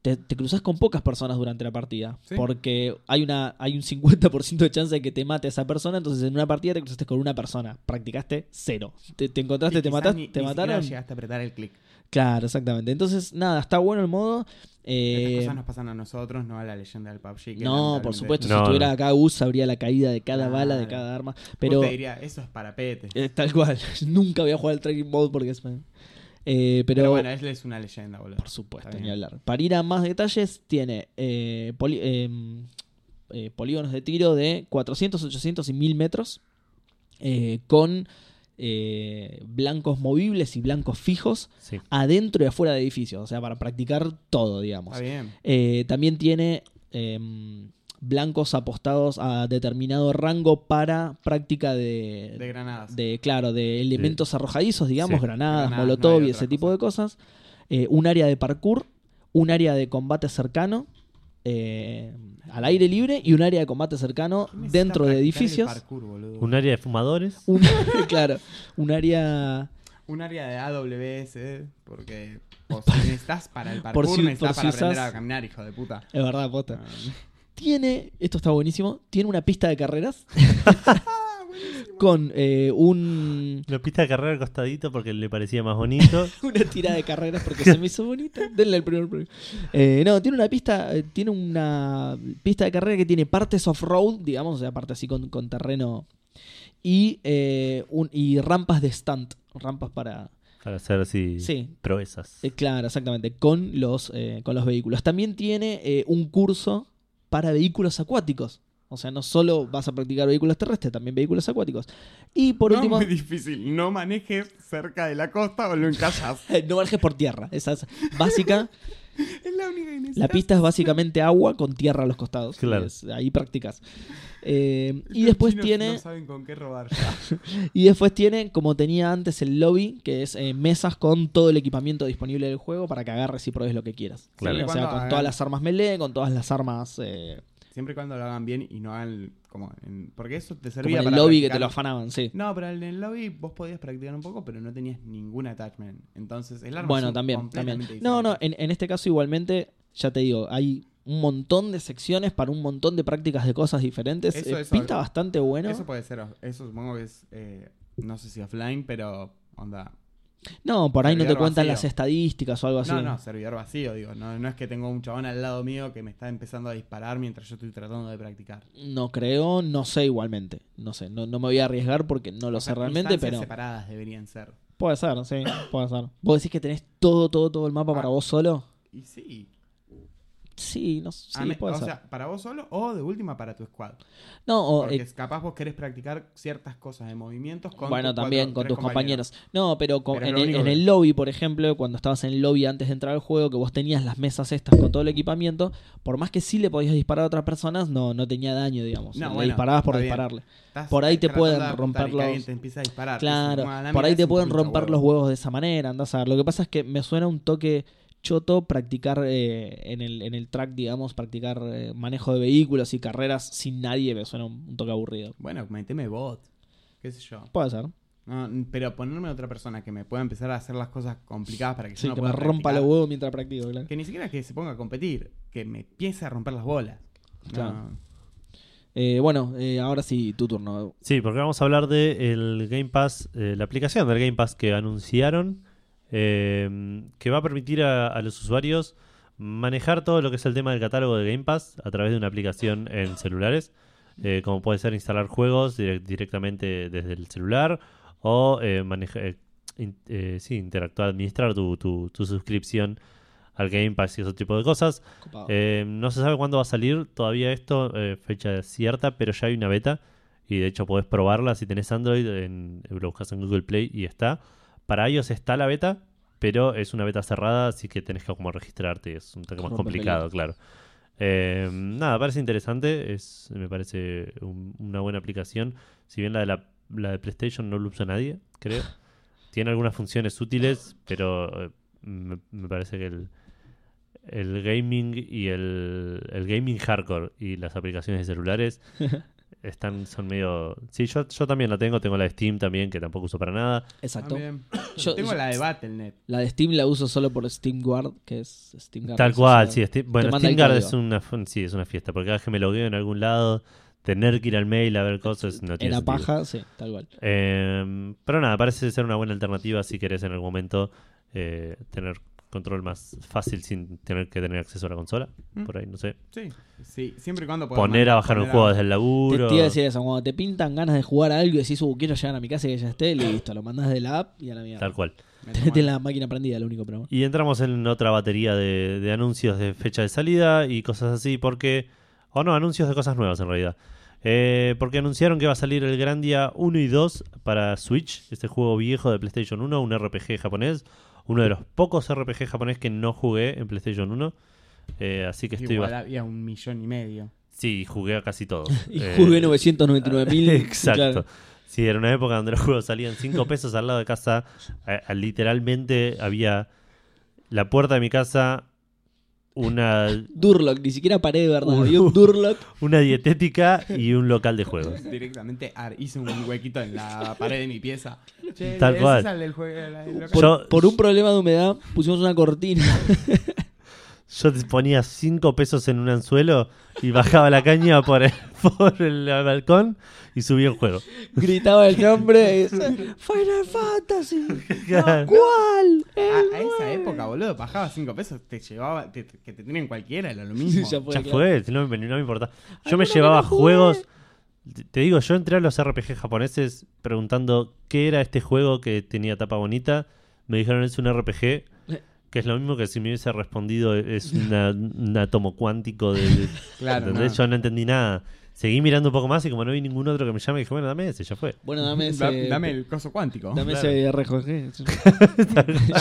Speaker 1: Te, te cruzas con pocas personas durante la partida.
Speaker 4: Sí.
Speaker 1: Porque hay una hay un 50% de chance de que te mate esa persona. Entonces, en una partida te cruzaste con una persona. Practicaste cero. Te, te encontraste,
Speaker 4: Y
Speaker 1: te
Speaker 4: quizás
Speaker 1: mataste,
Speaker 4: ni-
Speaker 1: te
Speaker 4: ni siquiera
Speaker 1: mataron.
Speaker 4: llegaste a apretar el clic.
Speaker 1: Claro, exactamente. Entonces, nada, está bueno el modo.
Speaker 4: Estas
Speaker 1: eh,
Speaker 4: cosas nos pasan a nosotros, no a la leyenda del PUBG. que
Speaker 1: no, por
Speaker 4: lamentablemente-
Speaker 1: supuesto, si
Speaker 2: No,
Speaker 1: estuviera
Speaker 2: no.
Speaker 1: acá Gus, sabría la caída de cada bala, de
Speaker 4: Claro.
Speaker 1: cada arma.
Speaker 4: Pero...
Speaker 1: Pero
Speaker 4: diría, eso es para pete.
Speaker 1: Eh, tal cual. Nunca voy a jugar al tracking mode porque es. Eh, pero,
Speaker 4: Pero, bueno, él es una leyenda, boludo.
Speaker 1: por supuesto,
Speaker 4: Está
Speaker 1: ni
Speaker 4: bien.
Speaker 1: hablar. Para ir a más detalles, tiene eh, poli- em, eh, polígonos de tiro de 400, 800 y 1000 metros eh, con eh, blancos movibles y blancos fijos
Speaker 2: Sí.
Speaker 1: adentro y afuera de edificios, o sea, para practicar todo, digamos.
Speaker 4: Está bien.
Speaker 1: Eh, también tiene em, blancos apostados a determinado rango para práctica de,
Speaker 4: De granadas.
Speaker 1: Eh, de, claro, de elementos arrojadizos, digamos,
Speaker 2: Sí.
Speaker 1: granadas,
Speaker 4: Granadas,
Speaker 1: molotov
Speaker 4: no
Speaker 1: y
Speaker 4: hay
Speaker 1: ese
Speaker 4: otra
Speaker 1: tipo
Speaker 4: cosa.
Speaker 1: de cosas. Eh, un área de parkour, un área de combate cercano eh, al aire libre y un área de combate cercano
Speaker 4: ¿Quién necesita
Speaker 1: dentro de
Speaker 4: practicar el
Speaker 1: edificios.
Speaker 4: parkour, boludo?
Speaker 2: Un área de fumadores.
Speaker 1: Un, claro, un área
Speaker 4: Un área de AWS, porque por si necesitas para el parkour,
Speaker 1: si- por si
Speaker 4: necesitas para aprender
Speaker 1: usás-
Speaker 4: a caminar, hijo de puta.
Speaker 1: Es verdad, posta.
Speaker 4: Ah,
Speaker 1: Tiene, esto está buenísimo, tiene una pista de carreras con eh, un,
Speaker 2: La pista de carrera al costadito porque le parecía más bonito.
Speaker 1: una tira de carreras porque se me hizo bonita. Denle el primer premio. Eh, no, tiene una pista, eh, tiene una pista de carrera que tiene partes off-road, digamos, o sea, parte así con, con terreno y, eh, un- y rampas de stunt, rampas para...
Speaker 2: para hacer así
Speaker 1: Sí.
Speaker 2: proezas.
Speaker 1: eh, claro, exactamente, con los, eh, con los vehículos. También tiene eh, un curso para vehículos acuáticos. O sea, no solo vas a practicar vehículos terrestres, también vehículos acuáticos. Y por
Speaker 4: Ah, no,
Speaker 1: último...
Speaker 4: muy difícil. No manejes cerca de la costa o lo encallas.
Speaker 1: No manejes por tierra, esa es básica.
Speaker 4: es la única que
Speaker 1: La
Speaker 4: necesitas.
Speaker 1: pista es básicamente agua con tierra a los costados.
Speaker 2: Claro.
Speaker 1: Es- ahí practicas. Eh, y
Speaker 4: Los
Speaker 1: después
Speaker 4: chinos
Speaker 1: tiene
Speaker 4: No saben con qué robar ya.
Speaker 1: y después tiene como tenía antes el lobby que es eh, mesas con todo el equipamiento disponible del juego para que agarres y pruebes lo que quieras.
Speaker 2: Claro.
Speaker 1: O sea,
Speaker 4: Cuando
Speaker 1: con
Speaker 4: hagan-
Speaker 1: todas las armas melee, con todas las armas eh,
Speaker 4: Siempre y cuando lo hagan bien y no hagan como... en- porque eso te
Speaker 1: como en
Speaker 4: servía
Speaker 1: el
Speaker 4: para
Speaker 1: lobby que te lo
Speaker 4: practicar-
Speaker 1: afanaban, sí.
Speaker 4: No, pero en el lobby vos podías practicar un poco, pero no tenías ningún attachment. Entonces, el arma
Speaker 1: Bueno,
Speaker 4: son
Speaker 1: también,
Speaker 4: completamente
Speaker 1: también. No, no,
Speaker 4: diferentes.
Speaker 1: en, en este caso igualmente, ya te digo, hay un montón de secciones para un montón de prácticas de cosas diferentes.
Speaker 4: Eso,
Speaker 1: Eh,
Speaker 4: eso.
Speaker 1: Pinta bastante bueno.
Speaker 4: Eso puede ser, off- eso supongo que es, eh, no sé si offline, pero onda.
Speaker 1: No, por ahí no te
Speaker 4: Servidor
Speaker 1: cuentan
Speaker 4: vacío.
Speaker 1: las estadísticas o algo así.
Speaker 4: No, no, servidor vacío, digo. No, no es que tengo un chabón al lado mío que me está empezando a disparar mientras yo estoy tratando de practicar.
Speaker 1: No creo, no sé igualmente. No sé, no, no me voy a arriesgar porque no lo
Speaker 4: O
Speaker 1: sé
Speaker 4: sea,
Speaker 1: realmente,
Speaker 4: instancias
Speaker 1: pero
Speaker 4: separadas deberían ser.
Speaker 1: puede ser, sí, puede ser. ¿Vos decís que tenés todo, todo, todo el mapa
Speaker 4: Ah.
Speaker 1: para vos solo?
Speaker 4: Y sí.
Speaker 1: Sí, no sé,
Speaker 4: A
Speaker 1: sí,
Speaker 4: Ah, me-
Speaker 1: puede
Speaker 4: o
Speaker 1: ser.
Speaker 4: sea, para vos solo o de última para tu squad.
Speaker 1: no, o,
Speaker 4: Porque
Speaker 1: eh,
Speaker 4: capaz vos querés practicar ciertas cosas de movimientos con
Speaker 1: bueno,
Speaker 4: tus cuatro-
Speaker 1: también con
Speaker 4: tres
Speaker 1: tus compañeros. No, pero, con-
Speaker 4: Pero es
Speaker 1: en,
Speaker 4: lo
Speaker 1: el,
Speaker 4: único
Speaker 1: en
Speaker 4: que-
Speaker 1: el lobby, por ejemplo, cuando estabas en el lobby antes de entrar al juego, que vos tenías las mesas estas con todo el equipamiento, por más que sí le podías disparar a otras personas, no, no tenía daño, digamos.
Speaker 4: No,
Speaker 1: le
Speaker 4: bueno,
Speaker 1: disparabas por
Speaker 4: está bien.
Speaker 1: dispararle.
Speaker 4: Estás
Speaker 1: Por ahí te
Speaker 4: tratando de
Speaker 1: pueden
Speaker 4: apuntar
Speaker 1: romper
Speaker 4: y que alguien
Speaker 1: los-
Speaker 4: te empieza a disparar.
Speaker 1: Claro,
Speaker 4: Es como, a la
Speaker 1: por
Speaker 4: mira,
Speaker 1: ahí
Speaker 4: es
Speaker 1: te
Speaker 4: un
Speaker 1: pueden
Speaker 4: pincho
Speaker 1: romper
Speaker 4: huevo.
Speaker 1: los huevos de esa manera, andás a ver. Lo que pasa es que me suena un toque choto practicar eh, en, el, en el track, digamos, practicar eh, manejo de vehículos y carreras sin nadie, me suena un, un toque aburrido.
Speaker 4: Bueno, meteme bot. Qué sé yo.
Speaker 1: Puede ser.
Speaker 4: No, n- pero ponerme otra persona que me pueda empezar a hacer las cosas complicadas para que
Speaker 1: Sí,
Speaker 4: yo no
Speaker 1: que me
Speaker 4: pueda
Speaker 1: rompa
Speaker 4: practicar.
Speaker 1: los huevos mientras practico, claro.
Speaker 4: Que ni siquiera que se ponga a competir, que me empiece a romper las bolas. No,
Speaker 1: Claro. Eh, bueno, eh, ahora sí, tu turno.
Speaker 2: Sí, porque vamos a hablar de el Game Pass, eh, la aplicación del Game Pass que anunciaron, eh, que va a permitir a, a los usuarios manejar todo lo que es el tema del catálogo de Game Pass a través de una aplicación en celulares, eh, como puede ser instalar juegos direc- directamente desde el celular o eh, maneja- eh, in- eh, sí, interactuar, administrar tu, tu- tu suscripción al Game Pass y ese tipo de cosas.
Speaker 1: Copado.
Speaker 2: Eh, no se sabe cuándo va a salir todavía esto, eh, fecha cierta, pero ya hay una beta y de hecho podés probarla si tenés Android, en, lo buscas en Google Play y está. Para iOS está la beta, pero es una beta cerrada, así que tenés que como registrarte, es un toque más
Speaker 1: Rompe
Speaker 2: complicado, claro. Eh, nada, parece interesante, es, me parece un- una buena aplicación. Si bien la de, la, la de PlayStation no lo usa nadie, creo. Tiene algunas funciones útiles, pero eh, me, me parece que el, el gaming y el, el gaming hardcore y las aplicaciones de celulares están son medio... Sí, yo, yo también la tengo, tengo la de Steam también, que tampoco uso para nada.
Speaker 1: Exacto.
Speaker 4: También.
Speaker 1: Yo-
Speaker 4: Tengo
Speaker 1: yo-
Speaker 4: la de Battle.net.
Speaker 1: La de Steam la uso solo por Steam Guard, que es Steam Guard.
Speaker 2: Tal
Speaker 1: no sé
Speaker 2: cual,
Speaker 1: si
Speaker 2: sí.
Speaker 1: la-
Speaker 2: Steam- bueno,
Speaker 1: manda el
Speaker 2: Steam Guard
Speaker 1: código.
Speaker 2: es una, fun- sí, es una fiesta, porque cada vez que me logueo en algún lado, tener que ir al mail a ver cosas no tiene
Speaker 1: Era
Speaker 2: sentido. Em,
Speaker 1: paja, sí, tal cual.
Speaker 2: Eh, pero nada, parece ser una buena alternativa si querés en algún momento eh, tener control más fácil sin tener que tener acceso a la consola.
Speaker 4: Mm.
Speaker 2: Por ahí, no sé.
Speaker 4: Sí. Sí, siempre y cuando podés
Speaker 2: Poner a
Speaker 4: man-
Speaker 2: bajar un
Speaker 4: poner
Speaker 2: juego desde el
Speaker 1: Te,
Speaker 2: laburo.
Speaker 1: te iba a decir eso, cuando te pintan ganas de jugar a algo y decís, uh, quiero llegar a mi casa y que ya esté, listo, lo mandás de la app y a la mierda.
Speaker 2: Tal cual.
Speaker 4: Me tomo
Speaker 1: Tenés la máquina prendida, lo único problema.
Speaker 2: Y entramos en otra batería de, de anuncios de fecha de salida y cosas así, porque. O no, anuncios de cosas nuevas en realidad. Eh, porque anunciaron que va a salir el Grandia 1 y 2 para Switch, este juego viejo de PlayStation 1, un RPG japonés. Uno de los pocos RPG japonés que no jugué en PlayStation 1. Eh, así que estoy.
Speaker 4: Igual
Speaker 2: bast-
Speaker 4: había un millón y medio.
Speaker 2: Sí, jugué a casi todos.
Speaker 1: Y
Speaker 2: Eh,
Speaker 1: jugué 999.000.
Speaker 2: Exacto.
Speaker 1: claro.
Speaker 2: Sí, era una época donde los juegos salían 5 pesos al lado de casa. Eh, eh, literalmente había la puerta de mi casa, una,
Speaker 1: Durlock, ni siquiera pared de verdad. Había un Durlock.
Speaker 2: una dietética y un local de juegos.
Speaker 4: Directamente ar- hice un huequito en la pared de mi pieza.
Speaker 3: Che,
Speaker 2: Tal
Speaker 3: ese
Speaker 2: cual.
Speaker 3: es el del juego- el- el local.
Speaker 1: Por,
Speaker 2: Yo-
Speaker 1: por un problema de humedad pusimos una cortina.
Speaker 2: Yo te ponía 5 pesos en un anzuelo y bajaba la caña por el, por el balcón y subía el juego.
Speaker 1: Gritaba el nombre. y decía, Final Fantasy. ¿Cuál?
Speaker 4: A, Ah, a esa época, boludo, bajaba 5 pesos, te llevaba, te- te- que te tienen cualquiera, era lo mismo.
Speaker 1: Ya fue,
Speaker 2: Ya
Speaker 1: claro.
Speaker 2: fue, no me, no me importa. Yo
Speaker 1: Alguno
Speaker 2: me
Speaker 1: que
Speaker 2: llevaba
Speaker 1: no jugué.
Speaker 2: juegos. te- Te digo, yo entré a los RPG japoneses preguntando qué era este juego que tenía tapa bonita. Me dijeron es un RPG, que es lo mismo que si me hubiese respondido es una- un átomo cuántico de... de-
Speaker 4: Claro,
Speaker 2: ¿entendés?
Speaker 4: no.
Speaker 2: Yo no entendí nada. Seguí mirando un poco más y como no vi ningún otro que me llame, dije, bueno, dame ese, ya fue.
Speaker 1: Bueno, dame ese.
Speaker 4: Da- dame el coso cuántico.
Speaker 1: dame
Speaker 2: Claro.
Speaker 1: ese RJG.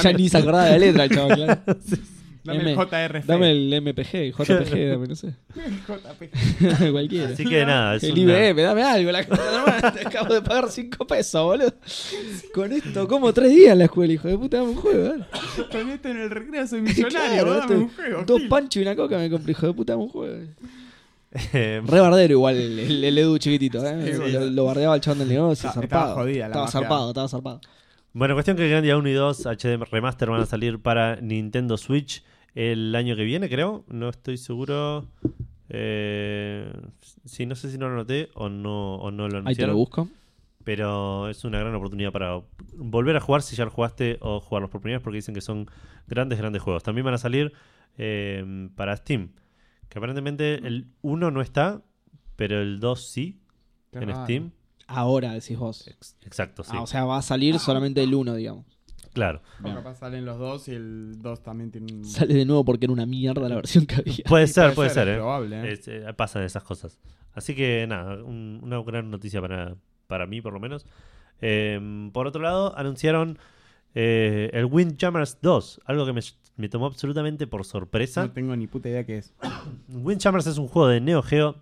Speaker 1: ya ni se acordaba de la letra, el chaval, claro.
Speaker 4: Dame
Speaker 1: M.
Speaker 4: el JRF.
Speaker 1: Dame el MPG, JPG, dame, no sé. Cualquiera.
Speaker 2: Así que nada, es
Speaker 1: el
Speaker 2: una-
Speaker 1: IBM, dame algo, la concha de la madre, te acabo de pagar 5 pesos, boludo. Con esto como 3 días en la escuela, hijo de puta, dame un juego, dale.
Speaker 4: Con esto en el recreo soy millonario,
Speaker 1: Claro,
Speaker 4: vos dame
Speaker 2: este,
Speaker 1: esto-
Speaker 4: un juego.
Speaker 1: Dos
Speaker 4: Gil.
Speaker 1: panchos y una coca me compré, hijo de puta, dame un juego.
Speaker 2: Eh,
Speaker 1: Re bardero igual el, el- el Edu chiquitito, ¿eh?
Speaker 4: Sí,
Speaker 1: lo, lo bardeaba el chabón del negocio,
Speaker 4: Estaba-
Speaker 1: zarpado.
Speaker 4: estaba jodida la
Speaker 1: Estaba
Speaker 4: mafia.
Speaker 1: zarpado, estaba zarpado.
Speaker 2: Bueno, cuestión que Grandia 1 y 2 HD Remaster van a salir para Nintendo Switch el año que viene, creo. No estoy seguro. Eh, sí, no sé si no lo noté o no, o no lo
Speaker 1: Ahí te lo
Speaker 2: anunciaron.
Speaker 1: busco.
Speaker 2: pero es una gran oportunidad para volver a jugar si ya lo jugaste o jugarlos por primera vez porque dicen que son grandes, grandes juegos. También van a salir eh, para Steam. Que aparentemente el 1 no está, pero el 2 sí en
Speaker 4: Claro.
Speaker 2: Steam.
Speaker 1: Ahora decís vos.
Speaker 2: Ex- Exacto, sí.
Speaker 1: Ah, o sea, va a salir solamente el uno, digamos.
Speaker 2: claro.
Speaker 4: O capaz salen los dos y el dos también tiene
Speaker 2: Mm.
Speaker 4: un...
Speaker 1: Sale de nuevo porque era una mierda la versión que había.
Speaker 2: Puede ser, puede ser,
Speaker 4: es
Speaker 2: ¿eh?
Speaker 4: probable, ¿eh?
Speaker 2: Es, eh, pasan esas cosas. Así que nada, un- una gran noticia para, para mí, por lo menos. Eh, por otro lado, anunciaron eh, el Windjammers 2, algo que me, me tomó absolutamente por sorpresa.
Speaker 4: No tengo ni puta idea qué es.
Speaker 2: Windjammers es un juego de Neo Geo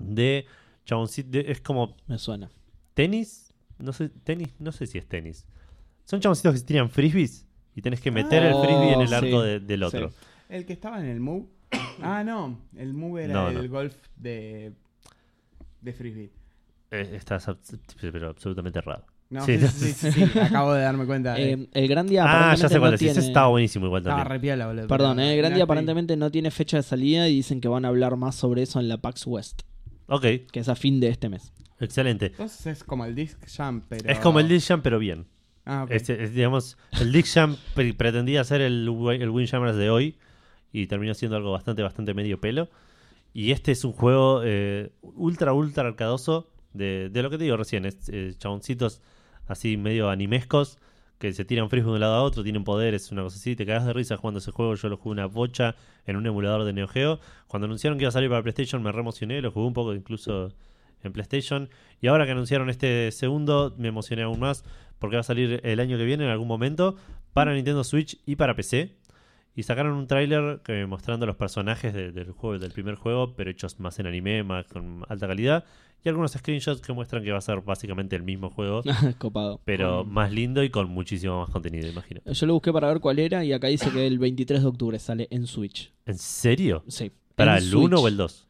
Speaker 2: de chaboncito, de- es como
Speaker 1: Me suena.
Speaker 2: tenis, no sé, tenis, no sé si es tenis. Son chaboncitos que tiran frisbees y tenés que meter el
Speaker 1: Ah,
Speaker 2: frisbee en el
Speaker 1: sí,
Speaker 2: arco de- del
Speaker 1: sí.
Speaker 2: otro.
Speaker 4: El que estaba en el Move. Ah, no. El Move era
Speaker 2: No, no.
Speaker 4: el golf de. de Frisbee.
Speaker 2: Eh, estás abs- pero absolutamente errado.
Speaker 4: No,
Speaker 2: Sí,
Speaker 4: sí,
Speaker 2: no,
Speaker 4: sí, sí, sí, Acabo de darme cuenta. Eh,
Speaker 1: Eh, el Gran Día
Speaker 2: Ah, ya
Speaker 1: aparentemente
Speaker 2: sé cuál
Speaker 1: no
Speaker 2: es.
Speaker 1: tiene-
Speaker 2: Ese estaba buenísimo igual
Speaker 4: estaba
Speaker 2: también.
Speaker 4: re piola, Ah, boludo.
Speaker 1: Perdón, eh, el Gran
Speaker 4: No,
Speaker 1: Día
Speaker 4: sí.
Speaker 1: aparentemente no tiene fecha de salida y dicen que van a hablar más sobre eso en la PAX West,
Speaker 2: Ok,
Speaker 1: que es a fin de este mes.
Speaker 2: excelente.
Speaker 4: Entonces es como el Disc Jump, pero.
Speaker 2: Es como el este Dick Jam, pero bien.
Speaker 4: Ah, ok.
Speaker 2: Es- es, digamos, el Dick Jam pre- pretendía ser el, Wi- el Windjammers de hoy y terminó siendo algo bastante, bastante medio pelo. Y este es un juego eh, ultra, ultra arcadoso de, de lo que te digo recién. Es, eh, chaboncitos así medio animescos que se tiran frisbee de un lado a otro, tienen poderes, una cosa así. Te cagas de risa jugando ese juego. Yo lo jugué una bocha en un emulador de Neo Geo. Cuando anunciaron que iba a salir para PlayStation me reemocioné, lo jugué un poco incluso en PlayStation. Y ahora que anunciaron este segundo, me emocioné aún más porque va a salir el año que viene en algún momento para Nintendo Switch y para PC. Y sacaron un tráiler que- mostrando los personajes de- del juego, del primer juego, pero hechos más en anime, más con alta calidad. Y algunos screenshots que muestran que va a ser básicamente el mismo juego,
Speaker 1: Copado.
Speaker 2: pero más lindo y con muchísimo más contenido, imagino.
Speaker 1: Yo lo busqué para ver cuál era y acá dice que el 23 de octubre sale en Switch.
Speaker 2: ¿En serio?
Speaker 1: Sí.
Speaker 2: ¿Para
Speaker 1: en
Speaker 2: el 1
Speaker 1: Switch.
Speaker 2: o el 2?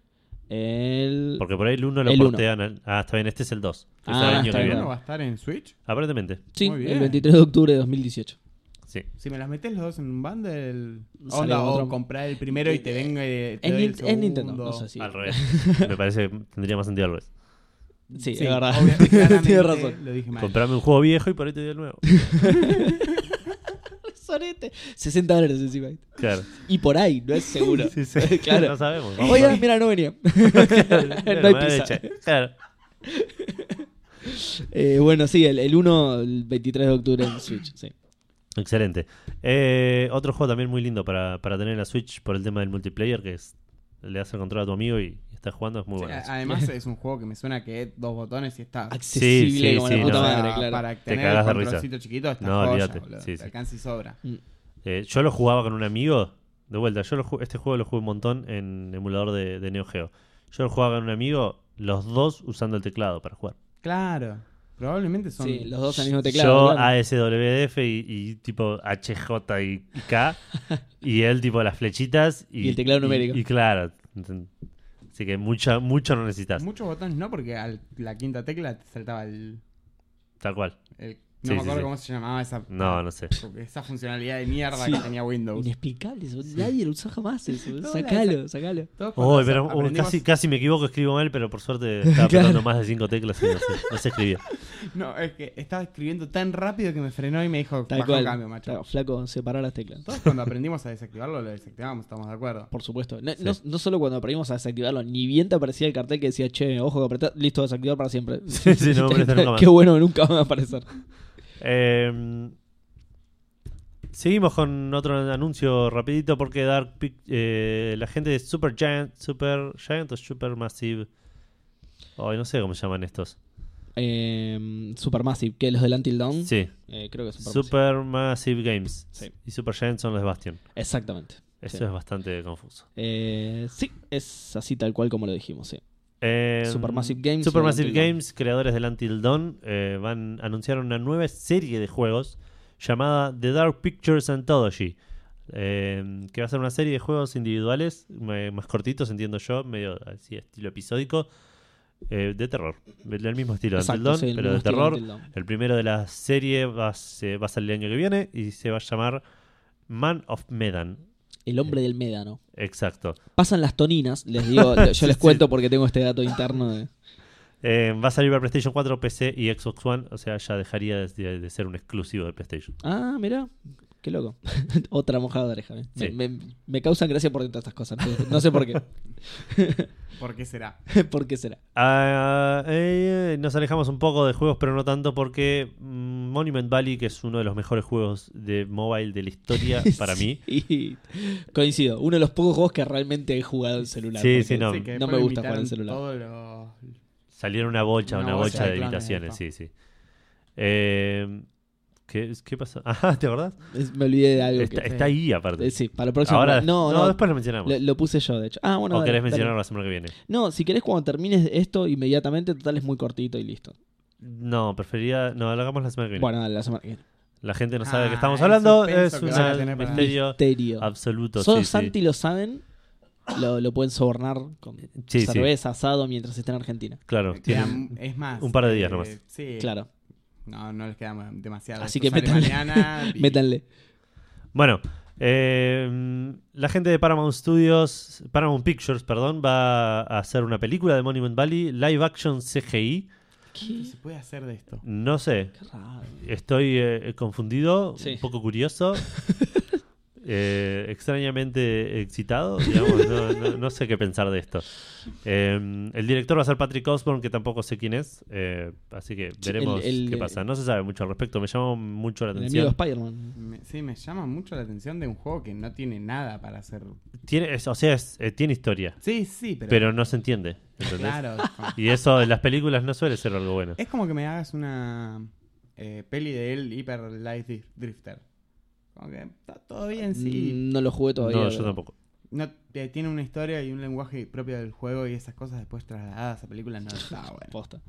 Speaker 1: El...
Speaker 2: Porque por ahí el 1 lo
Speaker 1: El uno.
Speaker 2: portean. al- Ah, está bien, este es el 2. que
Speaker 1: Ah,
Speaker 2: sale el año
Speaker 1: está
Speaker 2: que
Speaker 1: bien.
Speaker 2: viene.
Speaker 4: ¿Uno va a estar en Switch?
Speaker 2: Aparentemente,
Speaker 1: Sí,
Speaker 4: Muy
Speaker 1: el
Speaker 4: bien.
Speaker 1: 23 de octubre de 2018.
Speaker 2: sí.
Speaker 4: Si me las metes los dos en un bundle.
Speaker 1: Sale
Speaker 4: Onda,
Speaker 1: otro.
Speaker 4: o comprar el primero y te venga. eh, te
Speaker 1: Es,
Speaker 4: doy el
Speaker 1: Nin- es Nintendo,
Speaker 4: segundo.
Speaker 1: no sé si.
Speaker 2: Al revés. Me parece que tendría más sentido al revés.
Speaker 1: Sí,
Speaker 4: Sí,
Speaker 1: es verdad.
Speaker 4: obvio, claramente
Speaker 1: Tienes razón.
Speaker 4: Lo dije mal.
Speaker 2: Comprame un juego viejo y por ahí te doy el nuevo.
Speaker 1: sorete. 60 este, dólares encima.
Speaker 2: Claro.
Speaker 1: Y por ahí, no es seguro.
Speaker 2: Sí, sí.
Speaker 1: Claro.
Speaker 2: No sabemos.
Speaker 1: Oiga, mira, no venía.
Speaker 2: Claro,
Speaker 1: no hay
Speaker 2: mala
Speaker 1: pizza.
Speaker 2: leche. Claro.
Speaker 1: Eh, bueno, sí, el, el 1, el 23 de octubre en Switch. Sí.
Speaker 2: Excelente. Eh, otro juego también muy lindo para, para tener en la Switch por el tema del multiplayer, que es le das el control a tu amigo y estás jugando, es muy bueno.
Speaker 4: A-
Speaker 1: ah,
Speaker 4: Además es un juego que me suena que es dos botones y está...
Speaker 1: Accesible
Speaker 2: sí,
Speaker 1: Ah, como
Speaker 2: sí,
Speaker 1: la
Speaker 2: no,
Speaker 1: puta
Speaker 4: O sea,
Speaker 1: madre, claro.
Speaker 4: Para
Speaker 2: Te
Speaker 4: tener el
Speaker 2: cagás de risa.
Speaker 4: controlcito chiquito está
Speaker 2: No,
Speaker 4: joya,
Speaker 2: olvídate.
Speaker 4: boludo.
Speaker 2: Sí,
Speaker 4: Te
Speaker 2: sí.
Speaker 4: alcanza y sobra.
Speaker 2: Eh, yo lo jugaba con un amigo, de vuelta, yo lo ju- este juego lo jugué un montón en emulador de, de Neo Geo. Yo lo jugaba con un amigo, los dos usando el teclado para jugar.
Speaker 4: Claro. Probablemente son...
Speaker 1: Sí, los dos al mismo teclado.
Speaker 2: yo
Speaker 1: claro.
Speaker 2: ASWDF y, y tipo HJ y K, y él tipo las flechitas y,
Speaker 1: Y el teclado numérico.
Speaker 2: Y, claro, enten- así que mucha, mucho no necesitas,
Speaker 4: Muchos botones no, porque a la quinta tecla te saltaba el...
Speaker 2: tal cual.
Speaker 4: el-
Speaker 2: Sí,
Speaker 4: no
Speaker 2: sí,
Speaker 4: me acuerdo
Speaker 2: sí.
Speaker 4: cómo se llamaba esa...
Speaker 1: Ah.
Speaker 2: No, no sé.
Speaker 4: Esa funcionalidad de mierda
Speaker 1: Sí.
Speaker 4: que tenía Windows.
Speaker 1: Inexplicable, eso. nadie lo usa jamás. Eso.
Speaker 4: No,
Speaker 1: sacalo, sacalo.
Speaker 4: Todos cuando
Speaker 2: Oh, pero, oh,
Speaker 4: aprendimos-
Speaker 2: casi, casi me equivoco, escribo mal, pero por suerte estaba apretando más de cinco teclas y no se, no se escribía.
Speaker 4: No, es que estaba escribiendo tan rápido que me frenó y me dijo,
Speaker 1: Tal
Speaker 4: baja un
Speaker 1: cual.
Speaker 4: cambio, macho.
Speaker 1: Claro, flaco, separar las teclas.
Speaker 4: Todos cuando aprendimos a desactivarlo, lo desactivamos, estamos de acuerdo.
Speaker 1: Por supuesto. No, no- no solo cuando aprendimos a desactivarlo, ni bien te aparecía el cartel que decía, che, ojo que apretás, listo, desactivar para siempre.
Speaker 2: Sí, sí, no me aparece nunca más.
Speaker 1: Qué bueno, nunca va a aparecer.
Speaker 2: Eh, seguimos con otro anuncio rapidito porque Dark Pic- eh, la gente de Super Giant, Super Giant o Super Massive. Ay, no sé cómo se llaman estos.
Speaker 1: Eh, Supermassive, que los del Until Dawn.
Speaker 2: Sí,
Speaker 1: Eh, creo que es Supermassive.
Speaker 2: Super Massive Games.
Speaker 1: Sí.
Speaker 2: Y Super Giant son los de Bastion.
Speaker 1: Exactamente.
Speaker 2: Eso
Speaker 1: Sí.
Speaker 2: es bastante confuso.
Speaker 1: Eh, sí, es así tal cual como lo dijimos, sí.
Speaker 2: Eh,
Speaker 1: Supermassive Games y
Speaker 2: Supermassive
Speaker 1: Until Dawn.
Speaker 2: Games, creadores del Until Dawn, eh, van anunciaron una nueva serie de juegos llamada The Dark Pictures Anthology, eh, que va a ser una serie de juegos individuales, me- más cortitos, entiendo yo, medio así estilo episódico, eh, de terror, del mismo estilo de Until
Speaker 1: Exacto,
Speaker 2: Dawn,
Speaker 1: sí, el
Speaker 2: pero
Speaker 1: mismo
Speaker 2: de
Speaker 1: estilo
Speaker 2: terror.
Speaker 1: Until Dawn.
Speaker 2: El primero de la serie va a, se- va a salir el año que viene y se va a llamar Man of Medan.
Speaker 1: El hombre del médano.
Speaker 2: Exacto.
Speaker 1: Pasan las toninas, les digo, yo les cuento porque tengo este dato interno de...
Speaker 2: Eh, va a salir para PlayStation 4, PC y Xbox One, o sea, ya dejaría de- de, de ser un exclusivo de PlayStation.
Speaker 1: Ah, mira, qué loco. Otra mojada de oreja. ¿eh?
Speaker 2: Sí.
Speaker 1: Me, me- me causan gracia por todas estas cosas. No, no sé por qué.
Speaker 4: ¿Por qué será?
Speaker 1: ¿Por qué será?
Speaker 2: Ah, eh, nos alejamos un poco de juegos, pero no tanto porque mm, Monument Valley, que es uno de los mejores juegos de mobile de la historia para mí.
Speaker 1: Sí. coincido. Uno de los pocos juegos que realmente he jugado en celular.
Speaker 2: Sí,
Speaker 1: porque
Speaker 2: sí, no.
Speaker 4: que
Speaker 1: no
Speaker 4: después
Speaker 1: me
Speaker 4: lo
Speaker 1: gusta jugar en
Speaker 4: imitaron
Speaker 1: celular.
Speaker 4: todos los-
Speaker 2: Salieron una bolcha, una,
Speaker 4: Una
Speaker 2: bolcha,
Speaker 4: bolsa
Speaker 2: de,
Speaker 4: de clones,
Speaker 2: habitaciones,
Speaker 4: epa.
Speaker 2: sí, sí. Eh, ¿qué, ¿Qué pasó? Ah, ¿te acordás?
Speaker 1: Es- Me olvidé de algo.
Speaker 2: Está,
Speaker 1: que...
Speaker 2: está ahí aparte.
Speaker 1: Eh, sí, para el próximo.
Speaker 2: Ahora,
Speaker 1: no, no,
Speaker 2: después lo mencionamos.
Speaker 1: lo, lo puse yo, de hecho. Ah, bueno.
Speaker 2: o
Speaker 1: dale,
Speaker 2: querés
Speaker 1: dale.
Speaker 2: mencionarlo la semana que viene.
Speaker 1: No, si querés cuando termines esto inmediatamente, total es muy cortito y listo.
Speaker 2: No, preferiría. No, lo hagamos la semana que viene.
Speaker 1: Bueno, dale, la semana que viene.
Speaker 2: La gente no sabe de qué
Speaker 4: Ah,
Speaker 2: estamos
Speaker 4: el
Speaker 2: hablando. Es
Speaker 4: suspenso
Speaker 2: un
Speaker 4: que van a tener para-
Speaker 2: misterio
Speaker 1: Misterio.
Speaker 2: absoluto.
Speaker 1: Solo
Speaker 2: sí, sí.
Speaker 1: Santi lo saben. Lo, lo pueden sobornar con
Speaker 2: Sí, sí.
Speaker 1: cerveza, asado mientras esté en Argentina.
Speaker 2: Claro, tienen-
Speaker 4: Quedan- es más. eh,
Speaker 2: un par de días nomás.
Speaker 4: Sí.
Speaker 1: Claro.
Speaker 4: No, no les queda demasiado.
Speaker 1: Así
Speaker 4: Esto
Speaker 1: que
Speaker 4: sale
Speaker 1: métanle.
Speaker 2: Ah,
Speaker 4: mañana y-
Speaker 1: Métanle.
Speaker 2: Bueno, eh, la gente de Paramount Studios, Paramount Pictures, perdón, va a hacer una película de Monument Valley, live action CGI.
Speaker 1: ¿Qué?
Speaker 4: ¿Qué se puede hacer de esto?
Speaker 2: No sé,
Speaker 1: Qué raro.
Speaker 2: estoy eh, confundido,
Speaker 1: Sí.
Speaker 2: un poco curioso. eh, extrañamente excitado, digamos, no, no- no sé qué pensar de esto. Eh, el director va a ser Patrick Osborne, que tampoco sé quién es, eh, así que
Speaker 1: Sí,
Speaker 2: veremos
Speaker 1: el- el-
Speaker 2: qué pasa. No se sabe mucho al respecto, me llamó mucho la
Speaker 1: El amigo de
Speaker 2: atención.
Speaker 1: Spider-Man.
Speaker 4: Me- sí, me llama mucho la atención de un juego que no tiene nada para hacer.
Speaker 2: Tiene, es- o sea, es- eh, tiene historia,
Speaker 4: Sí, sí, pero.
Speaker 2: pero no se entiende. ¿entendés?
Speaker 4: claro. es como-
Speaker 2: Y eso en las películas no suele ser algo bueno.
Speaker 4: Es como que me hagas una eh, peli de él hiper light Dri- drifter. Como que está todo bien, sí.
Speaker 1: Mm, No lo jugué todavía.
Speaker 2: no, yo
Speaker 1: pero-
Speaker 2: tampoco.
Speaker 4: No, eh, tiene una historia y un lenguaje propio del juego y esas cosas después trasladadas a películas no está bueno.
Speaker 1: Ah, Posta.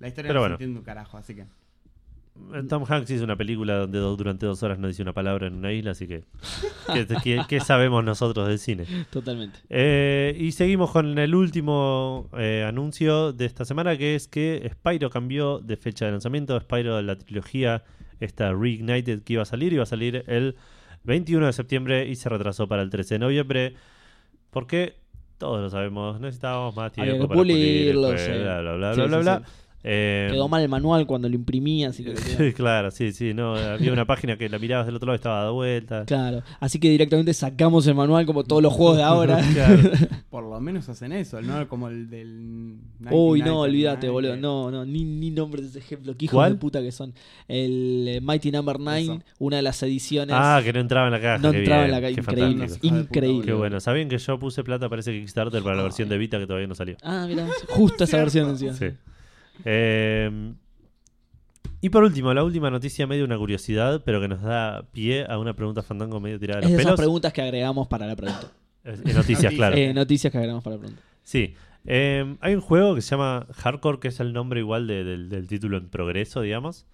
Speaker 4: La historia
Speaker 2: Pero
Speaker 4: no
Speaker 2: bueno.
Speaker 4: se entiende un carajo, así que.
Speaker 2: Mm, Tom Hanks hizo una película donde do- durante dos horas no dice una palabra en una isla, así que ¿qué, qué- qué sabemos nosotros del cine?
Speaker 1: Totalmente.
Speaker 2: Eh, y seguimos con el último eh, anuncio de esta semana, que es que Spyro cambió de fecha de lanzamiento. Spyro de la trilogía, esta Reignited que iba a salir, iba a salir el 21 de septiembre y se retrasó para el 13 de noviembre. Porque todos lo sabemos, necesitábamos más
Speaker 1: Había
Speaker 2: tiempo
Speaker 1: que
Speaker 2: para pulirlo,
Speaker 1: pulirlo, sí.
Speaker 2: bla, bla, bla,
Speaker 1: Sí,
Speaker 2: bla,
Speaker 1: sí,
Speaker 2: bla.
Speaker 1: sí.
Speaker 2: Eh,
Speaker 1: Quedó mal el manual cuando lo imprimía, así que...
Speaker 2: claro, sí, sí. No, había una página que la mirabas del otro lado y estaba dada vuelta.
Speaker 1: Claro, así que directamente sacamos el manual como todos los juegos de ahora.
Speaker 2: Claro.
Speaker 4: Por lo menos hacen eso, ¿no? Como el del.
Speaker 1: Uy,
Speaker 4: 99,
Speaker 1: no, olvídate,
Speaker 4: 99,
Speaker 1: boludo.
Speaker 4: que-
Speaker 1: No, no, ni, ni nombres de ese ejemplo. Qué hijos
Speaker 2: eh. ¿Cuál?
Speaker 1: de puta que son. El eh, Mighty Number 9,
Speaker 4: Eso.
Speaker 1: una de las ediciones.
Speaker 2: Ah, que no entraba en la caja.
Speaker 1: no
Speaker 2: qué
Speaker 1: entraba en la
Speaker 2: bien,
Speaker 1: calle.
Speaker 2: qué
Speaker 1: Increíble,
Speaker 2: fantástico.
Speaker 4: Hijos de puta,
Speaker 1: increíble.
Speaker 2: Qué bueno. ¿Sabían que yo puse plata para ese Kickstarter para la versión de Vita que todavía no salió?
Speaker 1: Ah, mira, justo esa versión encima.
Speaker 2: Sí. Eh, y por último, la última noticia, medio una curiosidad, pero que nos da pie a una pregunta fandango medio tirada de
Speaker 1: Es
Speaker 2: los
Speaker 1: de esas
Speaker 2: pelos.
Speaker 1: preguntas que agregamos para la pregunta.
Speaker 2: Eh, noticias, claro.
Speaker 1: Eh, noticias que agregamos para la pregunta.
Speaker 2: Sí. Eh, hay un juego que se llama Hardcore, que es el nombre igual de- del, del título en progreso, digamos,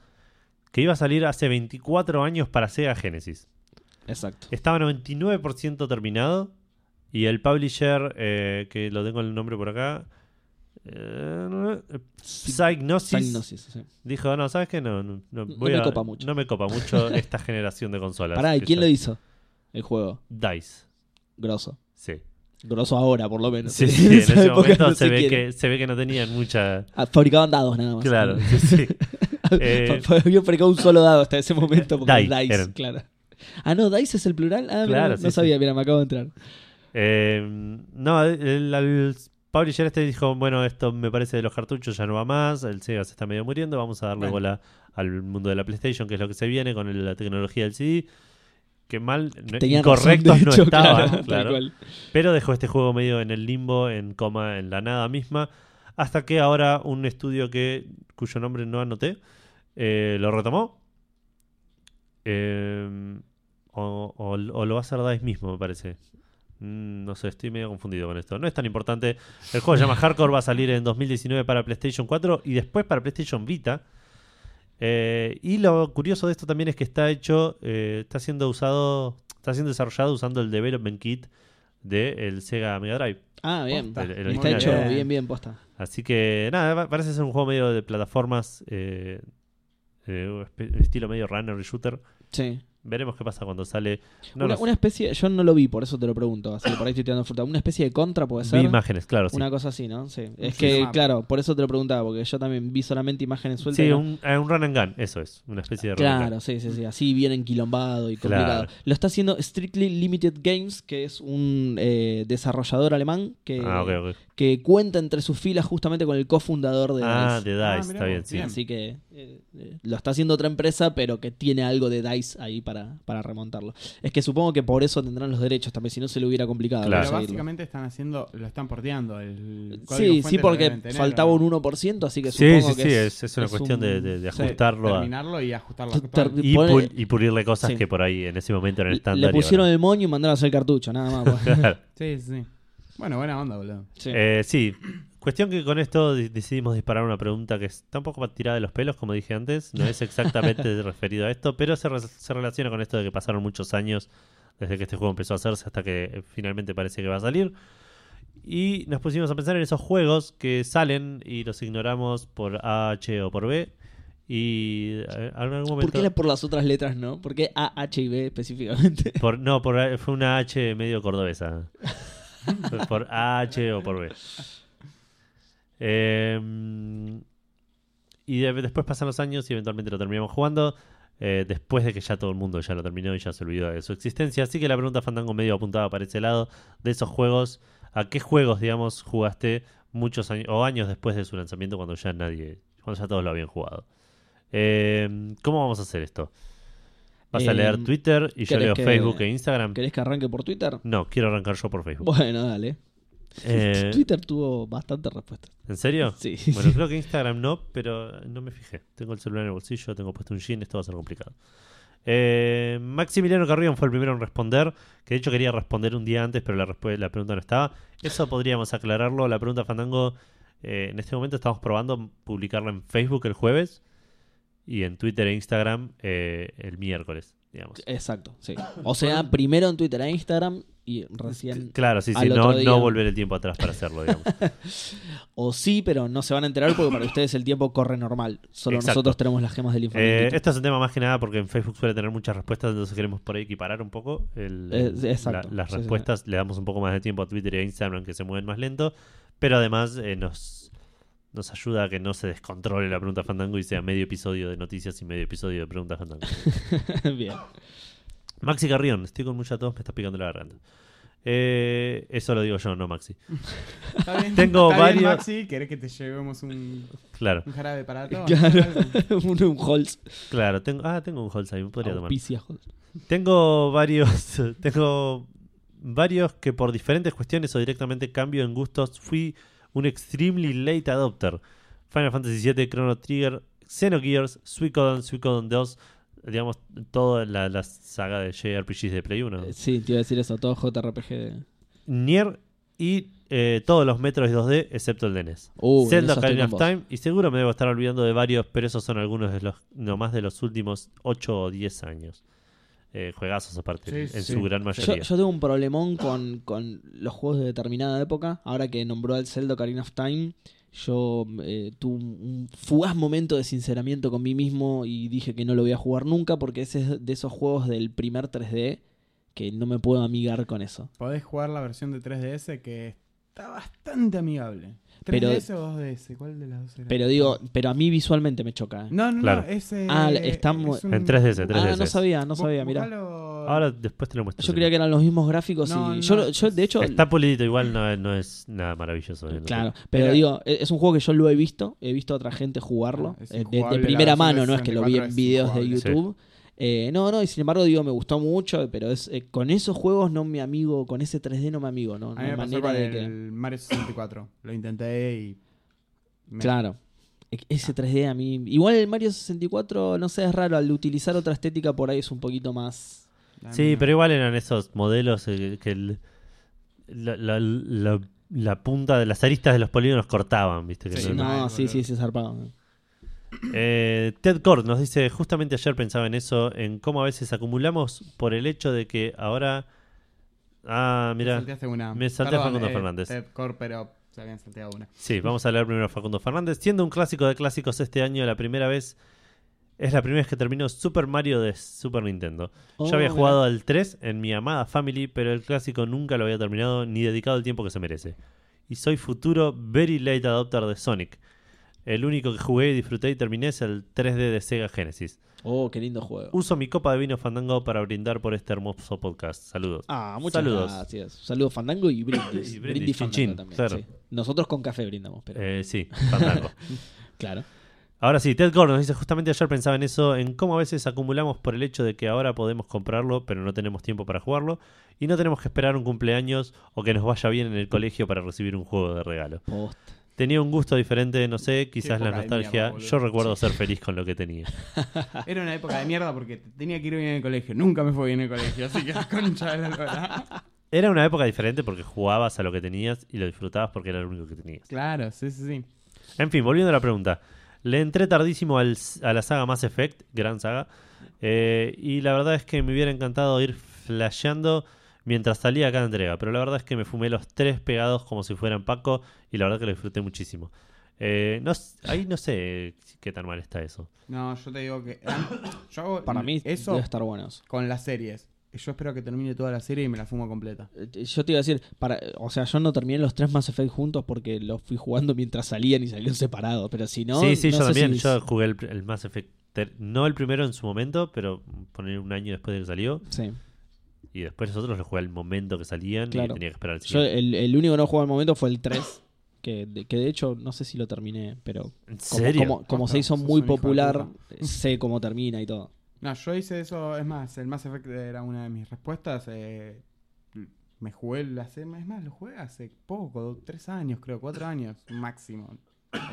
Speaker 2: que iba a salir hace 24 años para Sega Genesis.
Speaker 1: Exacto.
Speaker 2: Estaba 99% terminado y el publisher, eh, que lo tengo el nombre por acá, eh, Psygnosis,
Speaker 1: Diagnosis, sí.
Speaker 2: dijo, no, ¿sabes qué? No, no, no,
Speaker 1: No
Speaker 2: voy
Speaker 1: me
Speaker 2: a-
Speaker 1: copa mucho".
Speaker 2: No me copa mucho esta generación de consolas.
Speaker 1: Pará, ¿y
Speaker 2: Que
Speaker 1: quién
Speaker 2: ya-
Speaker 1: lo hizo? El juego.
Speaker 2: DICE,
Speaker 1: Grosso.
Speaker 2: sí.
Speaker 1: Grosso ahora, por lo menos.
Speaker 2: Sí, sí, en
Speaker 1: esa
Speaker 2: ese
Speaker 1: época
Speaker 2: momento
Speaker 1: no
Speaker 2: se, ve
Speaker 1: quién.
Speaker 2: que, se ve que no tenían mucha...
Speaker 1: Ah, fabricaban dados nada más.
Speaker 2: Claro, sí, sí. Eh,
Speaker 1: Había fabricado un solo dado hasta ese momento. Porque
Speaker 2: Dice,
Speaker 1: Dice,
Speaker 2: eran.
Speaker 1: claro. Ah, no, Dice es el plural. Ah, mira,
Speaker 2: Claro,
Speaker 1: no
Speaker 2: sí, sí.
Speaker 1: sabía, mira, me acabo de entrar.
Speaker 2: Eh, no, el, el publisher este dijo, bueno, esto me parece de los cartuchos ya no va más, el Sega se está medio muriendo, vamos a darle
Speaker 4: Bueno.
Speaker 2: bola al mundo de la PlayStation, que es lo que se viene con el- la tecnología del CD. Que mal, no-
Speaker 1: Tenían
Speaker 2: incorrectos
Speaker 1: razón, de
Speaker 2: no
Speaker 1: hecho,
Speaker 2: estaba,
Speaker 1: claro, tal
Speaker 2: claro.
Speaker 1: cual.
Speaker 2: pero dejó este juego medio en el limbo, en coma, en la nada misma, hasta que ahora un estudio que cuyo nombre no anoté eh, lo retomó. Eh, o, o- o lo va a hacer DICE mismo, me parece. Mm, No sé, estoy medio confundido con esto. No es tan importante. El juego se llama Hardcore, va a salir en 2019 para PlayStation 4 y después para PlayStation Vita. Eh, y lo curioso de esto también es que está hecho, eh, está siendo usado, está siendo desarrollado usando el Development Kit del Sega Mega Drive.
Speaker 1: Ah, bien.
Speaker 4: Posta.
Speaker 2: El- el
Speaker 1: Está
Speaker 2: original.
Speaker 1: hecho
Speaker 4: Bien.
Speaker 1: bien, bien, posta.
Speaker 2: Así que nada, va- parece ser un juego medio de plataformas, eh, eh, espe- estilo medio runner y shooter.
Speaker 1: Sí.
Speaker 2: Veremos qué pasa cuando sale. No
Speaker 1: una,
Speaker 2: lo sé.
Speaker 1: una especie, yo no lo vi, por eso te lo pregunto. Así que por ahí estoy tirando fruta. Una especie de contra puede
Speaker 2: Vi
Speaker 1: ser.
Speaker 2: imágenes, claro. sí.
Speaker 1: Una cosa así, ¿no? Sí. Es
Speaker 4: Sí,
Speaker 1: que,
Speaker 4: mapa.
Speaker 1: claro, por eso te lo preguntaba, porque yo también vi solamente imágenes sueltas. y
Speaker 2: Sí,
Speaker 1: no-
Speaker 2: un, eh, un run and gun, eso es. Una especie de run and
Speaker 1: Claro, sí, sí, sí. Así bien enquilombado y
Speaker 2: Claro.
Speaker 1: complicado. Lo está haciendo Strictly Limited Games, que es un eh, desarrollador alemán que,
Speaker 2: gun. Ah, ok, ok.
Speaker 1: que cuenta entre sus filas justamente con el cofundador de
Speaker 2: Ah,
Speaker 1: DICE.
Speaker 2: de DICE,
Speaker 4: Ah, mirá
Speaker 2: está bien,
Speaker 4: vos,
Speaker 2: sí.
Speaker 4: bien.
Speaker 1: Así que eh, eh, lo está haciendo otra empresa, pero que tiene algo de DICE ahí para, para remontarlo. Es que supongo que por eso tendrán los derechos también, si no se le hubiera complicado.
Speaker 2: Claro.
Speaker 4: Pero
Speaker 1: conseguirlo.
Speaker 4: básicamente están haciendo, lo están porteando. El código
Speaker 1: Sí,
Speaker 4: fuente
Speaker 1: sí,
Speaker 4: lo
Speaker 1: porque
Speaker 4: deben tener,
Speaker 1: faltaba
Speaker 4: ¿o
Speaker 1: un
Speaker 4: no?
Speaker 1: 1%, así que
Speaker 2: Sí,
Speaker 1: supongo
Speaker 2: sí,
Speaker 1: que
Speaker 2: sí, es, es una cuestión de,
Speaker 1: un-
Speaker 2: de- de
Speaker 1: sí.
Speaker 2: ajustarlo a-
Speaker 4: Terminarlo y ajustarlo.
Speaker 1: Ter-
Speaker 4: ajustarlo.
Speaker 1: ter-
Speaker 2: y,
Speaker 1: Ponele-
Speaker 2: pul- y pulirle cosas
Speaker 1: Sí.
Speaker 2: que por ahí en ese momento eran estándar.
Speaker 1: Le
Speaker 2: y ahora
Speaker 1: pusieron
Speaker 2: no.
Speaker 1: el moño y mandaron a hacer cartucho, nada más. pues.
Speaker 2: Claro.
Speaker 4: Sí, sí. sí. Bueno, buena onda, boludo.
Speaker 1: Sí.
Speaker 2: Eh, sí, cuestión que con esto di- decidimos disparar una pregunta que es tampoco va tirada de los pelos, como dije antes, no es exactamente referido a esto, pero se, re- se relaciona con esto de que pasaron muchos años desde que este juego empezó a hacerse hasta que eh, finalmente parece que va a salir. Y nos pusimos a pensar en esos juegos que salen y los ignoramos por A, H o por B. Y eh, en algún momento...
Speaker 1: ¿Por qué la- por las otras letras no? ¿Por qué A, H y B específicamente?
Speaker 2: Por- no, por, fue una H medio cordobesa. Fue por H o por B. Eh, y de- después pasan los años y eventualmente lo terminamos jugando. eh, después de que ya todo el mundo ya lo terminó y ya se olvidó de su existencia. Así que la pregunta Fandango medio apuntaba para ese lado de esos juegos. ¿A qué juegos, digamos, jugaste muchos años o años después de su lanzamiento cuando ya nadie, cuando ya todos lo habían jugado? Eh, ¿Cómo vamos a hacer esto? Vas a
Speaker 1: Eh,
Speaker 2: leer Twitter y yo
Speaker 1: ¿querés
Speaker 2: leo
Speaker 1: que-
Speaker 2: Facebook e Instagram.
Speaker 1: ¿Querés que arranque por Twitter?
Speaker 2: No, quiero arrancar yo por Facebook.
Speaker 1: Bueno, dale.
Speaker 2: Eh,
Speaker 1: Twitter tuvo bastantes respuestas.
Speaker 2: ¿En serio?
Speaker 1: Sí.
Speaker 2: Bueno, creo que Instagram no, pero no me fijé. Tengo el celular en el bolsillo, tengo puesto un jean, esto va a ser complicado. Eh, Maximiliano Carrión fue el primero en responder, que de hecho quería responder un día antes, pero la, respu- la pregunta no estaba. Eso podríamos aclararlo. La pregunta Fandango, eh, en este momento estamos probando publicarla en Facebook el jueves y en Twitter e Instagram eh, el miércoles, digamos.
Speaker 1: Exacto, sí. O sea, primero en Twitter e Instagram y recién...
Speaker 2: Claro, sí, sí,
Speaker 1: al
Speaker 2: no,
Speaker 1: otro día.
Speaker 2: no volver el tiempo atrás para hacerlo, digamos.
Speaker 1: O sí, pero no se van a enterar porque para ustedes el tiempo corre normal. Solo
Speaker 2: Exacto.
Speaker 1: nosotros tenemos las gemas del
Speaker 2: Eh,
Speaker 1: infinito.
Speaker 2: esto es un tema más que nada porque en Facebook suele tener muchas respuestas, entonces queremos por ahí equiparar un poco el-
Speaker 1: Eh, sí,
Speaker 2: la-
Speaker 1: exacto.
Speaker 2: las
Speaker 1: Sí, sí, sí.
Speaker 2: respuestas. Le damos un poco más de tiempo a Twitter y a Instagram que se mueven más lento, pero además eh, nos nos ayuda a que no se descontrole la pregunta Fandango y sea medio episodio de noticias y medio episodio de preguntas Fandango.
Speaker 1: Bien.
Speaker 2: Maxi Carrión, estoy con mucha tos, me está picando la garganta. Eh, eso lo digo yo, no Maxi.
Speaker 4: ¿Está bien?
Speaker 2: Tengo
Speaker 4: ¿Está bien,
Speaker 2: varios-
Speaker 4: Maxi, ¿querés que te llevemos un,
Speaker 2: Claro,
Speaker 4: un jarabe para todo?
Speaker 1: Claro. un, un Holz.
Speaker 2: claro. Tengo, ah, tengo un Holzheim, podría tomar.
Speaker 1: Auspicia Holz.
Speaker 2: Tengo varios, tengo varios que por diferentes cuestiones o directamente cambio en gustos fui un extremely late adopter. Final Fantasy VII, Chrono Trigger, Xenogears, Suikoden, Suikoden 2, digamos, toda la, la saga de JRPGs de Play 1.
Speaker 1: Eh, Sí, te iba a decir eso, todo JRPG. de-
Speaker 2: Nier y eh, todos los Metros 2D excepto el de E NES.
Speaker 1: Uh, en
Speaker 2: Zelda
Speaker 1: eso estoy
Speaker 2: Ocarina
Speaker 1: con
Speaker 2: of
Speaker 1: vos.
Speaker 2: Time y seguro me debo estar olvidando de varios, pero esos son algunos de los nomás de los últimos 8 o 10 años. Eh, juegazos aparte,
Speaker 4: Sí,
Speaker 2: en
Speaker 4: sí.
Speaker 2: su gran
Speaker 1: Yo,
Speaker 2: mayoría.
Speaker 1: yo tengo un problemón con, con los juegos de determinada época. Ahora que nombró al Zelda Ocarina of Time, yo eh, tuve un, un fugaz momento de sinceramiento con mí mismo y dije que no lo voy a jugar nunca porque ese es de esos juegos del primer 3D que no me puedo amigar con eso.
Speaker 4: Podés jugar la versión de 3DS que está bastante amigable.
Speaker 1: Pero-
Speaker 4: ¿3DS o 2DS? ¿Cuál de las dos era?
Speaker 1: Pero digo, pero a mí visualmente me choca. ¿eh?
Speaker 4: No, no,
Speaker 2: Claro.
Speaker 4: no. Es, eh,
Speaker 1: Ah, está mu-
Speaker 4: es un-
Speaker 2: En 3DS, 3DS.
Speaker 1: ah, no sabía, no sabía, mira.
Speaker 4: Buscalo-
Speaker 2: Ahora después te lo muestro.
Speaker 1: Yo creía que eran los mismos gráficos
Speaker 4: No,
Speaker 1: y
Speaker 4: no,
Speaker 1: yo, lo- yo de hecho
Speaker 2: Está pulidito, igual no, no es nada maravilloso. ¿eh?
Speaker 1: Claro, pero
Speaker 4: Era-
Speaker 1: digo, e- es un juego que yo lo he visto, he visto a otra gente jugarlo,
Speaker 4: Ah, es
Speaker 1: eh, de- de,
Speaker 4: injugable, la
Speaker 1: primera
Speaker 4: versión
Speaker 1: mano,
Speaker 4: de
Speaker 1: no es que lo vi
Speaker 4: 64
Speaker 1: en
Speaker 4: es
Speaker 1: videos de
Speaker 4: injugable.
Speaker 2: Sí.
Speaker 1: YouTube. Eh, no, no, y sin embargo, digo, me gustó mucho, pero es eh, con esos juegos no me amigo, con ese 3D no me amigo, no,
Speaker 4: A
Speaker 1: no
Speaker 4: mí me
Speaker 1: hay
Speaker 4: pasó
Speaker 1: manera
Speaker 4: con
Speaker 1: de que...
Speaker 4: el Mario 64. Lo intenté y... me-
Speaker 1: Claro. E- Ese 3D a mí... Igual el Mario 64, no sé, es raro, al utilizar otra estética por ahí es un poquito más...
Speaker 4: a mí
Speaker 2: Sí,
Speaker 4: no.
Speaker 2: pero igual eran esos modelos eh, que el- la, la- la- la punta de las aristas de los polígonos cortaban, ¿viste? Que
Speaker 4: Sí,
Speaker 1: no,
Speaker 2: no-
Speaker 4: no,
Speaker 1: sí,
Speaker 4: boludo.
Speaker 1: sí, sí, es zarpado.
Speaker 2: Eh, Ted Cord nos dice, justamente ayer pensaba en eso, en cómo a veces acumulamos por el hecho de que ahora... Ah,
Speaker 4: Me
Speaker 2: mira.
Speaker 4: salteaste una.
Speaker 2: me salté a
Speaker 4: Perdón,
Speaker 2: Facundo
Speaker 4: eh,
Speaker 2: Fernández.
Speaker 4: Ted Core, pero se habían salteado una.
Speaker 2: Sí, vamos a leer primero a Facundo Fernández. Siendo un clásico de clásicos este año, la primera vez... Es la primera vez que termino Super Mario de Super Nintendo.
Speaker 1: Oh,
Speaker 2: Yo había
Speaker 1: mirá.
Speaker 2: jugado al 3 en mi amada Family, pero el clásico nunca lo había terminado ni dedicado el tiempo que se merece. Y soy futuro very late adopter de Sonic. El único que jugué, disfruté y terminé es el 3D de Sega Genesis.
Speaker 1: Oh, qué lindo juego.
Speaker 2: Uso mi copa de vino Fandango para brindar por este hermoso podcast. Saludos.
Speaker 1: Ah, muchas
Speaker 2: Saludos.
Speaker 1: gracias. Saludos Fandango y Brindis.
Speaker 2: Y brindis,
Speaker 1: brindis
Speaker 2: chin,
Speaker 1: Fandango
Speaker 2: chin,
Speaker 1: también,
Speaker 2: claro.
Speaker 1: sí. Nosotros con café brindamos, pero...
Speaker 2: Eh, sí, Fandango.
Speaker 1: Claro.
Speaker 2: Ahora sí, Ted Gore nos dice, justamente ayer pensaba en eso, en cómo a veces acumulamos por el hecho de que ahora podemos comprarlo, pero no tenemos tiempo para jugarlo, y no tenemos que esperar un cumpleaños o que nos vaya bien en el colegio para recibir un juego de regalo.
Speaker 1: Post.
Speaker 2: Tenía un gusto diferente, no sé, quizás la
Speaker 4: época de
Speaker 2: nostalgia.
Speaker 4: mierda, boludo.
Speaker 2: Yo recuerdo ser feliz con lo que tenía.
Speaker 4: Era una época de mierda porque tenía que ir bien en el colegio. Nunca me fue bien en el colegio, así que concha de la lora.
Speaker 2: Era una época diferente porque jugabas a lo que tenías y lo disfrutabas porque era lo único que tenías.
Speaker 4: Claro, sí, sí, sí.
Speaker 2: En fin, volviendo a la pregunta. Le entré tardísimo al- a la saga Mass Effect, gran saga, eh, y la verdad es que me hubiera encantado ir flasheando mientras salía cada entrega, pero la verdad es que me fumé los tres pegados como si fueran Paco y la verdad que lo disfruté muchísimo. Eh, no s- ahí no sé qué tan mal está eso.
Speaker 4: No, yo te digo que. eh, Yo hago
Speaker 1: Para mí,
Speaker 4: eso
Speaker 1: debe estar bueno eso.
Speaker 4: con las series. Yo espero que termine toda la serie y me la fumo completa.
Speaker 1: Eh, Yo te iba a decir, para, o sea, yo no terminé los tres Mass Effect juntos porque los fui jugando mientras salían y salieron separados. Pero si no.
Speaker 2: sí, sí,
Speaker 1: no
Speaker 2: yo
Speaker 1: sé
Speaker 2: también.
Speaker 1: si-
Speaker 2: Yo jugué el, el Mass Effect. ter- no el primero en su momento, pero poner un año después de que salió.
Speaker 1: Sí.
Speaker 2: Y después nosotros lo jugué al momento que salían y
Speaker 1: Claro.
Speaker 2: tenía que esperar el
Speaker 1: Yo eh,
Speaker 2: siguiente.
Speaker 1: el, el único que no jugué al momento fue el 3. Que de, que de hecho no sé si lo terminé, pero
Speaker 2: ¿En
Speaker 1: como,
Speaker 2: serio?
Speaker 1: como, como
Speaker 4: Posta,
Speaker 1: se hizo
Speaker 4: Ah, sos
Speaker 1: muy
Speaker 4: un hijo de
Speaker 1: popular, sé cómo termina y todo.
Speaker 4: No, yo hice eso. Es más, el Mass Effect era una de mis respuestas. eh, me jugué la hace Es más, lo jugué hace poco, do- tres años, creo, cuatro años máximo.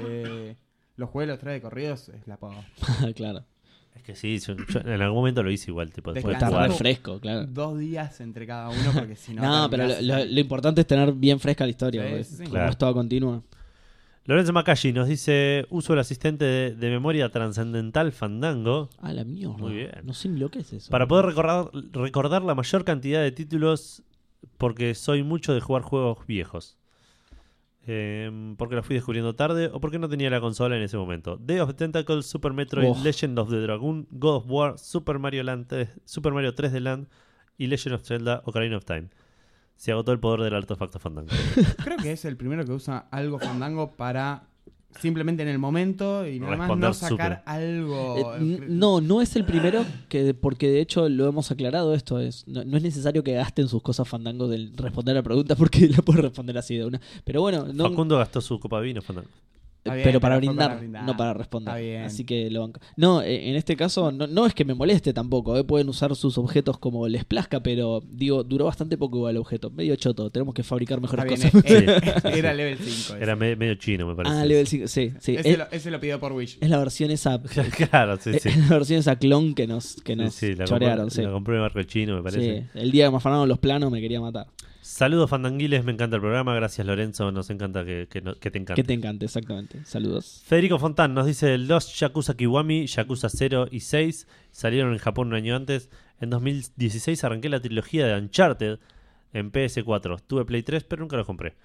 Speaker 4: Eh, los jugué los tres de corridos, es la pago.
Speaker 1: claro.
Speaker 2: Es que sí, yo- yo en algún momento lo hice igual. Tipo, después de
Speaker 1: Está
Speaker 2: jugar.
Speaker 4: Descansar.
Speaker 1: re fresco, claro.
Speaker 4: Dos días entre cada uno porque si no.
Speaker 1: No, pero lo,
Speaker 4: terminás-
Speaker 1: lo- lo importante es tener bien fresca la historia.
Speaker 4: Sí,
Speaker 1: porque
Speaker 4: sí, sí.
Speaker 1: Como
Speaker 2: Claro.
Speaker 1: es toda continua.
Speaker 2: Lorenzo Macashi nos dice: Uso el asistente de, de memoria transcendental Fandango
Speaker 1: Ah, la mierda.
Speaker 2: Muy bien.
Speaker 1: No sé ni lo que es eso.
Speaker 2: para poder recordar, recordar la mayor cantidad de títulos porque soy mucho de jugar juegos viejos. Eh, porque los fui descubriendo tarde o porque no tenía la consola en ese momento. Day of the Tentacle, Super Metroid,
Speaker 1: Oh.
Speaker 2: Legend of the Dragon, God of War, Super Mario, Land 3, Super Mario 3 de Land y Legend of Zelda Ocarina of Time. Se agotó el poder del artefacto fandango.
Speaker 4: Creo que es el primero que usa algo fandango para simplemente en el momento y nada más
Speaker 2: Responder
Speaker 4: no sacar
Speaker 2: súper.
Speaker 1: Eh,
Speaker 4: algo.
Speaker 1: n- no, no es el primero, que, porque de hecho lo hemos aclarado esto, es, no, no es necesario que gasten sus cosas fandango del responder a preguntas porque la puedes responder así de una. Pero bueno, no, eh,
Speaker 2: Facundo gastó su copa de vino, Fernando.
Speaker 4: Está bien,
Speaker 1: pero para
Speaker 4: pero fue
Speaker 1: brindar,
Speaker 4: para brindar.
Speaker 1: no para
Speaker 4: Está
Speaker 1: responder.
Speaker 4: bien.
Speaker 1: Así que lo banco. No, eh, en este caso no, no es que me moleste tampoco, eh, pueden usar sus objetos como les plazca, pero digo, duró bastante poco igual el objeto, medio choto, tenemos que fabricar
Speaker 4: Está
Speaker 1: mejores
Speaker 4: bien,
Speaker 1: cosas.
Speaker 4: eh,
Speaker 2: Sí.
Speaker 4: era level 5.
Speaker 2: Era me- medio chino, me parece.
Speaker 1: ah, level 5, sí, sí. eh.
Speaker 4: ese,
Speaker 1: Es,
Speaker 4: lo, ese lo pidió por Wish.
Speaker 1: es la versión esa eh,
Speaker 2: claro, sí, sí.
Speaker 1: es la versión esa clon que nos que
Speaker 2: Sí,
Speaker 1: nos
Speaker 2: sí, la
Speaker 1: chorearon,
Speaker 2: compré,
Speaker 1: sí.
Speaker 2: la compré en barrio chino, me parece.
Speaker 1: Sí, el día que me afanaron los planos me quería matar.
Speaker 2: Saludos, fandanguiles. Me encanta el programa. Gracias, Lorenzo. Nos encanta que, que no- que te encante.
Speaker 1: Que te encante, exactamente. Saludos.
Speaker 2: Federico Fontán nos dice: Los Yakuza Kiwami, Yakuza 0 y 6 salieron en Japón un año antes. En 2016 arranqué la trilogía de Uncharted en PS4. Tuve Play 3, pero nunca lo compré.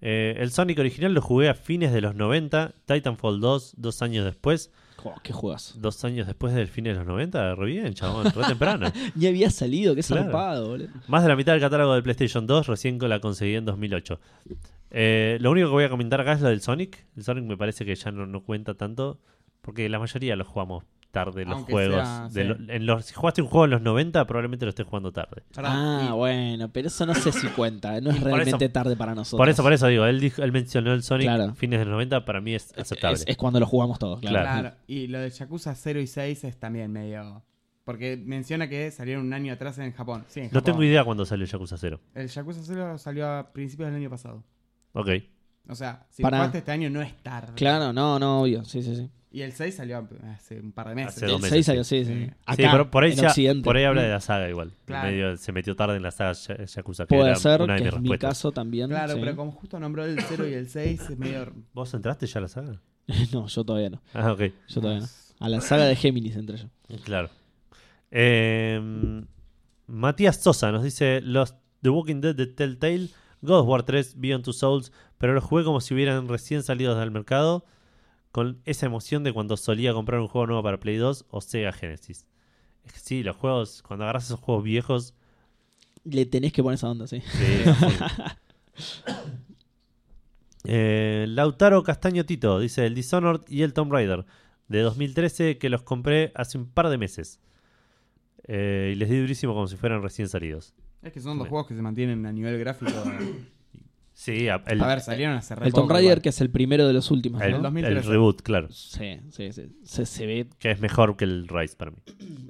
Speaker 2: Eh, el Sonic original lo jugué a fines de los 90. Titanfall 2, dos años después.
Speaker 1: Oh, qué juegas.
Speaker 2: Dos años después del fin de los 90. Re bien, chabón, re temprano.
Speaker 1: Ya había salido, qué
Speaker 2: Claro.
Speaker 1: zarpado, boludo.
Speaker 2: Más de la mitad del catálogo del PlayStation 2 recién la conseguí en 2008. Eh, lo único que voy a comentar acá es lo del Sonic. El Sonic me parece que ya no, no cuenta tanto porque la mayoría lo jugamos tarde los
Speaker 4: Aunque
Speaker 2: juegos.
Speaker 4: sea,
Speaker 2: De
Speaker 4: sí.
Speaker 2: lo- en los, si jugaste un juego en los 90 probablemente lo estés jugando tarde.
Speaker 4: Perdón,
Speaker 1: ah,
Speaker 4: y-
Speaker 1: bueno, pero eso no sé si cuenta. eh, No
Speaker 2: Y
Speaker 1: es
Speaker 2: por
Speaker 1: realmente
Speaker 2: eso-
Speaker 1: tarde para nosotros.
Speaker 2: Por eso, por eso digo, él, dijo- él mencionó el Sonic
Speaker 1: Claro.
Speaker 2: fines de los 90, para mí es
Speaker 1: Es-
Speaker 2: aceptable.
Speaker 1: Es, es cuando lo jugamos todos, claro.
Speaker 2: Claro.
Speaker 4: Claro, y lo de Yakuza 0 y 6 es también medio. Porque menciona que salieron un año atrás en Japón. Sí, en
Speaker 2: no
Speaker 4: Japón.
Speaker 2: tengo idea cuándo salió Yakuza 0.
Speaker 4: El Yakuza 0 salió a principios del año pasado.
Speaker 2: Ok.
Speaker 4: O sea, si
Speaker 1: Pará.
Speaker 4: jugaste este año no es tarde.
Speaker 1: Claro, no, no, obvio. Sí, sí, sí.
Speaker 4: Y el 6 salió hace un par de meses.
Speaker 2: Hace dos
Speaker 1: El
Speaker 2: meses,
Speaker 1: seis
Speaker 2: sí.
Speaker 1: años, sí, sí.
Speaker 4: Sí.
Speaker 1: Acá,
Speaker 2: Sí, por, por ahí
Speaker 1: en
Speaker 2: ya-
Speaker 1: Occidente. Mm.
Speaker 2: por ahí habla de la saga igual.
Speaker 4: Claro.
Speaker 2: Medio- se metió tarde en la saga Ya- Yakuza. que
Speaker 1: Puede
Speaker 2: era
Speaker 1: ser,
Speaker 2: una de
Speaker 1: que
Speaker 2: mis
Speaker 1: es mi
Speaker 2: respuestas.
Speaker 1: caso también.
Speaker 4: Claro,
Speaker 1: sí.
Speaker 4: pero como justo nombró el 0 y el 6, es medio.
Speaker 2: ¿Vos entraste ya a la saga?
Speaker 1: No, yo todavía no.
Speaker 2: Ah, ok.
Speaker 1: Yo todavía no. A la saga de Géminis entre yo.
Speaker 2: Claro. Eh, Matías Sosa nos dice los The Walking Dead de Telltale, God of War 3, Beyond Two Souls, pero los jugué como si hubieran recién salidos del mercado, con esa emoción de cuando solía comprar un juego nuevo para Play 2 o Sega Genesis. Es que sí, los juegos, cuando agarras esos juegos viejos,
Speaker 1: Le tenés que poner esa onda, sí.
Speaker 2: sí, sí. Eh, Lautaro Castaño Tito dice el Dishonored y el Tomb Raider de 2013 que los compré hace un par de meses. Eh, y les di durísimo como si fueran recién salidos.
Speaker 4: Es que son dos juegos que se mantienen a nivel gráfico.
Speaker 2: Sí, a- el,
Speaker 4: a ver, salieron hace re
Speaker 1: El Tomb
Speaker 4: poco,
Speaker 1: Raider,
Speaker 4: igual.
Speaker 1: que es el primero de los últimos,
Speaker 2: el-
Speaker 1: ¿no?
Speaker 4: el 2013.
Speaker 2: el reboot, claro.
Speaker 1: Sí, sí, sí. Se, se ve
Speaker 2: Que es mejor que el Rise para mí.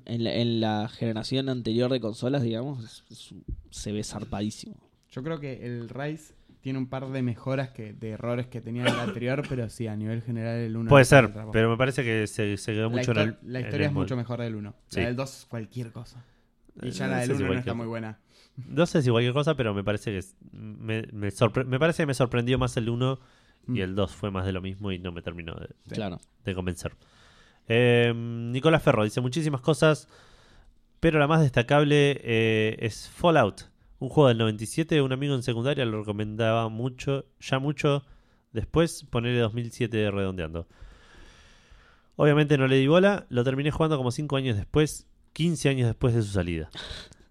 Speaker 1: en la, en la generación anterior de consolas, digamos, es- es- se ve zarpadísimo.
Speaker 4: Yo creo que el Rise tiene un par de mejoras que, de errores que tenía el anterior, pero sí, a nivel general el 1.
Speaker 2: Puede ser, pero me parece que se, se quedó
Speaker 4: La,
Speaker 2: mucho en
Speaker 4: histo-
Speaker 2: el-
Speaker 4: la
Speaker 2: en
Speaker 4: historia
Speaker 2: el
Speaker 4: es mucho
Speaker 2: molde.
Speaker 4: mejor del 1.
Speaker 2: Sí.
Speaker 4: La del 2 es cualquier cosa. Y
Speaker 2: Eh,
Speaker 4: ya
Speaker 2: no
Speaker 4: la
Speaker 2: sé
Speaker 4: del
Speaker 2: si
Speaker 4: 1 no
Speaker 2: cualquier-
Speaker 4: está muy buena.
Speaker 2: No sé si cualquier cosa, pero me parece que es- me, me sorpre- me parece que me sorprendió más el 1 y
Speaker 4: Mm.
Speaker 2: el 2 fue más de lo mismo y no me terminó de,
Speaker 4: Sí.
Speaker 1: Claro.
Speaker 2: de convencer. Eh, Nicolás Ferro dice muchísimas cosas, pero la más destacable eh, es Fallout, un juego del 97. Un amigo en secundaria lo recomendaba mucho, ya mucho después, ponerle 2007 redondeando. Obviamente no le di bola, lo terminé jugando como 5 años después, 15 años después de su salida.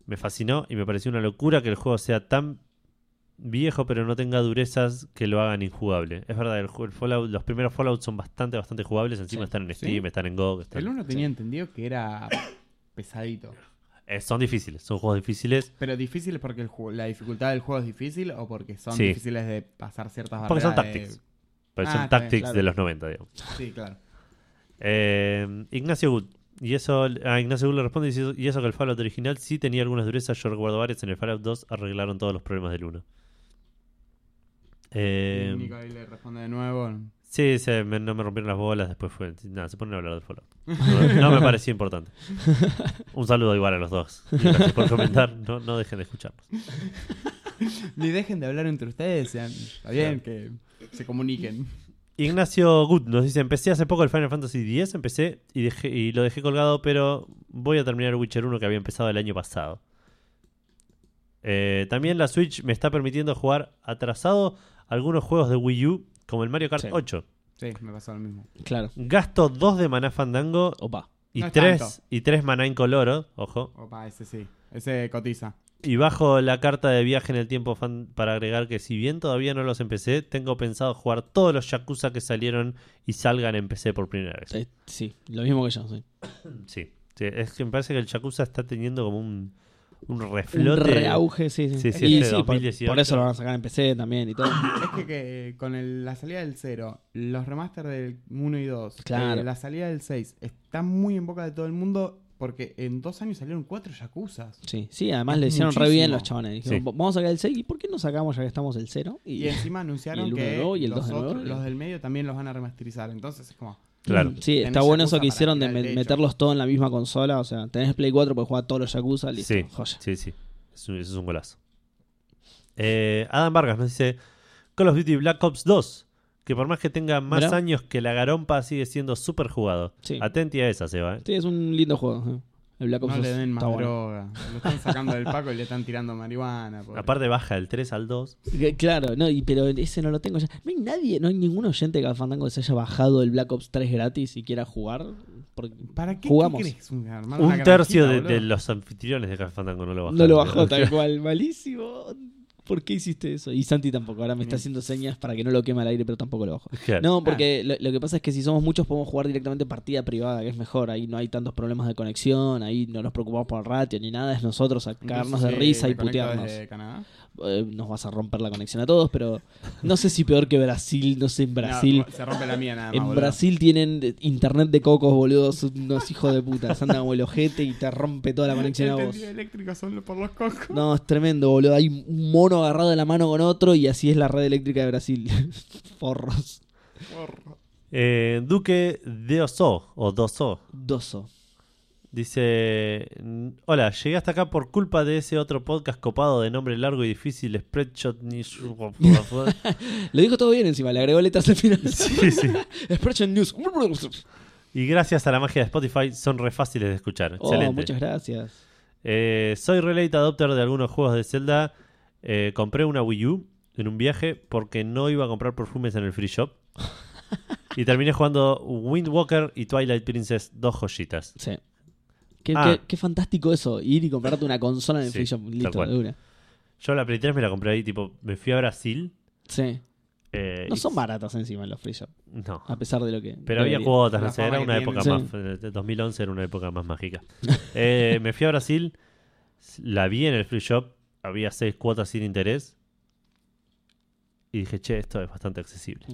Speaker 2: Me fascinó y me pareció una locura que el juego sea tan viejo pero no tenga durezas que lo hagan injugable. Es verdad, el, ju- el Fallout, los primeros Fallout son bastante, bastante jugables. Encima
Speaker 1: Sí.
Speaker 2: están en
Speaker 4: Sí.
Speaker 2: Steam, están en GOG. están-
Speaker 4: El 1 tenía entendido que era pesadito.
Speaker 2: Eh, son difíciles, son juegos difíciles.
Speaker 4: Pero difícil porque el ju- la dificultad del juego es difícil o porque son
Speaker 2: Sí.
Speaker 4: difíciles de pasar ciertas barreras.
Speaker 2: Porque son
Speaker 4: de-
Speaker 2: tactics. eh, Pero
Speaker 4: Ah,
Speaker 2: son
Speaker 4: está bien,
Speaker 2: tactics
Speaker 4: claro.
Speaker 2: de los 90, digamos.
Speaker 4: Sí, claro.
Speaker 2: Eh, Ignacio Good. Y eso, a Ignacio Good le responde, y eso- y eso que el Fallout original sí tenía algunas durezas. Yo recuerdo varias. En el Fallout 2 arreglaron todos los problemas del 1.
Speaker 4: Y Nico
Speaker 2: Eh,
Speaker 4: ahí le responde de nuevo.
Speaker 2: sí, se me- no me rompieron las bolas. Después fue. Nada, se ponen a hablar del Fallout. No, no me parecía importante. Un saludo igual a los dos. Y Gracias por comentar. No, no dejen de escucharnos.
Speaker 4: Ni dejen de hablar entre ustedes. Sean, está bien que se comuniquen.
Speaker 2: Ignacio Good nos dice, empecé hace poco el Final Fantasy X, empecé y, dejé, y lo dejé colgado, pero voy a terminar Witcher 1 que había empezado el año pasado. Eh, también la Switch me está permitiendo jugar atrasado algunos juegos de Wii U, como el Mario Kart
Speaker 1: Sí.
Speaker 2: 8.
Speaker 4: Sí, me pasó lo mismo.
Speaker 1: Claro.
Speaker 2: Gasto 2 de maná fandango
Speaker 1: Opa.
Speaker 2: y
Speaker 4: No es
Speaker 2: 3
Speaker 4: tanto.
Speaker 2: y tres maná incoloro, ojo.
Speaker 4: Opa, ese sí. Ese cotiza.
Speaker 2: Y bajo la carta de viaje en el tiempo fan para agregar que si bien todavía no los empecé, tengo pensado jugar todos los Yakuza que salieron y salgan en PC por primera vez.
Speaker 1: Eh, Sí, lo mismo que yo. sí.
Speaker 2: Sí, sí, es que me parece que el Yakuza está teniendo como un, un
Speaker 1: Un
Speaker 2: reflote.
Speaker 1: reauge, sí, sí.
Speaker 2: Sí, sí,
Speaker 1: Y
Speaker 2: este
Speaker 1: sí, por,
Speaker 2: 2018.
Speaker 1: por eso lo van a sacar en PC también y todo.
Speaker 4: Es que, que con el- la salida del 0, los remaster del 1 y 2,
Speaker 1: Claro.
Speaker 4: eh, la salida del 6, está muy en boca de todo el mundo porque en dos años salieron cuatro Yakuzas.
Speaker 1: Sí, sí, además
Speaker 4: Es
Speaker 1: le hicieron re
Speaker 4: muchísimo.
Speaker 1: bien los chavales. Dijeron,
Speaker 2: Sí.
Speaker 1: "Va- vamos a sacar el 6 y ¿por qué no sacamos ya que estamos el 0?
Speaker 4: Y,
Speaker 1: Y,
Speaker 4: encima anunciaron
Speaker 1: y el uno de
Speaker 4: que
Speaker 1: nuevo y el
Speaker 4: los,
Speaker 1: dos de nuevo,
Speaker 4: otros-
Speaker 1: y-
Speaker 4: los del medio también los van a remasterizar. Entonces es como,
Speaker 2: Claro.
Speaker 1: Sí, está
Speaker 4: Tenés
Speaker 1: bueno
Speaker 4: Yakuza
Speaker 1: eso que
Speaker 4: para
Speaker 1: hicieron de
Speaker 4: tirar
Speaker 1: me-
Speaker 4: al techo.
Speaker 1: meterlos todos en la misma consola. O sea, tenés Play 4 porque juega todos los Yakuza, listo,
Speaker 2: Sí,
Speaker 1: joya.
Speaker 2: sí, sí. Es un, es un golazo. Eh, Adam Vargas nos dice Call of Duty Black Ops 2, que por más que tenga más
Speaker 1: Mirá.
Speaker 2: años que la garompa, sigue siendo súper jugado.
Speaker 1: Sí.
Speaker 2: Atenti a esa, Seba. ¿eh?
Speaker 1: Sí, es un lindo juego. sí. El Black Ops
Speaker 4: no le
Speaker 1: 2
Speaker 4: den más
Speaker 1: está bueno.
Speaker 4: droga. Lo están sacando del paco y le están tirando marihuana. pobre.
Speaker 2: Aparte baja del 3 al 2.
Speaker 1: Que- Claro, no, y, pero ese no lo tengo ya. No hay nadie, no hay ningún oyente de Fandango que se haya bajado el Black Ops 3 gratis y quiera jugar. Porque
Speaker 4: ¿Para qué,
Speaker 1: jugamos.
Speaker 4: qué querés? Armar una
Speaker 2: Un tercio de,
Speaker 4: granjita,
Speaker 2: de
Speaker 4: boludo.
Speaker 2: los anfitriones de Café Fandango no lo bajó.
Speaker 1: no lo bajó tal cual, malísimo. ¿Por qué hiciste eso? Y Santi tampoco, ahora me está
Speaker 4: Bien.
Speaker 1: haciendo señas para que no lo queme al aire, pero tampoco lo bajó.
Speaker 2: Claro.
Speaker 1: No, porque
Speaker 4: Ah.
Speaker 1: lo, lo que pasa es que si somos muchos podemos jugar directamente partida privada, que es mejor. Ahí no hay tantos problemas de conexión, ahí no nos preocupamos por el ratio ni nada, es nosotros
Speaker 4: Incluso
Speaker 1: sacarnos de
Speaker 4: si
Speaker 1: risa y
Speaker 4: me conecto
Speaker 1: putearnos.
Speaker 4: desde Canadá.
Speaker 1: Eh, nos vas a romper la conexión a todos, pero no sé si peor que Brasil, no sé, en Brasil.
Speaker 4: No, se rompe la mía nada más.
Speaker 1: En
Speaker 4: boludo.
Speaker 1: Brasil tienen de- internet de cocos, boludo, son unos hijos de puta. Se andan como el ojete y te rompe toda la conexión a
Speaker 4: El
Speaker 1: vos.
Speaker 4: tendido eléctrico son por los cocos.
Speaker 1: No, es tremendo, boludo. Hay un mono agarrado de la mano con otro y así es la red eléctrica de Brasil. Forros.
Speaker 4: Porro.
Speaker 2: Eh, Duque de Oso, o Doso,
Speaker 1: Doso.
Speaker 2: dice: Hola, llegué hasta acá por culpa de ese otro podcast copado de nombre largo y difícil, Spreadshot News.
Speaker 1: Lo dijo todo bien encima, le agregó letras al final.
Speaker 2: Sí, sí.
Speaker 1: Expression News.
Speaker 2: Y gracias a la magia de Spotify son re fáciles de escuchar.
Speaker 1: Oh,
Speaker 2: Excelente.
Speaker 1: muchas gracias.
Speaker 2: Eh, soy relate adopter de algunos juegos de Zelda. Eh, compré una Wii U en un viaje porque no iba a comprar perfumes en el free shop. y terminé jugando Wind Walker y Twilight Princess, dos joyitas.
Speaker 1: Sí. Qué,
Speaker 2: Ah.
Speaker 1: qué- qué fantástico eso, ir y comprarte una consola en el
Speaker 2: Sí,
Speaker 1: free shop.
Speaker 2: tal
Speaker 1: Listo,
Speaker 2: cual.
Speaker 1: de una.
Speaker 2: Yo la Play 3 me la compré ahí, tipo, me fui a Brasil.
Speaker 1: Sí.
Speaker 2: eh,
Speaker 1: No
Speaker 2: y-
Speaker 1: son baratas encima los free shop,
Speaker 2: No.
Speaker 1: a pesar de lo que.
Speaker 2: Pero había
Speaker 1: debería.
Speaker 2: cuotas,
Speaker 4: La
Speaker 2: no sé,
Speaker 4: fama
Speaker 2: era
Speaker 4: que
Speaker 2: una
Speaker 4: tienen.
Speaker 1: Sí.
Speaker 2: época más. eh, 2011 era una época más mágica. Eh, me fui a Brasil, la vi en el free shop, había seis cuotas sin interés. Y dije, che, esto es bastante accesible.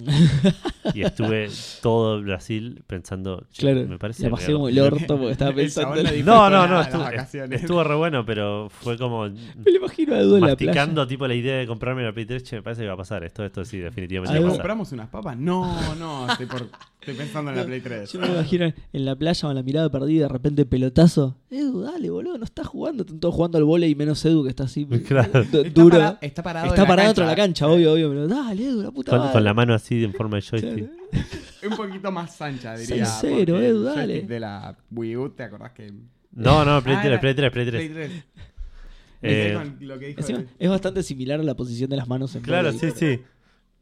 Speaker 2: y estuve todo Brasil pensando, che,
Speaker 1: Claro,
Speaker 2: me parece.
Speaker 1: la pasé
Speaker 2: real.
Speaker 1: como el orto porque estaba
Speaker 4: El chabón
Speaker 1: pensando. en-
Speaker 4: la dijo
Speaker 2: No, no,
Speaker 4: toda
Speaker 2: no,
Speaker 4: la- las
Speaker 2: estuvo,
Speaker 4: vacaciones.
Speaker 2: estuvo re bueno, pero fue como
Speaker 1: Me lo imagino a Edu en la playa.
Speaker 2: masticando tipo la idea de comprarme la Play 3, che, me parece que va a pasar esto, esto sí, definitivamente
Speaker 4: ¿Le
Speaker 1: Algo-
Speaker 2: va a pasar.
Speaker 4: compramos unas papas? No, no, estoy, por- estoy pensando en la Play 3.
Speaker 1: Yo me imagino en la playa con la mirada perdida, de repente pelotazo. Edu, dale, boludo, no estás jugando. Están todos jugando al volei, menos Edu que está así du-
Speaker 2: Claro.
Speaker 4: Está
Speaker 1: duro.
Speaker 4: para-
Speaker 1: Está,
Speaker 4: está parado. en
Speaker 1: parado dentro de la cancha, obvio, obvio. Pero dale, Edu, la puta
Speaker 2: Con,
Speaker 1: madre.
Speaker 2: con la mano así en forma de joystick.
Speaker 1: Claro.
Speaker 4: Un poquito más ancha, diría.
Speaker 1: Seis cero,
Speaker 4: porque
Speaker 1: Edu,
Speaker 4: el
Speaker 1: dale.
Speaker 4: joystick de la Wii U, ¿te acordás que...?
Speaker 2: No, no, Play
Speaker 4: Ah,
Speaker 2: 3,
Speaker 4: era-
Speaker 2: Play 3, Play 3.
Speaker 4: Play 3.
Speaker 2: Eh,
Speaker 4: Pensé con lo que dijo
Speaker 1: Encima,
Speaker 4: el-
Speaker 1: es bastante similar a la posición de las manos en
Speaker 2: Claro,
Speaker 1: vóley.
Speaker 2: sí, sí.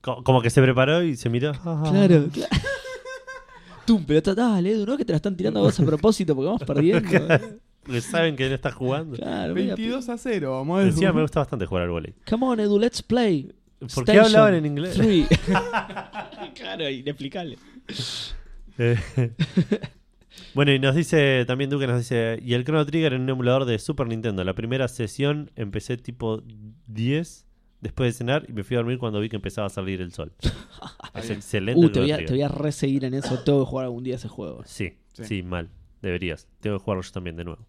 Speaker 2: Co- Como que se preparó y se miró. Ah,
Speaker 1: Claro, claro. Tú, pelota, dale, Edu, no que te la están tirando a vos a propósito porque vamos perdiendo.
Speaker 2: Porque saben que no está jugando.
Speaker 1: claro, mira, pues,
Speaker 4: 22 a 0, vamos a decir.
Speaker 2: Encima me gusta bastante jugar al volei.
Speaker 1: Come on, Edu, let's play.
Speaker 2: ¿Por qué hablaban en inglés?
Speaker 1: Three. claro, inexplicable.
Speaker 2: Eh, bueno, y nos dice también Duque, nos dice, y el Chrono Trigger en un emulador de Super Nintendo. La primera sesión empecé tipo 10 después de cenar y me fui a dormir cuando vi que empezaba a salir el sol. es
Speaker 4: bien.
Speaker 2: excelente.
Speaker 1: Uh,
Speaker 2: el
Speaker 1: te voy,
Speaker 2: Chrono
Speaker 1: a,
Speaker 2: Trigger.
Speaker 1: te voy a reseguir en eso. Tengo que jugar algún día ese juego.
Speaker 2: Sí, sí,
Speaker 4: Sí.
Speaker 2: mal. Deberías. Tengo que jugarlo yo también de nuevo.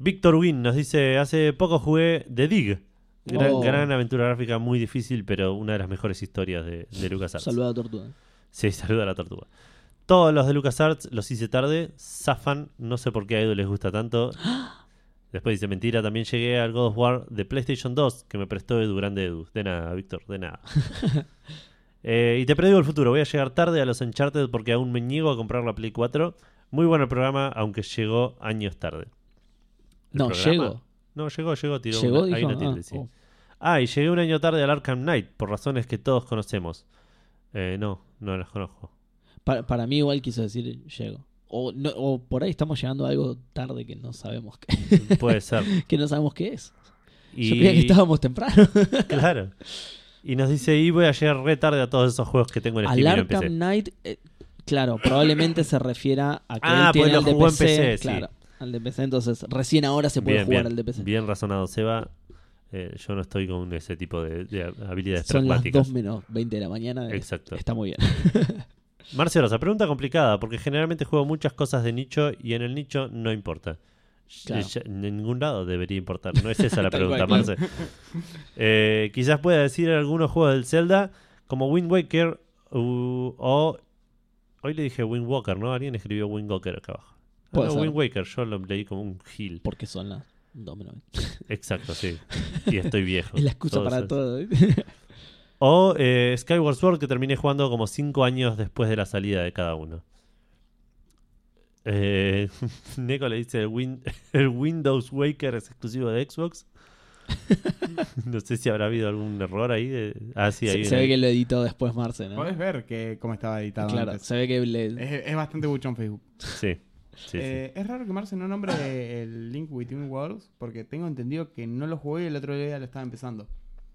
Speaker 2: Víctor Win nos dice, hace poco jugué The Dig. Gran,
Speaker 1: Oh.
Speaker 2: gran aventura gráfica muy difícil, pero una de las mejores historias de, de LucasArts.
Speaker 1: Saluda a Tortuga.
Speaker 2: Sí, saluda a la tortuga. Todos los de LucasArts los hice tarde, zafan, no sé por qué a Edu les gusta tanto. Después dice, mentira, también llegué al God of War de PlayStation 2 que me prestó Edu, grande Edu. De nada, Víctor, de nada. Eh, y te predigo el futuro, voy a llegar tarde a los Uncharted porque aún me niego a comprar la Play 4. Muy bueno el programa, aunque llegó años tarde. ¿El
Speaker 1: No,
Speaker 2: programa?
Speaker 1: llegó.
Speaker 2: No, llegó, llegó, tiró
Speaker 1: Llegó,
Speaker 2: una- hay
Speaker 1: dijo.
Speaker 2: una tilde,
Speaker 1: ah,
Speaker 2: sí.
Speaker 1: oh.
Speaker 2: Ah, y llegué un año tarde al Arkham Knight, por razones que todos conocemos. Eh, no, no las conozco.
Speaker 1: Pa- para, mí igual quiso decir llegó. O, no- o por ahí estamos llegando a algo tarde que no sabemos qué,
Speaker 2: Puede ser.
Speaker 1: que no sabemos qué es.
Speaker 2: Y,
Speaker 1: Yo creía que estábamos temprano.
Speaker 2: Claro. Y nos dice, y voy a llegar re tarde a todos esos juegos que tengo en
Speaker 1: Al
Speaker 2: Steam y no en
Speaker 1: Arkham
Speaker 2: PC.
Speaker 1: Knight, eh, claro, probablemente se refiera a que
Speaker 2: Ah,
Speaker 1: él tiene
Speaker 2: pues lo
Speaker 1: el de
Speaker 2: jugó en
Speaker 1: PC,
Speaker 2: PC, sí.
Speaker 1: claro, al de PC, entonces recién ahora se puede
Speaker 2: bien,
Speaker 1: jugar
Speaker 2: bien,
Speaker 1: al de PC.
Speaker 2: bien razonado, Seba. Eh, yo no estoy con ese tipo de, de habilidades
Speaker 1: Son las
Speaker 2: pragmáticas.
Speaker 1: 2 menos 20 de la mañana. eh,
Speaker 2: Exacto.
Speaker 1: Está muy bien.
Speaker 2: Marcio Rosa, pregunta complicada, porque generalmente juego muchas cosas de nicho y en el nicho no importa.
Speaker 1: Claro.
Speaker 2: Ya- En ningún lado debería importar. No es esa la
Speaker 1: Tal
Speaker 2: pregunta,
Speaker 1: cual,
Speaker 2: Marce. Eh, quizás pueda decir algunos juegos del Zelda, como Wind Waker u- o... Hoy le dije Wind Walker, ¿no? Alguien escribió Wind Walker acá abajo. Ah,
Speaker 1: Puede
Speaker 2: no,
Speaker 1: ser.
Speaker 2: Wind Waker, yo lo leí como un gil.
Speaker 1: Porque son las 2 menos 20.
Speaker 2: Exacto, sí. Y estoy viejo.
Speaker 1: Es la excusa
Speaker 2: Todo
Speaker 1: para
Speaker 2: eso.
Speaker 1: todo. ¿eh?
Speaker 2: O eh, Skyward Sword, que terminé jugando como 5 años después de la salida de cada uno. Eh, Neko le dice: el, Win- el Windows Waker es exclusivo de Xbox. no sé si habrá habido algún error ahí. De... Ah, sí, ahí
Speaker 1: se, se ve que lo editó después Marce,
Speaker 2: ¿Eh?
Speaker 1: ¿no?
Speaker 4: Podés ver que cómo estaba editado.
Speaker 1: Claro,
Speaker 4: antes. Eh,
Speaker 1: se ve que le-
Speaker 4: Es, es bastante buchón Facebook.
Speaker 2: Sí, sí, sí.
Speaker 4: Eh, Es raro que Marce no nombre el Link Between Worlds porque tengo entendido que no lo jugué y el otro día lo estaba empezando.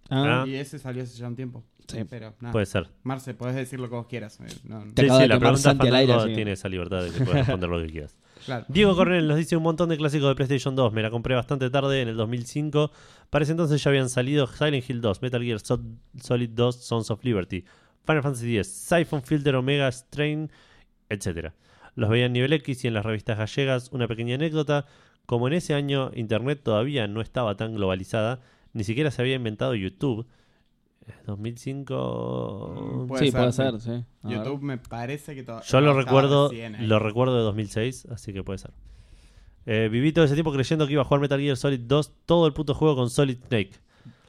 Speaker 1: Ah,
Speaker 2: Ah. Pues-
Speaker 4: Y ese salió hace ya un tiempo. Eh,
Speaker 1: Sí.
Speaker 4: Pero nada.
Speaker 2: Puede ser.
Speaker 4: Marce, podés decir lo que vos quieras. eh, no- no-
Speaker 1: Te
Speaker 2: Sí,
Speaker 1: acabo
Speaker 2: sí,
Speaker 1: de
Speaker 2: la
Speaker 1: quemar
Speaker 2: pregunta
Speaker 1: Santi al aire,
Speaker 2: Fandango
Speaker 1: así que-
Speaker 2: tiene esa libertad de que puedes responder lo que quieras.
Speaker 4: Claro.
Speaker 2: Diego Cornell nos dice un montón de clásicos de PlayStation 2. Me la compré bastante tarde, en el 2005. Para ese entonces ya habían salido Silent Hill 2, Metal Gear Sol- Solid 2, Sons of Liberty, Final Fantasy X, Siphon Filter, Omega Strain, etc. Los veía en nivel X y en las revistas gallegas. Una pequeña anécdota: como en ese año Internet todavía no estaba tan globalizada, ni siquiera se había inventado YouTube. Eh, 2005.
Speaker 4: Mm, puede
Speaker 1: sí,
Speaker 4: ser,
Speaker 1: puede
Speaker 4: sí.
Speaker 1: ser, sí. A ver.
Speaker 4: YouTube me parece que todavía.
Speaker 2: Yo lo
Speaker 4: Ah, estaba
Speaker 2: recuerdo,
Speaker 4: recién ahí.
Speaker 2: lo recuerdo de 2006, así que puede ser. Eh, viví todo ese tiempo creyendo que iba a jugar Metal Gear Solid 2, todo el puto juego con Solid Snake.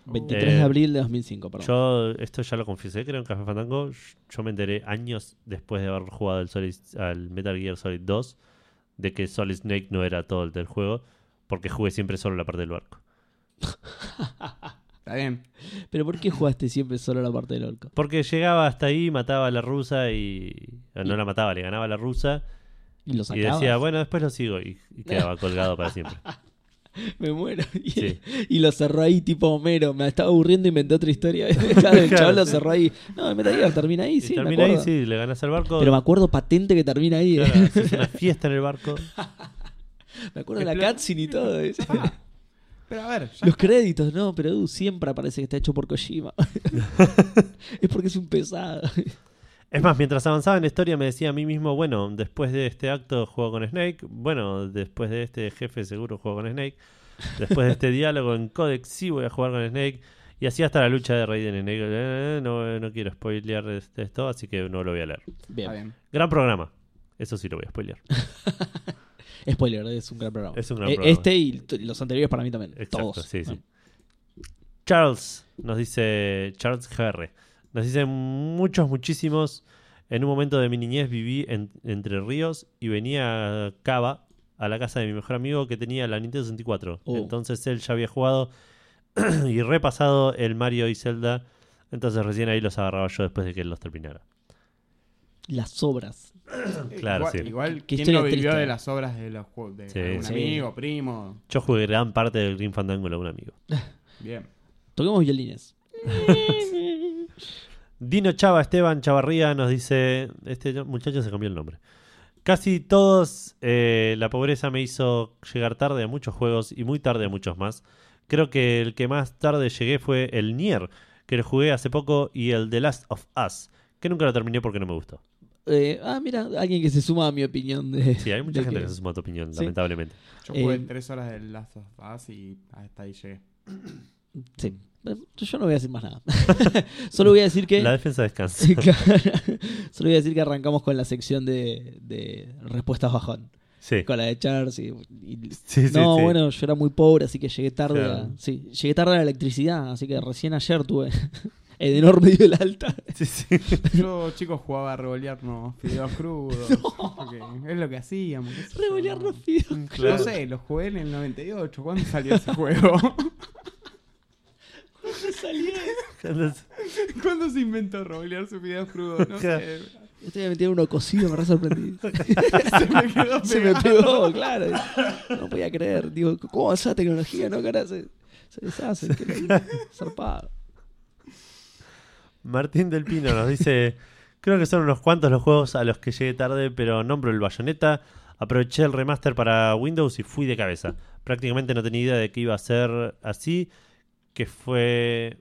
Speaker 1: 23
Speaker 2: Eh,
Speaker 1: de abril de 2005, perdón.
Speaker 2: Yo, esto ya lo confesé, creo, en Café Fandango. Yo me enteré años después de haber jugado al, Solid, al Metal Gear Solid 2 de que Solid Snake no era todo el del juego, porque jugué siempre solo la parte del barco.
Speaker 4: Está bien.
Speaker 1: Pero ¿por qué jugaste siempre solo la parte del orco?
Speaker 2: Porque llegaba hasta ahí, mataba a la rusa y. eh, No la mataba, le ganaba a la rusa
Speaker 1: Y lo
Speaker 2: y
Speaker 1: sacabas.
Speaker 2: decía, bueno, después lo sigo y, y quedaba colgado para siempre.
Speaker 1: Me muero. Y,
Speaker 2: Sí.
Speaker 1: y lo cerró ahí tipo Homero. Me estaba aburriendo, inventé otra historia. Claro, el chaval lo cerró ahí. No, el Metal Gear termina ahí,
Speaker 2: Y
Speaker 1: sí, me
Speaker 2: termina ahí,
Speaker 1: acuerdo.
Speaker 2: sí, le ganas al barco.
Speaker 1: Pero me acuerdo patente que termina ahí. ¿eh?
Speaker 2: Claro, haces una fiesta en el barco.
Speaker 1: Me acuerdo de la cutscene y todo. ¿eh?
Speaker 4: Ah, Pero a ver, ya
Speaker 1: Los créditos, no, pero Edu siempre aparece que está hecho por Kojima. es porque es un pesado.
Speaker 2: Es más, mientras avanzaba en la historia me decía a mí mismo, bueno, después de este acto juego con Snake, bueno, después de este jefe seguro juego con Snake, después de este diálogo en Codex sí voy a jugar con Snake, y así hasta la lucha de Raiden Snake. Eh, no, no quiero spoilear este- esto, así que no lo voy a leer.
Speaker 1: Bien.
Speaker 4: está bien.
Speaker 2: Gran programa. Eso sí lo voy a spoilear.
Speaker 1: Spoiler, ¿eh? es un gran programa.
Speaker 2: Es un gran
Speaker 1: Eh,
Speaker 2: programa.
Speaker 1: Este y t- los anteriores para mí también.
Speaker 2: Exacto,
Speaker 1: todos.
Speaker 2: sí, sí. Charles, nos dice Charles GR, nos dice muchos, muchísimos. En un momento de mi niñez viví en Entre Ríos y venía a Cava, a la casa de mi mejor amigo que tenía la Nintendo 64.
Speaker 1: Oh.
Speaker 2: Entonces él ya había jugado y repasado el Mario y Zelda. Entonces recién ahí los agarraba yo después de que él los terminara.
Speaker 1: Las obras.
Speaker 2: Claro,
Speaker 4: Eh, igual,
Speaker 2: sí.
Speaker 4: Igual,
Speaker 1: Qué
Speaker 4: ¿quién
Speaker 1: historia
Speaker 4: no vivió
Speaker 1: triste.
Speaker 4: de las obras de los juegos? De
Speaker 2: Sí.
Speaker 4: algún
Speaker 1: Sí.
Speaker 4: amigo, primo.
Speaker 2: Yo jugué gran parte del Green Fandango a un amigo.
Speaker 4: Bien.
Speaker 1: Toquemos violines.
Speaker 2: Dino Chava Esteban Chavarría nos dice, este muchacho se cambió el nombre. Casi todos, eh, la pobreza me hizo llegar tarde a muchos juegos y muy tarde a muchos más. Creo que el que más tarde llegué fue el Nier, que lo jugué hace poco, y el The Last of Us, que nunca lo terminé porque no me gustó.
Speaker 1: Eh, ah, mira, alguien que se suma a mi opinión de.
Speaker 2: Sí, hay mucha
Speaker 1: de
Speaker 2: gente
Speaker 1: que-
Speaker 2: que se suma a tu opinión,
Speaker 1: Sí.
Speaker 2: lamentablemente.
Speaker 4: Yo
Speaker 1: Eh,
Speaker 4: jugué tres horas de Last of Us y hasta ahí llegué.
Speaker 1: Sí. Mm. Pues, Yo no voy a decir más nada. Solo voy a decir que.
Speaker 2: La defensa descansa.
Speaker 1: Sí, claro. Solo voy a decir que arrancamos con la sección de, de respuestas bajón.
Speaker 2: Sí,
Speaker 1: Con la de Charles y. y-
Speaker 2: sí, sí.
Speaker 1: no,
Speaker 2: sí.
Speaker 1: bueno, yo era muy pobre, así que llegué tarde.
Speaker 2: Claro.
Speaker 1: A, sí, llegué tarde a la electricidad, así que recién ayer tuve el enorme y el alta.
Speaker 2: Sí, sí.
Speaker 4: Yo, chicos, jugaba a revolearnos fideos crudos. porque es lo que hacíamos. qué sé yo.
Speaker 1: Revolear los fideos.
Speaker 2: Claro.
Speaker 4: No sé, lo jugué en el 98. ¿Cuándo salió ese juego?
Speaker 1: salí de-
Speaker 4: ¿Cuándo se inventó revolear sus fideos crudos? No sé.
Speaker 1: Este me metieron uno cocido, me re sorprendí.
Speaker 3: Se me quedó
Speaker 1: Se me pegó, claro. No podía creer. Digo, ¿cómo avanza la tecnología? ¿No, cara? Se, se deshace. qué Zarpado.
Speaker 2: Martín del Pino nos dice: Creo que son unos cuantos los juegos a los que llegué tarde, pero nombro el Bayonetta. Aproveché el remaster para Windows y fui de cabeza. Prácticamente no tenía idea de que iba a ser así, que fue.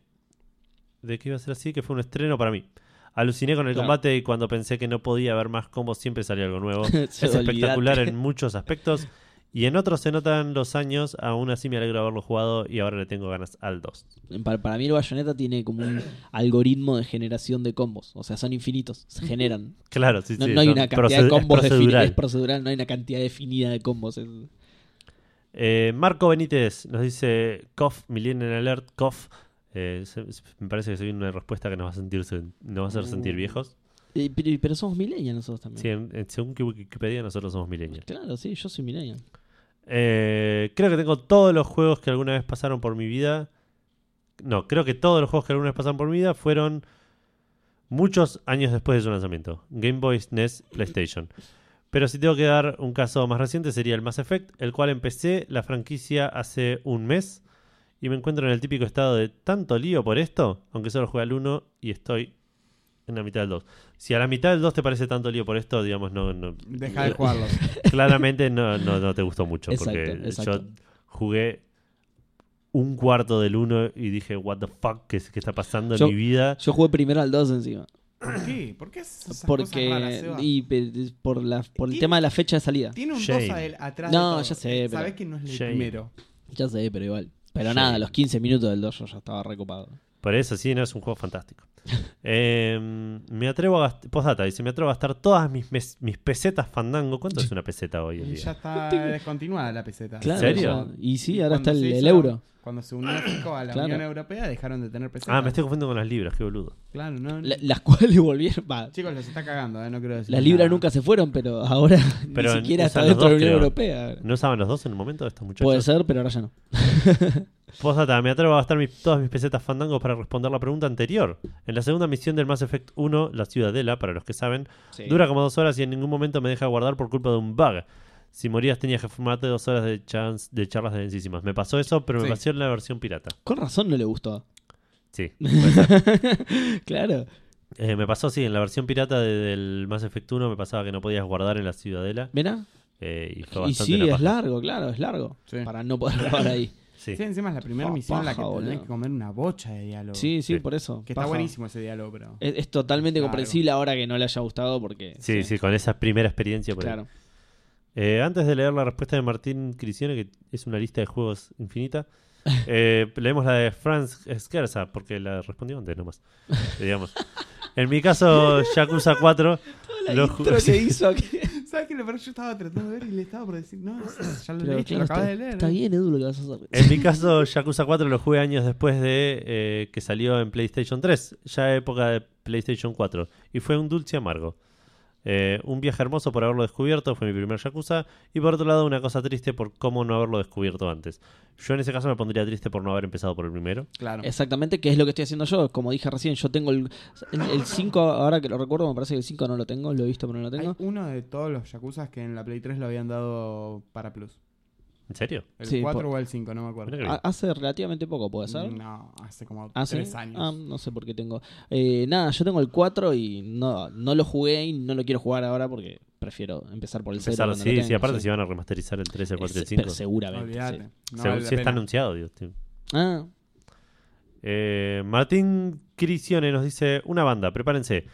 Speaker 2: de que iba a ser así, que fue un estreno para mí. Aluciné con el
Speaker 1: Claro.
Speaker 2: combate y cuando pensé que no podía haber más combos, siempre salía algo nuevo. es
Speaker 1: Se
Speaker 2: espectacular
Speaker 1: olvidate.
Speaker 2: en muchos aspectos. Y en otros se notan los años, aún así me alegro de haberlo jugado y ahora le tengo ganas al 2.
Speaker 1: Para, para mí el Bayonetta tiene como un algoritmo de generación de combos. O sea, son infinitos. Se generan.
Speaker 2: Claro, sí,
Speaker 1: No,
Speaker 2: sí.
Speaker 1: no hay
Speaker 2: son
Speaker 1: una cantidad
Speaker 2: proce-
Speaker 1: de
Speaker 2: es
Speaker 1: combos definida.
Speaker 2: procedural.
Speaker 1: Es procedural, no hay una cantidad definida de combos. Es-
Speaker 2: Eh, Marco Benítez nos dice COF, Millennial Alert, COF. Eh, se- se- me parece que se viene una respuesta que nos va a, sentir, sen- nos va a hacer sentir
Speaker 1: Uh.
Speaker 2: viejos.
Speaker 1: Eh, pero, pero somos millennials nosotros también.
Speaker 2: Sí, en- en- según que Wikipedia, nosotros somos millennials.
Speaker 1: Claro, sí, yo soy millennial.
Speaker 2: Eh, creo que tengo todos los juegos que alguna vez pasaron por mi vida. No, creo que todos los juegos que alguna vez pasaron por mi vida fueron muchos años después de su lanzamiento. Game Boy, NES, PlayStation. Pero si tengo que dar un caso más reciente sería el Mass Effect, el cual empecé la franquicia hace un mes y me encuentro en el típico estado de tanto lío por esto, aunque solo jugué al 1 y estoy en la mitad del 2. Si a la mitad del 2 te parece tanto lío por esto, digamos, no, no,
Speaker 4: Deja de jugarlo.
Speaker 2: claramente no, no, no te gustó mucho. porque
Speaker 1: Exacto, exacto.
Speaker 2: yo jugué un cuarto del uno y dije, what the fuck, ¿qué, es- qué está pasando
Speaker 1: Yo-
Speaker 2: en mi vida?
Speaker 1: Yo jugué primero al 2 encima.
Speaker 4: ¿Por qué? ¿Por qué haces esas
Speaker 1: porque
Speaker 4: cosas raras, Seba?
Speaker 1: y pe- por la por el
Speaker 4: Tiene-
Speaker 1: tema de la fecha de salida
Speaker 4: Tiene un 2
Speaker 2: Shame.
Speaker 4: atrás
Speaker 1: No,
Speaker 4: de todo.
Speaker 1: ya sé,
Speaker 4: Sabés
Speaker 1: pero-
Speaker 4: que no es el
Speaker 2: Shame.
Speaker 4: primero.
Speaker 1: ya sé pero igual pero
Speaker 2: Sí.
Speaker 1: nada a los 15 minutos del dojo ya estaba recopado
Speaker 2: Por eso sí, no es un juego fantástico. Eh, me atrevo a gastar, postdata, dice, me atrevo a gastar todas mis, mes- mis pesetas fandango. ¿Cuánto es una peseta hoy en
Speaker 4: Y ya
Speaker 2: día?
Speaker 4: está
Speaker 1: tengo-
Speaker 4: descontinuada la peseta.
Speaker 1: claro
Speaker 2: serio?
Speaker 1: o sea, y sí
Speaker 4: Y
Speaker 1: ahora está
Speaker 4: cuando
Speaker 1: el,
Speaker 4: se
Speaker 1: el
Speaker 4: hizo-
Speaker 1: euro
Speaker 4: Cuando se unificó a la
Speaker 1: Claro.
Speaker 4: Unión Europea dejaron de tener pesetas.
Speaker 2: Ah, me estoy confundiendo con las libras, qué boludo.
Speaker 4: Claro, no.
Speaker 1: la- las cuales volvieron va,
Speaker 4: Chicos, los está cagando, eh, no creo decir
Speaker 1: las libras
Speaker 4: nada.
Speaker 1: nunca se fueron pero ahora
Speaker 2: Pero
Speaker 1: ni siquiera
Speaker 2: usan
Speaker 1: está
Speaker 2: los
Speaker 1: dentro de
Speaker 2: dos,
Speaker 1: la Unión
Speaker 2: creo.
Speaker 1: Europea
Speaker 2: ¿No usaban los dos en un momento estos muchachos?
Speaker 1: puede ser pero ahora ya no
Speaker 2: Postdata, me atrevo a gastar mis- todas mis pesetas fandangos para responder la pregunta anterior. En la segunda misión del Mass Effect 1, la Ciudadela, para los que saben, dura como dos horas y en ningún momento me deja guardar por culpa de un bug. Si morías tenías que formarte dos horas de, chans- de charlas densísimas. Me pasó eso, pero me
Speaker 4: Sí.
Speaker 2: pasó en la versión pirata.
Speaker 1: con razón no le gustó
Speaker 2: Sí.
Speaker 1: claro
Speaker 2: Eh, me pasó, sí, en la versión pirata de- del Mass Effect 1 me pasaba que no podías guardar en la Ciudadela.
Speaker 1: mira
Speaker 2: eh, y fue
Speaker 1: y
Speaker 2: bastante
Speaker 1: sí
Speaker 2: una
Speaker 1: es
Speaker 2: paja.
Speaker 1: largo claro es largo
Speaker 4: Sí.
Speaker 1: para no poder grabar ahí
Speaker 2: Sí.
Speaker 4: Sí, encima es la primera
Speaker 1: Ah,
Speaker 4: misión en la que
Speaker 1: paja,
Speaker 4: tenés
Speaker 1: boludo.
Speaker 4: que comer una bocha de diálogo.
Speaker 1: sí sí,
Speaker 2: Sí.
Speaker 1: por eso
Speaker 4: Que está
Speaker 1: paja. Eh.
Speaker 4: buenísimo ese diálogo, pero.
Speaker 1: es, es totalmente
Speaker 4: Claro.
Speaker 1: comprensible ahora que no le haya gustado porque
Speaker 2: Sí, sí, con esa primera experiencia. Por ahí.
Speaker 1: claro
Speaker 2: Eh, antes de leer la respuesta de Martín Crisione, que es una lista de juegos infinita, eh, leemos la de Franz Scherza, porque la respondió antes nomás. Digamos. En mi caso, Yakuza 4.
Speaker 1: La
Speaker 2: lo ju-
Speaker 1: intro que hizo aquí.
Speaker 4: ¿Sabes qué? Lo peor? Yo estaba tratando de ver y le estaba por decir, no, es- ya lo
Speaker 1: Pero
Speaker 4: leíste,
Speaker 1: claro,
Speaker 4: lo acabas
Speaker 1: está,
Speaker 4: de leer.
Speaker 1: está
Speaker 4: eh.
Speaker 1: bien, Edu, lo que vas a hacer.
Speaker 2: En mi caso, Yakuza 4 lo jugué años después de eh, que salió en PlayStation 3, ya época de PlayStation 4, y fue un dulce amargo. Eh, un viaje hermoso por haberlo descubierto, fue mi primer Yakuza, y por otro lado una cosa triste por cómo no haberlo descubierto antes. Yo en ese caso me pondría triste por no haber empezado por el primero.
Speaker 4: Claro.
Speaker 1: Exactamente, que es lo que estoy haciendo yo. Como dije recién, yo tengo el 5, ahora que lo recuerdo, me parece que el 5 no lo tengo, lo he visto pero no lo
Speaker 4: Hay
Speaker 1: tengo.
Speaker 4: uno de todos los Yakuza que en la Play 3 lo habían dado para Plus.
Speaker 2: ¿En serio?
Speaker 4: El
Speaker 1: Sí,
Speaker 4: 4
Speaker 1: por-
Speaker 4: o el 5, no me acuerdo.
Speaker 2: Mirá que bien.
Speaker 1: Ha- Hace relativamente poco, ¿puede ser?
Speaker 4: No, hace como
Speaker 1: ¿Ah, sí?
Speaker 4: 3 años.
Speaker 1: Ah, no sé por qué tengo. Eh, nada, yo tengo el 4 y no, no lo jugué y no lo quiero jugar ahora porque prefiero empezar por el 0.
Speaker 2: Empezar,
Speaker 1: cuando lo
Speaker 2: sí, sí,
Speaker 1: tenga,
Speaker 2: aparte
Speaker 1: sí.
Speaker 2: si van a remasterizar el 3, el 4 y el
Speaker 1: Es-
Speaker 2: 5.
Speaker 1: pero seguramente.
Speaker 4: Olvídate.
Speaker 1: sí.
Speaker 4: No
Speaker 2: Según
Speaker 4: vale la
Speaker 2: si está
Speaker 4: pena.
Speaker 2: anunciado, Dios. tío.
Speaker 1: Ah,
Speaker 2: Eh, Martín Crisione nos dice: Una banda, prepárense.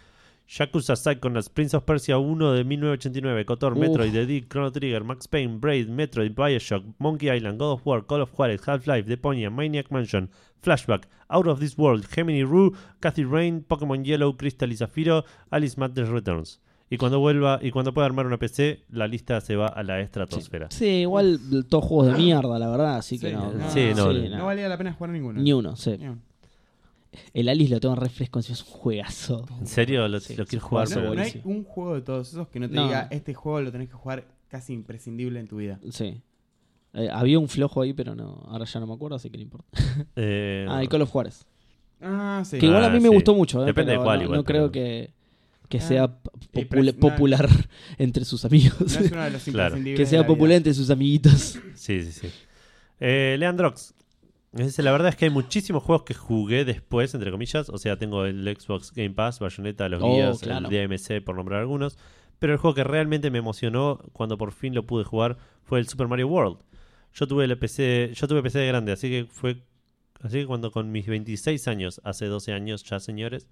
Speaker 2: Yakuza Psychonauts, Prince of Persia 1 de 1989, Kotor,
Speaker 1: Uf.
Speaker 2: Metroid, The Dig, Chrono Trigger, Max Payne, Braid, Metroid, Bioshock, Monkey Island, God of War, Call of Juarez, Half-Life, Deponia, Maniac Mansion, Flashback, Out of This World, Gemini Rue, Cathy Rain, Pokémon Yellow, Crystal y Zafiro, Alice Madness Returns. Y cuando vuelva, y cuando pueda armar una PC, la lista se va a la estratosfera.
Speaker 1: sí, igual todos juegos de mierda, la verdad, así que
Speaker 4: Sí,
Speaker 1: no.
Speaker 4: no,
Speaker 2: Sí, no, no.
Speaker 4: No
Speaker 1: nada.
Speaker 4: valía la pena jugar ninguno.
Speaker 1: Ni uno, sí.
Speaker 4: Ni uno.
Speaker 1: El Alice lo tengo refresco, encima es un juegazo.
Speaker 2: ¿En serio? Lo,
Speaker 1: Sí,
Speaker 2: lo quiero
Speaker 1: sí,
Speaker 2: jugar.
Speaker 1: juegazo,
Speaker 2: pero-
Speaker 4: No, no hay
Speaker 1: buenísimo.
Speaker 4: un juego de todos esos que no te
Speaker 1: No.
Speaker 4: diga, este juego lo tenés que jugar casi imprescindible en tu vida.
Speaker 1: Sí. Eh, había un flojo ahí, pero no. Ahora ya no me acuerdo, así que no importa.
Speaker 2: Eh,
Speaker 1: Ah, el Call of Juárez.
Speaker 4: Ah, sí.
Speaker 1: Que igual a
Speaker 2: Ah,
Speaker 1: mí me
Speaker 2: sí.
Speaker 1: gustó mucho. eh,
Speaker 2: Depende de
Speaker 1: pero
Speaker 2: cuál
Speaker 1: no,
Speaker 2: igual,
Speaker 1: No
Speaker 2: pero-
Speaker 1: creo que. que
Speaker 4: Ah.
Speaker 1: sea p-
Speaker 4: Y
Speaker 1: popula-
Speaker 4: pres- no-
Speaker 1: popular entre sus amigos.
Speaker 4: No es uno de los cinco
Speaker 2: Claro.
Speaker 4: imprescindibles
Speaker 1: que
Speaker 4: de
Speaker 1: sea
Speaker 4: la vida.
Speaker 1: popular entre sus amiguitos.
Speaker 2: Sí, sí, sí. Eh, Leandrox. dice, La verdad es que hay muchísimos juegos que jugué después, entre comillas. O sea, tengo el Xbox Game Pass, Bayonetta, los
Speaker 1: Oh,
Speaker 2: guías,
Speaker 1: claro.
Speaker 2: el DMC, por nombrar algunos. Pero el juego que realmente me emocionó cuando por fin lo pude jugar fue el Super Mario World. Yo tuve el PC, yo tuve PC de grande, así que fue así que cuando con mis 26 años, hace 12 años ya, señores,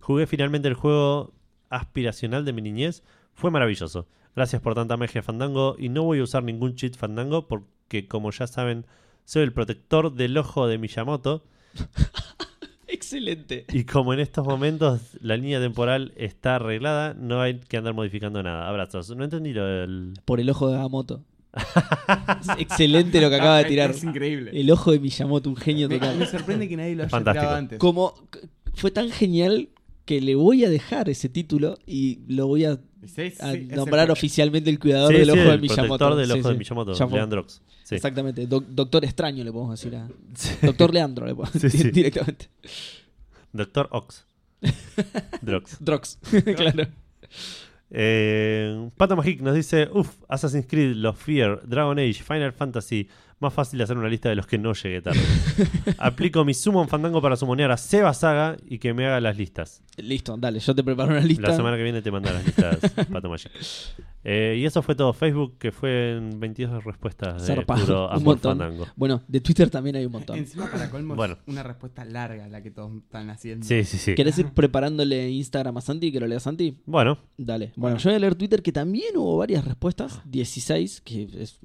Speaker 2: jugué finalmente el juego aspiracional de mi niñez, fue maravilloso. Gracias por tanta magia Fandango y no voy a usar ningún cheat Fandango porque como ya saben, soy el protector del ojo de Miyamoto
Speaker 1: Excelente.
Speaker 2: y como en estos momentos la línea temporal está arreglada, no hay que andar modificando nada. Abrazos. No entendí lo del
Speaker 1: Por el ojo de Agamotto. Es excelente lo que acaba de
Speaker 4: Es-
Speaker 1: tirar.
Speaker 4: Es increíble.
Speaker 1: El ojo de Miyamoto, un genio
Speaker 4: Me, me
Speaker 1: total.
Speaker 4: sorprende que nadie lo haya
Speaker 2: Fantástico.
Speaker 4: tirado antes.
Speaker 1: Como c- fue tan genial que le voy a dejar ese título y lo voy a,
Speaker 4: Sí, sí,
Speaker 1: a
Speaker 4: es el-
Speaker 1: nombrar oficialmente el cuidador
Speaker 2: Sí,
Speaker 1: del
Speaker 2: sí,
Speaker 1: ojo de
Speaker 2: el protector
Speaker 1: Miyamoto.
Speaker 2: del
Speaker 1: Sí,
Speaker 2: ojo de
Speaker 1: sí.
Speaker 2: Miyamoto,
Speaker 1: Ya fue.
Speaker 2: Leandrox. Sí.
Speaker 1: Exactamente. Doc- doctor extraño le podemos decir a.
Speaker 2: Sí.
Speaker 1: Doctor Leandro le podemos
Speaker 2: Sí, sí.
Speaker 1: decir directamente.
Speaker 2: Doctor Ox. Drox.
Speaker 1: Drox. claro.
Speaker 2: Eh, Pato Magic nos dice: Uff, Assassin's Creed, Los Fear, Dragon Age, Final Fantasy. Más fácil hacer una lista de los que no llegué tarde. Aplico mi Summon Fandango para sumonear a Seba Saga y que me haga las listas.
Speaker 1: Listo, dale, yo te preparo una lista.
Speaker 2: La semana que viene te mando las listas, Pato Magic. Eh, y eso fue todo. Facebook, que fue en 22 respuestas de
Speaker 1: Zarpado,
Speaker 2: puro
Speaker 1: un
Speaker 2: amor
Speaker 1: montón.
Speaker 2: Fandango.
Speaker 1: Bueno, de Twitter también hay un montón.
Speaker 4: Encima, para colmo, es
Speaker 2: Bueno.
Speaker 4: una respuesta larga la que todos están haciendo.
Speaker 2: Sí, sí, sí.
Speaker 1: ¿Querés ir preparándole Instagram a Santi? ¿Que lo lea Santi?
Speaker 2: Bueno,
Speaker 1: Dale. Bueno, yo voy a leer Twitter que también hubo varias respuestas. 16, que es,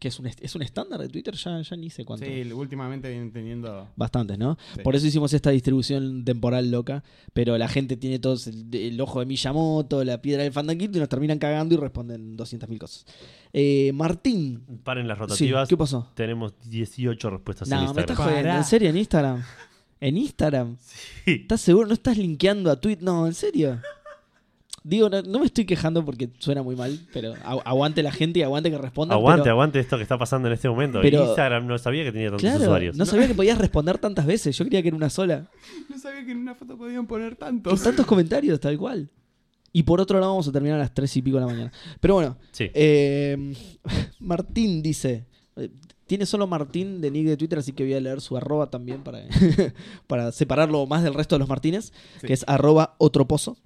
Speaker 1: que es, un, est- es un estándar de Twitter, ya, ya ni sé cuánto.
Speaker 4: Sí, últimamente vienen teniendo.
Speaker 1: Bastantes, ¿no?
Speaker 4: Sí.
Speaker 1: Por eso hicimos esta distribución temporal loca. Pero la gente tiene todos el, el ojo de Miyamoto, la piedra del fandanguito y nos terminan cagando y responden 200.000 cosas. Eh, Martín.
Speaker 2: paren las
Speaker 1: Sí,
Speaker 2: rotativas.
Speaker 1: ¿Qué pasó?
Speaker 2: Tenemos 18 respuestas en
Speaker 1: No, me
Speaker 2: Instagram.
Speaker 1: estás jodiendo.
Speaker 4: Pará.
Speaker 1: ¿En serio? ¿En Instagram? ¿En Instagram?
Speaker 2: Sí.
Speaker 1: ¿Estás seguro? ¿No estás linkeando a Twitter? No, ¿en serio? Digo, no, no me estoy quejando porque suena muy mal, pero agu- aguante la gente y aguante que respondan.
Speaker 2: Aguante,
Speaker 1: pero-
Speaker 2: aguante esto que está pasando en este momento.
Speaker 1: Pero-
Speaker 2: Instagram no sabía que tenía tantos
Speaker 1: Claro,
Speaker 2: usuarios.
Speaker 1: no sabía que podías responder tantas veces. Yo creía que era una sola.
Speaker 4: No sabía que en una foto podían poner
Speaker 1: Con
Speaker 4: tantos.
Speaker 1: tantos comentarios, tal cual. Y por otro lado, vamos a terminar a las 3 y pico de la mañana. Pero bueno,
Speaker 2: Sí.
Speaker 1: eh, Martín dice. eh, Tiene solo Martín de nick de Twitter, así que voy a leer su arroba también para, para separarlo más del resto de los Martínez,
Speaker 4: Sí.
Speaker 1: que es arroba otro pozo.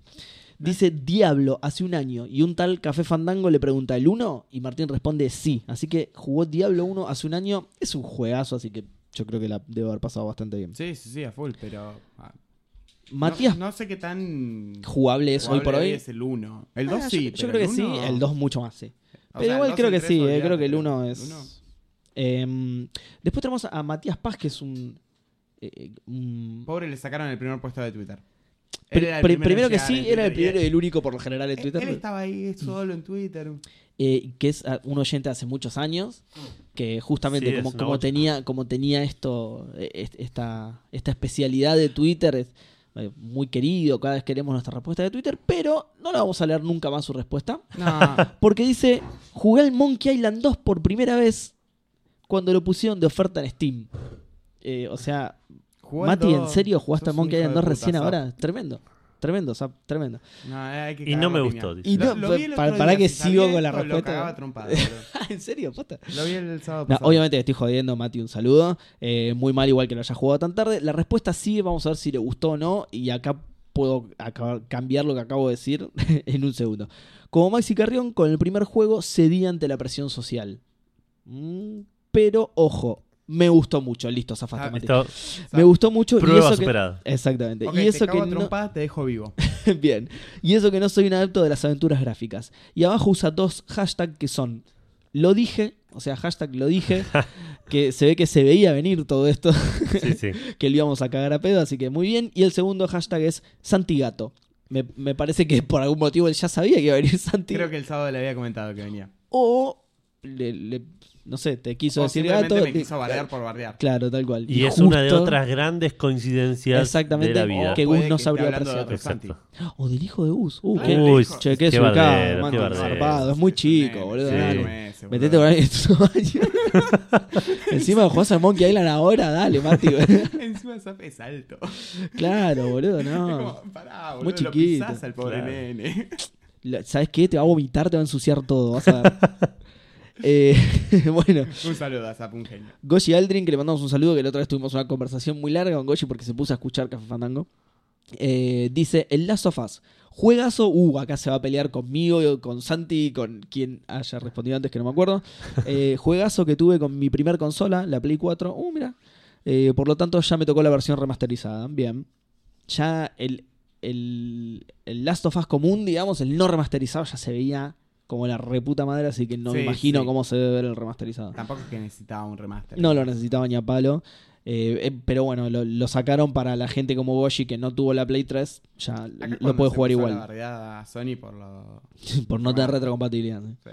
Speaker 1: Dice Diablo hace un año y un tal Café Fandango le pregunta ¿el 1? Y Martín responde sí. Así que jugó Diablo 1 hace un año. Es un juegazo, así que yo creo que la debo haber pasado bastante bien.
Speaker 4: Sí, sí, sí, a full, pero. ah,
Speaker 1: Matías,
Speaker 4: No, no sé qué tan.
Speaker 1: jugable es hoy por
Speaker 4: jugable
Speaker 1: hoy.
Speaker 4: Es el 1. El 2
Speaker 1: Ah,
Speaker 4: sí.
Speaker 1: Yo, yo
Speaker 4: pero
Speaker 1: creo que
Speaker 4: el
Speaker 1: sí,
Speaker 4: uno-
Speaker 1: el 2 mucho más, sí.
Speaker 4: o
Speaker 1: Pero
Speaker 4: sea, el
Speaker 1: igual
Speaker 4: dos,
Speaker 1: creo
Speaker 4: el
Speaker 1: que
Speaker 4: tres,
Speaker 1: sí, eh,
Speaker 4: olvidate,
Speaker 1: creo que el
Speaker 4: pero
Speaker 1: 1
Speaker 4: el
Speaker 1: es.
Speaker 4: uno-
Speaker 1: Em, después tenemos a Matías Paz, que es un. eh, eh, un-
Speaker 4: Pobre, le sacaron el primer puesto de Twitter. Él
Speaker 1: Pri-
Speaker 4: era
Speaker 1: pri-
Speaker 4: el
Speaker 1: primero,
Speaker 4: en
Speaker 1: que
Speaker 4: llegar en
Speaker 1: sí, era el
Speaker 4: Twitter,
Speaker 1: primero y
Speaker 4: y
Speaker 1: el único por lo general de
Speaker 4: él-
Speaker 1: Twitter.
Speaker 4: Él estaba ahí solo en Twitter.
Speaker 1: eh, que es ah, un oyente de hace muchos años, que justamente
Speaker 2: Sí, es
Speaker 1: como,
Speaker 2: una
Speaker 1: como
Speaker 2: bocha.
Speaker 1: tenía, como tenía esto, eh, est- esta, esta especialidad de Twitter, es eh, muy querido, cada vez queremos nuestra respuesta de Twitter, pero no la vamos a leer nunca más su respuesta,
Speaker 4: No.
Speaker 1: porque dice, jugué al Monkey Island 2 por primera vez cuando lo pusieron de oferta en Steam. Eh, o sea,
Speaker 4: jugó al
Speaker 1: Mati, ¿en
Speaker 4: dos.
Speaker 1: serio jugaste
Speaker 4: Sos
Speaker 1: al
Speaker 4: un
Speaker 1: Monkey
Speaker 4: hijo
Speaker 1: Island
Speaker 4: de
Speaker 1: 2
Speaker 4: puta,
Speaker 1: recién
Speaker 4: Zap.
Speaker 1: ahora? Tremendo, tremendo, Zap, tremendo.
Speaker 4: No, eh, hay que
Speaker 2: y no
Speaker 4: cagarlo
Speaker 2: me
Speaker 4: a
Speaker 2: gustó.
Speaker 4: piña.
Speaker 2: dice.
Speaker 1: Y
Speaker 4: Lo,
Speaker 1: no,
Speaker 4: lo vi el otro
Speaker 1: pa-
Speaker 4: día,
Speaker 1: pará que
Speaker 4: si
Speaker 1: sigo
Speaker 4: sabía
Speaker 1: con la
Speaker 4: esto,
Speaker 1: respuesta.
Speaker 4: Lo cagaba a trompadas, boludo.
Speaker 1: ¿En serio? Posta.
Speaker 4: Lo vi el sábado
Speaker 1: No,
Speaker 4: pasado.
Speaker 1: obviamente te estoy jodiendo, Mati, un saludo. Eh, muy mal igual que lo haya jugado tan tarde. La respuesta sí, vamos a ver si le gustó o no. Y acá puedo acabar- cambiar lo que acabo de decir en un segundo. Como Maxi Carrión, con el primer juego cedí ante la presión social. Mm, pero, ojo, me gustó mucho. Listo, zafaste,
Speaker 4: Ah,
Speaker 1: Mati.
Speaker 2: Esto,
Speaker 1: Me gustó mucho. y
Speaker 2: prueba
Speaker 1: eso que-
Speaker 2: superada.
Speaker 1: Exactamente.
Speaker 4: Ok,
Speaker 1: y eso
Speaker 4: te
Speaker 1: que
Speaker 4: cago a
Speaker 1: no...
Speaker 4: trompadas, te dejo vivo.
Speaker 1: Bien. Y eso que no soy un adepto de las aventuras gráficas. Y abajo usa dos hashtags que son lo dije, o sea, hashtag lo dije, que se ve que se veía venir todo esto,
Speaker 2: Sí, sí.
Speaker 1: que lo íbamos a cagar a pedo, así que muy bien. Y el segundo hashtag es Santigato. Me, me parece que por algún motivo él ya sabía que iba a venir Santi.
Speaker 4: Creo que el sábado le había comentado que venía.
Speaker 1: O le, le- no sé, te quiso
Speaker 4: O
Speaker 1: decir
Speaker 4: simplemente
Speaker 1: gato.
Speaker 4: me
Speaker 1: te-
Speaker 4: quiso bardear por bardear.
Speaker 1: Claro, tal cual.
Speaker 2: Y, es una de
Speaker 1: justo-
Speaker 2: otras grandes coincidencias
Speaker 1: Exactamente.
Speaker 2: de la
Speaker 1: Oh,
Speaker 2: vida.
Speaker 1: que
Speaker 4: puede
Speaker 1: Gus no
Speaker 4: esté
Speaker 1: sabría
Speaker 4: hablando de
Speaker 1: apreciar.
Speaker 4: otro Santi.
Speaker 2: Exacto.
Speaker 1: O del hijo de Gus. Uh,
Speaker 4: Claro.
Speaker 1: qué,
Speaker 2: Uy,
Speaker 1: che, qué
Speaker 2: qué
Speaker 1: surcado,
Speaker 2: bardero,
Speaker 1: mano,
Speaker 2: qué bardero.
Speaker 1: zarpado. Es muy chico, boludo.
Speaker 2: sí.
Speaker 1: dale.
Speaker 2: Bueno,
Speaker 1: Metete por ahí en su baño. Encima jugás al Monkey Island ahora, dale, Mati.
Speaker 4: Encima Zap es alto.
Speaker 1: claro, boludo, no.
Speaker 4: Como, pará, boludo,
Speaker 1: Muy
Speaker 4: lo
Speaker 1: chiquito.
Speaker 4: pisás al pobre
Speaker 2: Claro.
Speaker 4: nene.
Speaker 1: La- ¿Sabes qué? Te va a vomitar, te va a ensuciar todo, vas a ver. Eh, bueno,
Speaker 4: Un saludo a Zap, un genio.
Speaker 1: Goshi Aldrin, que le mandamos un saludo, que la otra vez tuvimos una conversación muy larga con Goshi porque se puso a escuchar Café Fandango. Eh, dice, el Last of Us, juegazo, uh, acá se va a pelear conmigo, con Santi, con quien haya respondido antes que no me acuerdo. Eh, juegazo que tuve con mi primer consola, la Play 4, uh, mira. Eh, por lo tanto, ya me tocó la versión remasterizada, bien. Ya el, el, el Last of Us común, digamos, el no remasterizado ya se veía como la reputa madre, así que no me
Speaker 4: Sí,
Speaker 1: imagino
Speaker 4: sí.
Speaker 1: cómo se debe ver el remasterizado.
Speaker 4: Tampoco es que necesitaba un remaster.
Speaker 1: No lo necesitaba ni a palo. Eh, eh, pero bueno, lo, lo sacaron para la gente como Boshi que no tuvo la Play 3. Ya
Speaker 4: Acá
Speaker 1: lo
Speaker 4: cuando
Speaker 1: puede jugar
Speaker 4: se puso la
Speaker 1: igual.
Speaker 4: bardeada a Ah. Sony por lo.
Speaker 1: Por no tener
Speaker 4: Claro.
Speaker 1: retrocompatibilidad. ¿sí?
Speaker 4: sí.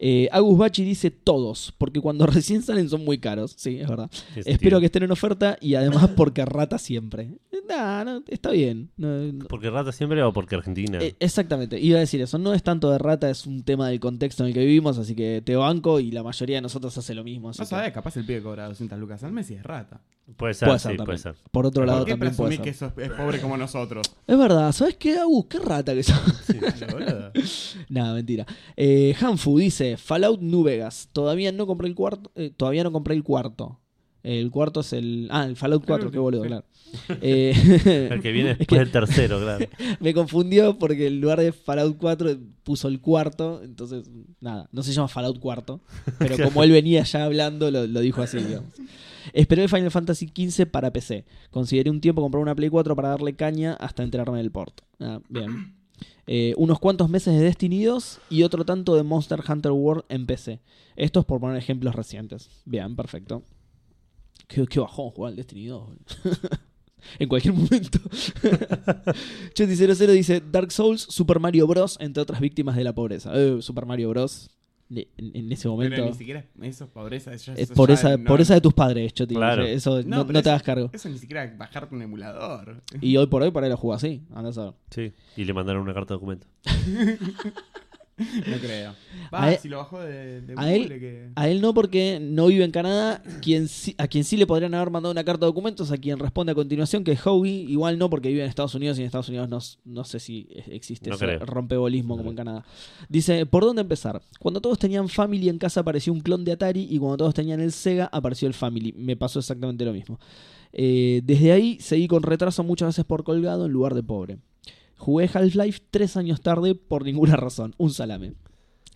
Speaker 1: Eh, Agus Bachi dice todos, porque cuando recién salen son muy caros. Sí, es verdad.
Speaker 2: Tiene
Speaker 1: Espero
Speaker 2: sentido.
Speaker 1: que estén en oferta y además porque rata siempre. Eh, nah, no, está bien. No, no.
Speaker 2: ¿Porque Rata siempre o porque Argentina?
Speaker 1: Eh, exactamente, iba a decir eso. No es tanto de rata, es un tema del contexto en el que vivimos, así que te banco y la mayoría de nosotros hace lo mismo. así
Speaker 4: No
Speaker 1: que-
Speaker 4: sabés, capaz el pibe cobra 200 lucas al mes y es rata.
Speaker 2: puede ser,
Speaker 1: puede
Speaker 2: sí,
Speaker 1: ser también.
Speaker 2: puede ser.
Speaker 1: Por otro lado,
Speaker 4: ¿Por qué
Speaker 1: también puede
Speaker 4: presumís
Speaker 1: ser.
Speaker 4: que sos, es pobre como nosotros?
Speaker 1: Es verdad, ¿sabes qué, Agus? Qué rata que sos.
Speaker 4: Dale, boludo.
Speaker 1: Nada, mentira. Eh, Hanfu dice, Fallout New Vegas. Todavía no compré el cuarto. eh, todavía no compré el cuarto. El cuarto es el. Ah, el Fallout 4, qué
Speaker 4: último,
Speaker 1: boludo,
Speaker 4: sí.
Speaker 1: claro. Eh,
Speaker 2: El que viene
Speaker 1: es
Speaker 2: después
Speaker 1: que
Speaker 2: del tercero, claro.
Speaker 1: me confundió porque en lugar de Fallout 4 puso el cuarto. Entonces, nada, no se llama Fallout cuarto. Pero como él venía ya hablando, lo, lo dijo así, digamos. Esperé Final Fantasy XV para PC. Consideré un tiempo comprar una Play 4 para darle caña hasta enterarme del port. Ah, bien. Eh, unos cuantos meses de Destiny 2 y otro tanto de Monster Hunter World en PC. Esto es por poner ejemplos recientes. Bien, perfecto. Qué, qué bajón jugar al Destiny 2. boludo. en cualquier momento. Choti00 dice Dark Souls, Super Mario Bros. entre otras víctimas de la pobreza. Eh, Super Mario Bros. En, en ese momento.
Speaker 4: Pero ni siquiera es- eso es pobreza. Eso,
Speaker 1: Es
Speaker 4: eso ya
Speaker 1: pobreza,
Speaker 4: no-
Speaker 1: pobreza de tus padres, Choti.
Speaker 2: Claro.
Speaker 1: Eso
Speaker 4: No,
Speaker 1: no,
Speaker 4: pero
Speaker 1: no te
Speaker 4: eso-
Speaker 1: hagas cargo.
Speaker 4: Eso ni siquiera es bajarte un emulador.
Speaker 1: Y hoy por hoy para él lo jugó así. Anda a saber.
Speaker 2: Sí. Y le mandaron una carta de documento.
Speaker 4: No creo.
Speaker 1: A
Speaker 4: Va,
Speaker 1: él-
Speaker 4: si lo bajó de, de
Speaker 1: a
Speaker 4: Google,
Speaker 1: él-
Speaker 4: que-
Speaker 1: A él no, porque no vive en Canadá. Quien sí- a quien sí le podrían haber mandado una carta de documentos, a quien responde a continuación, que es Howie, igual no, porque vive en Estados Unidos y en Estados Unidos no, s- no sé si es- existe
Speaker 2: No
Speaker 1: ese
Speaker 2: creo.
Speaker 1: rompebolismo
Speaker 2: No
Speaker 1: como
Speaker 2: creo.
Speaker 1: en Canadá. Dice: ¿Por dónde empezar? Cuando todos tenían Family en casa apareció un clon de Atari, y cuando todos tenían el Sega apareció el Family. Me pasó exactamente lo mismo. Eh, desde ahí seguí con retraso muchas veces por colgado en lugar de pobre. Jugué Half-Life tres años tarde por ninguna razón, un salame.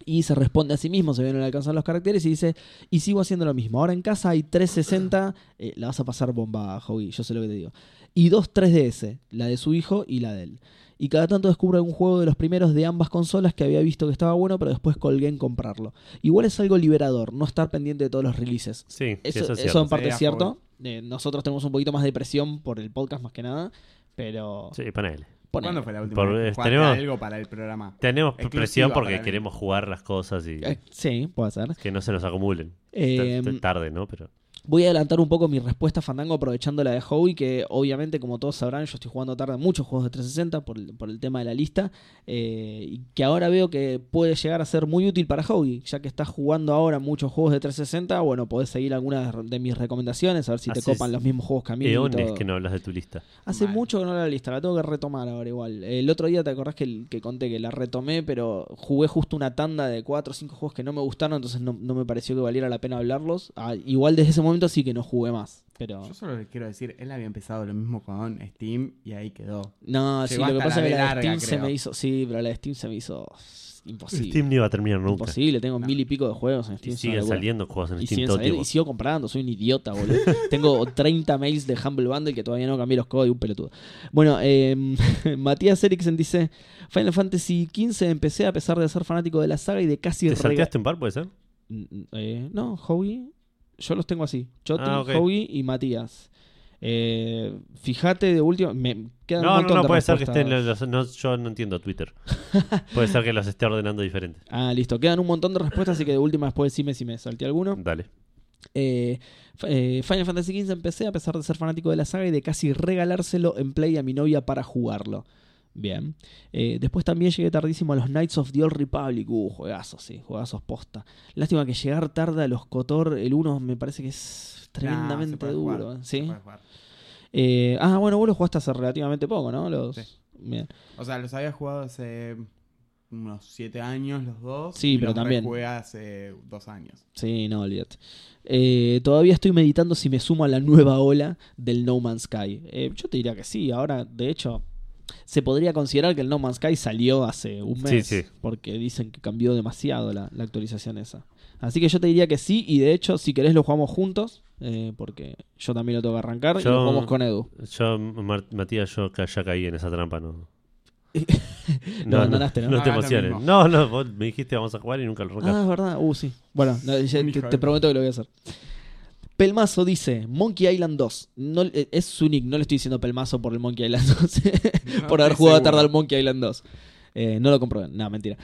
Speaker 1: Y se responde a sí mismo, se ve no le alcanzan los caracteres y dice, y sigo haciendo lo mismo. Ahora en casa hay 360, eh, la vas a pasar bomba, Joey, yo sé lo que te digo. Y dos 3DS, la de su hijo y la de él. Y cada tanto descubro algún juego de los primeros de ambas consolas que había visto que estaba bueno, pero después colgué en comprarlo. Igual es algo liberador, no estar pendiente de todos los releases.
Speaker 2: Sí, sí,
Speaker 1: Eso,
Speaker 2: eso es
Speaker 1: eso
Speaker 2: cierto.
Speaker 1: en parte
Speaker 4: Sí,
Speaker 1: es
Speaker 4: a
Speaker 1: cierto. Eh, nosotros tenemos un poquito más de presión por el podcast más que nada, pero...
Speaker 2: Sí, ponele.
Speaker 1: ponele.
Speaker 4: ¿Cuándo fue la última
Speaker 2: Por- este
Speaker 4: vez que jugaste
Speaker 2: tenemos-
Speaker 4: algo para el programa?
Speaker 2: Tenemos
Speaker 4: Exclusiva
Speaker 2: presión
Speaker 4: para
Speaker 2: porque
Speaker 4: mí.
Speaker 2: queremos jugar las cosas y
Speaker 1: Eh, sí, puede ser.
Speaker 2: que no se nos acumulen.
Speaker 1: Eh,
Speaker 2: T- t- Tarde, ¿no? Pero
Speaker 1: Voy a adelantar un poco mi respuesta a Fandango aprovechando la de Howie, que obviamente, como todos sabrán, yo estoy jugando tarde muchos juegos de 360 por el, por el tema de la lista, eh, y que ahora veo que puede llegar a ser muy útil para Howie, ya que estás jugando ahora muchos juegos de 360, bueno, podés seguir algunas de mis recomendaciones, a ver si te
Speaker 2: Haces
Speaker 1: copan los mismos juegos que a mí. y
Speaker 2: eones
Speaker 1: todo.
Speaker 2: que no hablas de tu lista.
Speaker 1: Hace
Speaker 4: Mal.
Speaker 1: mucho que no la lista, la tengo que retomar ahora igual. El otro día te acordás que, el- que conté que la retomé, pero jugué justo una tanda de 4 o 5 juegos que no me gustaron, entonces no, no me pareció que valiera la pena hablarlos. Ah, igual desde ese momento sí que no jugué más, pero...
Speaker 4: Yo solo le quiero decir, él había empezado lo mismo con Steam y ahí quedó.
Speaker 1: No, sí,
Speaker 4: Llegó
Speaker 1: lo que
Speaker 4: hasta
Speaker 1: pasa
Speaker 4: la
Speaker 1: es que la
Speaker 4: B
Speaker 1: de
Speaker 4: larga,
Speaker 1: Steam se
Speaker 4: creo.
Speaker 1: me hizo... Sí, pero la de Steam se me hizo... Imposible.
Speaker 2: Steam no iba a terminar nunca.
Speaker 1: Imposible, tengo
Speaker 4: No.
Speaker 1: mil y pico de juegos en
Speaker 2: Y
Speaker 1: Steam. es una
Speaker 2: siguen
Speaker 1: locura.
Speaker 2: saliendo juegos en
Speaker 1: Y,
Speaker 2: Steam
Speaker 1: siguen
Speaker 2: todo
Speaker 1: saliendo, y
Speaker 2: tipo.
Speaker 1: sigo comprando, soy un idiota, boludo. Tengo 30 mails de Humble Bundle que todavía no cambié los códigos, un pelotudo. Bueno, eh, Matías Eriksen dice: Final Fantasy XV empecé a pesar de ser fanático de la saga y de casi
Speaker 2: ¿Te
Speaker 1: rega-
Speaker 2: salteaste un par, puede ser?
Speaker 1: Mm, eh, No, Howie. Yo los tengo así: Choti,
Speaker 2: Ah, ok.
Speaker 1: Howie y Matías. Eh, fíjate de último. Me quedan un
Speaker 2: No, no,
Speaker 1: montón
Speaker 2: no,
Speaker 1: de
Speaker 2: puede ser que
Speaker 1: respuestas.
Speaker 2: estén. los- no, yo no entiendo Twitter. puede ser que los esté ordenando diferente.
Speaker 1: Ah, listo. Quedan un montón de respuestas, así que de última después decime si me salté alguno.
Speaker 2: Dale.
Speaker 1: Eh, fa- eh, Final Fantasy XV empecé a pesar de ser fanático de la saga y de casi regalárselo en Play a mi novia para jugarlo. Bien. Eh, después también llegué tardísimo a los Knights of the Old Republic. Uh, juegazos, sí, juegazos posta. Lástima que llegar tarde a los Cotor, el 1 me parece que es
Speaker 4: Nah, Ah, se
Speaker 1: tremendamente
Speaker 4: puede
Speaker 1: duro.
Speaker 4: jugar,
Speaker 1: ¿eh?
Speaker 4: se
Speaker 1: ¿Sí?
Speaker 4: puede jugar.
Speaker 1: Eh, ah, bueno, vos lo jugaste hace relativamente poco, ¿no? Los...
Speaker 4: Sí.
Speaker 1: Bien.
Speaker 4: O sea, los había jugado hace unos 7 años los dos.
Speaker 1: Sí, pero
Speaker 4: los
Speaker 1: también-
Speaker 4: rejugué hace 2 años.
Speaker 1: Sí, no, olvídate. Eh, todavía estoy meditando si me sumo a la nueva ola del No Man's Sky. Eh, yo te diría que sí, ahora, de hecho, se podría considerar que el No Man's Sky salió hace un
Speaker 2: Sí,
Speaker 1: mes.
Speaker 2: sí.
Speaker 1: Porque dicen que cambió demasiado la, la actualización esa. Así que yo te diría que sí, y de hecho, si querés lo jugamos juntos, eh, porque yo también lo tengo que arrancar, y
Speaker 2: Yo-
Speaker 1: lo jugamos con Edu.
Speaker 2: Yo, Mar- Matías, yo ca- ya caí en esa trampa, ¿no?
Speaker 1: Lo abandonaste, ¿no?
Speaker 2: No te
Speaker 4: Hagas Ah, lo
Speaker 2: emociones.
Speaker 4: mismo.
Speaker 2: No, no, vos me dijiste vamos a jugar y nunca lo
Speaker 1: Ah,
Speaker 2: arrancaste.
Speaker 1: es verdad. Uh, sí. Bueno, no, ya
Speaker 4: Hijo
Speaker 1: te,
Speaker 4: de
Speaker 1: te prometo que lo voy a hacer. Pelmazo dice Monkey Island 2. No, eh, es su nick, no le estoy diciendo Pelmazo por el Monkey Island 2. por haber jugado
Speaker 4: estoy seguro.
Speaker 1: tarde al Monkey Island 2. Eh, no lo comprobé, no, mentira.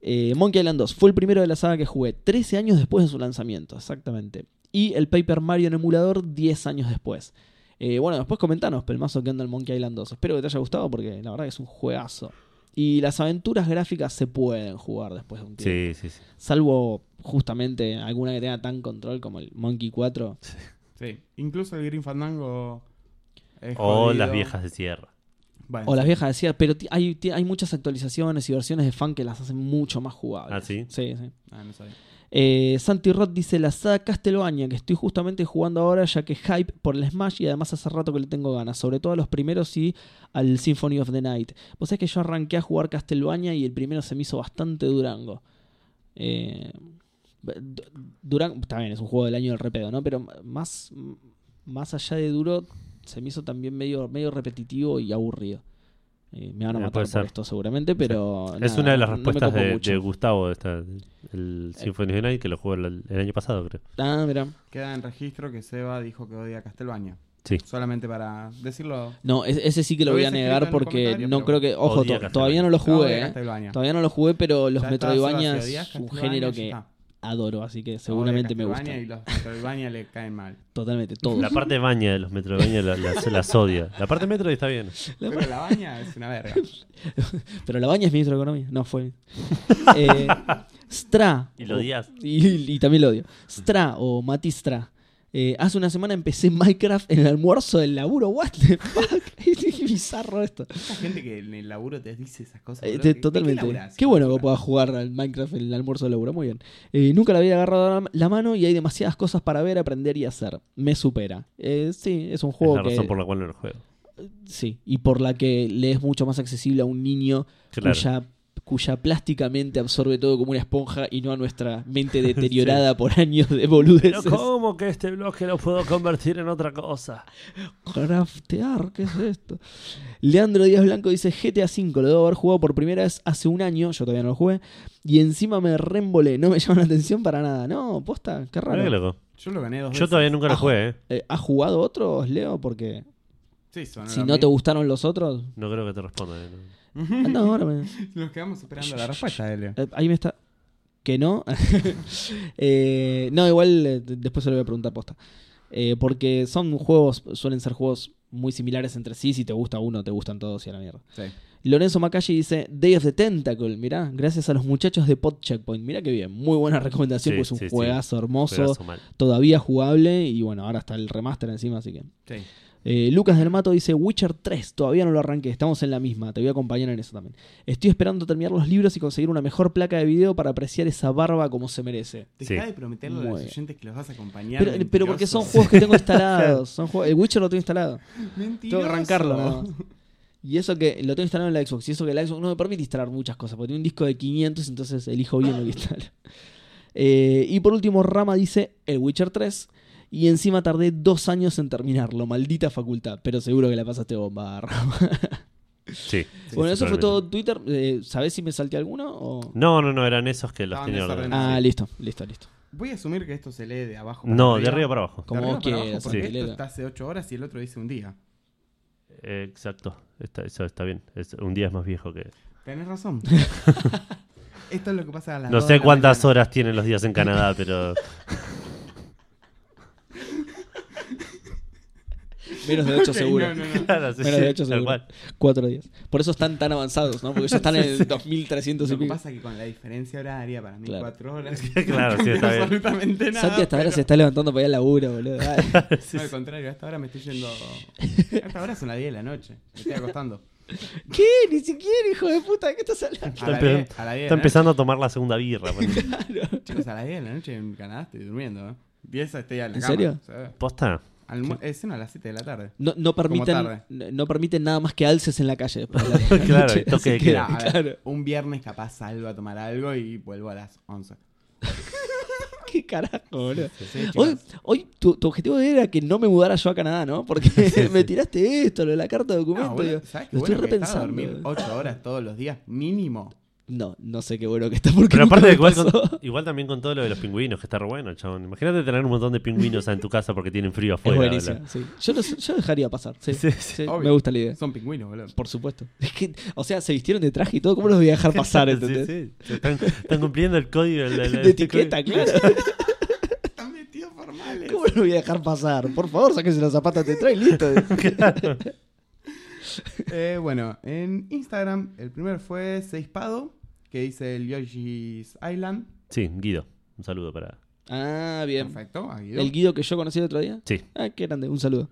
Speaker 1: Eh, Monkey Island 2 fue el primero de la saga que jugué 13 años después de su lanzamiento, exactamente. Y el Paper Mario en emulador 10 años después. Eh, bueno, después comentanos, Pelmazo, qué onda el Monkey Island 2. Espero que te haya gustado porque la verdad que es un juegazo. Y las aventuras gráficas se pueden jugar después de un tiempo.
Speaker 2: sí, sí, sí.
Speaker 1: Salvo justamente alguna que tenga tan control como el Monkey 4.
Speaker 4: Sí. Incluso el Green Fandango. es
Speaker 2: O
Speaker 4: jodido.
Speaker 2: las viejas de sierra.
Speaker 4: Bueno,
Speaker 1: O las viejas decía, pero ti- hay, ti- hay muchas actualizaciones y versiones de fan que las hacen mucho más jugables.
Speaker 2: Ah, ¿sí?
Speaker 1: Sí, sí.
Speaker 4: ah, no sabía.
Speaker 1: Eh, Santi Roth dice la saga Castlevania que estoy justamente jugando ahora ya que hype por el Smash y además hace rato que le tengo ganas, sobre todo a los primeros y al Symphony of the Night. Vos sabés que yo arranqué a jugar Castlevania y el primero se me hizo bastante Durango. Eh, Du- Durango está bien, es un juego del año del repedo, ¿no? Pero más, más allá de duro se me hizo también medio, medio repetitivo y aburrido. Eh, me van a
Speaker 2: Eh,
Speaker 1: matar
Speaker 2: puede
Speaker 1: por
Speaker 2: ser.
Speaker 1: esto seguramente, pero...
Speaker 2: es
Speaker 1: nada,
Speaker 2: una de las
Speaker 1: no me
Speaker 2: respuestas
Speaker 1: copó
Speaker 2: de,
Speaker 1: mucho.
Speaker 2: de Gustavo, esta, el Symphony of the Night, que lo jugó el, el año pasado, creo.
Speaker 1: Ah, mira.
Speaker 4: Queda en registro que Seba dijo que odia Castelbaña.
Speaker 2: Sí.
Speaker 4: Solamente para decirlo.
Speaker 1: No, es- ese sí que lo
Speaker 4: Lo
Speaker 1: voy a
Speaker 4: hubiese
Speaker 1: negar
Speaker 4: escrito en los
Speaker 1: porque
Speaker 4: comentarios,
Speaker 1: no
Speaker 4: pero
Speaker 1: creo que. Ojo,
Speaker 2: Odia
Speaker 1: to-
Speaker 2: Castlevania.
Speaker 1: todavía no lo
Speaker 4: No,
Speaker 1: jugué.
Speaker 4: odia
Speaker 1: eh.
Speaker 4: Castelbaña.
Speaker 1: Todavía no lo jugué, pero los
Speaker 4: Ya está,
Speaker 1: Metroidvania
Speaker 4: Seba, si
Speaker 1: es
Speaker 4: odias
Speaker 1: un
Speaker 4: Castlevania,
Speaker 1: género
Speaker 4: ya
Speaker 1: que
Speaker 4: está.
Speaker 1: adoro, así que seguramente
Speaker 4: Odia
Speaker 1: me gusta.
Speaker 4: Castlevania Y los Metroidvania le caen mal.
Speaker 1: Totalmente, todo.
Speaker 2: La parte baña de los Metroidvania la- las, las odia. La parte metro está bien.
Speaker 4: Pero la baña es una verga.
Speaker 1: Pero la baña es ministro de Economía. No fue. Eh, Stra.
Speaker 2: Y lo
Speaker 1: o-
Speaker 2: odias.
Speaker 1: Y, y también lo odio. Stra o Matistra. Eh, hace una semana empecé Minecraft en el almuerzo del laburo. What the fuck? Qué bizarro esto.
Speaker 4: Esa gente que en el laburo te dice esas cosas.
Speaker 1: Eh,
Speaker 4: boludo,
Speaker 1: te-
Speaker 4: ¿de- de
Speaker 1: totalmente. Qué,
Speaker 4: laburás?
Speaker 1: bueno que puedas jugar al Minecraft en el almuerzo de laburo. Muy bien. Eh, nunca le había agarrado la, la mano y hay demasiadas cosas para ver, aprender y hacer. Me supera. Eh, sí, es un
Speaker 2: Es
Speaker 1: juego
Speaker 2: la
Speaker 1: que.
Speaker 2: razón por la cual no lo juego.
Speaker 1: Sí, y por la que le es mucho más accesible a un niño
Speaker 2: Claro.
Speaker 1: cuya, cuya plásticamente absorbe todo como una esponja y no a nuestra mente deteriorada por años de boludeces.
Speaker 2: ¿cómo que este bloque lo puedo convertir en otra cosa?
Speaker 1: Craftear, ¿qué es esto? Leandro Díaz Blanco dice GTA V, lo debo haber jugado por primera vez hace un año, yo todavía no lo jugué, y encima me reembolé, no me llama la atención para nada. No, posta, qué
Speaker 2: Mirá qué
Speaker 1: raro.
Speaker 2: loco.
Speaker 4: Yo lo gané dos
Speaker 2: Yo
Speaker 4: veces.
Speaker 2: todavía nunca lo
Speaker 1: Ah.
Speaker 2: jugué, ¿eh?
Speaker 1: Eh, ¿Has jugado otros, Leo? Porque
Speaker 4: Sí, son
Speaker 1: si
Speaker 4: los
Speaker 1: no te
Speaker 4: mismos.
Speaker 1: gustaron los otros...
Speaker 2: No creo que te responda. ¿eh? No.
Speaker 1: Ah, No, ahora me...
Speaker 4: Nos quedamos esperando la respuesta, Elio.
Speaker 1: Eh, ahí me está. ¿Que no? Eh, no, igual eh, d- después se lo voy a preguntar posta. Eh, porque son juegos, suelen ser juegos muy similares entre sí. Si te gusta uno, te gustan todos y a la mierda.
Speaker 4: Sí.
Speaker 1: Lorenzo Macalli dice Day of the Tentacle. Mirá, gracias a los muchachos de Pod Checkpoint. Mirá que bien, muy buena recomendación.
Speaker 2: Sí,
Speaker 1: pues es un
Speaker 2: sí, sí.
Speaker 1: juegazo hermoso,
Speaker 2: Juegazo mal.
Speaker 1: todavía jugable. Y bueno, ahora está el remaster encima, así que.
Speaker 4: Sí.
Speaker 1: Eh, Lucas del Mato dice Witcher 3, todavía no lo arranqué, estamos en la misma, te voy a acompañar en eso también. Estoy esperando terminar los libros y conseguir una mejor placa de video para apreciar esa barba como se merece.
Speaker 2: Sí.
Speaker 4: Dejá de prometerle a
Speaker 1: Muy
Speaker 4: los
Speaker 1: bien.
Speaker 4: oyentes que los vas a acompañar.
Speaker 1: Pero, pero porque son
Speaker 4: mentiroso.
Speaker 1: juegos que tengo instalados, son juegos- el Witcher lo tengo instalado, tengo que
Speaker 4: Mentiroso.
Speaker 1: arrancarlo. nada más. Y eso que lo tengo instalado en la Xbox, y eso que la Xbox no me permite instalar muchas cosas, porque tiene un disco de 500, entonces elijo bien lo que instalo. Eh, y por último, Rama dice el Witcher 3. Y encima tardé dos años en terminarlo, maldita facultad. Pero seguro que la pasaste bomba, Rama.
Speaker 2: Sí. sí,
Speaker 1: bueno,
Speaker 2: sí,
Speaker 1: eso fue
Speaker 2: totalmente.
Speaker 1: todo Twitter. Eh, ¿Sabés si me salté alguno? o-
Speaker 2: No, no, no, eran esos que los
Speaker 4: Estaban
Speaker 2: tenía ordenados.
Speaker 4: desordenados.
Speaker 1: Ah,
Speaker 4: sí.
Speaker 1: listo, listo, listo.
Speaker 4: Voy a asumir que esto se lee de abajo. para
Speaker 2: No, de arriba para abajo.
Speaker 1: Como
Speaker 4: De
Speaker 1: vos
Speaker 4: arriba para
Speaker 1: quieras,
Speaker 4: abajo, porque
Speaker 1: Angelina.
Speaker 4: esto está hace 8 horas y el otro dice un día.
Speaker 2: Eh, exacto. Está, eso está bien. Es- un día es más viejo que.
Speaker 4: Tenés razón. esto es lo que pasa a las
Speaker 2: No
Speaker 4: dos de
Speaker 2: sé
Speaker 4: la
Speaker 2: cuántas
Speaker 4: mañana.
Speaker 2: horas tienen los días en Canadá, pero.
Speaker 1: Menos de 8
Speaker 4: Ok,
Speaker 1: seguro.
Speaker 4: no, no, no.
Speaker 2: Claro, sí,
Speaker 1: Menos de
Speaker 2: sí,
Speaker 1: 8
Speaker 2: tal
Speaker 1: seguro.
Speaker 2: cual.
Speaker 1: 4 días. Por eso están tan avanzados, ¿no? Porque ya están en el 2300 y
Speaker 4: Lo que
Speaker 1: pico.
Speaker 4: pasa es que con la diferencia horaria, para mí,
Speaker 1: Claro.
Speaker 4: 4 horas.
Speaker 2: Claro, sí, está bien.
Speaker 4: absolutamente nada.
Speaker 1: Santi hasta ahora
Speaker 4: pero-
Speaker 1: se está levantando para ir al laburo, boludo. Dale.
Speaker 4: No, al contrario, hasta ahora me estoy yendo. Hasta ahora son las 10 de la noche. Me estoy acostando.
Speaker 1: ¿Qué? Ni siquiera, hijo de puta, ¿de qué estás hablando?
Speaker 4: A las
Speaker 2: empe-
Speaker 4: 10 a
Speaker 1: ¿eh?
Speaker 2: Está
Speaker 4: las 10 de la noche.
Speaker 2: empezando a tomar la segunda birra. ponele.
Speaker 4: Chicos, a las 10 de la noche en Canadá estoy durmiendo, ¿eh? 10 estoy a la
Speaker 1: ¿En
Speaker 4: cama,
Speaker 1: serio?
Speaker 4: o sea,
Speaker 2: ¿Posta?
Speaker 4: almu- Es cena a las 7 de la tarde.
Speaker 1: No, no permiten,
Speaker 4: tarde.
Speaker 1: no, no permiten nada más que alces en la calle. después de la noche.
Speaker 2: Claro, y toque de
Speaker 1: Así que,
Speaker 2: queda.
Speaker 4: Mira, a ver,
Speaker 1: Claro.
Speaker 4: un viernes capaz salgo a tomar algo y vuelvo a las 11.
Speaker 1: ¿Qué carajo,
Speaker 2: Oh,
Speaker 1: boludo?
Speaker 4: Sí, chicos.
Speaker 1: Hoy, hoy tu, tu objetivo era que no me mudara yo a Canadá, ¿no? Porque me tiraste esto, lo de la carta de documento.
Speaker 2: Ah,
Speaker 4: No,
Speaker 1: digo,
Speaker 4: boludo, ¿sabes qué
Speaker 1: lo estoy
Speaker 4: bueno que estaba a dormir
Speaker 1: repensando.
Speaker 4: 8 horas todos los días mínimo?
Speaker 1: No, no sé qué bueno que está porque
Speaker 2: Pero
Speaker 1: nunca
Speaker 2: aparte,
Speaker 1: me
Speaker 2: igual, con-
Speaker 1: pasó.
Speaker 2: igual también con todo lo de los pingüinos, que está re bueno, chabón. Imagínate tener un montón de pingüinos en tu casa porque tienen frío
Speaker 1: Es
Speaker 2: afuera. boludo.
Speaker 1: buenísimo, sí. Yo, los- yo dejaría pasar, sí.
Speaker 2: Sí,
Speaker 1: Sí,
Speaker 4: obvio.
Speaker 1: me gusta la idea.
Speaker 4: Son pingüinos, boludo.
Speaker 1: Por supuesto. Es que, o sea, se vistieron de traje y todo, ¿cómo los voy a dejar pasar,
Speaker 2: Sí,
Speaker 1: entendés?
Speaker 2: sí. Se Están, están cumpliendo el código. el- el-
Speaker 1: De
Speaker 2: este
Speaker 1: etiqueta, claro.
Speaker 4: Están metidos formales.
Speaker 1: ¿Cómo los voy a dejar pasar? Por favor, sáquense los zapatos de trae y listo.
Speaker 4: Eh, bueno, en Instagram el primero fue Seispado, que dice el Yoshi's Island.
Speaker 2: código. Sí, Guido. Un saludo para.
Speaker 1: Ah, bien.
Speaker 4: Perfecto, a Guido.
Speaker 1: El Guido que yo conocí el otro día.
Speaker 2: Sí.
Speaker 1: Ah, qué grande. Un saludo.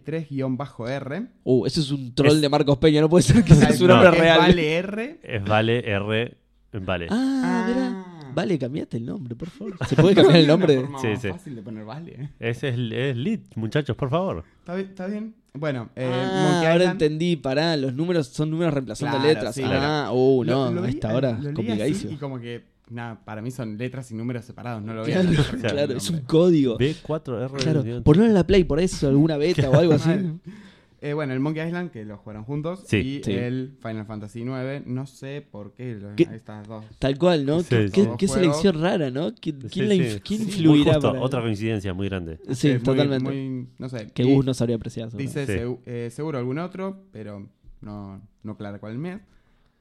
Speaker 4: B4L3-R.
Speaker 1: Uh, ese es un troll
Speaker 2: Es-
Speaker 1: de Marcos Peña. No puede ser que sea su
Speaker 2: No.
Speaker 1: nombre
Speaker 4: Es
Speaker 1: real.
Speaker 4: Vale R.
Speaker 2: Es Vale R. Vale.
Speaker 1: Ah,
Speaker 4: Ah.
Speaker 1: verá. Vale, cambiate el nombre, por favor. ¿Se puede cambiar el nombre?
Speaker 2: Sí,
Speaker 4: sí,
Speaker 2: sí.
Speaker 4: fácil de poner Vale.
Speaker 2: Ese es, es lit, muchachos, por favor.
Speaker 4: ¿Está bien? ¿Está bien? Bueno, eh,
Speaker 1: ah,
Speaker 4: Monkey
Speaker 1: ahora
Speaker 4: Island.
Speaker 1: entendí, pará, los números son números reemplazando
Speaker 4: Claro,
Speaker 1: letras.
Speaker 4: sí.
Speaker 1: ah, uh,
Speaker 4: Lo-
Speaker 1: no,
Speaker 4: lo
Speaker 1: a
Speaker 4: vi-
Speaker 1: esta
Speaker 4: eh,
Speaker 1: hora
Speaker 4: lo leí
Speaker 1: es
Speaker 4: así
Speaker 1: complicadísimo.
Speaker 4: Y como que, nada, para mí son letras y números separados, no lo veo.
Speaker 1: Claro, claro, es un código.
Speaker 2: B4R.
Speaker 1: Claro, ponlo en la Play por eso, alguna beta o algo así.
Speaker 4: Mal. Eh, bueno, el Monkey Island, que lo jugaron juntos.
Speaker 2: Sí.
Speaker 4: y
Speaker 1: Sí.
Speaker 4: el Final Fantasy IX. No sé por qué, lo-
Speaker 1: ¿Qué?
Speaker 4: estas dos.
Speaker 1: Tal cual, ¿no?
Speaker 2: Sí,
Speaker 1: qué
Speaker 2: sí.
Speaker 1: qué-
Speaker 4: Todos
Speaker 1: qué
Speaker 4: juegos.
Speaker 1: selección rara, ¿no? ¿Qui- ¿Quién,
Speaker 2: Sí,
Speaker 1: la
Speaker 2: sí.
Speaker 1: inf- quién
Speaker 4: Sí, muy
Speaker 1: influirá?
Speaker 2: Justo,
Speaker 1: para-
Speaker 2: otra coincidencia muy grande.
Speaker 1: Sí,
Speaker 4: Eh, muy-
Speaker 1: totalmente.
Speaker 4: muy- no sé.
Speaker 1: que
Speaker 4: Y
Speaker 1: Gus no sabría apreciar. sobre-
Speaker 4: Dice
Speaker 2: Sí.
Speaker 4: "Segu- eh, seguro algún otro, pero no, no clara cuál mes.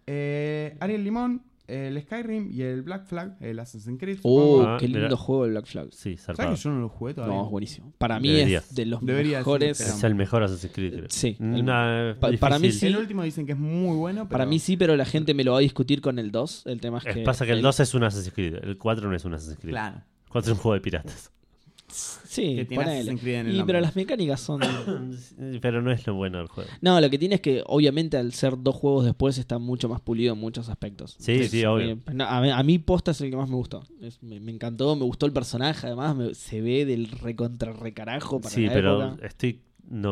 Speaker 4: Eh, Ariel Limón, el Skyrim y el Black Flag, el Assassin's Creed.
Speaker 1: Oh,
Speaker 2: Ah,
Speaker 1: qué lindo
Speaker 2: mira.
Speaker 1: juego el Black Flag.
Speaker 2: Sí, zarpado.
Speaker 4: ¿Sabes que yo no lo jugué todavía?
Speaker 1: No, es buenísimo. Para mí
Speaker 2: Deberías.
Speaker 1: es de los
Speaker 4: Deberías,
Speaker 1: mejores.
Speaker 4: sí,
Speaker 2: Es el mejor Assassin's Creed, creo.
Speaker 1: Sí.
Speaker 2: Una-
Speaker 1: Pa- para mí
Speaker 2: difícil.
Speaker 4: El último dicen que es muy bueno, pero
Speaker 1: Para mí sí, pero la gente me lo va a discutir con el 2. El tema es
Speaker 2: Es-
Speaker 1: que.
Speaker 2: Pasa que el 2 es un Assassin's Creed, el 4 no es un Assassin's Creed.
Speaker 4: Claro.
Speaker 2: 4 es un juego de piratas.
Speaker 1: Sí,
Speaker 4: que tiene
Speaker 1: ponele.
Speaker 4: Assassin's Creed en el
Speaker 1: Y,
Speaker 4: nombre.
Speaker 1: pero las mecánicas son.
Speaker 2: Pero no es lo bueno del juego.
Speaker 1: No, lo que tiene es que, obviamente, al ser dos juegos después, está mucho más pulido en muchos aspectos.
Speaker 2: Sí, sí, obvio.
Speaker 1: eh, no, a, mí- a mí, posta es el que más me gustó. Es- me, me encantó, me gustó el personaje, además, me- se ve del recontra recarajo para
Speaker 2: Sí,
Speaker 1: la
Speaker 2: pero eh,
Speaker 1: época.
Speaker 2: estoy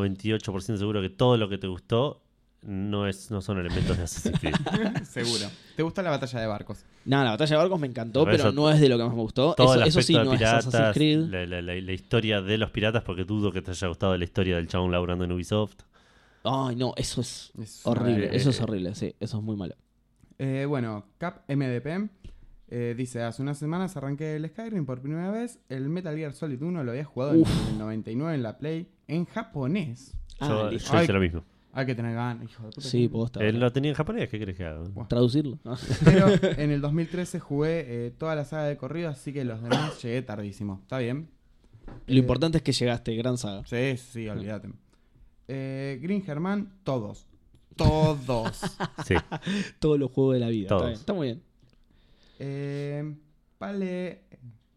Speaker 2: 98% seguro que todo lo que te gustó no es no son elementos de Assassin's Creed.
Speaker 4: seguro. ¿Te gusta la batalla de barcos?
Speaker 1: No, la batalla de barcos me encantó,
Speaker 2: Pero
Speaker 1: pero,
Speaker 2: eso-
Speaker 1: no es de lo que más me gustó.
Speaker 2: Todo
Speaker 1: eso,
Speaker 2: el
Speaker 1: eso
Speaker 2: aspecto
Speaker 1: sí,
Speaker 2: de
Speaker 1: no es
Speaker 2: piratas,
Speaker 1: Assassin's Creed.
Speaker 2: La, la- la- la historia de los piratas, porque dudo que te haya gustado la historia del chabón laburando en Ubisoft.
Speaker 1: Ay, no, eso es
Speaker 4: Es
Speaker 1: horrible.
Speaker 2: eh,
Speaker 1: Eso es
Speaker 2: eh.
Speaker 1: horrible, sí, eso es muy malo.
Speaker 4: Eh, bueno, Cap MDP eh, dice: Hace unas semanas arranqué el Skyrim por primera vez. El Metal Gear Solid 1 lo había jugado en el 99 en la Play en japonés.
Speaker 1: Ah,
Speaker 2: yo,
Speaker 1: listo.
Speaker 2: yo
Speaker 4: Ay,
Speaker 2: hice lo mismo.
Speaker 4: Hay que tener ganas, hijo de puta.
Speaker 1: Sí, posta.
Speaker 2: Eh, lo tenía en japonés, ¿qué crees que haga?
Speaker 1: Traducirlo. ¿no?
Speaker 4: Pero en el 2013 jugué eh, toda la saga de corrido, así que los demás llegué tardísimo. ¿Está bien?
Speaker 1: Lo importante es que llegaste, gran saga.
Speaker 4: Sí, sí, olvídate. Eh, Green Germán, todos. Todos.
Speaker 2: Sí.
Speaker 1: Todos los juegos de la vida. Está,
Speaker 2: Todos.
Speaker 1: bien, está muy bien.
Speaker 4: Eh, Pale.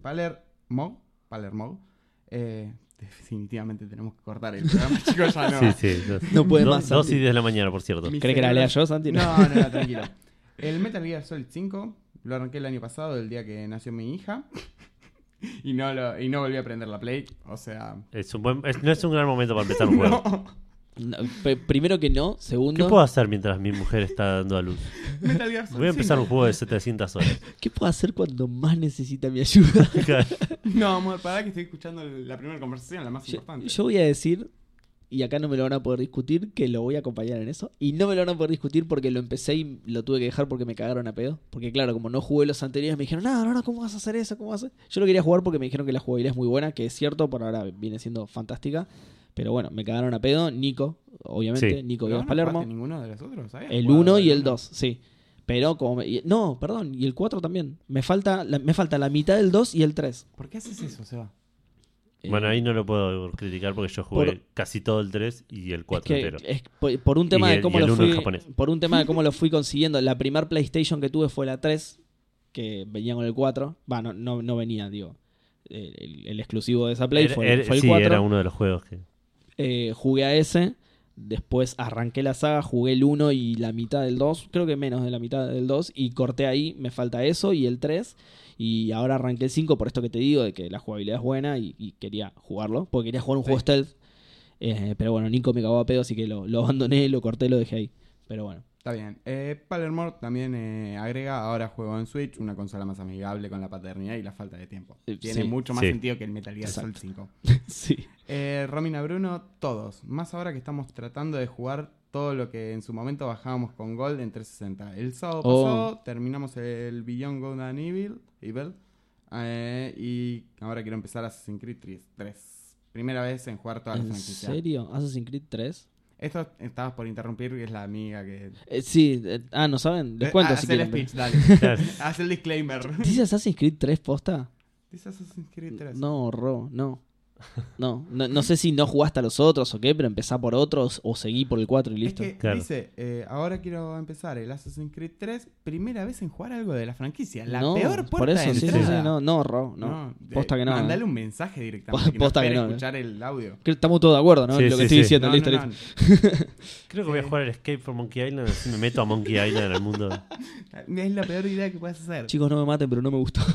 Speaker 4: Palermo. Palermo. Eh, definitivamente tenemos que cortar el programa, chicos. Ya
Speaker 2: sí,
Speaker 4: no.
Speaker 2: sí. Dos,
Speaker 1: No puede
Speaker 2: dos-
Speaker 1: más,
Speaker 2: dos y
Speaker 1: Santi.
Speaker 2: 10 de la mañana, por cierto.
Speaker 4: Mi
Speaker 1: ¿Crees que la
Speaker 4: cerebro-
Speaker 1: lea yo, Santi?
Speaker 4: No, no, no, tranquilo. El Metal Gear Solid 5 lo arranqué el año pasado, el día que nació mi hija. Y no, lo, y no volví a prender la Play. O sea.
Speaker 2: Es un buen- es- no es un gran momento para empezar un juego.
Speaker 4: no.
Speaker 1: No, pe- primero que no,
Speaker 2: ¿Qué
Speaker 1: segundo.
Speaker 2: puedo hacer mientras mi mujer está dando a luz?
Speaker 4: Metal Gear Solid
Speaker 2: Voy a empezar
Speaker 4: 5.
Speaker 2: un juego de 700 horas.
Speaker 1: ¿Qué puedo hacer cuando más necesita mi ayuda?
Speaker 4: No, amor, pará que estoy escuchando la primera conversación, la más
Speaker 1: Yo,
Speaker 4: importante.
Speaker 1: yo voy a decir y acá no me lo van a poder discutir, que lo voy a acompañar en eso. Y no me lo van a poder discutir porque lo empecé y lo tuve que dejar porque me cagaron a pedo. Porque claro, como no jugué los anteriores, me dijeron, no, no, no, ¿cómo vas a hacer eso? ¿Cómo vas a hacer? Yo lo quería jugar porque me dijeron que la jugabilidad es muy buena, que es cierto, por ahora viene siendo fantástica. Pero bueno, me cagaron a pedo. Nico, obviamente,
Speaker 2: Sí.
Speaker 1: Nico
Speaker 4: Pero
Speaker 1: Vivas
Speaker 4: vos no
Speaker 1: Palermo.
Speaker 4: jugaste ninguno de los otros, ¿sabes?
Speaker 1: El
Speaker 4: Jugado
Speaker 1: 1 y el
Speaker 4: uno.
Speaker 1: 2, sí. Pero como... me- y- no, perdón, y el 4 también. Me falta, la, me falta la mitad del 2 y el 3.
Speaker 4: ¿Por qué haces eso, Seba?
Speaker 1: Eh,
Speaker 2: Bueno, ahí no lo puedo criticar porque yo jugué
Speaker 1: Por-
Speaker 2: casi todo el 3 y el
Speaker 1: es
Speaker 2: 4
Speaker 1: que,
Speaker 2: entero.
Speaker 1: es por, por un tema
Speaker 2: Y
Speaker 1: de
Speaker 2: el-
Speaker 1: cómo
Speaker 2: y el
Speaker 1: lo
Speaker 2: uno en
Speaker 1: fui,
Speaker 2: japonés.
Speaker 1: por un tema de cómo lo fui consiguiendo. La primer PlayStation que tuve fue la 3, que venía con el 4. Va, no, no, no venía, digo. El, el- el exclusivo de esa Play
Speaker 2: Era-
Speaker 1: fue,
Speaker 2: era-
Speaker 1: fue el
Speaker 2: sí,
Speaker 1: 4.
Speaker 2: era uno de los juegos que.
Speaker 1: Eh, jugué a ese. Después arranqué la saga, jugué el 1 y la mitad del 2, creo que menos de la mitad del 2, y corté ahí, me falta eso y el 3, y ahora arranqué el 5 por esto que te digo, de que la jugabilidad es buena y, y quería jugarlo, porque quería jugar un juego stealth, Eh, pero bueno, Nico me cagó a pedo, así que lo, lo abandoné, lo corté, lo dejé ahí, pero bueno.
Speaker 4: Está bien. Eh, Palermo también eh, agrega, ahora juego en Switch, una consola más amigable con la paternidad y la falta de tiempo.
Speaker 1: Eh,
Speaker 4: Tiene
Speaker 1: sí.
Speaker 4: mucho más
Speaker 2: Sí.
Speaker 4: sentido que el Metal Gear Solid 5.
Speaker 1: sí.
Speaker 4: Eh, Romina Bruno, todos. Más ahora que estamos tratando de jugar todo lo que en su momento bajábamos con Gold en 360. El sábado
Speaker 1: Oh.
Speaker 4: pasado terminamos el Beyond Good and Evil. Evil, eh, y ahora quiero empezar Assassin's Creed 3. Primera vez en jugar toda la
Speaker 1: ¿En
Speaker 4: franquicia.
Speaker 1: serio? ¿Assassin's Creed 3?
Speaker 4: Esto estabas por interrumpir, que es la amiga que.
Speaker 1: Eh, sí, eh, ah, ¿no saben? Les
Speaker 4: Eh,
Speaker 1: cuento
Speaker 4: haz
Speaker 1: si quieren.
Speaker 4: el
Speaker 1: pero-
Speaker 4: speech, dale. Haz el disclaimer.
Speaker 1: ¿Dice Assassin's Creed 3 posta?
Speaker 4: Dice Assassin's Creed 3.
Speaker 1: No, Ro, no. No, no, no sé si no jugaste a los otros o qué, pero empezá por otros o seguí por el 4 y
Speaker 4: Es
Speaker 1: listo.
Speaker 4: que
Speaker 2: Claro.
Speaker 4: dice, eh, ahora quiero empezar el Assassin's Creed 3, primera vez en jugar algo de la franquicia. La
Speaker 1: no,
Speaker 4: peor puerta
Speaker 1: por eso,
Speaker 4: de
Speaker 1: sí, sí,
Speaker 4: entrada.
Speaker 1: sí, no, no, Ro, no.
Speaker 4: de-
Speaker 1: posta que no.
Speaker 4: Mandale
Speaker 1: eh.
Speaker 4: un mensaje directamente. que no
Speaker 1: Posta que
Speaker 4: espere
Speaker 1: no, eh.
Speaker 4: escuchar el audio.
Speaker 1: Creo que Estamos todos de acuerdo, ¿no?
Speaker 2: Sí,
Speaker 1: lo que
Speaker 2: sí,
Speaker 1: estoy
Speaker 2: sí.
Speaker 1: diciendo,
Speaker 4: No,
Speaker 1: listo,
Speaker 4: no,
Speaker 1: listo.
Speaker 2: Creo que voy a jugar al Escape from Monkey Island, así me meto a Monkey Island en el mundo.
Speaker 4: no. Es la peor idea que puedes hacer.
Speaker 1: Chicos, no me maten, pero no me gustó.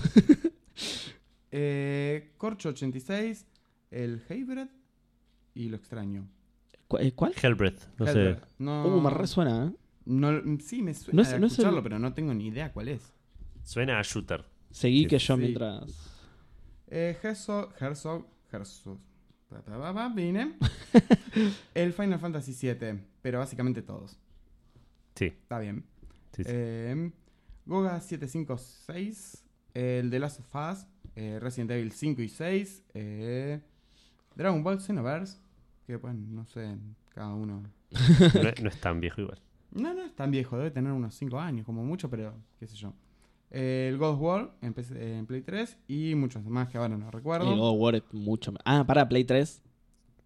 Speaker 4: Eh, Corcho 86, el Heybred y lo extraño.
Speaker 1: ¿Cu- eh, ¿Cuál?
Speaker 2: Hellbreath, no sé.
Speaker 4: Hellbred. No,
Speaker 1: Uh, me resuena, ¿eh?
Speaker 4: no- sí, me suena
Speaker 1: No es-
Speaker 4: de
Speaker 1: no es el-
Speaker 4: escucharlo, pero no tengo ni idea cuál es.
Speaker 2: Suena a shooter.
Speaker 1: Seguí
Speaker 2: Sí,
Speaker 1: que yo
Speaker 4: sí.
Speaker 1: mientras.
Speaker 4: Eh, Herzog, Herzog, Herzog. pa, pa, pa, pa, vine. el Final Fantasy VII, pero básicamente todos.
Speaker 2: Sí,
Speaker 4: Está bien.
Speaker 2: sí, sí.
Speaker 4: Eh, Goga 756, el The Last of Us, eh, Resident Evil 5 y 6, eh, Dragon Ball Xenoverse, que bueno, no sé, cada uno.
Speaker 2: No, no es tan viejo igual.
Speaker 4: No, no es tan viejo, debe tener unos 5 años como mucho, pero qué sé yo. Eh, el God of War en, PC en Play 3 y muchos más que ahora no recuerdo.
Speaker 1: El God of War es mucho me- Ah, para Play 3.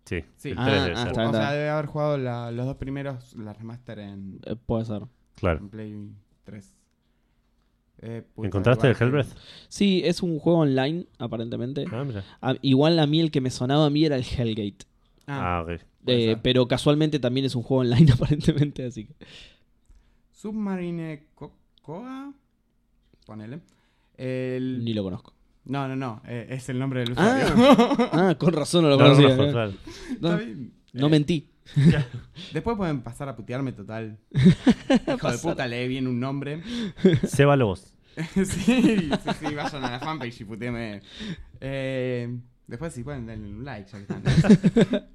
Speaker 2: Sí,
Speaker 4: Sí.
Speaker 2: el
Speaker 4: Ah,
Speaker 2: 3 debe
Speaker 1: ah,
Speaker 2: ser.
Speaker 1: está bien.
Speaker 4: O sea, debe haber jugado la- los dos primeros, la remaster en,
Speaker 1: eh, puede ser.
Speaker 2: Claro.
Speaker 4: en Play 3. Eh, puta,
Speaker 2: ¿Encontraste el
Speaker 4: igual que-
Speaker 2: Hellbreath?
Speaker 1: Sí, es un juego online, aparentemente.
Speaker 2: Ah, mira.
Speaker 1: Ah, igual a mí el que me sonaba a mí era el Hellgate.
Speaker 4: Ah,
Speaker 2: Ah, ok.
Speaker 4: Puede
Speaker 1: Eh,
Speaker 4: ser.
Speaker 1: pero casualmente también es un juego online, aparentemente, así que.
Speaker 4: Submarine Cocoa. Ponele. El-
Speaker 1: Ni lo conozco.
Speaker 4: No, no, no. eh, es el nombre del usuario.
Speaker 1: Ah, ah, con razón no lo
Speaker 2: No, no,
Speaker 1: conocía.
Speaker 2: no,
Speaker 1: eh.
Speaker 2: claro.
Speaker 1: No,
Speaker 4: Está bien.
Speaker 1: no
Speaker 4: Eh,
Speaker 1: mentí.
Speaker 4: Después pueden pasar a putearme total. Hijo de puta, lee bien un nombre.
Speaker 2: Seba Lobos.
Speaker 4: sí, sí, sí, vayan a la fanpage y puteame. Eh, después si pueden denle un like, ya que están.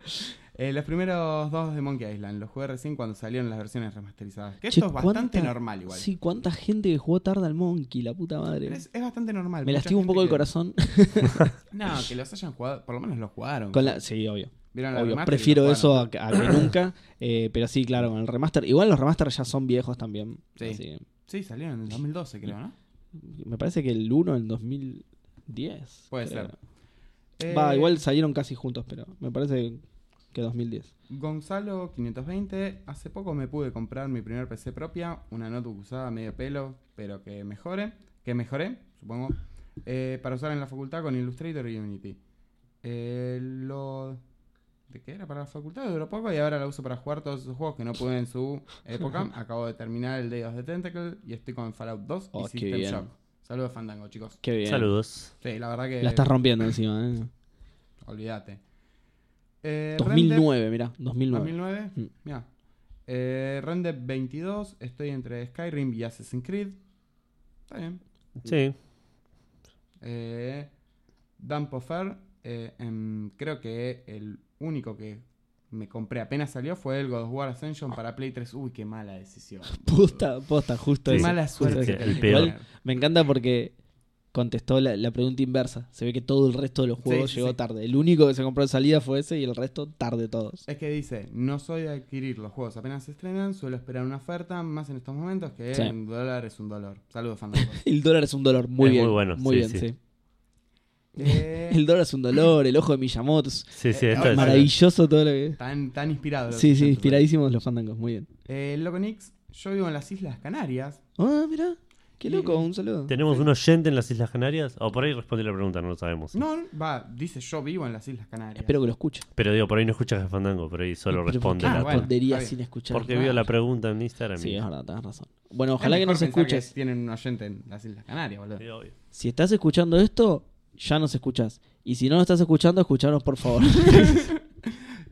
Speaker 4: Eh, los primeros dos de Monkey Island los jugué recién cuando salieron las versiones remasterizadas. Que
Speaker 1: Che,
Speaker 4: esto es bastante
Speaker 1: cuánta-
Speaker 4: normal igual.
Speaker 1: Sí, cuánta gente que jugó tarde al Monkey, la puta madre.
Speaker 4: Pero Es, es bastante normal.
Speaker 1: Me
Speaker 4: Mucha
Speaker 1: lastima un
Speaker 4: gente
Speaker 1: poco el
Speaker 4: que-
Speaker 1: corazón.
Speaker 4: No, que los hayan jugado, por lo menos los jugaron.
Speaker 1: Con la... Sí, obvio.
Speaker 4: Vieron la
Speaker 1: obvio.
Speaker 4: remaster y
Speaker 1: Prefiero
Speaker 4: lo
Speaker 1: eso a,
Speaker 4: jugaron.
Speaker 1: a que nunca. eh, pero sí, claro, con el remaster. Igual los remasters ya son viejos también.
Speaker 4: Sí.
Speaker 1: así que-
Speaker 4: Sí, salieron en el 2012, creo, ¿no?
Speaker 1: me parece que el 1 en 2010.
Speaker 4: Puede
Speaker 1: creo.
Speaker 4: ser. Eh,
Speaker 1: Va, igual salieron casi juntos, pero me parece que 2010.
Speaker 4: Gonzalo 520, hace poco me pude comprar mi primer PC propia, una notebook usada medio pelo, pero que mejore, que mejoré, supongo, eh, para usar en la facultad con Illustrator y Unity. Eh, lo de qué era para la facultad duró poco y ahora la uso para jugar todos esos juegos que no pude en su época. Acabo de terminar el Day of the Tentacle y estoy con Fallout 2
Speaker 1: Oh,
Speaker 4: y
Speaker 1: qué
Speaker 4: System
Speaker 1: bien.
Speaker 4: Shock. Saludos Fandango, chicos.
Speaker 1: Qué bien.
Speaker 2: Saludos.
Speaker 4: Sí, la verdad que
Speaker 1: La estás rompiendo encima, ¿eh?
Speaker 4: olvídate. Eh, Render-
Speaker 1: 2009, mirá, 2009.
Speaker 4: 2009.
Speaker 1: Mm.
Speaker 4: Mira. Eh, Render 22. Estoy entre Skyrim y Assassin's Creed. Está bien.
Speaker 2: Sí,
Speaker 4: Eh, Dan Poffer. eh, em, creo que el único que me compré apenas salió fue el God of War Ascension para Play 3. Uy, qué mala decisión. boludo.
Speaker 1: Posta, posta, justo
Speaker 4: Qué
Speaker 1: ese.
Speaker 4: mala
Speaker 1: Justo
Speaker 4: suerte.
Speaker 1: ese.
Speaker 2: el
Speaker 4: tenés,
Speaker 2: peor.
Speaker 4: boludo.
Speaker 1: Me encanta porque contestó la, la pregunta inversa. Se ve que todo el resto de los juegos
Speaker 4: sí,
Speaker 1: llegó
Speaker 4: sí.
Speaker 1: tarde. El único que se compró de salida fue ese y el resto tarde todos.
Speaker 4: Es que dice, no soy de adquirir los juegos apenas se estrenan, suelo esperar una oferta, más en estos momentos que
Speaker 1: Sí.
Speaker 4: un dólar es un dolor. Saludos, Fandango.
Speaker 1: El dólar es un dolor, muy
Speaker 2: Es
Speaker 1: bien.
Speaker 2: muy bueno, sí,
Speaker 1: bien,
Speaker 2: sí.
Speaker 1: sí.
Speaker 4: Eh,
Speaker 1: El dólar es un dolor, el ojo de Miyamoto. es
Speaker 2: Sí, sí,
Speaker 4: Eh,
Speaker 2: esto es.
Speaker 1: maravilloso todo lo que.
Speaker 4: tan, tan inspirado. los
Speaker 1: Sí, sí,
Speaker 4: oyentes,
Speaker 1: inspiradísimos los fandangos, muy bien.
Speaker 4: Eh, Loco Nix, yo vivo en las Islas Canarias.
Speaker 1: Ah, mirá, qué loco, un saludo.
Speaker 2: ¿Tenemos un oyente en las Islas Canarias? O por ahí responde la pregunta, no lo sabemos.
Speaker 4: No, va, dice yo vivo en las Islas Canarias.
Speaker 1: Espero que lo escuche.
Speaker 2: Pero digo, por ahí no escuchas a Fandango, por ahí solo
Speaker 1: Pero
Speaker 2: responde
Speaker 1: ¿por
Speaker 4: Ah,
Speaker 1: qué
Speaker 2: la
Speaker 4: bueno,
Speaker 1: respondería
Speaker 4: está bien.
Speaker 1: sin escuchar.
Speaker 2: Porque vio la pregunta en Instagram.
Speaker 1: Sí,
Speaker 2: y-
Speaker 1: es verdad, tenés razón. Bueno,
Speaker 4: Es
Speaker 1: ojalá que nos
Speaker 4: mejor pensar
Speaker 1: escuches.
Speaker 4: tienen un oyente en las Islas Canarias, boludo.
Speaker 2: Sí, obvio.
Speaker 1: Si estás escuchando esto, ya nos escuchás. Y si no nos estás escuchando, escuchanos por favor.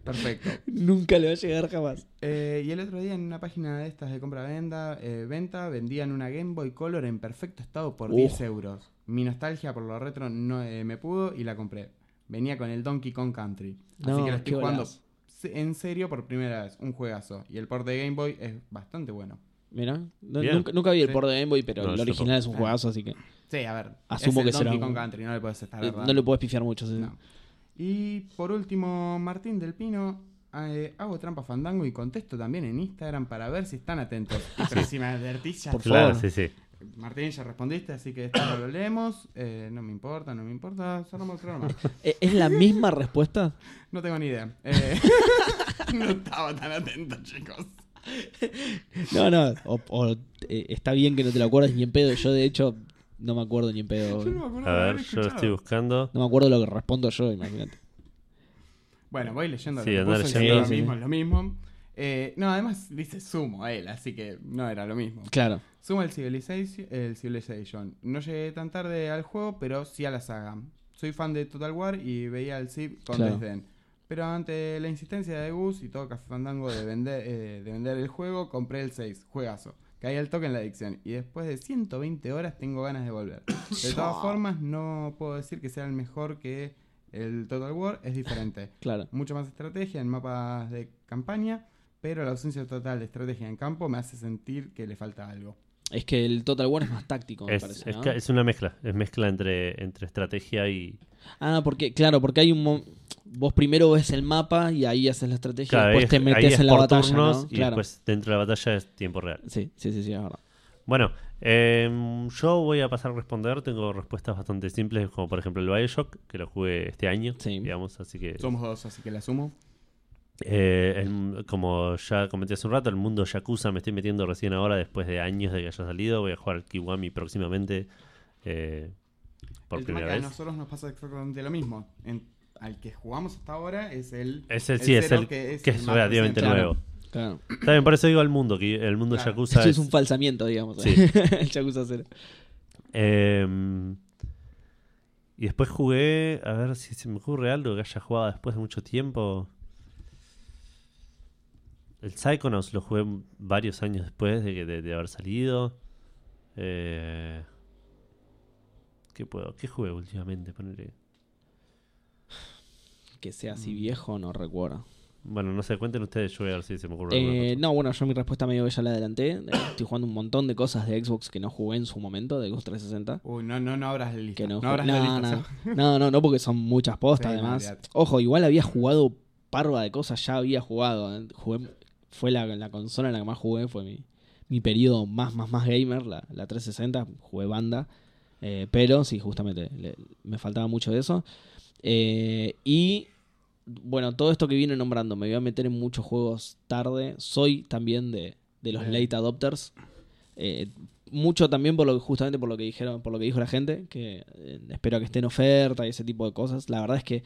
Speaker 4: Perfecto.
Speaker 1: Nunca le va a llegar jamás.
Speaker 4: Eh, y el otro día en una página de estas de compra-venta eh, venta, vendían una Game Boy Color en perfecto estado por
Speaker 1: Uf.
Speaker 4: 10 euros. Mi nostalgia por lo retro no eh, me pudo y la compré. Venía con el Donkey Kong Country.
Speaker 1: No,
Speaker 4: Así que
Speaker 1: qué
Speaker 4: la estoy jugando
Speaker 1: golazo.
Speaker 4: se- en serio por primera vez. Un juegazo. Y el port de Game Boy es bastante bueno.
Speaker 1: Mirá, no-
Speaker 2: Bien.
Speaker 1: nunca, nunca vi el
Speaker 4: Sí.
Speaker 1: por de Game Boy, pero
Speaker 2: No,
Speaker 1: el
Speaker 2: yo
Speaker 1: original es un
Speaker 4: Ah.
Speaker 1: juegazo, así que eh,
Speaker 4: Sí, a ver.
Speaker 1: Asumo
Speaker 4: es
Speaker 1: que
Speaker 4: el
Speaker 1: será
Speaker 4: Donkey
Speaker 1: un- Eh,
Speaker 4: Kong Country, no le puedes estar
Speaker 1: no le puedes pifiar mucho. sí.
Speaker 4: No. Y por último, Martín del Pino. eh, hago trampa fandango y contesto también en Instagram para ver si están atentos. Y pero si me advertís, ya
Speaker 1: Por
Speaker 4: está.
Speaker 2: Claro,
Speaker 1: favor.
Speaker 2: sí, sí.
Speaker 4: Martín, ya respondiste, así que esto no lo leemos. Eh, no me importa, no me importa. Cerramos el programa.
Speaker 1: Eh, ¿Es la misma respuesta?
Speaker 4: No tengo ni idea. Eh, no estaba tan atento, chicos.
Speaker 1: No, no. O, o, eh, está bien que no te lo acuerdes ni en pedo. Yo, de hecho, no me acuerdo ni en pedo.
Speaker 4: Yo no me
Speaker 1: No
Speaker 4: acuerdo
Speaker 2: A
Speaker 4: de
Speaker 2: ver,
Speaker 4: haber
Speaker 2: yo
Speaker 4: escuchado.
Speaker 2: estoy buscando.
Speaker 1: me acuerdo lo que respondo yo, imagínate.
Speaker 4: Bueno, voy leyendo lo
Speaker 2: Sí,
Speaker 4: que
Speaker 2: andá
Speaker 4: puso y
Speaker 2: leyendo.
Speaker 4: es lo
Speaker 1: Sí, sí,
Speaker 4: mismo,
Speaker 1: sí.
Speaker 4: es lo mismo. Eh, no, además dice sumo él, así que no era lo mismo.
Speaker 1: Claro.
Speaker 4: Sumo el Civilization, el Civilization. No llegué tan tarde al juego, pero sí a la saga. Soy fan de Total War y veía el Civ con
Speaker 1: Claro.
Speaker 4: desdén. Pero ante la insistencia de Gus y todo Café Fandango de vender, eh, de vender el juego, compré el 6, juegazo. Caí al toque en la adicción y después de 120 horas tengo ganas de volver. De todas formas, no puedo decir que sea el mejor que el Total War, es diferente
Speaker 1: Claro.
Speaker 4: mucho más estrategia en mapas de campaña, pero la ausencia total de estrategia en campo me hace sentir que le falta algo.
Speaker 1: Es que el Total War es más táctico, me
Speaker 2: Es,
Speaker 1: parece.
Speaker 2: es
Speaker 1: ¿no?
Speaker 2: ca- es una mezcla. Es mezcla entre, entre estrategia y.
Speaker 1: Ah, porque, claro, porque hay un. mo- Vos primero ves el mapa y ahí haces la estrategia.
Speaker 2: Claro,
Speaker 1: después
Speaker 2: ahí es-
Speaker 1: te
Speaker 2: ahí
Speaker 1: metes
Speaker 2: es
Speaker 1: en la
Speaker 2: por
Speaker 1: batalla.
Speaker 2: turnos
Speaker 1: ¿no?
Speaker 2: Y
Speaker 1: Claro.
Speaker 2: después dentro de la batalla es tiempo real.
Speaker 1: Sí, sí, sí, sí, es verdad.
Speaker 2: Bueno, em, yo voy a pasar a responder. Tengo respuestas bastante simples, como por ejemplo el Bioshock, que lo jugué este año,
Speaker 1: Sí.
Speaker 2: digamos, así que...
Speaker 4: Somos dos, así que la sumo.
Speaker 2: eh, el- como ya comenté hace un rato, el mundo Yakuza me estoy metiendo recién ahora, después de años de que haya salido. Voy a jugar al Kiwami próximamente. eh, por
Speaker 4: el tema
Speaker 2: primera
Speaker 4: que a
Speaker 2: vez.
Speaker 4: nosotros nos pasa exactamente lo mismo. En- al que jugamos hasta ahora es el...
Speaker 2: Es el- sí, es
Speaker 4: cero
Speaker 2: el que es,
Speaker 4: más
Speaker 2: relativamente
Speaker 4: reciente.
Speaker 2: nuevo.
Speaker 1: Claro.
Speaker 2: Está bien, por eso digo el mundo, que el mundo
Speaker 4: Claro.
Speaker 2: Yakuza
Speaker 1: Eso es
Speaker 2: es-
Speaker 1: un falsamiento, digamos.
Speaker 2: Sí.
Speaker 1: el Yakuza 0.
Speaker 2: Em, y después jugué, a ver si se me ocurre algo que haya jugado después de mucho tiempo. El Psychonauts lo jugué varios años después de, que- de- de haber salido. Eh, ¿Qué puedo? ¿Qué jugué últimamente? Ponele.
Speaker 1: Que sea así viejo, Mm. no recuerdo.
Speaker 2: Bueno, no sé, cuenten ustedes, yo voy a ver si se me ocurre alguna
Speaker 1: Eh,
Speaker 2: cosa.
Speaker 1: no, bueno, yo mi respuesta medio que ya la adelanté. Eh, Estoy jugando un montón de cosas de Xbox que no jugué en su momento, de Xbox 360.
Speaker 4: Uy, no, no, no abras la lista.
Speaker 1: Que no,
Speaker 4: No,
Speaker 1: jugué.
Speaker 4: abras
Speaker 1: no,
Speaker 4: la lista.
Speaker 1: no.
Speaker 4: Seba.
Speaker 1: no, no, no, porque son muchas postas
Speaker 4: Sí, no,
Speaker 1: además.
Speaker 4: olvidate.
Speaker 1: Ojo, igual había jugado parva de cosas, ya había jugado. eh. Jugué, fue la, la consola en la que más jugué, fue mi, mi periodo más, más, más gamer, la, la 360, jugué banda. Eh, pero sí, justamente, le- me faltaba mucho de eso. Eh, y bueno, todo esto que vine nombrando, me voy a meter en muchos juegos tarde. Soy también de, de los
Speaker 4: Bien.
Speaker 1: late adopters. Eh, mucho también por lo que, justamente por lo que dijeron, por lo que dijo la gente, que eh, espero que esté en oferta y ese tipo de cosas. La verdad es que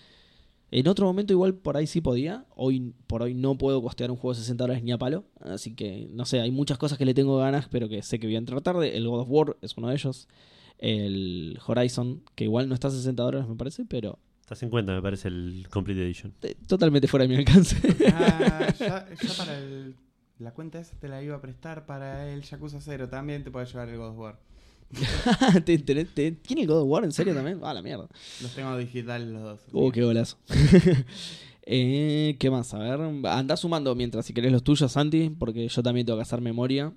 Speaker 1: en otro momento igual por ahí sí podía. Hoy por hoy no puedo costear un juego de 60 dólares ni a palo. Así que, no sé, hay muchas cosas que le tengo ganas, pero que sé que voy a entrar tarde. El God of War es uno de ellos. El Horizon, que igual no está a 60 dólares me parece, pero
Speaker 2: Está 50, me parece, el Complete Edition.
Speaker 1: eh, totalmente fuera de mi alcance.
Speaker 4: Ah, ya, ya para el- La cuenta esa te la iba a prestar para el Yakuza 0. También te puede llevar el God of War.
Speaker 1: ¿Te- te- te- ¿Tiene el God of War en serio también? Ah, la mierda.
Speaker 4: Los tengo digitales los dos.
Speaker 1: Uh, qué golazo. Eh, ¿Qué más? A ver, anda sumando mientras si querés los tuyos, Santi, porque yo también tengo que hacer memoria.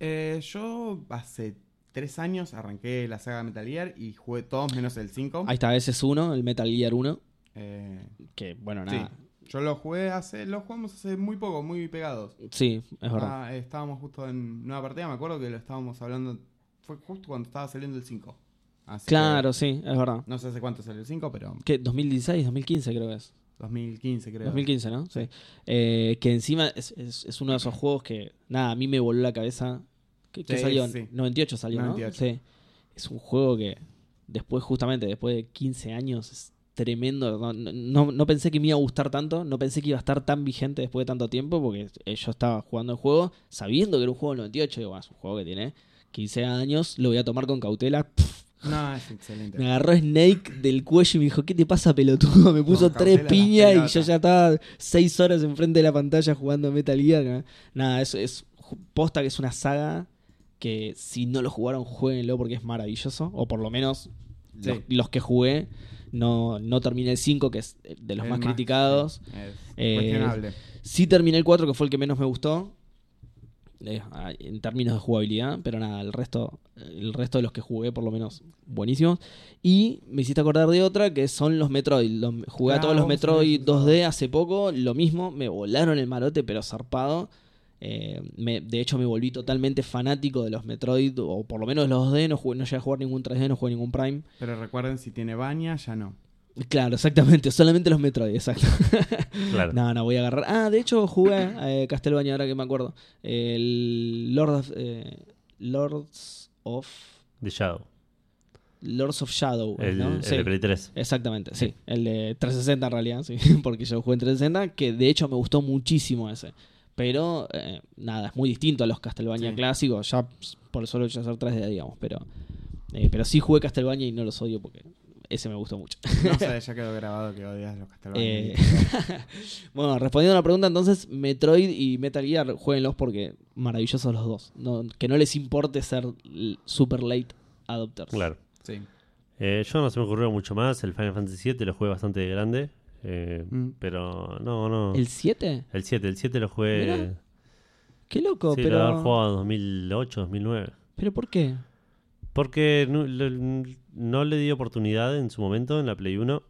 Speaker 4: Eh, yo hace tres años arranqué la saga Metal Gear y jugué todos menos el 5.
Speaker 1: Ahí está, ese es uno, el Metal Gear 1.
Speaker 4: Eh,
Speaker 1: Que bueno,
Speaker 4: sí.
Speaker 1: nada.
Speaker 4: Yo lo jugué hace, lo jugamos hace muy poco, muy pegados.
Speaker 1: Sí, es verdad.
Speaker 4: Ah, estábamos justo en una partida, me acuerdo que lo estábamos hablando, fue justo cuando estaba saliendo el 5. Así que
Speaker 1: claro, sí, es verdad.
Speaker 4: no sé hace cuánto salió el 5, pero
Speaker 1: ¿Qué? 2016, 2015 creo que es.
Speaker 4: 2015 creo.
Speaker 1: 2015, ¿no? Sí. Eh, que encima es, es- es uno de esos juegos que, nada, a mí me voló la cabeza. ¿Qué, qué
Speaker 4: Sí,
Speaker 1: salió?
Speaker 4: sí.
Speaker 1: 98 salió,
Speaker 4: 98.
Speaker 1: ¿no? Sí. Es un juego que después, justamente, después de 15 años, es tremendo. No, no- no pensé que me iba a gustar tanto, no pensé que iba a estar tan vigente después de tanto tiempo, porque eh, yo estaba jugando el juego sabiendo que era un juego del 98. Digo, bueno, es un juego que tiene 15 años, lo voy a tomar con cautela.
Speaker 4: No, es excelente.
Speaker 1: Me agarró Snake del cuello y me dijo, ¿qué te pasa, pelotudo? Me puso
Speaker 4: Con
Speaker 1: tres
Speaker 4: cautela
Speaker 1: piñas
Speaker 4: las
Speaker 1: y
Speaker 4: pelotas.
Speaker 1: yo ya estaba seis horas enfrente de la pantalla jugando a Metal Gear. ¿no? Nada, es, es ju- posta que es una saga que si no lo jugaron, jueguenlo porque es maravilloso. O por lo menos los,
Speaker 4: Sí.
Speaker 1: los que jugué. No, no terminé el 5, que es de los
Speaker 4: El
Speaker 1: más, criticados.
Speaker 4: sí, es
Speaker 1: Eh,
Speaker 4: cuestionable.
Speaker 1: Sí terminé el 4, que fue el que menos me gustó. eh, en términos de jugabilidad, pero nada, el resto, el resto de los que jugué, por lo menos, buenísimos. Y me hiciste acordar de otra que son los Metroid. Los- jugué a
Speaker 4: Ah,
Speaker 1: todos los
Speaker 4: vamos a
Speaker 1: Metroid
Speaker 4: ver,
Speaker 1: 2D hace poco, lo mismo, me volaron el marote, pero zarpado. Eh, me- de hecho, me volví totalmente fanático de los Metroid, o por lo menos de los 2D. No, jugué- no llegué a jugar ningún 3D, no jugué ningún Prime.
Speaker 4: Pero recuerden, si tiene baña, ya no.
Speaker 1: Claro, exactamente, solamente los Metroid, exacto.
Speaker 2: Claro.
Speaker 1: No, no voy a agarrar. Ah, de hecho jugué eh, Castlevania, ahora que me acuerdo. El Lord of, eh, Lords of
Speaker 2: The Shadow.
Speaker 1: Lords of Shadow,
Speaker 2: El,
Speaker 1: ¿no?
Speaker 2: el
Speaker 1: Sí.
Speaker 2: de Play 3.
Speaker 1: Exactamente, sí. El de 360 en realidad, sí. Porque yo jugué en 360, que de hecho me gustó muchísimo ese. Pero eh, nada, es muy distinto a los Castlevania
Speaker 4: Sí.
Speaker 1: clásicos. Ya ps, por solo ya ser 3D, digamos. Pero, eh, pero sí jugué Castlevania y no los odio porque ese me gustó mucho.
Speaker 4: No sé, ya quedó grabado que odias los
Speaker 1: Eh,
Speaker 4: Castlevania.
Speaker 1: bueno, respondiendo a la pregunta, entonces Metroid y Metal Gear, jueguenlos porque maravillosos los dos. No- que no les importe ser l- super late adopters.
Speaker 2: Claro.
Speaker 4: Sí.
Speaker 2: Eh, yo no se me ocurrió mucho más. El Final Fantasy VII lo jugué bastante de grande. eh,
Speaker 4: Mm.
Speaker 2: Pero no, no.
Speaker 1: ¿El 7?
Speaker 2: El 7, el 7 lo jugué.
Speaker 1: Mirá, Qué loco,
Speaker 2: sí, lo debo haber
Speaker 1: pero.
Speaker 2: jugado en 2008, 2009.
Speaker 1: ¿Pero por qué?
Speaker 2: Porque no, lo- no le di oportunidad en su momento en la Play 1.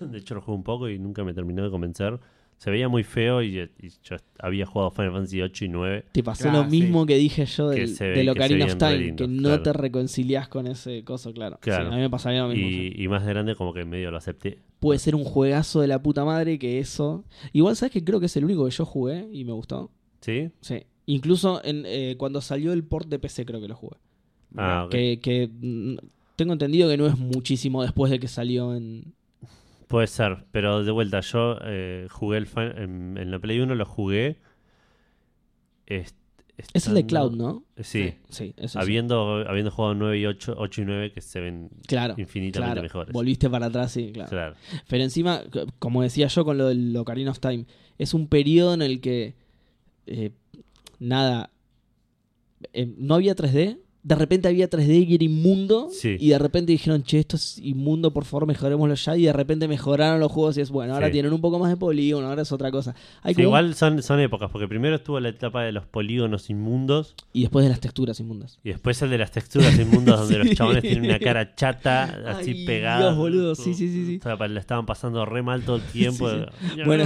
Speaker 2: De hecho, lo jugué un poco y nunca me terminó de convencer. Se veía muy feo y, eh, y yo había jugado Final Fantasy 8 y 9.
Speaker 1: Te pasó
Speaker 4: Claro,
Speaker 1: lo mismo que dije yo
Speaker 2: Ah, Que
Speaker 1: del,
Speaker 2: se ve-
Speaker 1: del
Speaker 2: que se
Speaker 1: Ocarina of
Speaker 2: veían
Speaker 1: Time,
Speaker 2: re lindos,
Speaker 1: que no
Speaker 2: claro.
Speaker 1: te reconciliás con ese coso, claro. Sí,
Speaker 2: Claro.
Speaker 1: a mí me pasaría lo mismo. sí.
Speaker 2: Y, y más grande, como que medio lo acepté.
Speaker 1: Puede ser un juegazo de la puta madre que eso. Igual, ¿sabes que Creo que es el único que yo jugué y me gustó.
Speaker 2: ¿Sí?
Speaker 1: Sí. Incluso en, eh, cuando salió el port de PC, creo que lo jugué.
Speaker 2: Ah, ok.
Speaker 1: Que, que, mm, tengo entendido que no es muchísimo después de que salió en.
Speaker 2: Puede ser, pero de vuelta, yo eh, jugué el fin- en, en la Play 1, lo jugué. est-
Speaker 1: Es el de
Speaker 2: estando-
Speaker 1: Cloud, ¿no?
Speaker 2: Ah, Sí,
Speaker 1: Sí, eso sí.
Speaker 2: habiendo, habiendo jugado 9 y 8, 8 y 9 que se ven
Speaker 1: Claro.
Speaker 2: infinitamente
Speaker 1: Claro,
Speaker 2: mejores.
Speaker 1: volviste para atrás, sí, claro.
Speaker 2: Claro.
Speaker 1: Pero encima, c- como decía yo con lo del Ocarina of Time, es un periodo en el que. eh, nada. eh, no había 3D. De repente había 3D y era inmundo.
Speaker 2: Sí.
Speaker 1: Y de repente dijeron, che, esto es inmundo, por favor, mejorémoslo ya. Y de repente mejoraron los juegos y es bueno, ahora
Speaker 2: Sí.
Speaker 1: tienen un poco más de polígono, ahora es otra cosa. Hay
Speaker 2: Sí,
Speaker 1: como un-
Speaker 2: igual son, son épocas, porque primero estuvo la etapa de los polígonos inmundos
Speaker 1: Y después de las texturas inmundas.
Speaker 2: y después el de las texturas inmundas donde
Speaker 1: Sí.
Speaker 2: los chabones tienen una cara chata, así
Speaker 1: Ay,
Speaker 2: pegada.
Speaker 1: Dios, boludo. Sí, sí, sí, sí.
Speaker 2: O sea, pa- la estaban pasando re mal todo el tiempo.
Speaker 1: Sí, Bueno,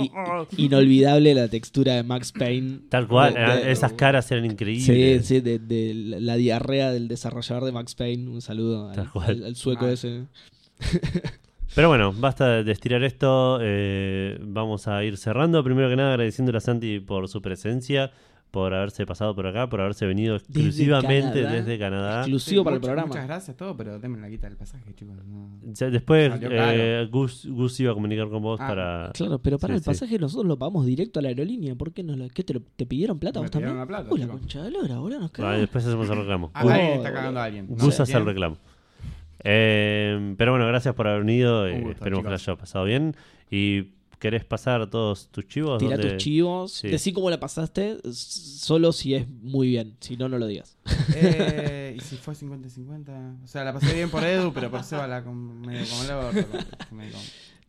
Speaker 1: I- i- inolvidable la textura de Max Payne.
Speaker 2: Tal cual,
Speaker 1: De-
Speaker 2: eran-
Speaker 1: de- uh,
Speaker 2: esas caras eran
Speaker 1: Sí,
Speaker 2: increíbles.
Speaker 1: sí, de, de la, la diarrea del desarrollador de Max Payne. Un saludo al,
Speaker 2: Tal cual.
Speaker 1: al- al sueco
Speaker 4: Ah.
Speaker 1: ese.
Speaker 2: Pero bueno, basta de estirar esto. eh, vamos a ir cerrando. Primero que nada, agradeciéndole a Santi por su presencia, por haberse pasado por acá, por haberse venido exclusivamente
Speaker 1: Canadá.
Speaker 2: desde Canadá.
Speaker 1: Exclusivo
Speaker 4: Sí,
Speaker 1: para
Speaker 4: muchas-
Speaker 1: el programa.
Speaker 4: Muchas gracias, todo, pero denme la guita del pasaje, chicos. no.
Speaker 2: Ya después
Speaker 4: Salió
Speaker 2: eh, Gus, Gus iba a comunicar con vos
Speaker 4: Ah,
Speaker 2: para.
Speaker 1: Claro, pero para
Speaker 2: Sí,
Speaker 1: el
Speaker 2: sí.
Speaker 1: pasaje nosotros lo pagamos directo a la aerolínea. ¿Por qué no lo- qué te, lo- te pidieron plata
Speaker 4: Me
Speaker 1: vos también?
Speaker 4: pidieron la plata,
Speaker 1: Uy, la
Speaker 4: chico.
Speaker 1: concha de lora, boludo, nos
Speaker 2: Ah,
Speaker 1: cagamos.
Speaker 2: después hacemos el reclamo.
Speaker 4: Ah,
Speaker 1: Uy.
Speaker 4: alguien está cagando a alguien.
Speaker 2: Gus hace el
Speaker 4: Bien.
Speaker 2: reclamo. Eh, pero bueno, gracias por haber venido. eh,
Speaker 4: gusto,
Speaker 2: esperemos que lo
Speaker 4: chicos.
Speaker 2: haya pasado bien. ¿Y querés pasar todos tus chivos?
Speaker 1: Tirá
Speaker 2: ¿Dónde-
Speaker 1: tus chivos.
Speaker 2: Sí.
Speaker 1: Decí cómo la pasaste, s- solo si es muy bien. Si no, no lo digas.
Speaker 4: Eh, y si fue 50-50. O sea, la pasé bien por Edu, pero por Seba la com- medio como el orto, como- medio como-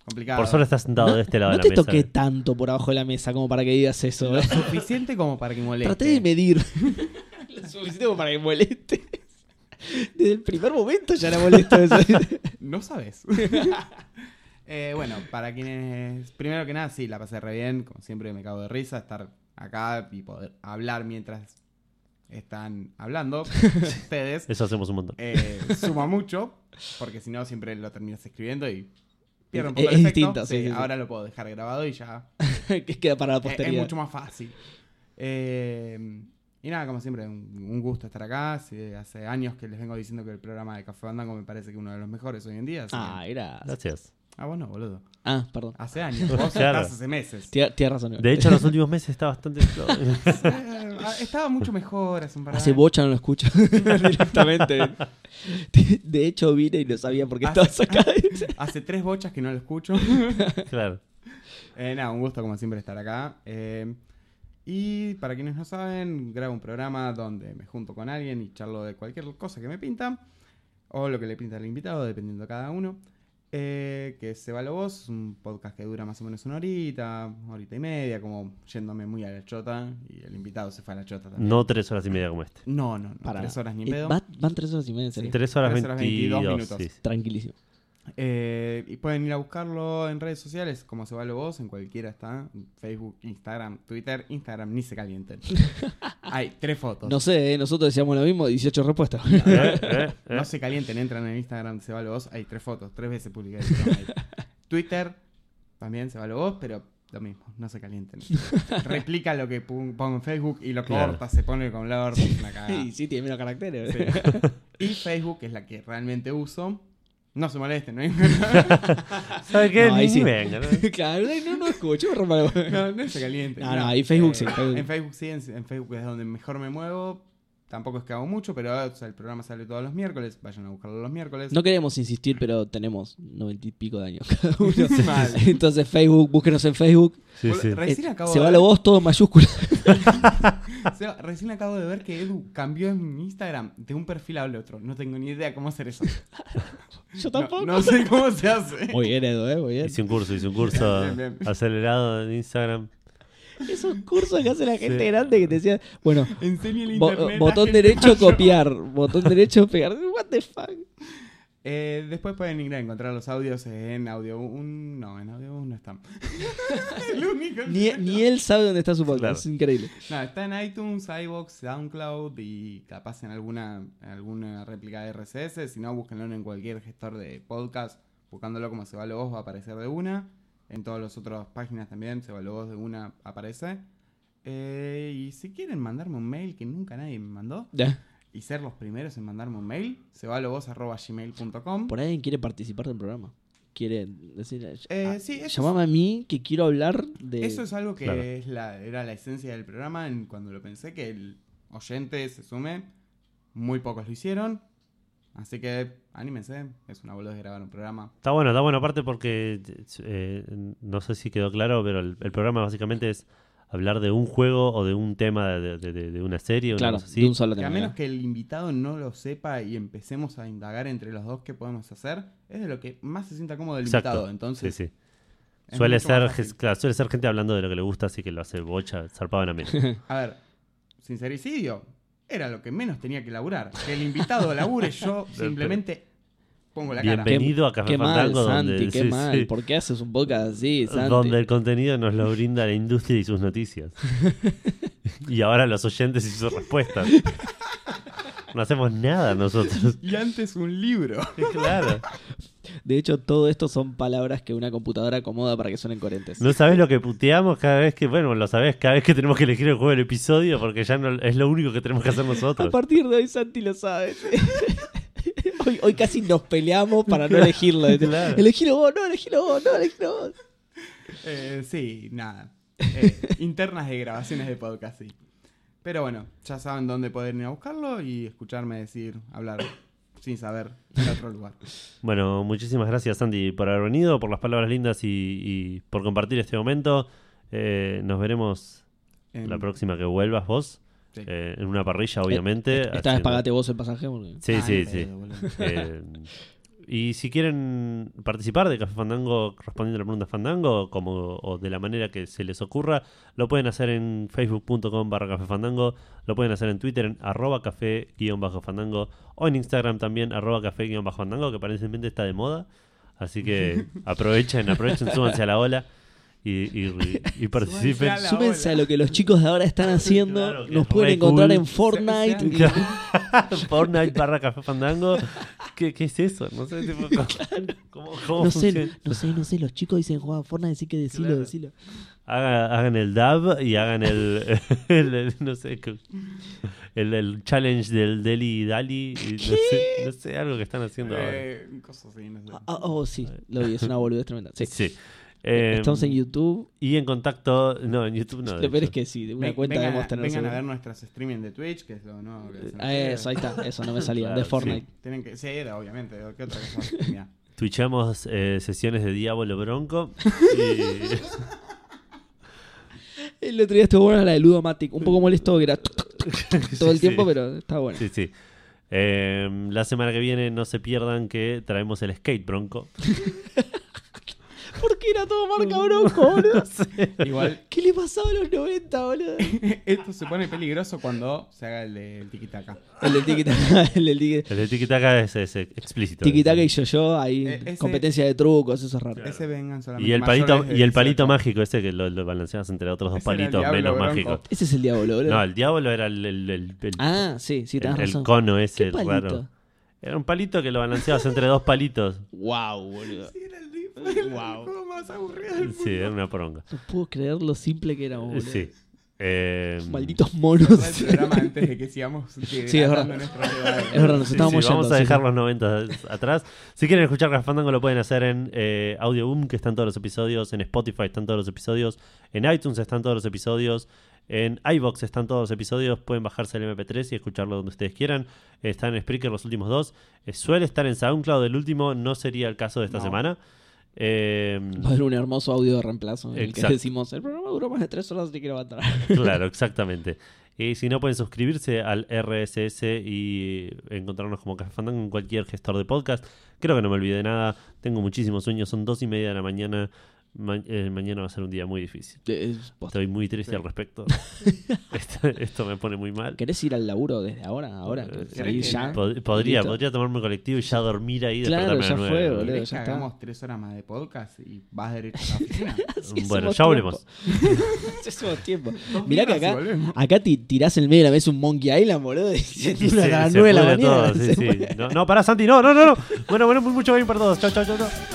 Speaker 4: Complicado.
Speaker 2: Por suerte estás sentado de este lado
Speaker 1: no
Speaker 2: de la
Speaker 1: te
Speaker 2: mesa.
Speaker 1: toqué tanto por abajo de la mesa como para que digas eso. ¿eh?
Speaker 4: Suficiente como para que moleste.
Speaker 1: Traté de medir. Lo suficiente como para que moleste. Desde el primer momento ya era molesto eso.
Speaker 4: No sabes. Eh, bueno, para quienes. Primero que nada, sí, la pasé re bien. Como siempre, me cago de risa estar acá y poder hablar mientras están hablando ustedes.
Speaker 2: Eso hacemos un montón.
Speaker 4: Eh, suma mucho, porque si no, siempre lo terminas escribiendo y pierde un
Speaker 1: Es-
Speaker 4: poco
Speaker 1: es
Speaker 4: el efecto.
Speaker 1: distinto, sí, sí, sí.
Speaker 4: Ahora lo puedo dejar grabado y ya
Speaker 1: que queda para la
Speaker 4: es-
Speaker 1: posteridad.
Speaker 4: Es mucho más fácil. Eh, y nada, como siempre, un, un gusto estar acá. Hace, hace años que les vengo diciendo que el programa de Café Bandango me parece que es uno de los mejores hoy en día. así que-
Speaker 1: Ah, gracias.
Speaker 2: Gracias.
Speaker 4: ah, vos no, boludo.
Speaker 1: Ah, perdón.
Speaker 4: Hace años. Vos
Speaker 2: Claro.
Speaker 4: estás hace meses.
Speaker 1: Tie- Tienes razón.
Speaker 2: De hecho, en los últimos meses está bastante. flojo.
Speaker 4: Eh, estaba mucho mejor hace un par de
Speaker 1: Hace
Speaker 4: años.
Speaker 1: bocha no lo escucho directamente. De- De hecho, vine y no sabía por qué
Speaker 4: Hace-
Speaker 1: estabas acá.
Speaker 4: Hace Ah, tres bochas que no lo escucho.
Speaker 2: claro.
Speaker 4: Eh, nada, un gusto como siempre estar acá. Eh, y para quienes no saben, grabo un programa donde me junto con alguien y charlo de cualquier cosa que me pinta, o lo que le pinta al invitado, dependiendo de cada uno. Eh, que se va lo vos, es un podcast que dura más o menos una horita, horita y media, como yéndome muy a la chota, y el invitado se fue a la chota también.
Speaker 2: No tres horas y media como este.
Speaker 4: No, no, no,
Speaker 1: Pará.
Speaker 4: tres horas ni en
Speaker 1: Eh,
Speaker 4: pedo.
Speaker 1: Van, van tres horas y media, en serio.
Speaker 2: Tres horas
Speaker 4: Tres horas
Speaker 2: veintidós
Speaker 4: 22 minutos.
Speaker 2: sí, sí.
Speaker 1: Tranquilísimo.
Speaker 4: Eh, y pueden ir a buscarlo en redes sociales, como se vale vos, en cualquiera está. Facebook, Instagram, Twitter, Instagram, ni se calienten. Hay tres fotos.
Speaker 1: No
Speaker 4: No,
Speaker 1: sé, ¿eh? nosotros decíamos lo mismo, 18 respuestas.
Speaker 2: Eh, eh, eh.
Speaker 4: se calienten, entran en Instagram, se vale vos, hay tres fotos, tres veces publiqué. el programa ahí. Twitter, también se vale vos, pero lo mismo, no se calienten. Replica lo que pu- pongo en Facebook y lo
Speaker 2: Claro.
Speaker 4: corta, se pone con la orden, una cagada.
Speaker 1: Y sí, tiene menos caracteres.
Speaker 4: Sí. Y Facebook, que es la que realmente uso. No se molesten, no hay
Speaker 2: ¿Sabes qué?
Speaker 1: No, ahí
Speaker 2: Ni
Speaker 1: sí.
Speaker 2: venga, ¿no?
Speaker 1: claro, ay, no, no escucho, me rompa la bola.
Speaker 4: No, no se caliente. Eh,
Speaker 1: No, no, ahí Facebook sí, Facebook.
Speaker 4: En Facebook sí, en, en Facebook es donde mejor me muevo. Tampoco es que hago mucho, pero o sea, el programa sale todos los miércoles. Vayan a buscarlo los miércoles.
Speaker 1: No queremos insistir, pero tenemos noventa y pico de años cada uno.
Speaker 4: Mal.
Speaker 1: Entonces, Facebook, búsquenos en Facebook.
Speaker 2: Sí,
Speaker 4: Bol-
Speaker 2: sí.
Speaker 4: Recién,
Speaker 1: Eh,
Speaker 4: acabo
Speaker 1: se
Speaker 4: de
Speaker 1: va
Speaker 4: ver,
Speaker 1: lo vos, todo en mayúscula.
Speaker 4: se va- recién acabo de ver que Edu cambió en Instagram de un perfil al otro. No tengo ni idea cómo hacer eso.
Speaker 1: Yo
Speaker 4: No- No, sé cómo se hace.
Speaker 1: Muy bien, Edu, ¿eh? Muy bien.
Speaker 2: Hice un curso, hice un curso
Speaker 4: Bien, bien, bien.
Speaker 2: acelerado en Instagram.
Speaker 1: Esos cursos que hace la gente
Speaker 2: Sí.
Speaker 1: grande que te decía, bueno,
Speaker 4: Enseña el
Speaker 1: bo-
Speaker 4: internet.
Speaker 1: botón derecho, copiar. Botón derecho, pegar. What the fuck.
Speaker 4: Eh, después pueden ir a encontrar los audios en Audio 1. No, en Audio 1 no están. el único que
Speaker 1: Ni,
Speaker 4: no
Speaker 1: ni él sabe dónde está su podcast.
Speaker 2: Claro.
Speaker 1: Es increíble.
Speaker 4: No, está en iTunes, iBox, SoundCloud y capaz en alguna, en alguna réplica de RSS. Si no, búsquenlo en cualquier gestor de podcast. Buscándolo como Se va lo Voz va a aparecer de una. En todas las otras páginas también Se va lo Voz de una aparece. Eh, y si quieren mandarme un mail que nunca nadie me mandó
Speaker 1: Ya.
Speaker 4: y ser los primeros en mandarme un mail, se va lo Voz arroba gmail.com.
Speaker 1: Por ahí alguien quiere participar del programa. Quiere decir.
Speaker 4: Eh,
Speaker 1: ah,
Speaker 4: sí, eso
Speaker 1: llamame a mí que quiero hablar de.
Speaker 4: Eso es algo que
Speaker 2: Claro.
Speaker 4: es la, era la esencia del programa en- cuando lo pensé, que el oyente se sume. Muy pocos lo hicieron. Así que anímense, es una boludez grabar un programa.
Speaker 2: Está bueno, está bueno, aparte porque eh, no sé si quedó claro, pero el, el programa básicamente es hablar de un juego o de un tema de, de- de- de una serie o
Speaker 1: Claro,
Speaker 2: algo así.
Speaker 1: de un solo
Speaker 4: Que
Speaker 1: tema.
Speaker 4: a menos
Speaker 1: ¿verdad?
Speaker 4: que el invitado no lo sepa y empecemos a indagar entre los dos qué podemos hacer, es de lo que más se sienta cómodo el
Speaker 2: Exacto.
Speaker 4: invitado. Entonces,
Speaker 2: Sí, sí.
Speaker 4: es
Speaker 2: Suele
Speaker 4: mucho más
Speaker 2: ser,
Speaker 4: fácil.
Speaker 2: ges- claro, suele ser gente hablando de lo que le gusta, así que lo hace bocha, zarpado en la mente.
Speaker 4: A ver, sincericidio era lo que menos tenía que laburar. Que el invitado labure, yo simplemente pongo la cara.
Speaker 2: Bienvenido a Café
Speaker 1: Qué mal,
Speaker 2: Fandango,
Speaker 1: Santi,
Speaker 2: donde,
Speaker 1: qué
Speaker 2: sí,
Speaker 1: mal.
Speaker 2: sí,
Speaker 1: ¿Por qué haces un podcast así, Santi?
Speaker 2: donde el contenido nos lo brinda la industria y sus noticias. y ahora los oyentes y sus respuestas. No hacemos nada nosotros.
Speaker 4: Y antes un libro.
Speaker 2: Claro.
Speaker 1: De hecho, todo esto son palabras que una computadora acomoda para que suenen coherentes.
Speaker 2: No sabés lo que puteamos cada vez que, bueno, lo sabés cada vez que tenemos que elegir el juego del episodio porque ya no es lo único que tenemos que hacer
Speaker 1: A
Speaker 2: nosotros.
Speaker 1: partir de hoy, Santi lo sabe. hoy, hoy casi nos peleamos para no elegirlo.
Speaker 2: Claro.
Speaker 1: Elegilo vos, no, elegilo vos, no, elegilo vos.
Speaker 4: Eh, sí, nada. Eh, internas de grabaciones de podcast, sí. Pero bueno, ya saben dónde pueden ir a buscarlo y escucharme decir, hablar sin saber en otro lugar.
Speaker 2: Bueno, muchísimas gracias Sandy por haber venido, por las palabras lindas y, y por compartir este momento. Eh, nos veremos
Speaker 4: En-
Speaker 2: la próxima que vuelvas vos,
Speaker 4: Em, sí.
Speaker 2: eh, en una parrilla obviamente.
Speaker 1: eh, Esta vez
Speaker 2: haciendo-
Speaker 4: Ah, eh,
Speaker 1: pagate vos el pasaje. porque-
Speaker 2: Sí,
Speaker 4: Ay,
Speaker 2: sí, sí.
Speaker 4: pedo, boludo.
Speaker 2: Eh, Y si quieren participar de Café Fandango respondiendo la pregunta Fandango, como o de la manera que se les ocurra, lo pueden hacer en facebook.com barra Café Fandango, lo pueden hacer en Twitter en arroba café guión bajo fandango o en Instagram también arroba café guión bajo fandango, que aparentemente está de moda. Así que aprovechen, aprovechen, súbanse a la ola y, y- y participen.
Speaker 4: a la
Speaker 1: Súmense
Speaker 4: ola.
Speaker 1: a lo que los chicos de ahora están haciendo.
Speaker 2: Claro, que
Speaker 1: Nos
Speaker 2: es
Speaker 1: pueden
Speaker 2: re
Speaker 1: encontrar
Speaker 2: cool.
Speaker 1: en Fortnite.
Speaker 4: Se-
Speaker 1: y-
Speaker 4: se-
Speaker 2: Fortnite barra Café Fandango. ¿Qué, qué es eso? No sé, tipo, ¿cómo- cómo, cómo
Speaker 1: No
Speaker 2: funciona?
Speaker 1: sé, no sé, no sé. Los chicos dicen juega Fortnite, así que decilo,
Speaker 2: Claro.
Speaker 1: decilo.
Speaker 2: Haga- hagan el dab y hagan el, el- el- no sé qué- el, el challenge del Deli Dali y no sé, no sé, algo que están haciendo ahora.
Speaker 4: Eh, cosas así, no sé.
Speaker 1: Ah, ah, oh, sí, lo vi, es una boludez tremenda. Sí.
Speaker 2: Sí. Eh,
Speaker 1: Estamos en YouTube.
Speaker 2: y en contacto, no, en YouTube no. de
Speaker 1: lo peor es
Speaker 2: hecho.
Speaker 1: que sí, una
Speaker 4: Ven-
Speaker 1: cuenta
Speaker 4: vengan,
Speaker 1: debemos
Speaker 4: a-
Speaker 1: tener.
Speaker 4: vengan a
Speaker 1: seguro.
Speaker 4: ver nuestras streaming de Twitch, que es lo nuevo que hacen
Speaker 1: Ah, eso, ahí
Speaker 4: ustedes.
Speaker 1: está, eso no me salía,
Speaker 2: Claro,
Speaker 1: de
Speaker 2: sí.
Speaker 1: Fortnite.
Speaker 4: Tienen que, sí, era, obviamente. ¿Qué otra cosa? más tenía?
Speaker 2: Twitchamos eh, sesiones de Diablo Bronco y
Speaker 1: El otro día estuvo buena la de Ludomatic, un poco molesto que era todo el tiempo, pero está bueno.
Speaker 2: Sí, sí. Eh, la semana que viene no se pierdan que traemos el skate bronco.
Speaker 1: ¿Por qué era todo marca bronco, boludo?
Speaker 4: Igual,
Speaker 1: ¿Qué le pasaba a los 90, boludo?
Speaker 4: esto se pone peligroso cuando se haga el del tiquitaca.
Speaker 1: El del tiquitaca, el del tiqui-
Speaker 2: El de Tikitaka es, es explícito.
Speaker 1: tiquitaca y yo-yo, ahí
Speaker 4: Eh, ese-
Speaker 1: competencia de trucos, eso es raro.
Speaker 4: Ese vengan solamente.
Speaker 2: Y el
Speaker 4: mayores
Speaker 2: palito,
Speaker 4: de
Speaker 2: y el palito
Speaker 4: 18.
Speaker 2: mágico, ese que lo, lo balanceabas entre otros dos
Speaker 4: Ese era el
Speaker 2: palitos
Speaker 4: Diablo
Speaker 2: menos
Speaker 4: Bronco.
Speaker 2: mágicos.
Speaker 1: Ese es el diablo, boludo.
Speaker 2: No, el diablo era el, el- el- el-
Speaker 1: ah, sí, sí,
Speaker 2: el-
Speaker 1: tenés
Speaker 2: el
Speaker 1: razón.
Speaker 2: cono
Speaker 1: ¿Qué
Speaker 2: ese
Speaker 1: palito?
Speaker 2: raro. Era un palito que lo balanceabas entre dos palitos.
Speaker 1: Wow, boludo.
Speaker 4: Sí, era el dip- era el juego más aburrido del
Speaker 2: Sí, era una poronga.
Speaker 1: No puedo creer lo simple que era, boludo.
Speaker 2: Sí. Eh,
Speaker 1: Malditos
Speaker 4: mundo.
Speaker 1: monos.
Speaker 4: Cerrar el programa antes de que sigamos
Speaker 1: Sí, es verdad. Es verdad, nos
Speaker 2: sí,
Speaker 1: estábamos
Speaker 2: sí,
Speaker 1: yendo.
Speaker 2: vamos a
Speaker 1: sí,
Speaker 2: dejar
Speaker 1: sí.
Speaker 2: los 90 atrás. Si quieren escuchar Café Fandango lo pueden hacer en eh, Audio Boom, que están todos los episodios, en Spotify están todos los episodios, en iTunes están todos los episodios, en iBox están todos los episodios, pueden bajarse el MP3 y escucharlo donde ustedes quieran. Están en Spreaker los últimos dos. Eh, suele estar en SoundCloud el último, no sería el caso de esta
Speaker 4: No.
Speaker 2: semana. Eh,
Speaker 1: Va a haber un hermoso audio de reemplazo en el que
Speaker 2: Exacto.
Speaker 1: decimos, el programa duró más de tres horas, así que lo va a entrar.
Speaker 2: Claro, exactamente. Y si no, pueden suscribirse al RSS y encontrarnos como Café Fandango en cualquier gestor de podcast. Creo que no me olvidé de nada. Tengo muchísimos sueños. Son dos y media de la mañana. Ma- eh, mañana va a ser un día muy difícil.
Speaker 1: Eh, es posta.
Speaker 2: Estoy muy triste
Speaker 4: Sí.
Speaker 2: al respecto. esto, esto me pone muy mal.
Speaker 1: ¿Querés ir al laburo desde ahora? ¿Ahora?
Speaker 2: Eh,
Speaker 1: ¿Salir
Speaker 4: sí.
Speaker 1: ya?
Speaker 2: Pod- podría,
Speaker 1: Listo.
Speaker 2: podría tomarme un colectivo y ya dormir ahí.
Speaker 1: Claro,
Speaker 2: despertarme a
Speaker 1: ya
Speaker 2: las
Speaker 1: fue,
Speaker 2: nueve.
Speaker 1: boludo.
Speaker 4: ¿Querés que
Speaker 1: ya está.
Speaker 4: hagamos tres horas más de podcast y vas derecho a la oficina?
Speaker 1: Así
Speaker 2: Bueno,
Speaker 1: hacemos
Speaker 2: ya volvemos.
Speaker 1: tiempo. Así hacemos tiempo.
Speaker 4: Dos
Speaker 1: Mirá que
Speaker 4: horas y
Speaker 1: acá,
Speaker 4: volvemos.
Speaker 1: acá ti- tirás en el medio de la mesa un Monkey Island, boludo. Y se
Speaker 2: Sí,
Speaker 1: dura
Speaker 2: se-
Speaker 1: a las
Speaker 2: se
Speaker 1: 9 de la
Speaker 2: pudre
Speaker 1: mañana.
Speaker 2: todo, sí,
Speaker 1: Se
Speaker 2: sí.
Speaker 1: puede.
Speaker 2: No, no, pará, Santi, no, no, no, no. Bueno, bueno, mucho bien para todos. Chao, chao, chao. chao.